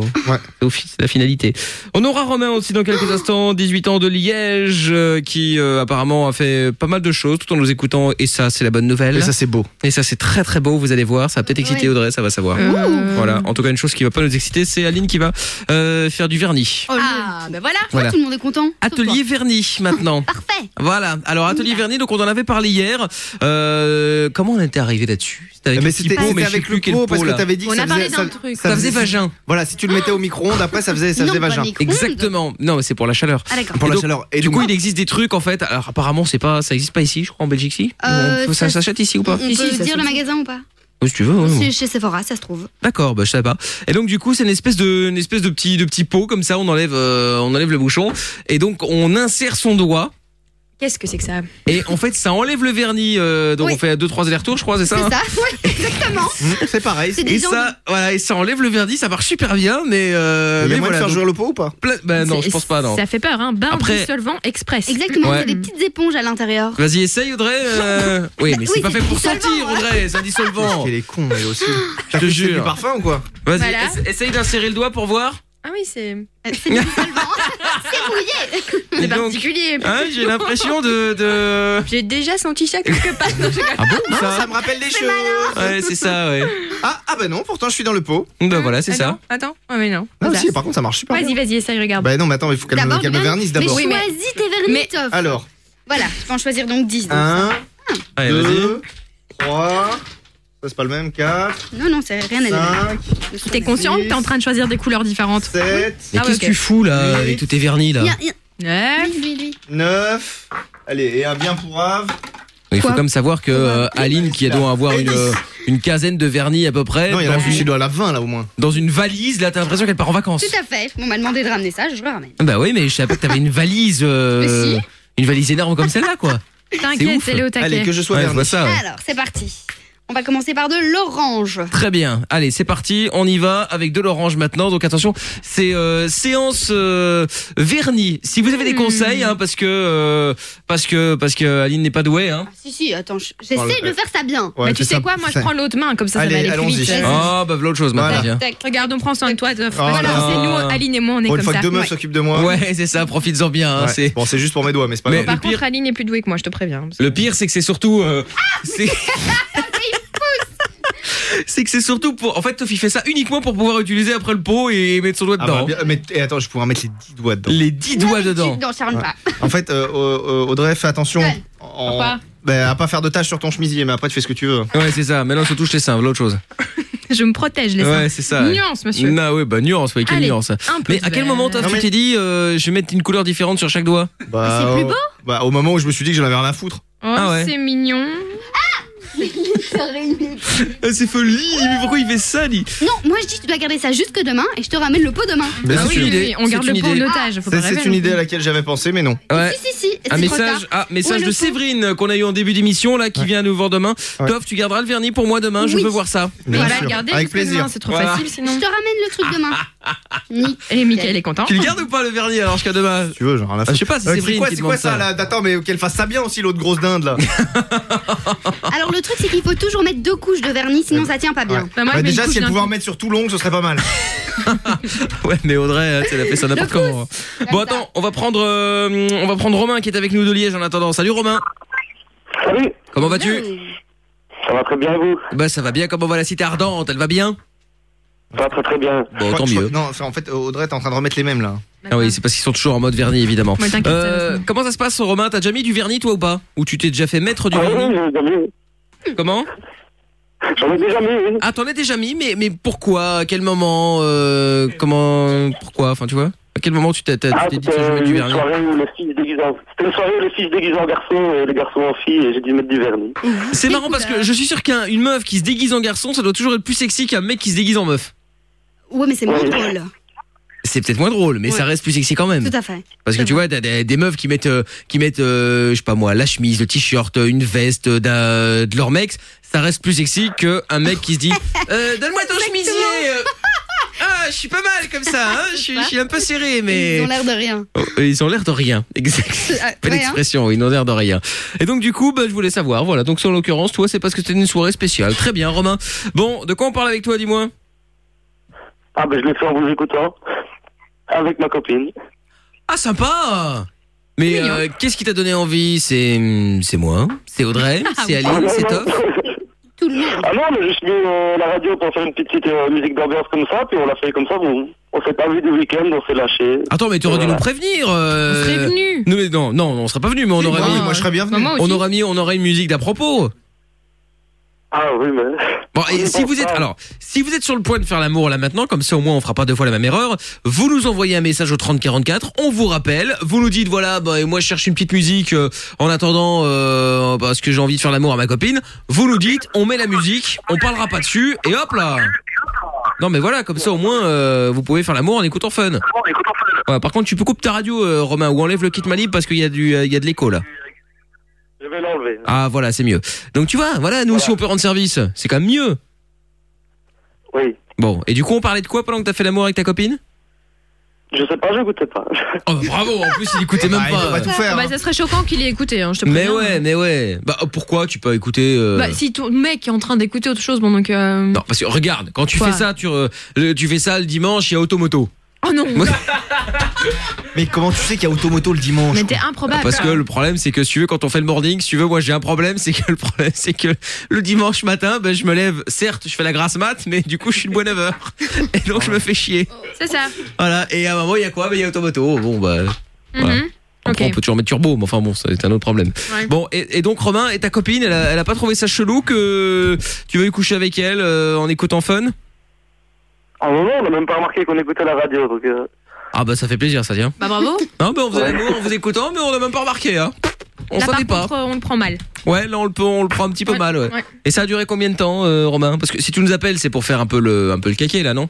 C'est, au fi- c'est la finalité. On aura Romain aussi dans quelques instants, 18 ans de Liège, euh, qui euh, apparemment a fait pas mal de choses tout en nous écoutant. Et ça, c'est la bonne nouvelle. Et ça, c'est beau. Et ça, c'est très très beau. Vous allez voir, ça va peut-être exciter Ouais. Audrey, ça va savoir. Ouh. Voilà. En tout cas, une chose qui va pas nous exciter, c'est Aline qui va euh, faire du vernis. Ah ben voilà. Voilà. Tout le monde est content. Atelier vernis maintenant. Parfait. Voilà. Alors atelier vernis, donc on en avait parlé hier. Euh, comment on était arrivé là-dessus C'était avec mais le petit c'était pot, c'était mais je sais avec plus le quel pot parce pot, que là. t'avais dit que On ça a parlé faisait, d'un ça, truc. Ça faisait vagin. Voilà, si tu le mettais au micro-ondes, après ça faisait, ça Non, faisait pas vagin. micro-ondes. Exactement. Non, mais c'est pour la chaleur. Ah, d'accord. Pour la Et donc, chaleur. Et du donc- coup, il existe des trucs en fait. Alors apparemment, c'est pas, ça existe pas ici, je crois en Belgique, si. Euh, On- ça s'achète ici ou pas On peut dire le magasin ou pas Oui, si tu veux. ouais, ouais. C'est chez Sephora, ça se trouve. D'accord, bah je savais pas. Et donc du coup, c'est une espèce de une espèce de petit de petit pot comme ça, on enlève euh, on enlève le bouchon et donc on insère son doigt Qu'est-ce que c'est que ça et en fait, ça enlève le vernis euh, donc on fait deux trois allers-retours, je crois, c'est ça. hein oui, exactement. Mmh, C'est pareil. C'est Et des gens- ça, voilà, et ça enlève le vernis, ça marche super bien, mais euh, Il y a mais moyen de voilà, faire donc- jouer le pot ou pas Pla- Bah non, C'est- je pense pas non. Ça fait peur, hein. Bain Après- dissolvant express. Exactement, Ouais. c'est des petites éponges à l'intérieur. Vas-y, essaye Audrey. euh, Oui, mais c'est Oui, pas c'est fait pour dissolvant, sentir Audrey, c'est un dissolvant. Elle est con, elle aussi. Je te C'est du jure. parfum ou quoi Vas-y, Voilà. essa- essaye d'insérer le doigt pour voir. Ah oui, c'est. C'est dissolvant. c'est mouillé. C'est donc, particulier. Hein, j'ai l'impression de, de... J'ai déjà senti ça quelque part. Non, je rigole. Ah bon ça Ça me rappelle des choses. Ouais, c'est ça, ouais. Ah, ah bah non, pourtant je suis dans le pot. Ah, Bah voilà, c'est Attends, ça. Attends, Ah, mais non. Non, Bizarre. si, par contre, ça marche super bien. Vas-y, vas-y, essaye, regarde. Bah non, mais attends, il faut qu'elle me, D'abord, qu'elle me le vernis. vernisse d'abord. Mais choisis tes vernis, Toff. Alors, Voilà, je peux en choisir donc 10. donc. 1, Allez, 2, 3, ça c'est pas le même, 4, Non, non, c'est rien à Cinq. T'es conscient que t'es en train de choisir des couleurs différentes 7, Mais Ah ouais, qu'est-ce que ok. tu fous là avec tous tes vernis là Ouais. 9, allez, et un bien pour Ave. Il faut Quoi quand même savoir que euh, Aline qui doit avoir une, euh, une quinzaine de vernis à peu près Non, il y en a dans plus, une- il doit en avoir 20 là au moins. dans une valise là, t'as l'impression qu'elle part en vacances. Tout à fait. On m'a demandé de ramener ça, je le ramène. Bah oui, mais je savais pas que t'avais une valise euh, Mais une valise énorme comme celle-là quoi. T'inquiète, ouf. elle est au taquet. Allez, que je sois Ouais, vernis. je vois ça, ouais. Alors, c'est parti. On va commencer par de l'orange. Très bien. Allez, c'est parti. On y va avec de l'orange maintenant. Donc attention, c'est euh, séance euh, vernis. Si vous Hmm. avez des conseils, hein, parce que euh, parce que parce que Aline n'est pas douée. Hein. Si, si, attends, je- Oh, j'essaie le- de le faire ça bien. Ouais, Mais tu fais sais ça- quoi, Ah, moi je fais- prends l'autre main, comme ça Allez, ça va aller plus vite. Ah bah l'autre chose maintenant. viens. Tac, Regarde, on prend soin de toi. Toff, Oh parce que là c'est là. nous, Aline et moi, on est Pour Oh, comme une ça. fois que demain, Ouais. s'occupe de moi. Ouais, c'est ça. Profites-en bien. hein, c'est- Bon, c'est juste pour mes doigts, mais c'est pas Mais- grave. Par contre, Aline est plus douée que moi, je te préviens. Le pire, c'est que c'est surtout. euh, Ah, c'est- c'est que c'est surtout pour. En fait, Toff, il fait ça uniquement pour pouvoir utiliser après le pot et mettre son doigt Ah bah, dedans. bien, mais- et attends, je pourrais mettre les 10 doigts dedans. Les 10 doigts dedans. Non, Charles, Ouais. pas. En fait, euh, euh, Audrey, fais attention. En- Pourquoi Bah, à pas faire de tâches sur ton chemisier, mais après tu fais ce que tu veux. Ouais, c'est ça. Maintenant, surtout, je t'ai simple, l'autre chose. Je me protège, les seins. Ouais, c'est ça. Nuance, monsieur. Ah ouais, bah nuance, ouais, quelle Allez, nuance. un peu Mais de à quel vert. moment, toi, Non, tu mais- t'es dit, euh, je vais mettre une couleur différente sur chaque doigt Bah, c'est plus au- beau Bah, au moment où je me suis dit que j'en avais rien à foutre. Oh, Ah ouais. c'est mignon. Eh, C'est folie, mais pourquoi il fait ça, lui Non, moi je dis que tu dois garder ça jusque demain et je te ramène le pot demain. Mais Bah, c'est une idée. Ah on garde C'est le une pot en idée. otage, faut pas Ben C'est c'est rêver une non idée plus. à laquelle j'avais pensé, mais non. Ouais. Si, si, c'est Un trop message, tard. ah, message Où est de le pot Séverine euh, qu'on a eu en début d'émission là qui vient nous voir demain. Toff, tu garderas le vernis pour moi demain, je veux voir ça. Bien sûr. Avec plaisir. c'est trop Voilà. facile sinon. Je te ramène le truc demain. Et Mickaël est content. Tu le gardes ou pas le vernis alors jusqu'à demain Ah, Tu veux, genre, à la Je sais pas, si Euh, c'est Séverine quoi, qui c'est quoi demande ça, là Attends, mais qu'elle fasse ça bien aussi, l'autre grosse dinde là. Alors le truc c'est qu'il faut toujours mettre deux couches de vernis, sinon ça tient pas bien. Ouais. Bah, déjà, si elle pouvait en mettre sur tout long, ce serait pas mal. Ouais, mais Audrey, hein, tu sais, elle a fait ça n'importe Le pouce. comment. Bon, attends, on va prendre, euh, on va prendre Romain qui est avec nous de Liège en attendant. Salut Romain. Salut. Comment vas-tu Ah Ça va très bien vous Bah ça va bien. Comment va la cité ardente Elle va bien Ça va très très bien. Bon, Je crois- tant je crois- mieux. Non, enfin, en fait, Audrey, t'es en train de remettre les mêmes là. Ah oui, c'est parce qu'ils sont toujours en mode vernis évidemment. Ouais, t'inquiète, Euh, comment ça se passe Romain T'as déjà mis du vernis toi ou pas Ou tu t'es déjà fait mettre Ah du vernis Comment J'en ai déjà mis une. Ah t'en as déjà mis, mais, mais pourquoi À quel moment euh, Comment Pourquoi Enfin tu vois À quel moment tu t'es t'as- Ah, tu t'es dit c'était tiens, je vais mettre du une vernis soirée où le fils déguisé en- C'était une soirée où le fils déguisé en garçon euh, et le garçon en fille et j'ai dû mettre du vernis. C'est marrant parce que euh. je suis sûr qu'une meuf qui se déguise en garçon, ça doit toujours être plus sexy qu'un mec qui se déguise en meuf. Ouais mais c'est moins drôle. C'est peut-être moins drôle, mais ça reste plus sexy quand même. Tout à fait. Parce que tu vois, t'as des, des meufs qui mettent, euh, qui mettent, euh, je sais pas moi, la chemise, le t-shirt, euh, une veste euh, d'un- de leur mec, ça reste plus sexy qu'un mec qui se dit, Euh, donne-moi ton chemisier. euh. Ah, je suis pas mal comme ça, hein, je suis- je suis un peu serré, mais. Ils ont l'air de rien. Oh, euh, ils ont l'air de rien. Exact. Ah, Belle ouais, hein. expression, ils n'ont l'air de rien. Et donc du coup, bah, je voulais savoir, voilà, donc en l'occurrence, toi, c'est parce que c'était une soirée spéciale. Très bien, Romain. Bon, de quoi on parle avec toi, dis-moi Ah ben je l'ai fait en vous écoutant avec ma copine. Ah, sympa Mais euh, qu'est-ce qui t'a donné envie C'est c'est moi, c'est Audrey, Eh, c'est Aline, c'est Ah, Toff. Ah non, mais juste mis euh, la radio pour faire une petite euh, musique d'ambiance comme ça, puis on l'a fait comme ça, bon. On s'est pas vu du week-end, on s'est lâché. Attends, mais t'aurais dû nous prévenir. euh, On serait venus. Non, mais non, non, on serait pas venus, mais on aurait mis. Moi, je serais bien venu. moi aussi. On aurait mis, on aurait une musique d'à propos. Ah oui, mais. Bon, et si vous êtes alors, si vous êtes sur le point de faire l'amour là maintenant, comme ça au moins on fera pas deux fois la même erreur. Vous nous envoyez un message au 3044, on vous rappelle, vous nous dites voilà, bah, et moi je cherche une petite musique euh, en attendant euh, parce que j'ai envie de faire l'amour à ma copine. Vous nous dites, on met la musique, on parlera pas dessus et hop là. Non mais voilà, comme ça au moins euh, vous pouvez faire l'amour en écoutant fun. Ouais, par contre, tu peux couper ta radio, euh, Romain, ou enlève le kit Malib parce qu'il y a du, euh, il y a de l'écho là. Je vais l'enlever. Ah voilà, c'est mieux. Donc tu vois, voilà, nous aussi on peut rendre service, c'est quand même mieux. Oui. Bon, et du coup on parlait de quoi pendant que t'as fait l'amour avec ta copine Je sais pas, j'écoutais pas. Oh bah, bravo, en plus il écoutait même Bah, il pas. hein. peut pas Ah, bah, ça serait choquant qu'il ait écouté, hein, je te Mais préviens. ouais, mais ouais. Bah pourquoi tu peux écouter euh, Bah, si ton mec est en train d'écouter autre chose, bon donc. euh, Non, parce que regarde, quand tu Quoi fais ça, tu, re- le- tu fais ça le dimanche, il y a automoto. Oh non Mais comment tu sais qu'il y a automoto le dimanche Mais t'es improbable. Parce que le problème, c'est que si tu veux, quand on fait le morning, si tu veux, moi j'ai un problème, c'est que le problème, c'est que le dimanche matin, ben, je me lève, certes, je fais la grasse mat, mais du coup, je suis de bonne 9h. Et donc, je me fais chier. C'est ça. Voilà, et à un moment, il y a quoi Ben, Il y a automoto. Bon, bah. Voilà. Mhm. Après, Ok. on peut toujours mettre turbo, mais enfin bon, c'est un autre problème. Ouais. Bon, et, et donc Romain, et ta copine, elle a, elle a pas trouvé ça chelou que tu veuilles coucher avec elle euh, en écoutant Fun Ah non, non, on a même pas remarqué qu'on écoutait la radio, donc. euh, Ah bah ça fait plaisir, ça tient. Bah bravo. Non, bah on faisait l'amour en vous écoutant, mais on n'a même pas remarqué, hein. On Là, par savait pas. contre, euh, on le prend mal. Ouais, là on le, peut- on le prend un petit peu Ouais, mal, ouais. ouais. Et ça a duré combien de temps, euh, Romain Parce que si tu nous appelles, c'est pour faire un peu le, un peu le caquet, là, non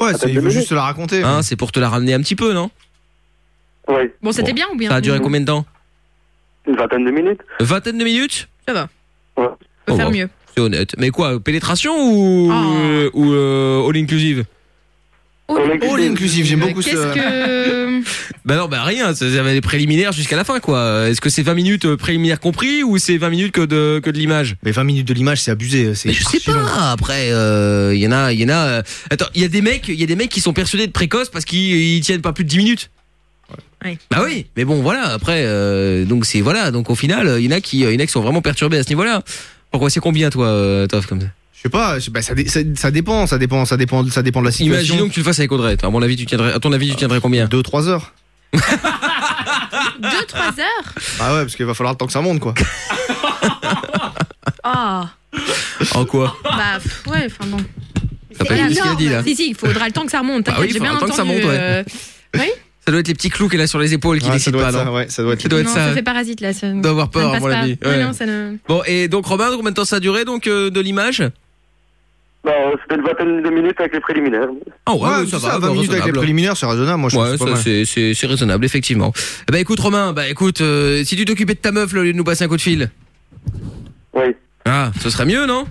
Ouais, c'est- il veut juste se la raconter. Hein, c'est pour te la ramener un petit peu, non Oui. Bon, c'était bien ou bien Mmh. Ça a duré combien de temps Une vingtaine de minutes. Vingtaine de minutes Ça va. Ouais. Peut Oh, faire bon. mieux. Ah. C'est honnête. Mais quoi, pénétration ou, ou euh, all inclusive Oh, All inclusive, j'aime beaucoup ce. Qu'est-ce que. euh, Bah non, bah rien, ça avait les préliminaires jusqu'à la fin, quoi. Est-ce que c'est 20 minutes euh, préliminaires compris ou c'est 20 minutes que de, que de l'image Mais 20 minutes de l'image, c'est abusé. Mais je sais pas, après, il y en a, il y en a. euh, Attends, il y a des mecs, il y a des mecs qui sont persuadés de précoce parce qu'ils ils tiennent pas plus de 10 minutes. Ouais. Bah oui, mais bon, voilà, après, euh, donc c'est, voilà, donc au final, euh, il y en a qui, euh, il y en a qui sont vraiment perturbés à ce niveau-là. Pourquoi c'est combien, toi, euh, Toff, comme ça Je sais pas, je- bah, ça, dé- ça- ça dépend, ça dépend, ça dépend, ça dépend de la situation. Ah. Imaginons que tu le fasses avec Audrey. À mon avis, tu tiendrais, à ton avis, tu tiendrais combien 2-3 heures. 2-3 heures Ah ouais, parce qu'il va falloir le temps que ça monte quoi. Ah En quoi Bah, pff, ouais, enfin bon. T'as pas vu ce qu'elle a dit, là Si, si, il faudra le temps que ça remonte. Bah oui, t'inquiète, j'ai faudra bien le temps que ça entendu, monte, ouais. euh, Oui Ça doit être les petits clous qu'elle a sur les épaules qui Ouais, ça décident doit pas, être ça, non ouais, ça doit être, non, ça fait parasite là. Ça... Doit avoir ça peur, ne à passe mon pas. avis, Non, ouais. non, ça ne- Bon, et donc, Robin, combien de temps ça a duré, donc, euh, de l'image Bah, euh, c'était une vingtaine de minutes avec les préliminaires. Ah ouais, ouais, ça, va, 20 minutes avec les raisonnable. préliminaires, c'est raisonnable, moi je Ouais, pense. ça, c'est c'est- c'est raisonnable, effectivement. Eh ben écoute, Romain, bah écoute, euh, si tu t'occupais de ta meuf, là, au lieu de nous passer un coup de fil. Oui. Ah, ce serait mieux, non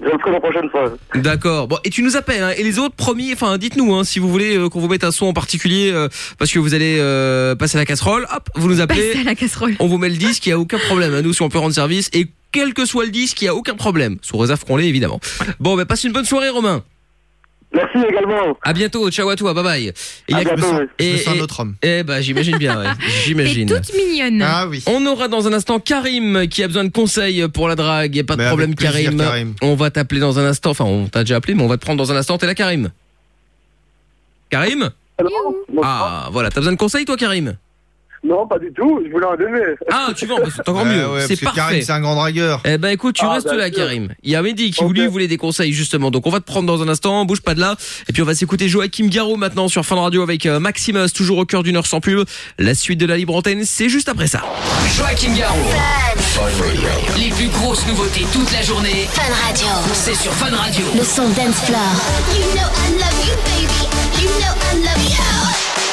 Je le ferai la prochaine fois. D'accord. Bon, et tu nous appelles. hein. Et les autres, promis. Enfin, dites-nous hein, si vous voulez euh, qu'on vous mette un son en particulier euh, parce que vous allez euh, passer à la casserole. Hop, vous nous appelez. Passer à la casserole. On vous met le disque. Il y a aucun problème. hein. Nous, si on peut rendre service et quel que soit le disque, il y a aucun problème. Sous réserve qu'on l'ait, évidemment. Bon, ben passe une bonne soirée, Romain. Merci également. À bientôt. Ciao à toi. Bye bye. Et il y a- bientôt, ouais. et- Je me sens un et- autre homme. Eh ben, j'imagine bien. ouais. J'imagine. Toute mignonne. Ah oui. On aura dans un instant Karim euh, qui a besoin de conseils euh, pour la drague. Y a pas de Mais avec problème, plaisir, Karim. Karim. On va t'appeler dans un instant. Enfin, on t'a déjà appelé, mais on va te prendre dans un instant. T'es là, Karim Karim Ah, voilà. T'as besoin de conseils, toi, Karim Non, pas du tout. Je voulais en donner. Ah, tu vends, bah, c'est encore Ouais, mieux. ouais, c'est parce que parfait. Karim, c'est un grand dragueur. Eh ben, écoute, tu Ah, restes bien là, sûr. Karim. Il y a Mehdi qui, lui, voulait des conseils, justement. Donc, on va te prendre dans un instant. Bouge pas de là. Et puis, on va s'écouter Joachim Garraud maintenant sur Fin de Radio avec euh, Maximus, toujours au cœur d'une heure sans pub. La suite de la libre antenne, c'est juste après ça. Joachim Garraud. Les plus grosses nouveautés toute la journée. Fun Radio. C'est sur Fun Radio. Le son dance floor. You know I love you, baby. You know I love you.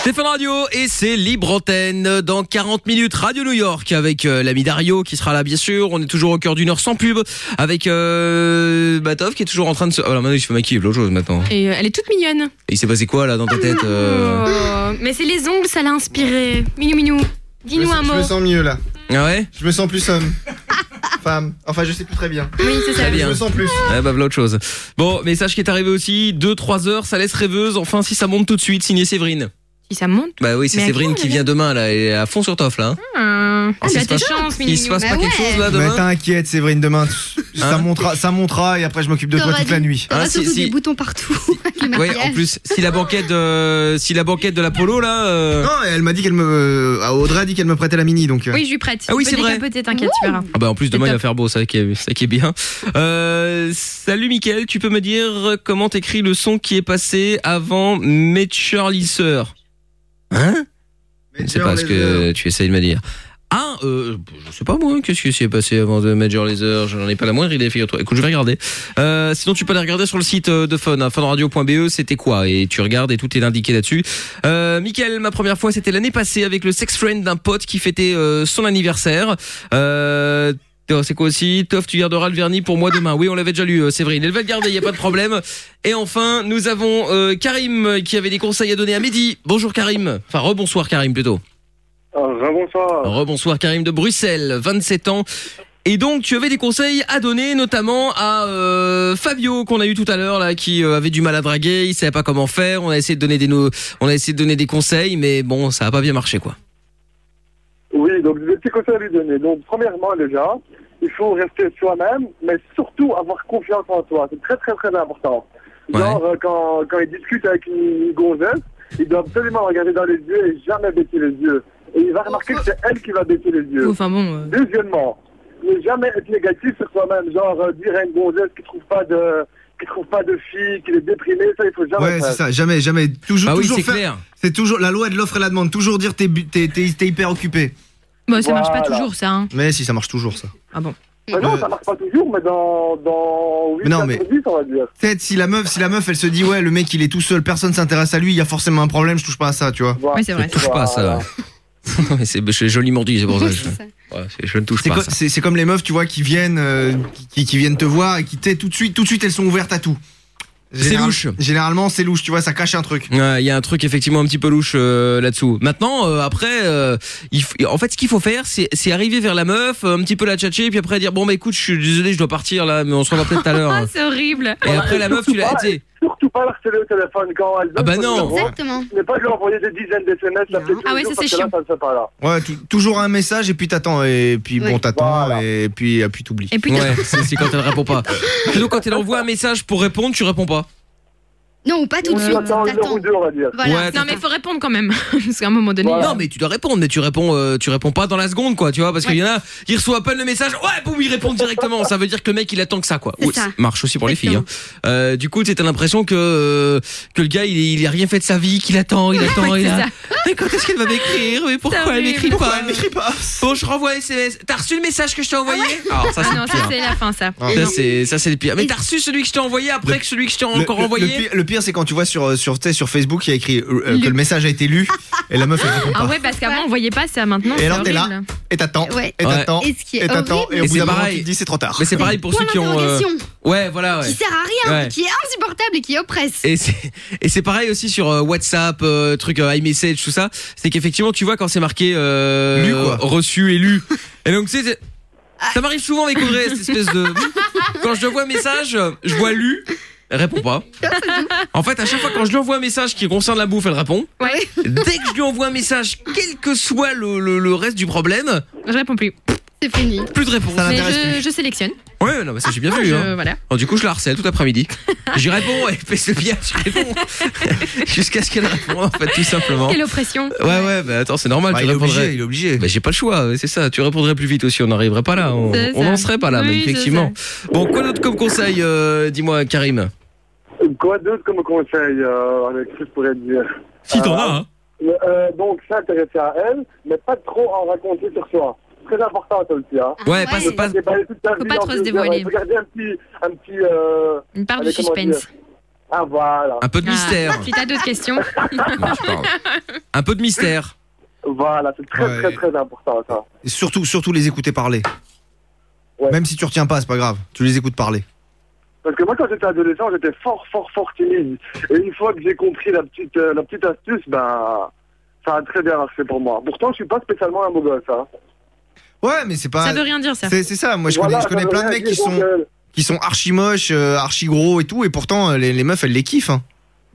Stéphane Radio et c'est Libre Antenne dans 40 minutes Radio New York avec euh, l'ami Dario qui sera là bien sûr. On est toujours au cœur d'une heure sans pub avec euh, Batov qui est toujours en train de se. Oh là maintenant il se fait maquiller l'autre chose maintenant. Et euh, elle est toute mignonne. Et il s'est passé quoi là dans ta tête euh Oh, mais c'est les ongles, ça l'a inspiré. Minou minou. Dis-nous un Je mot. me sens mieux là. Ah ouais Je me sens plus homme. Femme. Enfin, je sais plus très bien. Oui, c'est ça. Très bien. Je me sens plus. Ouais, bah, voilà autre chose. Bon, message qui est arrivé aussi 2-3 heures, ça laisse rêveuse. Enfin, si ça monte tout de suite, signé Séverine. Si ça monte. Bah oui, c'est Mais à quelle Séverine heure, qui vient demain là, et à fond sur Toff là. hein. Ah, Alors, tu s'il as se tes Bah passe- chances, il se passe pas quelque chose là Mais demain Hein t'inquiète, Séverine, demain, ça montera, ça montera et après je m'occupe de toi T'auras toute du- la nuit. t'auras Ah, si, surtout si. des boutons partout. avec le Ouais, en maquillage. plus, si la banquette, euh, si la banquette de l'Apollo là. euh, Non, elle m'a dit qu'elle me, euh, Audrey a dit qu'elle me prêtait la mini donc. euh, Oui, je lui prête. Ah oui, Tu c'est peux vrai. décapoter, T'inquiète, tu verras. Ah bah en plus demain il va faire beau, ça qui est, ça qui est bien. Euh, salut Mickaël, tu peux me dire comment t'écris le son qui est passé avant Major Lisser Hein Je sais pas ce hein. que tu essayes de me dire. Ah, euh, je sais pas moi, qu'est-ce qui s'est passé avant de Major Laser Je n'en ai pas la moindre idée, figure-toi. Écoute, je vais regarder. Euh, sinon, tu peux aller regarder sur le site euh, de Fun, hein, funradio.be, c'était quoi Et tu regardes et tout est indiqué là-dessus. Euh, Michael, ma première fois, c'était l'année passée avec le sex friend d'un pote qui fêtait euh, son anniversaire. Euh, Théo, c'est quoi aussi Toff, tu garderas le vernis pour moi demain. Oui, on l'avait déjà lu, euh, Séverine. Elle va le garder, il n'y a pas de problème. Et enfin, nous avons euh, Karim qui avait des conseils à donner à Mehdi. Bonjour Karim. Enfin, rebonsoir Karim plutôt. Ah, Rebonsoir. Rebonsoir Karim de Bruxelles, 27 ans. Et donc tu avais des conseils à donner notamment à euh, Fabio qu'on a eu tout à l'heure là qui euh, avait du mal à draguer, il savait pas comment faire, on a essayé de donner des no- on a essayé de donner des conseils mais bon, ça a pas bien marché quoi. Oui, donc des petits conseils à lui donner. Donc, premièrement, déjà, il faut rester soi-même, mais surtout avoir confiance en soi. C'est très, très, très important. Genre, euh, quand, quand il discute avec une gonzesse, il doit absolument regarder dans les yeux et jamais baisser les yeux. Et il va remarquer que c'est elle qui va baisser les yeux. Enfin bon. euh, Deuxièmement, ne jamais être négatif sur soi-même. Genre, euh, dire à une gonzesse qui trouve pas de qui trouve pas de fille, qu'il est déprimé, ça, il faut jamais Ouais, faire. c'est ça, jamais, jamais. Toujours, Ah Bah oui, toujours c'est faire- clair. C'est toujours la loi de l'offre et la demande. Toujours dire t'es bu- t'es- t'es- t'es hyper occupé. Bah, ça marche pas Voilà. toujours, ça. hein. Mais si, ça marche toujours ça. Euh, Ah bon Mais non, ça marche pas toujours, mais dans, dans 8 Mais non, quatre mais- sur 10, on va dire. Peut-être si la meuf, si la meuf, elle se dit ouais, le mec il est tout seul, personne s'intéresse à lui, il y a forcément un problème, je touche pas à ça, tu vois. Ouais, c'est Je touche pas à ça. Non, mais c'est c'est joliment dit, c'est pour ça. que je- Ouais, c'est- je ne touche C'est pas à co- ça. C'est c'est comme les meufs, tu vois, qui viennent, euh, qui, qui viennent te voir et qui t'es tout de suite, tout de suite, elles sont ouvertes à tout. C'est louche. Généralement, c'est louche, tu vois, ça cache un truc. Ouais, Il y a un truc effectivement un petit peu louche euh, là-dessous. Maintenant, euh, après, euh, il f- en fait, ce qu'il faut faire, c'est c'est arriver vers la meuf, euh, un petit peu la tchatcher, puis après dire bon bah écoute, je suis désolé, je dois partir là, mais on se revoit peut-être tout à l'heure. Ah, c'est horrible. Et après la meuf, tu l'as tu sais, Surtout pas harceler au téléphone quand elle veut. Ah bah son non. numéro. Exactement. Mais pas lui envoyer des dizaines de SMS, ça fait Ah ouais, toujours ça, c'est parce que là, chiant. ça ne se fait pas là. Ouais, tu- toujours un message et puis t'attends et puis Oui. bon t'attends et puis et puis t'oublies. Et puis Ouais, c'est c'est quand elle répond pas. Plutôt quand elle envoie un message pour répondre, tu réponds pas. Non, pas tout de suite. T'attends. Voilà. Ouais, non, mais faut répondre quand même. Parce qu'à un moment donné. Non mais tu dois répondre, mais tu réponds, euh, tu réponds pas dans la seconde quoi, tu vois, parce qu'il y en a, ils reçoivent à peine le message, ouais, boum, ils répondent directement. Ça veut dire que le mec il attend que ça quoi. C'est Ouais, ça. marche aussi pour les filles. hein. Euh, du coup, t'as l'impression que euh, que le gars il, il a rien fait de sa vie, qu'il attend, il attend, Ouais, il c'est a, ça. Mais quand est-ce qu'elle va m'écrire Mais pourquoi elle m'écrit Pourquoi pas elle m'écrit pas Bon, je renvoie un SMS. T'as reçu le message que je t'ai envoyé Alors, ça, Ah c'est non, le ça pire. c'est la fin ça. Ah. Ça, Non. c'est- ça, c'est le pire. Mais t'as reçu celui que je t'ai envoyé après que celui que je t'ai encore le, envoyé le pire, le pire, c'est quand tu vois sur, euh, sur, tu sais, sur Facebook, il y a écrit euh, que le message a été lu et la meuf elle répond pas. Ah ouais, parce qu'avant on voyait pas ça, maintenant Et c'est alors t'es là, horrible. et t'attends, Ouais. et t'attends, Et ce qui est et t'attends, horrible- et au Et bout c'est d'un moment pareil. tu te dis c'est trop tard. Mais c'est pareil pour Point ceux qui ont. d'interrogation. Ouais, voilà. ouais. euh, Qui sert à rien, Ouais. qui est insupportable et qui oppresse. Et c'est et c'est pareil aussi sur euh, WhatsApp, euh, truc euh, iMessage, tout ça. C'est qu'effectivement, tu vois quand c'est marqué euh, reçu et lu. Et donc tu sais, c'est- ça m'arrive souvent avec Audrey, cette espèce de quand je vois un message, euh, je vois lu, elle répond pas. En fait, à chaque fois quand je lui envoie un message qui concerne la bouffe, elle répond. Dès que je lui envoie un message, quel que soit le, le- le reste du problème, Je réponds plus. C'est fini. Plus de réponse. Ça Mais l'intéresse je, je sélectionne. ouais, non, mais ça j'ai bien Ah, vu. je- hein. voilà. Alors, du coup, je la harcèle tout après-midi. J'y réponds, elle pèse le billard, j'y réponds. Jusqu'à ce qu'elle réponde, en fait, tout simplement. Quelle oppression. Ouais, ouais, bah attends, c'est normal. Bah, tu il est répondrais... obligé, il est obligé. Bah, j'ai pas le choix, c'est ça. Tu répondrais plus vite aussi, on n'arriverait pas là. On C'est on ça. n'en serait pas là, mais Oui, c'est effectivement. Bon, quoi d'autre comme conseil, euh, dis-moi, Karim Quoi d'autre comme conseil, euh, Alex, que je pourrais te dire Si t'en as, hein. Euh, euh, donc, s'intéresser à elle, mais pas trop en raconter sur soi. Très important, ça aussi. Hein. Ouais, pas- ouais. pas- Faut Ah Faut pas trop se dévoiler. hein. Regardez un petit. Un petit euh, Une part du allez, comment suspense. dire Ah, voilà. Un peu de Ah, mystère. Si t'as d'autres questions. Ah, Un peu de mystère. Voilà, c'est très, Ouais. très, très important, ça. Et surtout, surtout les écouter parler. Même si tu retiens pas, c'est pas grave. Tu les écoutes parler. Parce que moi, quand j'étais adolescent, j'étais fort, fort, fort timide. Et une fois que j'ai compris la petite, euh, la petite astuce, ben, ça a très bien marché pour moi. Pourtant, je suis pas spécialement un beau gosse. Hein. Ouais, mais c'est pas. Ça veut rien dire, ça. C'est c'est ça. Moi, je Voilà, connais, je connais ça veut plein de rien mecs dire, qui sont, donc, euh, qui sont archi moches, euh, archi gros et tout, et pourtant euh, les, les meufs, elles les kiffent. Hein.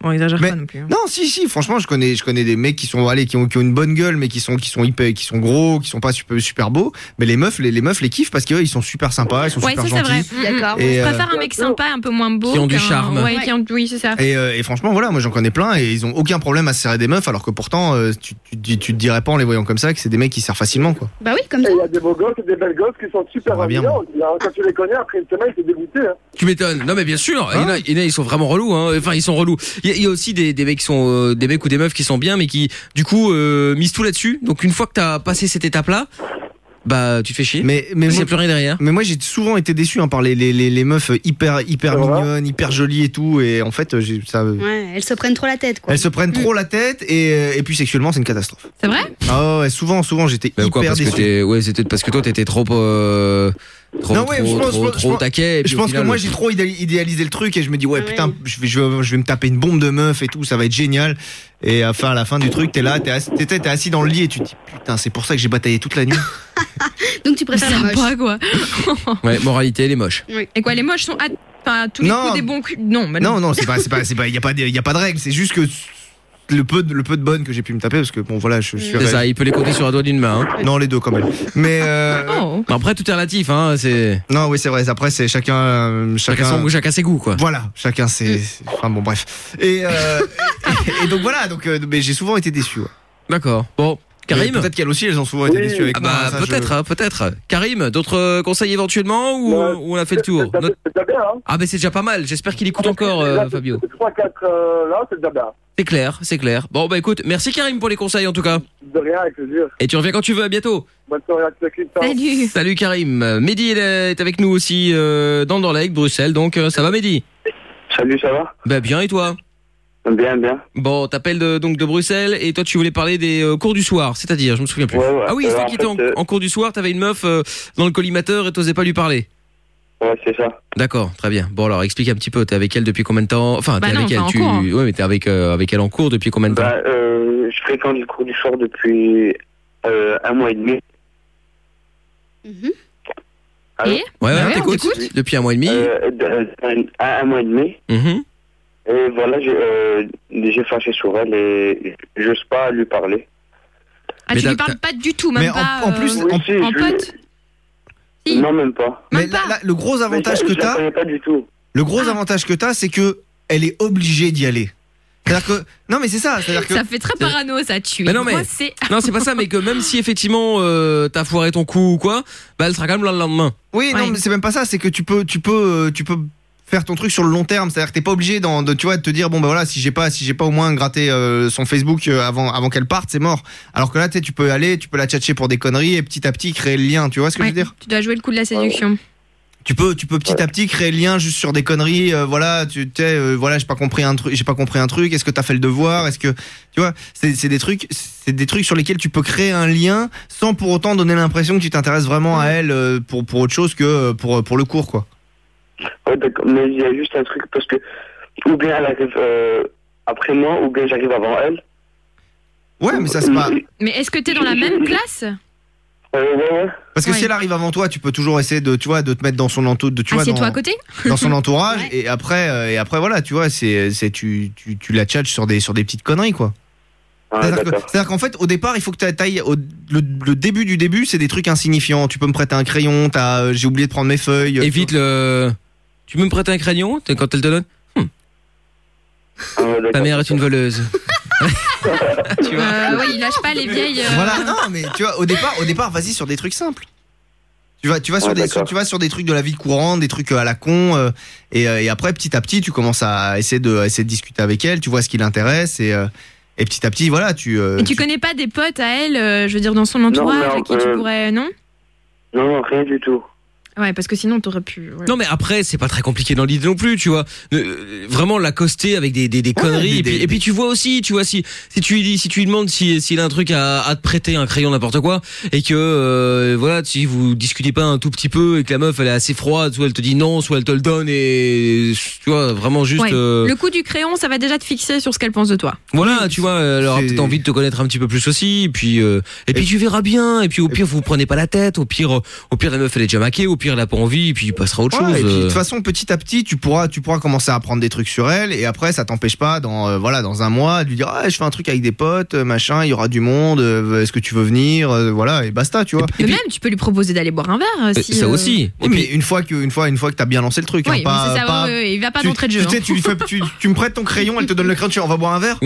On exagère pas non plus. Non, si, si. Franchement, je connais, je connais des mecs qui sont, allez, qui ont, qui ont une bonne gueule, mais qui sont, qui sont hyper, qui sont gros, qui sont pas super, super beaux. Mais les meufs, les, les meufs les kiffent parce qu'ils sont super sympas, ils sont Ouais, super ça c'est vrai. gentils. D'accord. Et, Je euh, préfère un mec sympa, un peu moins beau. Qui ont du qu'un- charme. ouais, qui ont- Oui, c'est ça. Et, euh, et franchement, voilà, moi j'en connais plein et ils ont aucun problème à se serrer des meufs, alors que pourtant, euh, tu, tu, tu- tu te dirais pas en les voyant comme ça que c'est des mecs qui se serrent facilement, quoi. Bah oui, comme ça. Il y a des beaux gosses et des belles gosses qui sont super va bien, brillants. Quand tu les connais, après une semaine, t'es dégoûté. Hein. Tu m'étonnes. Non mais bien sûr, il, y en a, il y en a, ils sont vraiment relous. Hein. Enfin, ils sont relous. Il y a, il y a aussi des, des mecs qui sont euh, des mecs ou des meufs qui sont bien, mais qui du coup euh, misent tout là-dessus. Donc une fois que t'as passé cette étape-là, bah tu te fais chier. Mais mais Parce qu'il y a moi- plus rien derrière. Mais moi j'ai souvent été déçu hein, par les, les, les, les meufs hyper hyper mignonnes, hyper jolies et tout, et en fait, j'ai- ça. Ouais, elles se prennent trop la tête, quoi. Elles se prennent trop la tête et, et puis sexuellement c'est une catastrophe. C'est vrai Ah ouais, souvent, souvent j'étais Mais hyper quoi Parce que déçu. t'es, ouais, c'était parce que toi t'étais trop, euh, trop, Non, ouais, trop, je pense- trop, je pense- trop je pense- taquet. et puis je au pense final, que moi le- j'ai trop idéal- idéalisé le truc et je me dis ouais putain je vais, je, vais, je vais me taper une bombe de meuf et tout ça va être génial et enfin à la fin du truc t'es là t'es assis, t'es- t'es assis dans le lit et tu te dis putain c'est pour ça que j'ai bataillé toute la nuit euh, Donc tu préfères Sympa, quoi. ouais moralité elle est moche Et quoi, les moches sont à, enfin, à tous les Non. coups des bons culs. Non, bah non non c'est pas c'est pas c'est pas y a pas de, y a pas de règle c'est juste que le peu de, le peu de bonnes que j'ai pu me taper parce que bon voilà je, je suis C'est ça, il peut les compter sur la doigt d'une main. hein. non les deux quand même mais euh, après tout est relatif hein c'est non oui c'est vrai après c'est chacun euh, chacun son goût, chacun ses goûts quoi voilà chacun ses enfin bon bref et euh, et, et donc voilà donc euh, mais j'ai souvent été déçu ouais. D'accord. Bon, Karim Mais peut-être qu'elles aussi, elles ont souvent été déçues avec Ah moi, bah, ça, je- peut-être, hein, peut-être. Karim, d'autres euh, conseils éventuellement ou, Bah, ou on a fait le tour Notre- hein. Ah bah c'est déjà pas mal, j'espère qu'il Ah, écoute encore euh, Fabio. 3-4 euh, là, c'est déjà bien. C'est clair, c'est clair. Bon bah écoute, merci Karim pour les conseils en tout cas. De rien, avec plaisir. Et tu reviens quand tu veux, à bientôt. Bonne soirée à tous les clients. Salut. Salut Karim. Euh, Mehdi il est avec nous aussi euh, dans le Dorlec, Bruxelles, donc euh, ça va Mehdi Salut, ça va Bah bien et toi Bien, bien. Bon, t'appelles de- donc de Bruxelles et toi tu voulais parler des euh, cours du soir, c'est-à-dire, je me souviens plus. Ouais, ouais. ah oui, Euh, c'était en qui était en, fait, euh, en cours du soir, t'avais une meuf euh, dans le collimateur et t'osais pas lui parler. Ouais, c'est ça. D'accord, très bien. Bon alors, explique un petit peu. T'es avec elle depuis combien de temps Enfin, Bah Ah, t'es non, avec pas elle. en Tu... cours, hein. Ouais, mais t'es avec euh, avec elle en cours depuis combien de temps Bah, euh, je fréquente le cours du soir depuis euh, un mois et demi. Allô Ouais, ouais, t'écoutes depuis un mois et demi. Euh, d- un, un- un mois et demi. Mhm. Et voilà, j'ai euh, j'ai fâché sur elle et j'ose pas lui parler. Ah, tu lui parles pas du tout, même Mais en- pas. en plus, euh, en- Oui, si, en je- pote. Non, même pas. Mais là, là, le gros avantage Mais je- que je la t'as, connais pas du tout. le gros avantage que t'as, c'est que elle est obligée d'y aller. C'est-à-dire que non, mais c'est ça. C'est-à-dire que Ça fait très parano, ça tue. Mais Bah non mais Moi, c'est. non, c'est pas ça. Mais que même si effectivement euh, t'as foiré ton coup ou quoi, bah elle sera quand même là le lendemain. oui, non, mais c'est même pas ça. C'est que tu peux, tu peux, euh, tu peux faire ton truc sur le long terme. C'est-à-dire que t'es pas obligé d'en- de, tu vois, de te dire bon ben voilà si j'ai pas si j'ai pas au moins gratté euh, son Facebook euh, avant avant qu'elle parte c'est mort. Alors que là tu sais, tu peux aller, tu peux la tchatcher pour des conneries et petit à petit créer le lien. Tu vois ce que je veux dire Tu dois jouer le coup de la séduction. tu peux, tu peux petit à petit créer le lien juste sur des conneries. euh, voilà, tu tu sais, euh, voilà, j'ai pas compris un truc, j'ai pas compris un truc. Est-ce que t'as fait le devoir Est-ce que tu vois C'est c'est des trucs, c'est des trucs sur lesquels tu peux créer un lien sans pour autant donner l'impression que tu t'intéresses vraiment à elle euh, pour pour autre chose que euh, pour pour le cours quoi. Ouais, d'accord. Mais il y a juste un truc parce que ou bien elle arrive euh, après moi, ou bien j'arrive avant elle. Ouais, mais ça c'est pas. Mais est-ce que t'es dans la même classe Parce que si elle arrive avant toi, tu peux toujours essayer de, tu vois, de te mettre dans son entourage, de, tu vois, Assieds-toi dans, Ah, à côté. dans son entourage, et après, euh, et après voilà, tu vois, c'est, c'est tu, tu, tu la tchatches sur des, sur des petites conneries quoi. C'est-à-dire que- c'est-à-dire qu'en fait, au départ, il faut que tu tailles au, le, le début du début, c'est des trucs insignifiants. Tu peux me prêter un crayon, t'as, euh, j'ai oublié de prendre mes feuilles. Évite le. Tu peux me prêter un crayon t'es- quand elle te donne Hmm. Ta mère est une voleuse. Euh, oui, il lâche pas les vieilles. euh, Voilà, non, mais tu vois, au départ, au départ, vas-y sur des trucs simples. Tu vas, tu vas sur Ouais, des, d'accord. tu vas sur des trucs de la vie courante, des trucs euh, à la con, euh, et, euh, et après, petit à petit, tu commences à essayer de, essayer de discuter avec elle. Tu vois ce qui l'intéresse, et, euh, et petit à petit, voilà, tu. euh, Mais tu connais pas des potes à elle, euh, je veux dire, dans son entourage, Non, mais, à qui tu euh, pourrais. Non Non, non, rien du tout. Ouais, parce que sinon, t'aurais pu. ouais. Non mais après c'est pas très compliqué dans l'idée non plus tu vois Euh, euh, vraiment l'accoster avec des, des, des conneries et, puis, et puis tu vois aussi tu vois si si tu lui dis si tu lui demandes si s'il a un truc à, à te prêter un crayon n'importe quoi et que euh, voilà si vous discutez pas un tout petit peu et que la meuf elle est assez froide soit elle te dit non soit elle te le donne et tu vois vraiment juste Ouais. euh, Le coup du crayon, ça va déjà te fixer sur ce qu'elle pense de toi. Voilà, tu vois, elle aura peut-être envie de te connaître un petit peu plus aussi, et puis euh, et puis tu verras bien, et puis au pire vous vous prenez pas la tête, au pire euh, au pire la meuf elle est déjà maquée, au pire elle a pas envie, et puis il passera à autre chose. Ouais, et puis, de euh. toute façon, petit à petit, tu pourras, tu pourras commencer à apprendre des trucs sur elle, et après, ça t'empêche pas, dans, euh, voilà, dans un mois, de lui dire, ah, je fais un truc avec des potes, euh, machin, il y aura du monde, euh, est-ce que tu veux venir, Euh, voilà, et basta, tu vois. Mais même, tu peux lui proposer d'aller boire un verre. euh, si, euh, Oui, mais une fois que, une fois, une fois que t'as bien lancé le truc, Oui, hein, mais pas, c'est ça, pas- ouais, ouais, il va pas tu, d'entrée de jeu, Tu, sais, hein. tu lui fais- tu- tu me prêtes ton crayon, elle te donne le crayon, tu dis, on va boire un verre.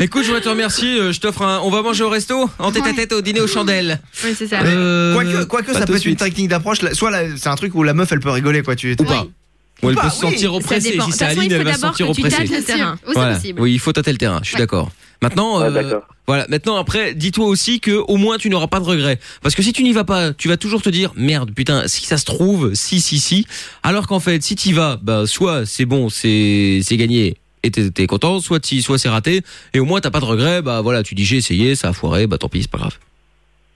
Écoute, je vais te remercier, euh, je t'offre un on va manger au resto, en tête à tête au dîner aux chandelles. Oui, c'est ça. Euh, Quoique, quoique pas ça tout peut de être une suite. technique d'approche, la- soit la- c'est un truc où la meuf, elle peut rigoler, quoi, tu Ou pas. Ou elle peut se sentir oppressée, dépend. si De c'est toute façon, il Aline, faut elle va se d'abord sentir que tu oppressée. tâtes le terrain. Oui, c'est Voilà. possible. Oui, il faut tâter le terrain, je suis d'accord. Maintenant, euh, voilà. Maintenant, après, dis-toi aussi que au moins tu n'auras pas de regrets, parce que si tu n'y vas pas, tu vas toujours te dire merde, putain, si ça se trouve, si si si. Alors qu'en fait, si tu vas, bah soit c'est bon, c'est c'est gagné. Et t'es t'es content, soit t'y- soit c'est raté, et au moins t'as pas de regrets, bah voilà, tu dis j'ai essayé, ça a foiré, bah tant pis, c'est pas grave.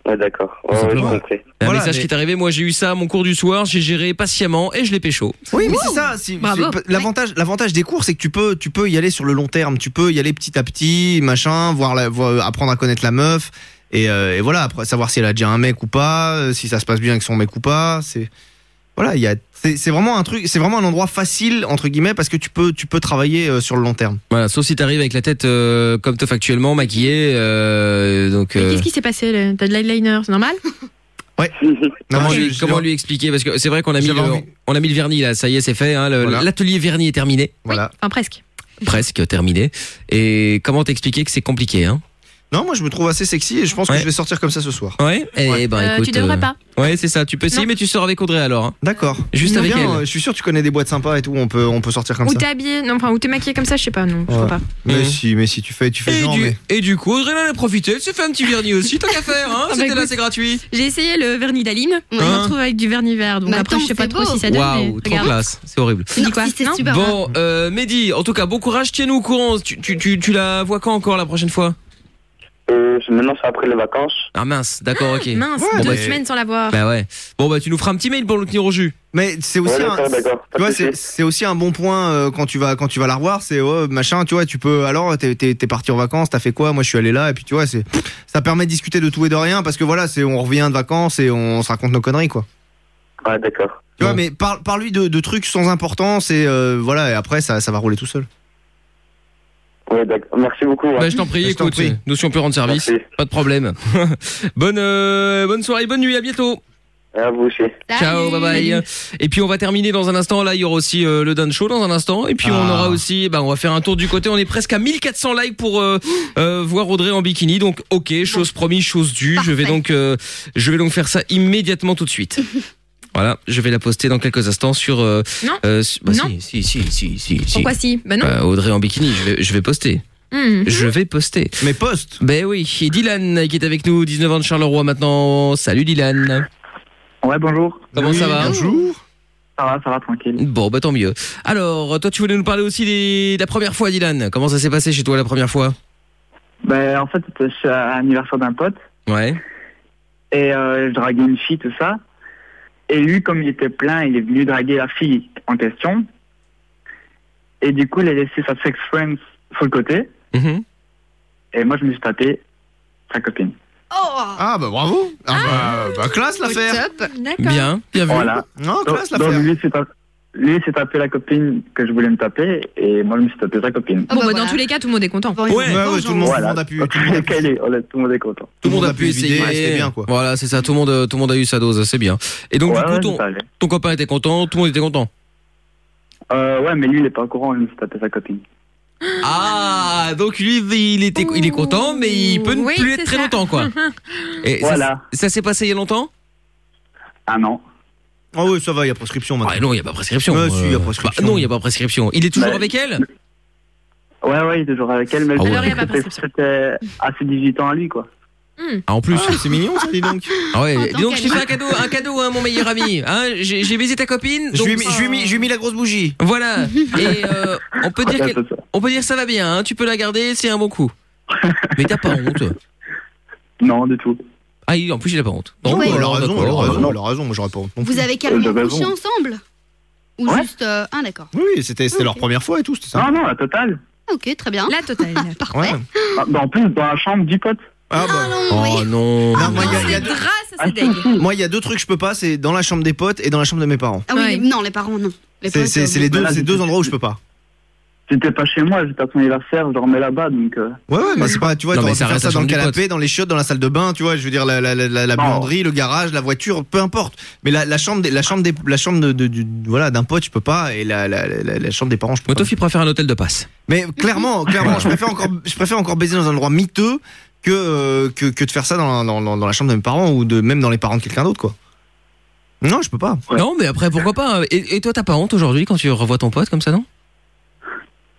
Ouais, d'accord. Ouais, ouais, j'ai compris. Un Voilà, message mais- qui est arrivé, moi j'ai eu ça à mon cours du soir, j'ai géré patiemment et je l'ai pécho. Oui, mais c'est ça. c'est- c'est- L'avantage, l'avantage des cours, c'est que tu peux, tu peux y aller sur le long terme. Tu peux y aller petit à petit, machin, voir, la, voir- apprendre à connaître la meuf, et, euh, et voilà, après, savoir si elle a déjà un mec ou pas, euh, si ça se passe bien avec son mec ou pas. C'est voilà, il y a, c'est c'est vraiment un truc, c'est vraiment un endroit facile entre guillemets parce que tu peux, tu peux travailler euh, sur le long terme. Voilà, sauf si t'arrives avec la tête euh, comme Toff actuellement, maquillée, euh, donc. euh, Qu'est-ce qui s'est passé là T'as de l'eyeliner, c'est normal Ouais. Comment, je- lui, je- Ah, comment lui expliquer Parce que c'est vrai qu'on a mis J'avais le, envie. on a mis le vernis là, ça y est, c'est fait. hein, le- Voilà. L'atelier vernis est terminé, Voilà. Enfin, presque. presque terminé. Et comment t'expliquer que c'est compliqué hein Non, moi je me trouve assez sexy et je pense Ouais. que je vais sortir comme ça ce soir. Ouais. Eh ben, Euh, tu écoute, devrais pas. Ouais, c'est ça. Tu peux essayer, mais tu sors avec Audrey alors. hein. D'accord. Juste Non, avec bien, elle. euh, Je suis sûr que tu connais des boîtes sympas et tout. On peut, on peut sortir comme Ou ça. t'es habillé, non, enfin, ou t'es maquillé comme ça, je sais pas, non, je Ouais. crois pas. Mais Mhm. si, mais si tu fais, tu fais. Et, genre, du, mais- et du coup, Audrey elle en a profité. Elle s'est fait un petit vernis aussi. Tant qu'à faire, hein. Ah bah C'était là, écoute. c'est gratuit. J'ai essayé le vernis d'Aline, on Hein se retrouve avec du vernis vert, donc Bah après, attends, je sais pas c'est trop beau. Oh, si ça donne. mais Waouh, trop regarde. classe. C'est horrible. Tu dis quoi Non Bon, euh, Mehdi, en tout cas, bon courage. Tiens-nous au courant. Tu, tu, tu, tu la vois quand encore la prochaine fois Euh, maintenant, c'est après les vacances. Ah mince, d'accord, ok. Mince, Bon, deux bah, tu- semaines sans la voir. Bah ouais. Bon bah tu nous feras un petit mail pour le tenir au jus. Mais c'est aussi un, tu vois, c'est- c'est aussi un bon point euh, quand tu vas quand tu vas la revoir c'est ouais, machin tu vois tu peux alors t'es t'es- t'es parti en vacances t'as fait quoi moi je suis allé là et puis tu vois c'est ça permet de discuter de tout et de rien parce que voilà c'est on revient de vacances et on se raconte nos conneries quoi Ouais, d'accord. tu vois mais parle parle lui de, de trucs sans importance et euh, voilà et après ça ça va rouler tout seul Ouais, d'accord. Merci beaucoup. hein. Bah je t'en prie, Je t'en écoute, prie. nous si on peut rendre service, pas de problème. bonne euh, bonne soirée, bonne nuit, à bientôt. à vous aussi. Ciao, bye bye. Et puis on va terminer dans un instant. Là, il y aura aussi euh, le Dan Show dans un instant. Et puis on aura aussi, bah, on va faire un tour du côté. On est presque à 1400 likes pour euh, euh, voir Audrey en bikini. Donc ok, chose promise, chose due. Je vais donc, euh, je vais donc faire ça immédiatement tout de suite. Voilà, je vais la poster dans quelques instants sur. euh, Non. euh, su- bah, Non. Si, si, si, si, si. si. Pourquoi si Ben non. Bah, Audrey en bikini, je vais, je vais poster. Oh, bah, Mhm. Je vais poster. Mais poste Ben oui. Et Dylan qui est avec nous, 19 ans de Charleroi maintenant. Salut Dylan. Ouais, bonjour. Comment Oui, ça va bonjour. Ça va, ça va, tranquille. Bon, bah tant mieux. Alors, toi, tu voulais nous parler aussi des- de la première fois, Dylan. Comment ça s'est passé chez toi la première fois Ben, en fait, c'était chez- à l'anniversaire d'un pote. Ouais. Et euh, je draguais une fille, tout ça. Et lui, comme il était plein, il est venu draguer la fille en question. Et du coup, il a laissé sa sex friend sur le côté. Mhm. Et moi, je me suis tapé sa copine. Oh, Ah bah bravo Ah, bah, bah, classe l'affaire Bien, bien vu. Voilà. Non, Donc- classe donc, l'affaire lui, s'est ta- lui s'est tapé la copine que je voulais me taper. Et moi, je me suis tapé sa copine. Bon, bah, dans tous les cas, tout le monde est content. Voilà. Calé, on est- tout le monde est content. Tout le monde a pu essayer. Voilà, c'est ça. Tout le monde, euh, tout le monde a eu sa dose. C'est bien. Et donc, Ouais, du coup, ouais, ton, ça allait. ton copain était content. Tout le monde était content. Euh, ouais, mais lui, il est pas au courant, il me s'est tapé sa copine. Ah, donc lui, il était, il est content, mais il peut ne Oui, plus c'est être très ça. longtemps, quoi. Et ça- Voilà. Ça, s'est passé il y a longtemps Un an. Ah oui, ça va, il y a prescription maintenant. Ah non, il n'y a pas prescription. Ah si, il y a Euh, prescription. bah, non, il n'y a pas prescription. Il est toujours Bah, avec elle Ouais, ouais, il est toujours avec elle, mais le Ah ouais. truc, Alors, il y a pas c'était- c'était à ses 18 ans à lui, quoi. Hmm. Ah, en plus. Ah, c'est mignon, ça, dis donc. Ah ouais, En tant dis donc, je t'ai fait qu'ami. un cadeau, un cadeau, hein, mon meilleur ami. Hein, j'ai j'ai baisé ta copine. Je donc- lui ai mis- je lui ai mis- je lui ai mis la grosse bougie. Voilà. Et euh, on peut Ah, dire Ouais, que, on peut dire que ça va bien. hein, Tu peux la garder, c'est un bon coup. Mais t'as pas honte Non, du tout. Ah, il- en plus, il a pas honte. euh. Non, Ouais. bah, Elle a raison, d'accord, elle a alors, raison, non. elle a raison, moi j'aurais pas honte non plus. Vous avez carrément couché ensemble Ou juste. euh, Ah, d'accord. Oui, c'était c'était leur première fois et tout, c'était ça. Non, non, la totale. Ah, ok, très bien. La totale. Ouais. Ah, bah, en plus, dans la chambre du pote. Ah bah. Oh non. Non, moi, il y a- il y a deux- Ah, Ah, ça c'est dingue. Moi, il y a deux trucs que je peux pas, c'est dans la chambre des potes et dans la chambre de mes parents. Ah oui, les- non, les parents, non. Les C'est parents, c'est- c'est les deux, c'est deux endroits où je peux pas. C'était pas chez moi, j'étais à son anniversaire, je dormais là-bas, donc. euh, Ouais, Ah, ouais, mais c'est pas, tu vois, Non, t'aurais mais pu ça faire reste ça la dans le chambre du canapé, dans les chiottes, dans la salle de bain, tu vois, je veux dire, la, la, la, la, la Non. buanderie, le garage, la voiture, peu importe. Mais la, la chambre, des, la chambre, des, la chambre de, de- du- voilà, d'un pote, je peux pas, et la, la, la, la chambre des parents, je peux pas. Motof, il préfère un hôtel de passe. Mais clairement, clairement, je préfère encore, je préfère encore baiser dans un endroit miteux que, euh, que, que de faire ça dans, dans, dans, dans la chambre de mes parents ou de, même dans les parents de quelqu'un d'autre, quoi. Non, je peux pas. Non, mais après, pourquoi pas hein. Et, et toi, t'as pas honte aujourd'hui quand tu revois ton pote comme ça, non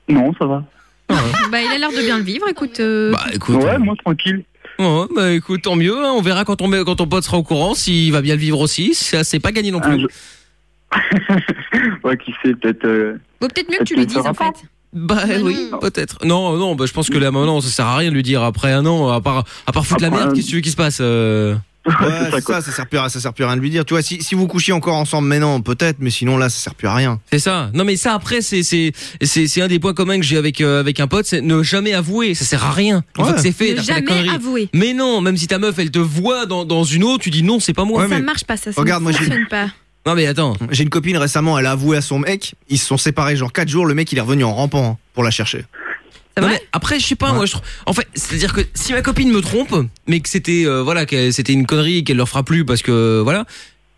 Non, ça va. Bah, il a l'air de bien le vivre, écoute. euh, Bah, écoute. Ouais, moi, tranquille. Ouais, bah écoute, tant mieux. hein. On verra quand, on, met- quand ton pote sera au courant s'il va bien le vivre aussi. Ça, c'est pas gagné Ah, non plus. Ouais, qui sait, peut-être. euh, Vaut peut-être mieux que tu lui dises, en fait. Bah oui, peut-être. Non, non, bah, je pense que là maintenant, ça sert à rien de lui dire après un an, à part, à part foutre la Après merde, un- qu'est-ce que tu veux qu'il se passe euh Ouais, c'est ça, ça sert plus à, ça sert plus à rien de lui dire. Tu vois, si, si vous couchiez encore ensemble maintenant, peut-être, mais sinon là, ça sert plus à rien. C'est ça. Non mais ça après c'est c'est c'est c'est un des points communs que j'ai avec euh, avec un pote, c'est ne jamais avouer, ça sert à rien. Une Ouais. fois que c'est fait, Ne t'as fait la jamais connerie. avouer. Mais non, même si ta meuf elle te voit dans dans une autre, tu dis non, c'est pas moi. ça marche pas, ça, ça regarde, ne moi, j'ai- fonctionne pas. Non mais attends. J'ai une copine récemment, elle a avoué à son mec, ils se sont séparés genre 4 jours, le mec il est revenu en rampant hein, pour la chercher. Non, mais après je sais pas moi je trouve en fait c'est-à-dire que si ma copine me trompe mais que c'était euh, voilà que c'était une connerie et qu'elle leur fera plus parce que euh, voilà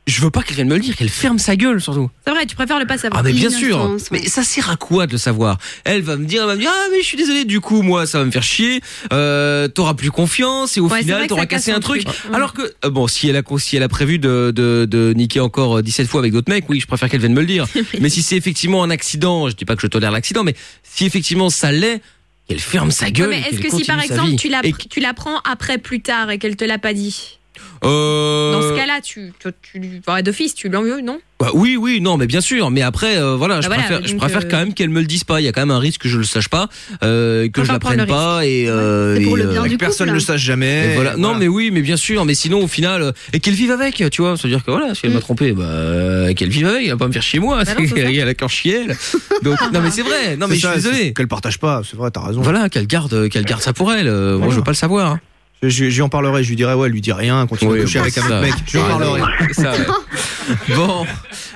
je veux pas qu'elle vienne me le dire qu'elle ferme sa gueule surtout C'est vrai, tu préfères le pas savoir. ah mais bien sûr mais ça sert à quoi de le savoir elle va me dire elle va me dire ah mais je suis désolé du coup moi ça va me faire chier euh, t'auras plus confiance et Ouais, au c'est vrai final que t'auras ça casse cassé un un truc, truc. alors que euh, bon si elle a con- si elle a prévu de, de, de niquer encore euh, 17 fois avec d'autres mecs oui je préfère qu'elle vienne me le dire mais si c'est effectivement un accident je dis pas que je tolère l'accident mais si effectivement ça l'est qu'elle ferme sa gueule Ouais, et mais est-ce qu'elle que si par continue sa exemple vie. tu, la- Et tu l'apprends après plus tard et qu'elle te l'a pas dit Euh, Dans ce cas-là, tu, tu, tu- bah, d'office, tu l'en veux, non bah oui, oui, non, mais bien sûr. Mais après, euh, voilà, Bah Ah, je voilà, préfère, je donc, préfère euh, quand même qu'elle me le dise pas. Il y a quand même un risque que je le sache pas, euh, que je Enfin, prendre l'apprenne le pas et, euh, C'est pour le euh, bien du Et que couple, personne hein. ne le sache jamais, Et voilà. et Non, voilà. mais oui, mais bien sûr. Mais sinon, au final, euh, et qu'elle vive avec, tu vois. Ça veut dire que voilà, si elle m'a trompé, bah euh, qu'elle vive avec. Elle va pas me faire chier moi. Mm. Bah non, c'est ça. elle a qu'en chier. elle. Donc non, mais c'est vrai. Non, mais C'est je suis ça, c'est- désolé. Qu'elle partage pas, c'est vrai, t'as raison. Voilà, qu'elle garde, qu'elle garde ça pour elle. Euh, Moi, je veux pas le savoir. hein. Je, je, je lui en parlerai, je lui dirai, ouais, lui dis rien, continue Oui, de coucher bah, avec un ça. autre mec. Je lui en Ah, parlerai. oui, ça, ouais. Bon,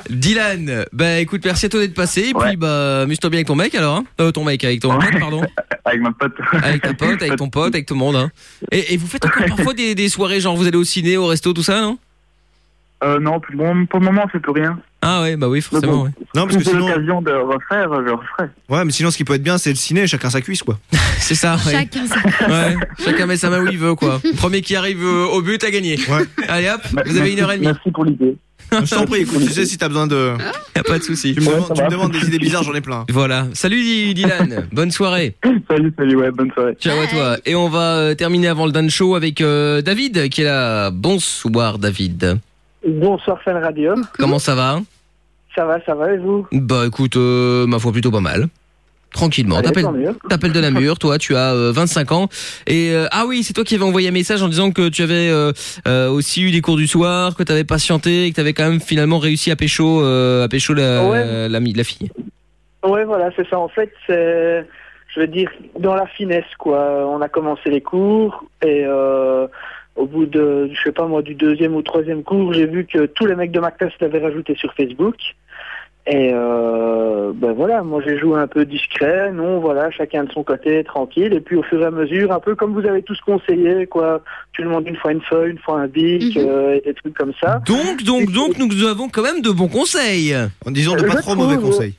Dylan, bah écoute, merci à toi d'être passé. Et puis, bah, amuse-toi bien avec ton mec alors. hein. Euh, ton mec, avec ton pote, pardon. Avec ma pote. Avec ta pote, avec ton pote, avec tout le monde. hein. Et, et vous faites encore parfois des, des soirées, genre vous allez au ciné, au resto, tout ça, non Euh, non, plus- bon, pour le moment, on fait plus rien. Ah ouais, bah oui, forcément. ouais. Non, parce si que j'ai sinon- l'occasion de refaire, je referai. Ouais, mais sinon, ce qui peut être bien, c'est le ciné, chacun sa cuisse, quoi. C'est ça, ouais. Chacun sa Ouais, chacun met sa main où il veut, quoi. Premier qui arrive euh, au but a gagné. Allez hop, vous avez une heure et demie. Merci Bah, pour l'idée. Je t'en prie, écoute, tu sais si t'as besoin de. Y a pas de souci. Tu me demandes- tu me demandes des idées bizarres, j'en ai plein. Voilà. Salut Dy- Dylan, bonne soirée. Salut, salut, ouais, bonne soirée. Ciao à toi. Et on va euh, terminer avant le Dan Show avec euh, David qui est là. Bonsoir David. Bonsoir Fan Radio. Comment ça va Ça va, ça va et vous Bah écoute, euh, ma foi plutôt pas mal. Tranquillement. Allez, T'appelles tant mieux. t'appelles de la mur, toi tu as euh, 25 ans. Et euh, ah oui, c'est toi qui avais envoyé un message en disant que tu avais euh, euh, aussi eu des cours du soir, que t'avais patienté et que t'avais quand même finalement réussi à pécho, euh, à pécho la, Ouais. la mi- la fille. Ouais, voilà, c'est ça. En fait, c'est, je veux dire, dans la finesse, quoi. On a commencé les cours et euh, au bout de, je sais pas moi, du deuxième ou troisième cours, j'ai vu que tous les mecs de ma classe l'avaient rajouté sur Facebook. Et euh, ben voilà, moi j'ai joué un peu discret, non, voilà, chacun de son côté, tranquille. Et puis au fur et à mesure, un peu comme vous avez tous conseillé, quoi. Tu demandes une fois une feuille, une fois un bic, euh, et des trucs comme ça. Donc, donc, donc, nous avons quand même de bons conseils. En disant de pas Je trop mauvais trouve. conseils.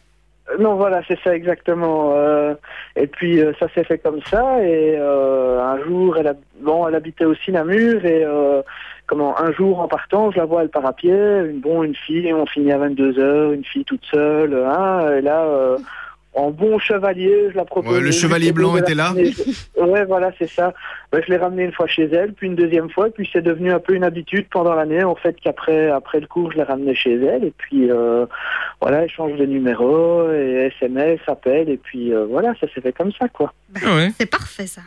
Euh, Non, voilà, c'est ça exactement. Euh, et puis euh, ça s'est fait comme ça. Et euh, un jour, elle, a, bon, elle habitait aussi Namur. Et euh, comment Un jour, en partant, je la vois, elle part à pied. Une, bon, une fille, on finit à 22 h une fille toute seule. Hein, et là, euh, en bon chevalier, je la propose. Ouais, le chevalier blanc était là. Ouais, voilà, c'est ça. Ouais, je l'ai ramenée une fois chez elle, puis une deuxième fois, puis c'est devenu un peu une habitude pendant l'année, en fait, qu'après après le cours, je l'ai ramenée chez elle, et puis euh, voilà, échange de numéros, et SMS, appel, et puis euh, voilà, ça s'est fait comme ça, quoi. C'est parfait ça.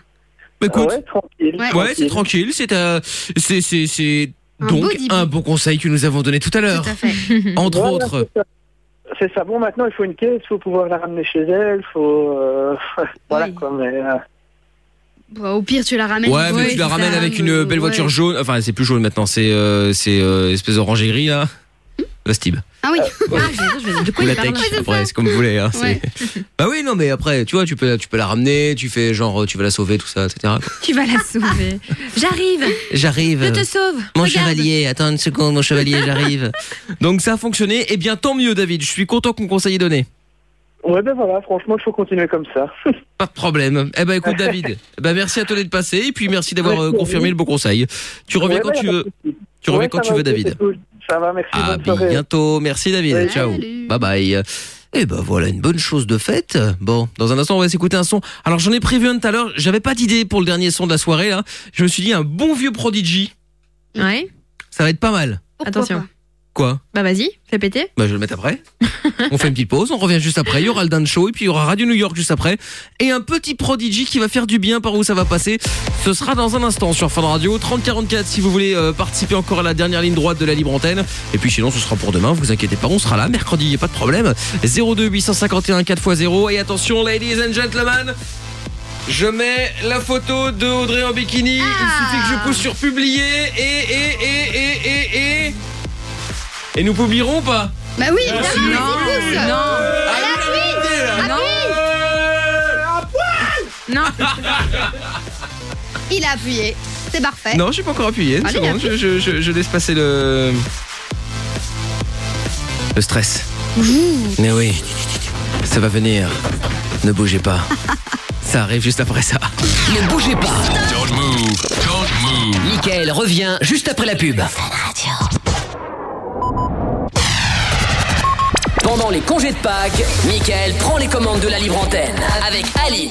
écoute. Ah ouais, tranquille. Ouais, c'est tranquille, c'est euh, c'est c'est- c'est donc un bon conseil que nous avons donné tout à l'heure. Entre Voilà, autres. c'est ça. C'est ça. Bon, maintenant, il faut une caisse, il faut pouvoir la ramener chez elle, il faut... euh, voilà, quoi, mais... euh, Bon, au pire, tu la ramènes. Ouais, mais tu la ramènes avec une belle voiture jaune. Enfin, c'est plus jaune maintenant, c'est euh, c'est euh, espèce d'orange et gris là. La Stib. Ah oui. Ah, je- je- je- de quoi Ou il la parle tech, après, c'est comme vous voulez. hein, c'est- Ouais. Bah oui, non, mais après, tu vois, tu peux, tu peux la ramener, tu fais genre, tu vas la sauver, tout ça, etc. quoi. Tu vas la sauver. J'arrive. J'arrive. Je te sauve. Mon Regarde. chevalier, attends une seconde, mon chevalier, j'arrive. Donc ça a fonctionné. Eh bien, tant mieux, David. Je suis content qu'on conseille donné. Ouais, ben voilà, franchement, il faut continuer comme ça. Pas de problème. Eh ben, écoute, David. eh ben, merci à toi d'être passé et puis merci d'avoir Merci euh, à vous. confirmé le bon conseil. Tu reviens Ouais, quand ouais, tu y a veux. pas de souci. Tu Ouais, reviens quand ça tu va, veux, ok, c'est David. Ah. cool. Ça va, merci. À bonne soirée. bientôt. Merci, David. Ciao. Bye bye. Et ben voilà une bonne chose de faite. Bon, dans un instant on va s'écouter un son. Alors j'en ai prévu un tout à l'heure. J'avais pas d'idée pour le dernier son de la soirée là. Je me suis dit un bon vieux Prodigy. Ouais. Ça va être pas mal. Attention. Quoi Bah vas-y, fais péter. Bah, je vais le mettre après. on fait une petite pause, on revient juste après. Il y aura le Dan Show et puis il y aura Radio New York juste après. Et un petit Prodigy qui va faire du bien par où ça va passer. Ce sera dans un instant sur Fun Radio 3044 si vous voulez euh, participer encore à la dernière ligne droite de la libre antenne. Et puis sinon, ce sera pour demain. Vous inquiétez pas, on sera là. Mercredi, il n'y a pas de problème. 02 851 4x0. Et attention, ladies and gentlemen. Je mets la photo de Audrey en bikini. Il suffit que je pousse sur publier et et et et et et. Et nous publierons ou pas Bah oui, évidemment, mais c'est non. pousse. Non. Non. Ah, Il a appuyé. C'est parfait. Ah, Non, j'ai pas encore appuyé. Allez, C'est bon, je, appuie. je- je- je laisse passer le. Le stress. Ouh. Mm. Mais oui, ça va venir. Ne bougez pas. ça arrive juste après ça. Ne bougez pas. Don't move. Don't move. Michael revient juste après la pub. Pendant les congés de Pâques, Michael prend les commandes de la libre antenne avec Aline,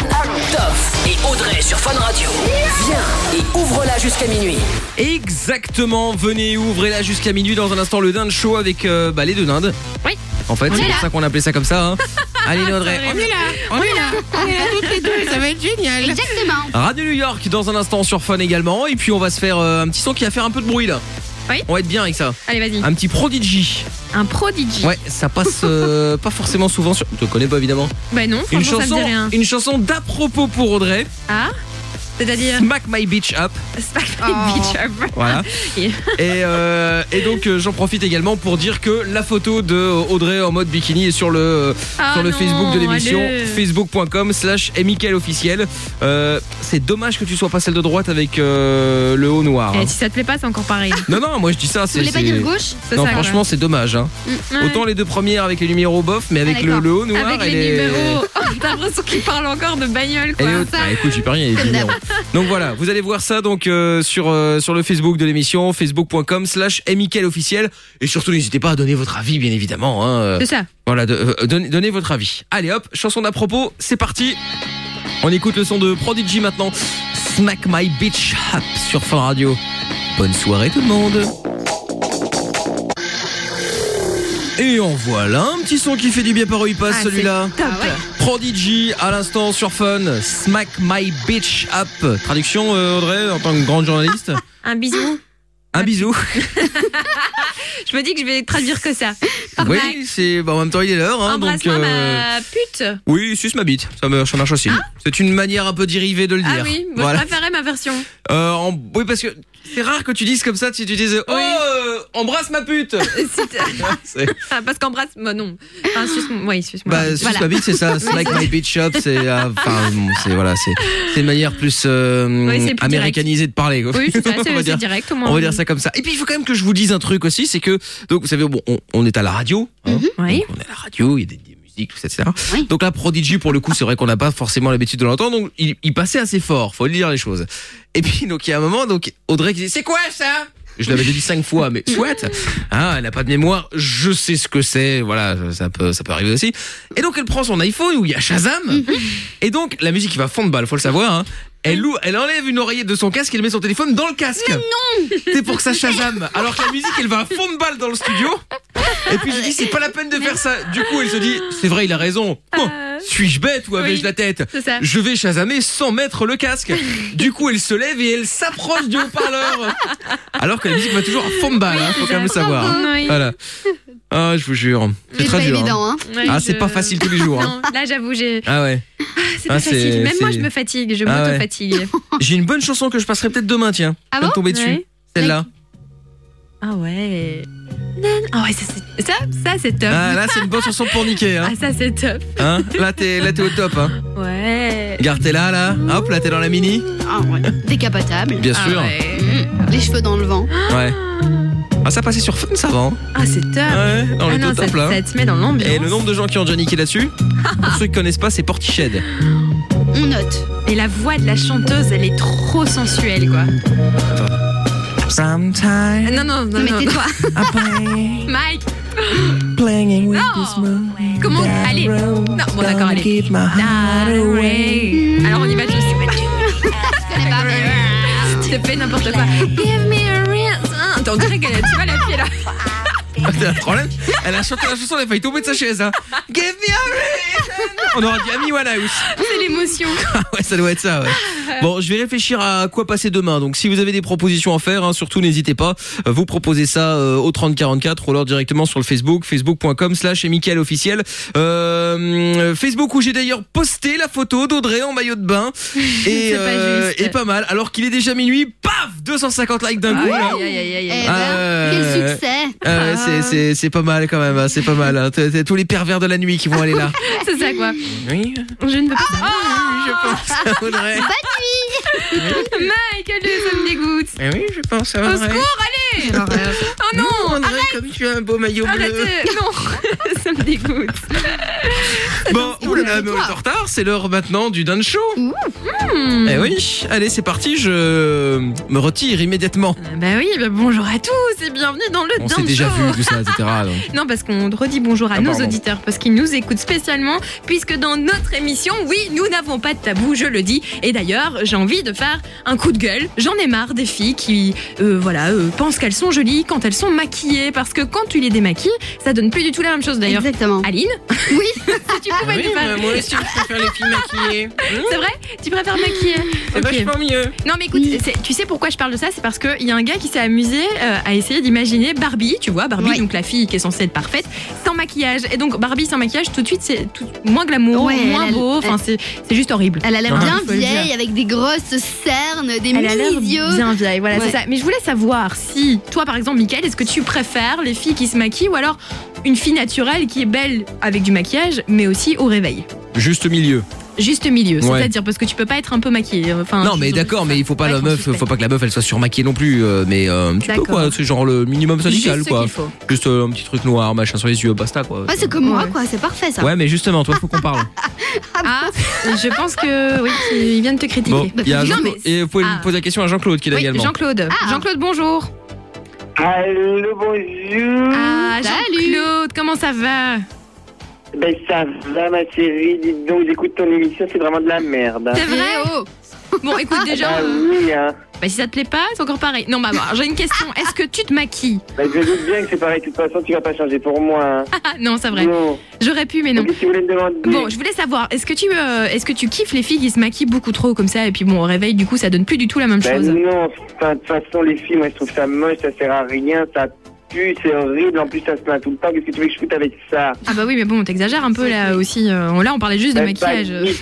Toff et Audrey sur Fun Radio. Viens et ouvre-la jusqu'à minuit. Exactement, venez ouvrez là jusqu'à minuit dans un instant le dinde show avec euh, bah, les deux dindes. Oui. En fait, On c'est est pour là. ça qu'on appelait ça comme ça. hein. Allez Audrey, on y va. On est là, on est là toutes les deux, ça va être génial. Exactement. Radio New York dans un instant sur Fun également et puis on va se faire euh, un petit son qui va faire un peu de bruit là. Oui. On va être bien avec ça. Allez, vas-y. Un petit Prodigy. Un prodigy. Ouais, ça passe euh, pas forcément souvent sur. Tu connais pas évidemment. Bah non, franchement, Une ça chanson, me dit rien. une chanson d'à propos pour Audrey. Ah C'est-à-dire Smack My Beach Up. Smack my bitch up. Voilà. Et- Et, euh, et donc euh, j'en profite également pour dire que la photo de Audrey en mode bikini est sur le euh, Ah sur le non, Facebook de l'émission allez. facebook.com slash Mickaël officiel. Euh, c'est dommage que tu sois pas celle de droite avec euh, le haut noir. hein. Eh, si ça te plaît pas, c'est encore pareil. Non non moi je dis ça. c'est- voulais pas c'est- dire gauche C'est Non ça, franchement ouais. c'est dommage. hein. Mm, ouais. Autant les deux premières avec les numéros bof mais avec Ah, le, d'accord. le haut noir Avec elle les est- numéros. Oh, T'as l'impression qu'il parle encore de bagnole, Elle quoi. est haute. Bah, écoute, j'y peux rien, il y a des numéros. Donc voilà, vous allez voir ça donc euh, sur euh, sur le Facebook de l'émission facebook.com slash mikel officiel et surtout n'hésitez pas à donner votre avis bien évidemment. hein, euh, C'est ça. Voilà, de- euh, donne- donnez votre avis. Allez hop, chanson d'à propos, c'est parti. On écoute le son de Prodigy maintenant. Smack my bitch up sur Fun Radio. Bonne soirée tout le monde. Et en voilà un petit son qui fait du bien par où il passe Ah, celui-là. c'est top. Ah ouais. Prodigy à l'instant sur Fun. Smack my bitch up. Traduction euh, Audrey en tant que grande journaliste. Un bisou. Ah. Un bisou. Je me dis que je vais traduire que ça. Par Oui, ma- c'est bah, en même temps il est l'heure. Hein, donc, Ah. Embrasse-moi euh, ma pute. Oui, suce ma bite. Ça me- ça marche aussi. c'est une manière un peu dérivée de le Ah dire. oui, moi, voilà. je préférais ma version. Euh, en- Oui, parce que c'est rare que tu dises comme ça. Si tu dises oh euh, embrasse ma pute. C'est- Ah, Parce qu'embrasse, moi non. Enfin, suce, oui, suce Bah, suce ma bite, c'est ça. Smack my bitch up, c'est, euh, enfin, bon, c'est voilà, c'est, c'est une manière plus, euh, Oui, c'est plus américanisée de parler. quoi. Oui, c'est ça, On c'est- va c'est dire- direct, au moins. On va dire ça comme ça. Et puis il faut quand même que je vous dise un truc aussi, c'est que donc vous savez, bon, on, on est à la radio, hein, Oui. à la radio, il y a des, des musiques, tout ça, etc. Donc là, Prodigy, pour le coup, c'est vrai qu'on n'a pas forcément l'habitude de l'entendre, donc il, il passait assez fort, faut le dire les choses. Et puis donc il y a un moment, donc Audrey qui dit, c'est quoi ça je l'avais déjà dit cinq fois, mais soit. Hein, elle n'a pas de mémoire. Je sais ce que c'est. Voilà, ça peut, ça peut arriver aussi. Et donc, elle prend son iPhone où il y a Shazam. Et donc, la musique qui va fond de balle, faut le savoir. hein. Elle, loue- elle enlève une oreillette de son casque et elle met son téléphone dans le casque. non C'est pour que ça Shazam. Alors que la musique, elle va à fond de balle dans le studio. Et puis, je dis, c'est pas la peine de faire ça. Du coup, elle se dit, c'est vrai, il a raison. Oh, Suis-je bête ou avais-je la tête c'est ça. Je vais Shazamer sans mettre le casque. Du coup, elle se lève et elle s'approche du haut-parleur. Alors que la musique va toujours à fond de balle, hein, faut quand même le savoir. hein. Oui. Voilà. Ah, je vous jure. C'est Mais très pas dur. évident, hein. Ouais, Ah, c'est je- pas facile tous les jours. hein. Non, là, j'avoue, j'ai. Ah ouais. C'est Ah, pas facile. Même moi, c'est- je me fatigue. Je Ah ouais. m'auto-fatigue. J'ai une bonne chanson que je passerai peut-être demain, tiens. Ah Pas bon tomber dessus. Ouais. Celle-là. Ah ouais. Nan- Ah ouais, ça, c'est- ça, ça, c'est top. Ah, là, c'est une bonne chanson pour niquer. Hein. Ah, ça, c'est top. Hein là, t'es là, t'es au top. Hein. Ouais. Regarde, t'es là, là. Hop, là, t'es dans la mini. Ah ouais. Décapotable. Bien sûr. Mmh. Les cheveux dans le vent. Ouais. Ah, ça passait sur Fun, ça va. hein. Ah, c'est top. Ouais, on ah est non, au ça, top, là. ça te met dans l'ambiance. hein. Ah. Et le nombre de gens qui ont déjà niqué là-dessus, pour ceux qui connaissent pas, c'est Portiched. On note. Et la voix de la chanteuse, elle est trop sensuelle, quoi. Sometimes. Non, non, non, Mais non. tais-toi. Mike. non. Comment Allez. Non, bon, d'accord, allez. That way. Alors, on y va, je sais pas. Je connais pas, mais- Je te fais n'importe quoi. Give me a reason. Attends, on dirait que tu vois la fille là. Ah, T'as un problème Elle a chanté la chanson, elle a failli tomber de sa chaise. Hein. Give me a reason. On aurait dit Amy Winehouse. C'est l'émotion. Ah ouais, ça doit être ça. ouais. Bon, je vais réfléchir à quoi passer demain. Donc, si vous avez des propositions à faire, hein, surtout n'hésitez pas. Euh, Vous proposez ça euh, au 3044 ou alors directement sur le Facebook, facebook.com/slash Mickaël officiel. Euh, Facebook où j'ai d'ailleurs posté la photo d'Audrey en maillot de bain et euh, C'est pas juste. et pas mal. Alors qu'il est déjà minuit, paf, 250 likes d'un coup. là. Eh ben, Ah, quel ouais. succès. Ah ouais, c'est- c'est- C'est pas mal quand même, hein, c'est pas mal. hein. T'as- t'as tous les pervers de la nuit qui vont aller là. C'est ça, quoi. Oui. Ah Je ne peux pas. je pense à Audrey. Bonne nuit. Mike, le ça me dégoûte. Eh oui, je pense à Au Audrey. secours, allez Oh non, arrête Comme tu as un beau maillot Arrête bleu. euh, Non, ça me dégoûte. Eh ben, Bon, oulala, mais on est en retard, c'est l'heure maintenant du Dan Show. Mm-hmm. Eh oui, allez, c'est parti, je me retire immédiatement. Bah oui, bah bonjour à tous et bienvenue dans le On Dinde s'est déjà Show. vu, tout ça, etc. donc. Non, parce qu'on redit bonjour à Ah, nos pardon. auditeurs, parce qu'ils nous écoutent spécialement, puisque dans notre émission, oui, nous n'avons pas de tabou, je le dis. Et d'ailleurs, j'ai envie de faire un coup de gueule. J'en ai marre des filles qui, euh, voilà, euh, pensent qu'elles sont jolies quand elles sont maquillées, parce que quand tu les démaquilles, ça donne plus du tout la même chose d'ailleurs. Exactement. Aline Oui, tu pouvais Ah Oui, le faire. mais moi aussi, Bah, je préfère les filles maquillées. C'est vrai Tu préfères maquiller C'est Ok. vachement mieux. Non mais écoute, c'est- tu sais pourquoi je parle de ça C'est parce qu'il y a un gars qui s'est amusé euh, à essayer d'imaginer Barbie, tu vois, Barbie, donc la fille qui est censée être parfaite, sans maquillage. Et donc Barbie sans maquillage, tout de suite, c'est tout- moins glamour, Ouais, moins elle a- beau, enfin c'est c'est juste horrible. Elle a l'air Ah. bien Faut le dire. vieille, avec des grosses cernes, des Elle a l'air mini-yeux. bien vieille, voilà, Ouais. c'est ça. Mais je voulais savoir si, toi par exemple, Mickaël, est-ce que tu préfères les filles qui se maquillent ou alors une fille naturelle qui est belle avec du maquillage, mais aussi au réveil Juste milieu. juste milieu. Ouais. C'est-à-dire parce que tu peux pas être un peu maquillée. euh, Enfin, non mais d'accord mais il faut pas la meuf faut pas que la meuf elle soit surmaquillée non plus euh, mais euh, un petit peu D'accord. quoi c'est genre le minimum syndical Juste ce quoi qu'il faut. juste euh, un petit truc noir machin sur les yeux basta quoi Ouais, Ah, c'est comme moi, quoi. C'est parfait, ça. ouais mais justement toi faut qu'on parle Ah, je pense que oui, ils viennent te critiquer. bon il y a Jean- et vous pouvez me poser la question à Jean-Claude qui est là ah. Oui, également Jean-Claude. Ah. Jean-Claude, bonjour. Allô, bonjour. Ah, Jean-Claude, comment ça va Ben ça va ma chérie, dis donc j'écoute ton émission, c'est vraiment de la merde. hein. C'est vrai Eh oh. Bon, écoute déjà. Ah euh, oui, hein. Bah, si ça te plaît pas, c'est encore pareil. Non, bah, bah, j'ai une question. Est-ce que tu te maquilles Ben, je doute bien que c'est pareil, de toute façon tu vas pas changer pour moi. hein. Ah, Non, c'est vrai. Non. J'aurais pu, mais non. Qu'est-ce que tu voulais me demander Bon, je voulais savoir, est-ce que tu, euh, est-ce que tu kiffes les filles qui se maquillent beaucoup trop comme ça et puis bon au réveil du coup ça donne plus du tout la même Ben chose. non, enfin, de toute façon les filles, moi je trouve ça moche, ça sert à rien, ça pue, c'est horrible, en plus ça se plaint tout le temps, qu'est-ce que tu veux que je foute avec ça Ah bah oui, mais bon, t'exagères un peu là aussi. euh, Là, on parlait juste de Ben, pas maquillage.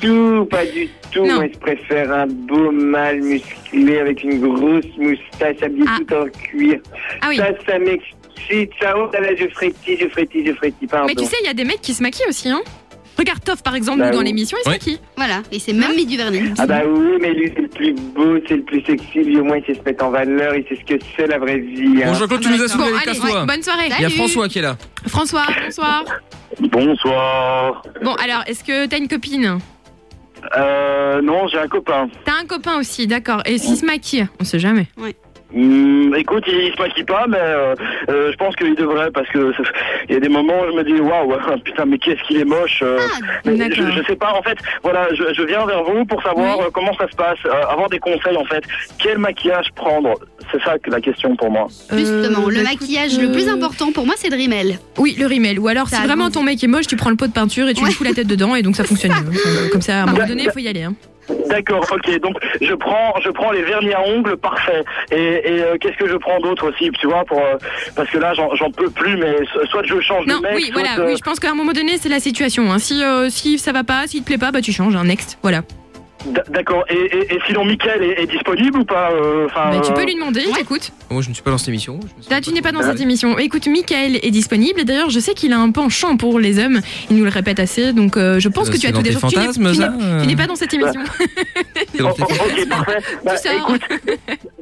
du tout, pas du tout. Moi, je préfère un beau mâle musclé avec une grosse moustache habillé Ah. tout en cuir. Ça, ça m'excite. Ça, oh là là, je frétille, je frétille, je frétille. Pardon. Mais tu sais, il y a des mecs qui se maquillent aussi, hein. Regarde Toff par exemple, Bah nous, dans oui. l'émission, il se Oui. maquille. Hein Voilà, et c'est même mis du vernis. Ah bah oui, mais lui, c'est le plus beau, c'est le plus sexy. Lui, au moins, il sait se mettre en valeur, il sait ce que c'est la vraie vie. hein. Bon, Ah Jean-Claude, tu bah, nous as saoulés, allez, casse-toi. bonne soirée. il y a Salut. François qui est là François, bonsoir. Bonsoir. Bon, alors, est-ce que t'as une copine Euh, non, j'ai un copain. T'as un copain aussi, d'accord. Et s'il se maquille On sait jamais. Hmm, écoute, il, il se maquille pas, mais euh, euh, je pense qu'il devrait parce que ça- il y a des moments où je me dis waouh putain mais qu'est-ce qu'il est moche. euh, Ah, mais je, je sais pas en fait. Voilà, je, je viens vers vous pour savoir euh, comment ça se passe, euh, avoir des conseils en fait. Quel maquillage prendre C'est ça que la question pour moi. Justement, Euh, le bah, écoute, maquillage le plus euh, important pour moi, c'est le rimel. Oui, le rimel. Ou alors, si Ça vraiment ton mec est moche, tu prends le pot de peinture et tu lui fous la tête dedans et donc ça fonctionne. Euh, Comme ça, à un moment donné, il faut y aller. hein. D'accord, ok. Donc je prends, je prends les vernis à ongles, parfait. Et, et, euh, qu'est-ce que je prends d'autre aussi, tu vois, pour euh, parce que là j'en j'en peux plus, mais so- soit je change Non, de mec, oui, soit, voilà. euh, Oui, je pense qu'à un moment donné, c'est la situation. hein. Si, euh, si ça va pas, s'il te plaît pas, bah tu changes, un next. Voilà. d- d'accord. Et, et, et sinon, Mickaël est, est disponible ou pas euh, Ah, enfin, Bah, tu euh, peux lui demander, il t'écoute. moi Oh, je ne suis pas dans cette émission je me suis- Là, tu n'es pas dans Ah cette oui. émission. Écoute, Michael est disponible. Et D'ailleurs, je sais qu'il a un penchant pour les hommes. Il nous le répète assez. Donc, euh, je pense Euh, que tu c'est as dans tout tes défendu. Tu n'es- fantasmes, tu ça, n'es- euh tu n'es pas dans cette émission. C'est dans tes- Ok, parfait. Bah, écoute,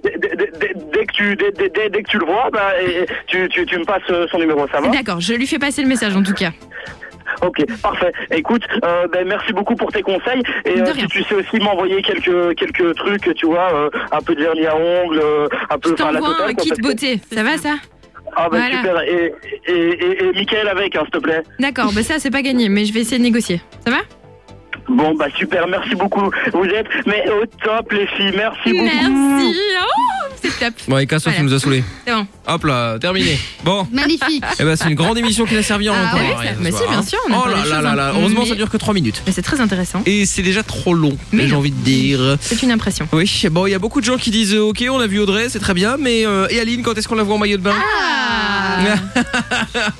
dès- dès- dès- dès que tu dès, dès- dès- dès que tu le vois, bah, et- et tu, tu, tu me passes euh, son numéro, ça va D'accord, je lui fais passer le message en tout cas. Ok, parfait. Écoute, euh, ben, merci beaucoup pour tes conseils. Et euh, si tu sais aussi m'envoyer quelques quelques trucs, tu vois, euh, un peu de vernis à ongles, euh, un peu. Je enfin, la t'envoie totale, un quoi, kit parce que- beauté. Ça va ça Ah ben Voilà. super. Et et et, et Michael avec, hein, s'il te plaît. D'accord, bah ça c'est pas gagné, mais je vais essayer de négocier. Ça va Bon bah super, merci beaucoup. Vous êtes mais au top les filles, merci beaucoup. Merci. Oh, c'est top. bon et casse-toi tu nous as saoulés C'est bon. hop là terminé bon Magnifique. Eh ben c'est une grande émission qui a servi en Ah encore, oui, hein, ça- ce mais si, soir, bien hein. sûr, on a Oh parlé là de là choses, là là, hein. heureusement Mais- ça dure que 3 minutes. Mais c'est très intéressant. Et c'est déjà trop long, mais j'ai envie de dire. C'est une impression. Oui, bon, il y a beaucoup de gens qui disent euh, Ok, on a vu Audrey, c'est très bien, mais. euh, et Aline, quand est-ce qu'on la voit en maillot de bain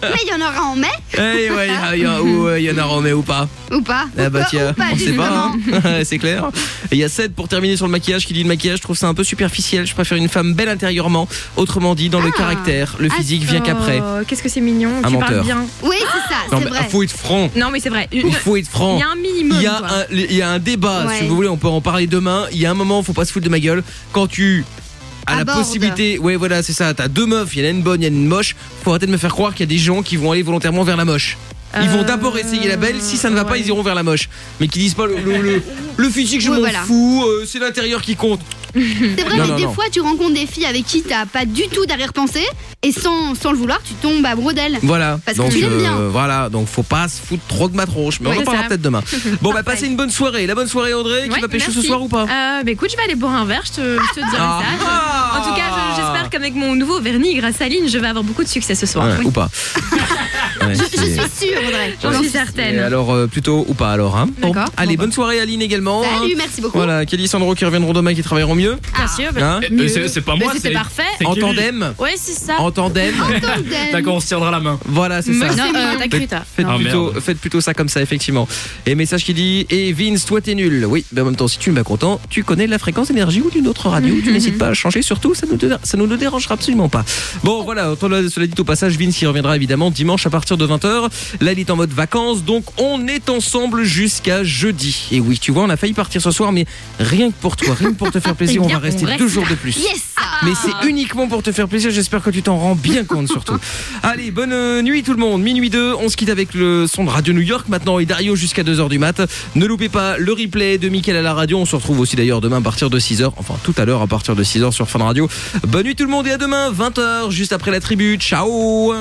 Mais il y en aura en mai Eh ouais, ah, il y, a- ou, euh, il y en a Romé ou pas ou pas Ah bah Ou pas, tiens, ou pas, on sait pas, justement. hein. c'est clair. Et Il y a Seth pour terminer sur le maquillage qui dit le maquillage, je trouve ça un peu superficiel. Je préfère une femme belle intérieurement, autrement dit dans le Ah, caractère. Le physique vient qu'après. Oh, Qu'est-ce que c'est mignon. Un tu menteur. parles bien. Oui, c'est ça, Non, mais faut être franc. Non, mais c'est vrai. Il faut être franc. Il y a un minimum. Il y a quoi. un, il y a un débat, si Ouais. vous voulez, on peut en parler demain. Il y a un moment, faut pas se foutre de ma gueule. Quand tu as la Aborde. possibilité, ouais, voilà, c'est ça. T'as deux meufs, il y en a une bonne, il y en a une moche. Faut arrêter de me faire croire qu'il y a des gens qui vont aller volontairement vers la moche. Ils vont d'abord Euh, essayer la belle, si ça ne va pas, ils iront vers la moche. Mais qu'ils disent pas le, le, le- le physique, je Ouais, m'en voilà. fous, euh, c'est l'intérieur qui compte. C'est vrai, Non, mais non, des non. fois, tu rencontres des filles avec qui t'as pas du tout d'arrière-pensée et sans, sans le vouloir, tu tombes amoureux d'elles. Voilà. Parce donc, que tu l'aimes euh, bien. Voilà, donc faut pas se foutre trop de ma tronche. Mais on Ouais, en c'est parlera ça. peut-être demain. Bon, bah passez une bonne soirée. La bonne soirée, André, qui Ouais, va pêcher ce merci. soir ou pas Euh, bah écoute, je vais aller boire un verre, je te, je te dirai Ah. ça. Je- En tout cas, je- j'espère qu'avec mon nouveau vernis grâce à Lynn, je vais avoir beaucoup de succès ce soir. Ouais, Ou pas Ouais, Je, c'est- suis sûre, Audrey. J'en suis certaine. Et alors, euh, plutôt ou pas alors hein Bon, D'accord. bah. allez, bonne soirée Aline également. Salut, hein. merci beaucoup. Voilà, Kelly et Sandro qui reviendront demain qui travailleront mieux. Bien sûr. bah, Hein mieux. Euh, c'est- c'est pas Mais moi, C'était c'est- parfait. c'est En Kelly. tandem. Oui, c'est ça. En tandem. D'accord, on se tiendra la main. Voilà, c'est ça. Mais c'est Non, euh, mignon. t'as cru, Faites- t'as- Faites, non. Ah, plutôt, merde. faites plutôt ça comme ça, effectivement. Et message qui dit Et Vince, toi t'es nul. Oui, mais en même temps, si tu me bats content, tu connais la fréquence énergie ou d'une autre radio. Tu n'hésites pas à changer, surtout, ça nous, dé- ça nous ne dérangera absolument pas. Bon, voilà, autant le- cela dit au passage, Vince qui reviendra évidemment dimanche à partir. partir de 20h. Là, il est en mode vacances, donc on est ensemble jusqu'à jeudi. Et oui, tu vois, on a failli partir ce soir, mais rien que pour toi, rien que pour te faire plaisir, Eh on va rester deux jours de plus. Yes Mais c'est uniquement pour te faire plaisir, j'espère que tu t'en rends bien compte surtout. Allez, bonne euh, nuit tout le monde, minuit 2, on se quitte avec le son de Radio New York maintenant et Dario jusqu'à 2h du mat. Ne loupez pas le replay de Mickaël à la radio, on se retrouve aussi d'ailleurs demain à partir de 6h, enfin tout à l'heure à partir de 6h sur Fun Radio. Bonne nuit tout le monde et à demain, 20h, juste après la tribu, ciao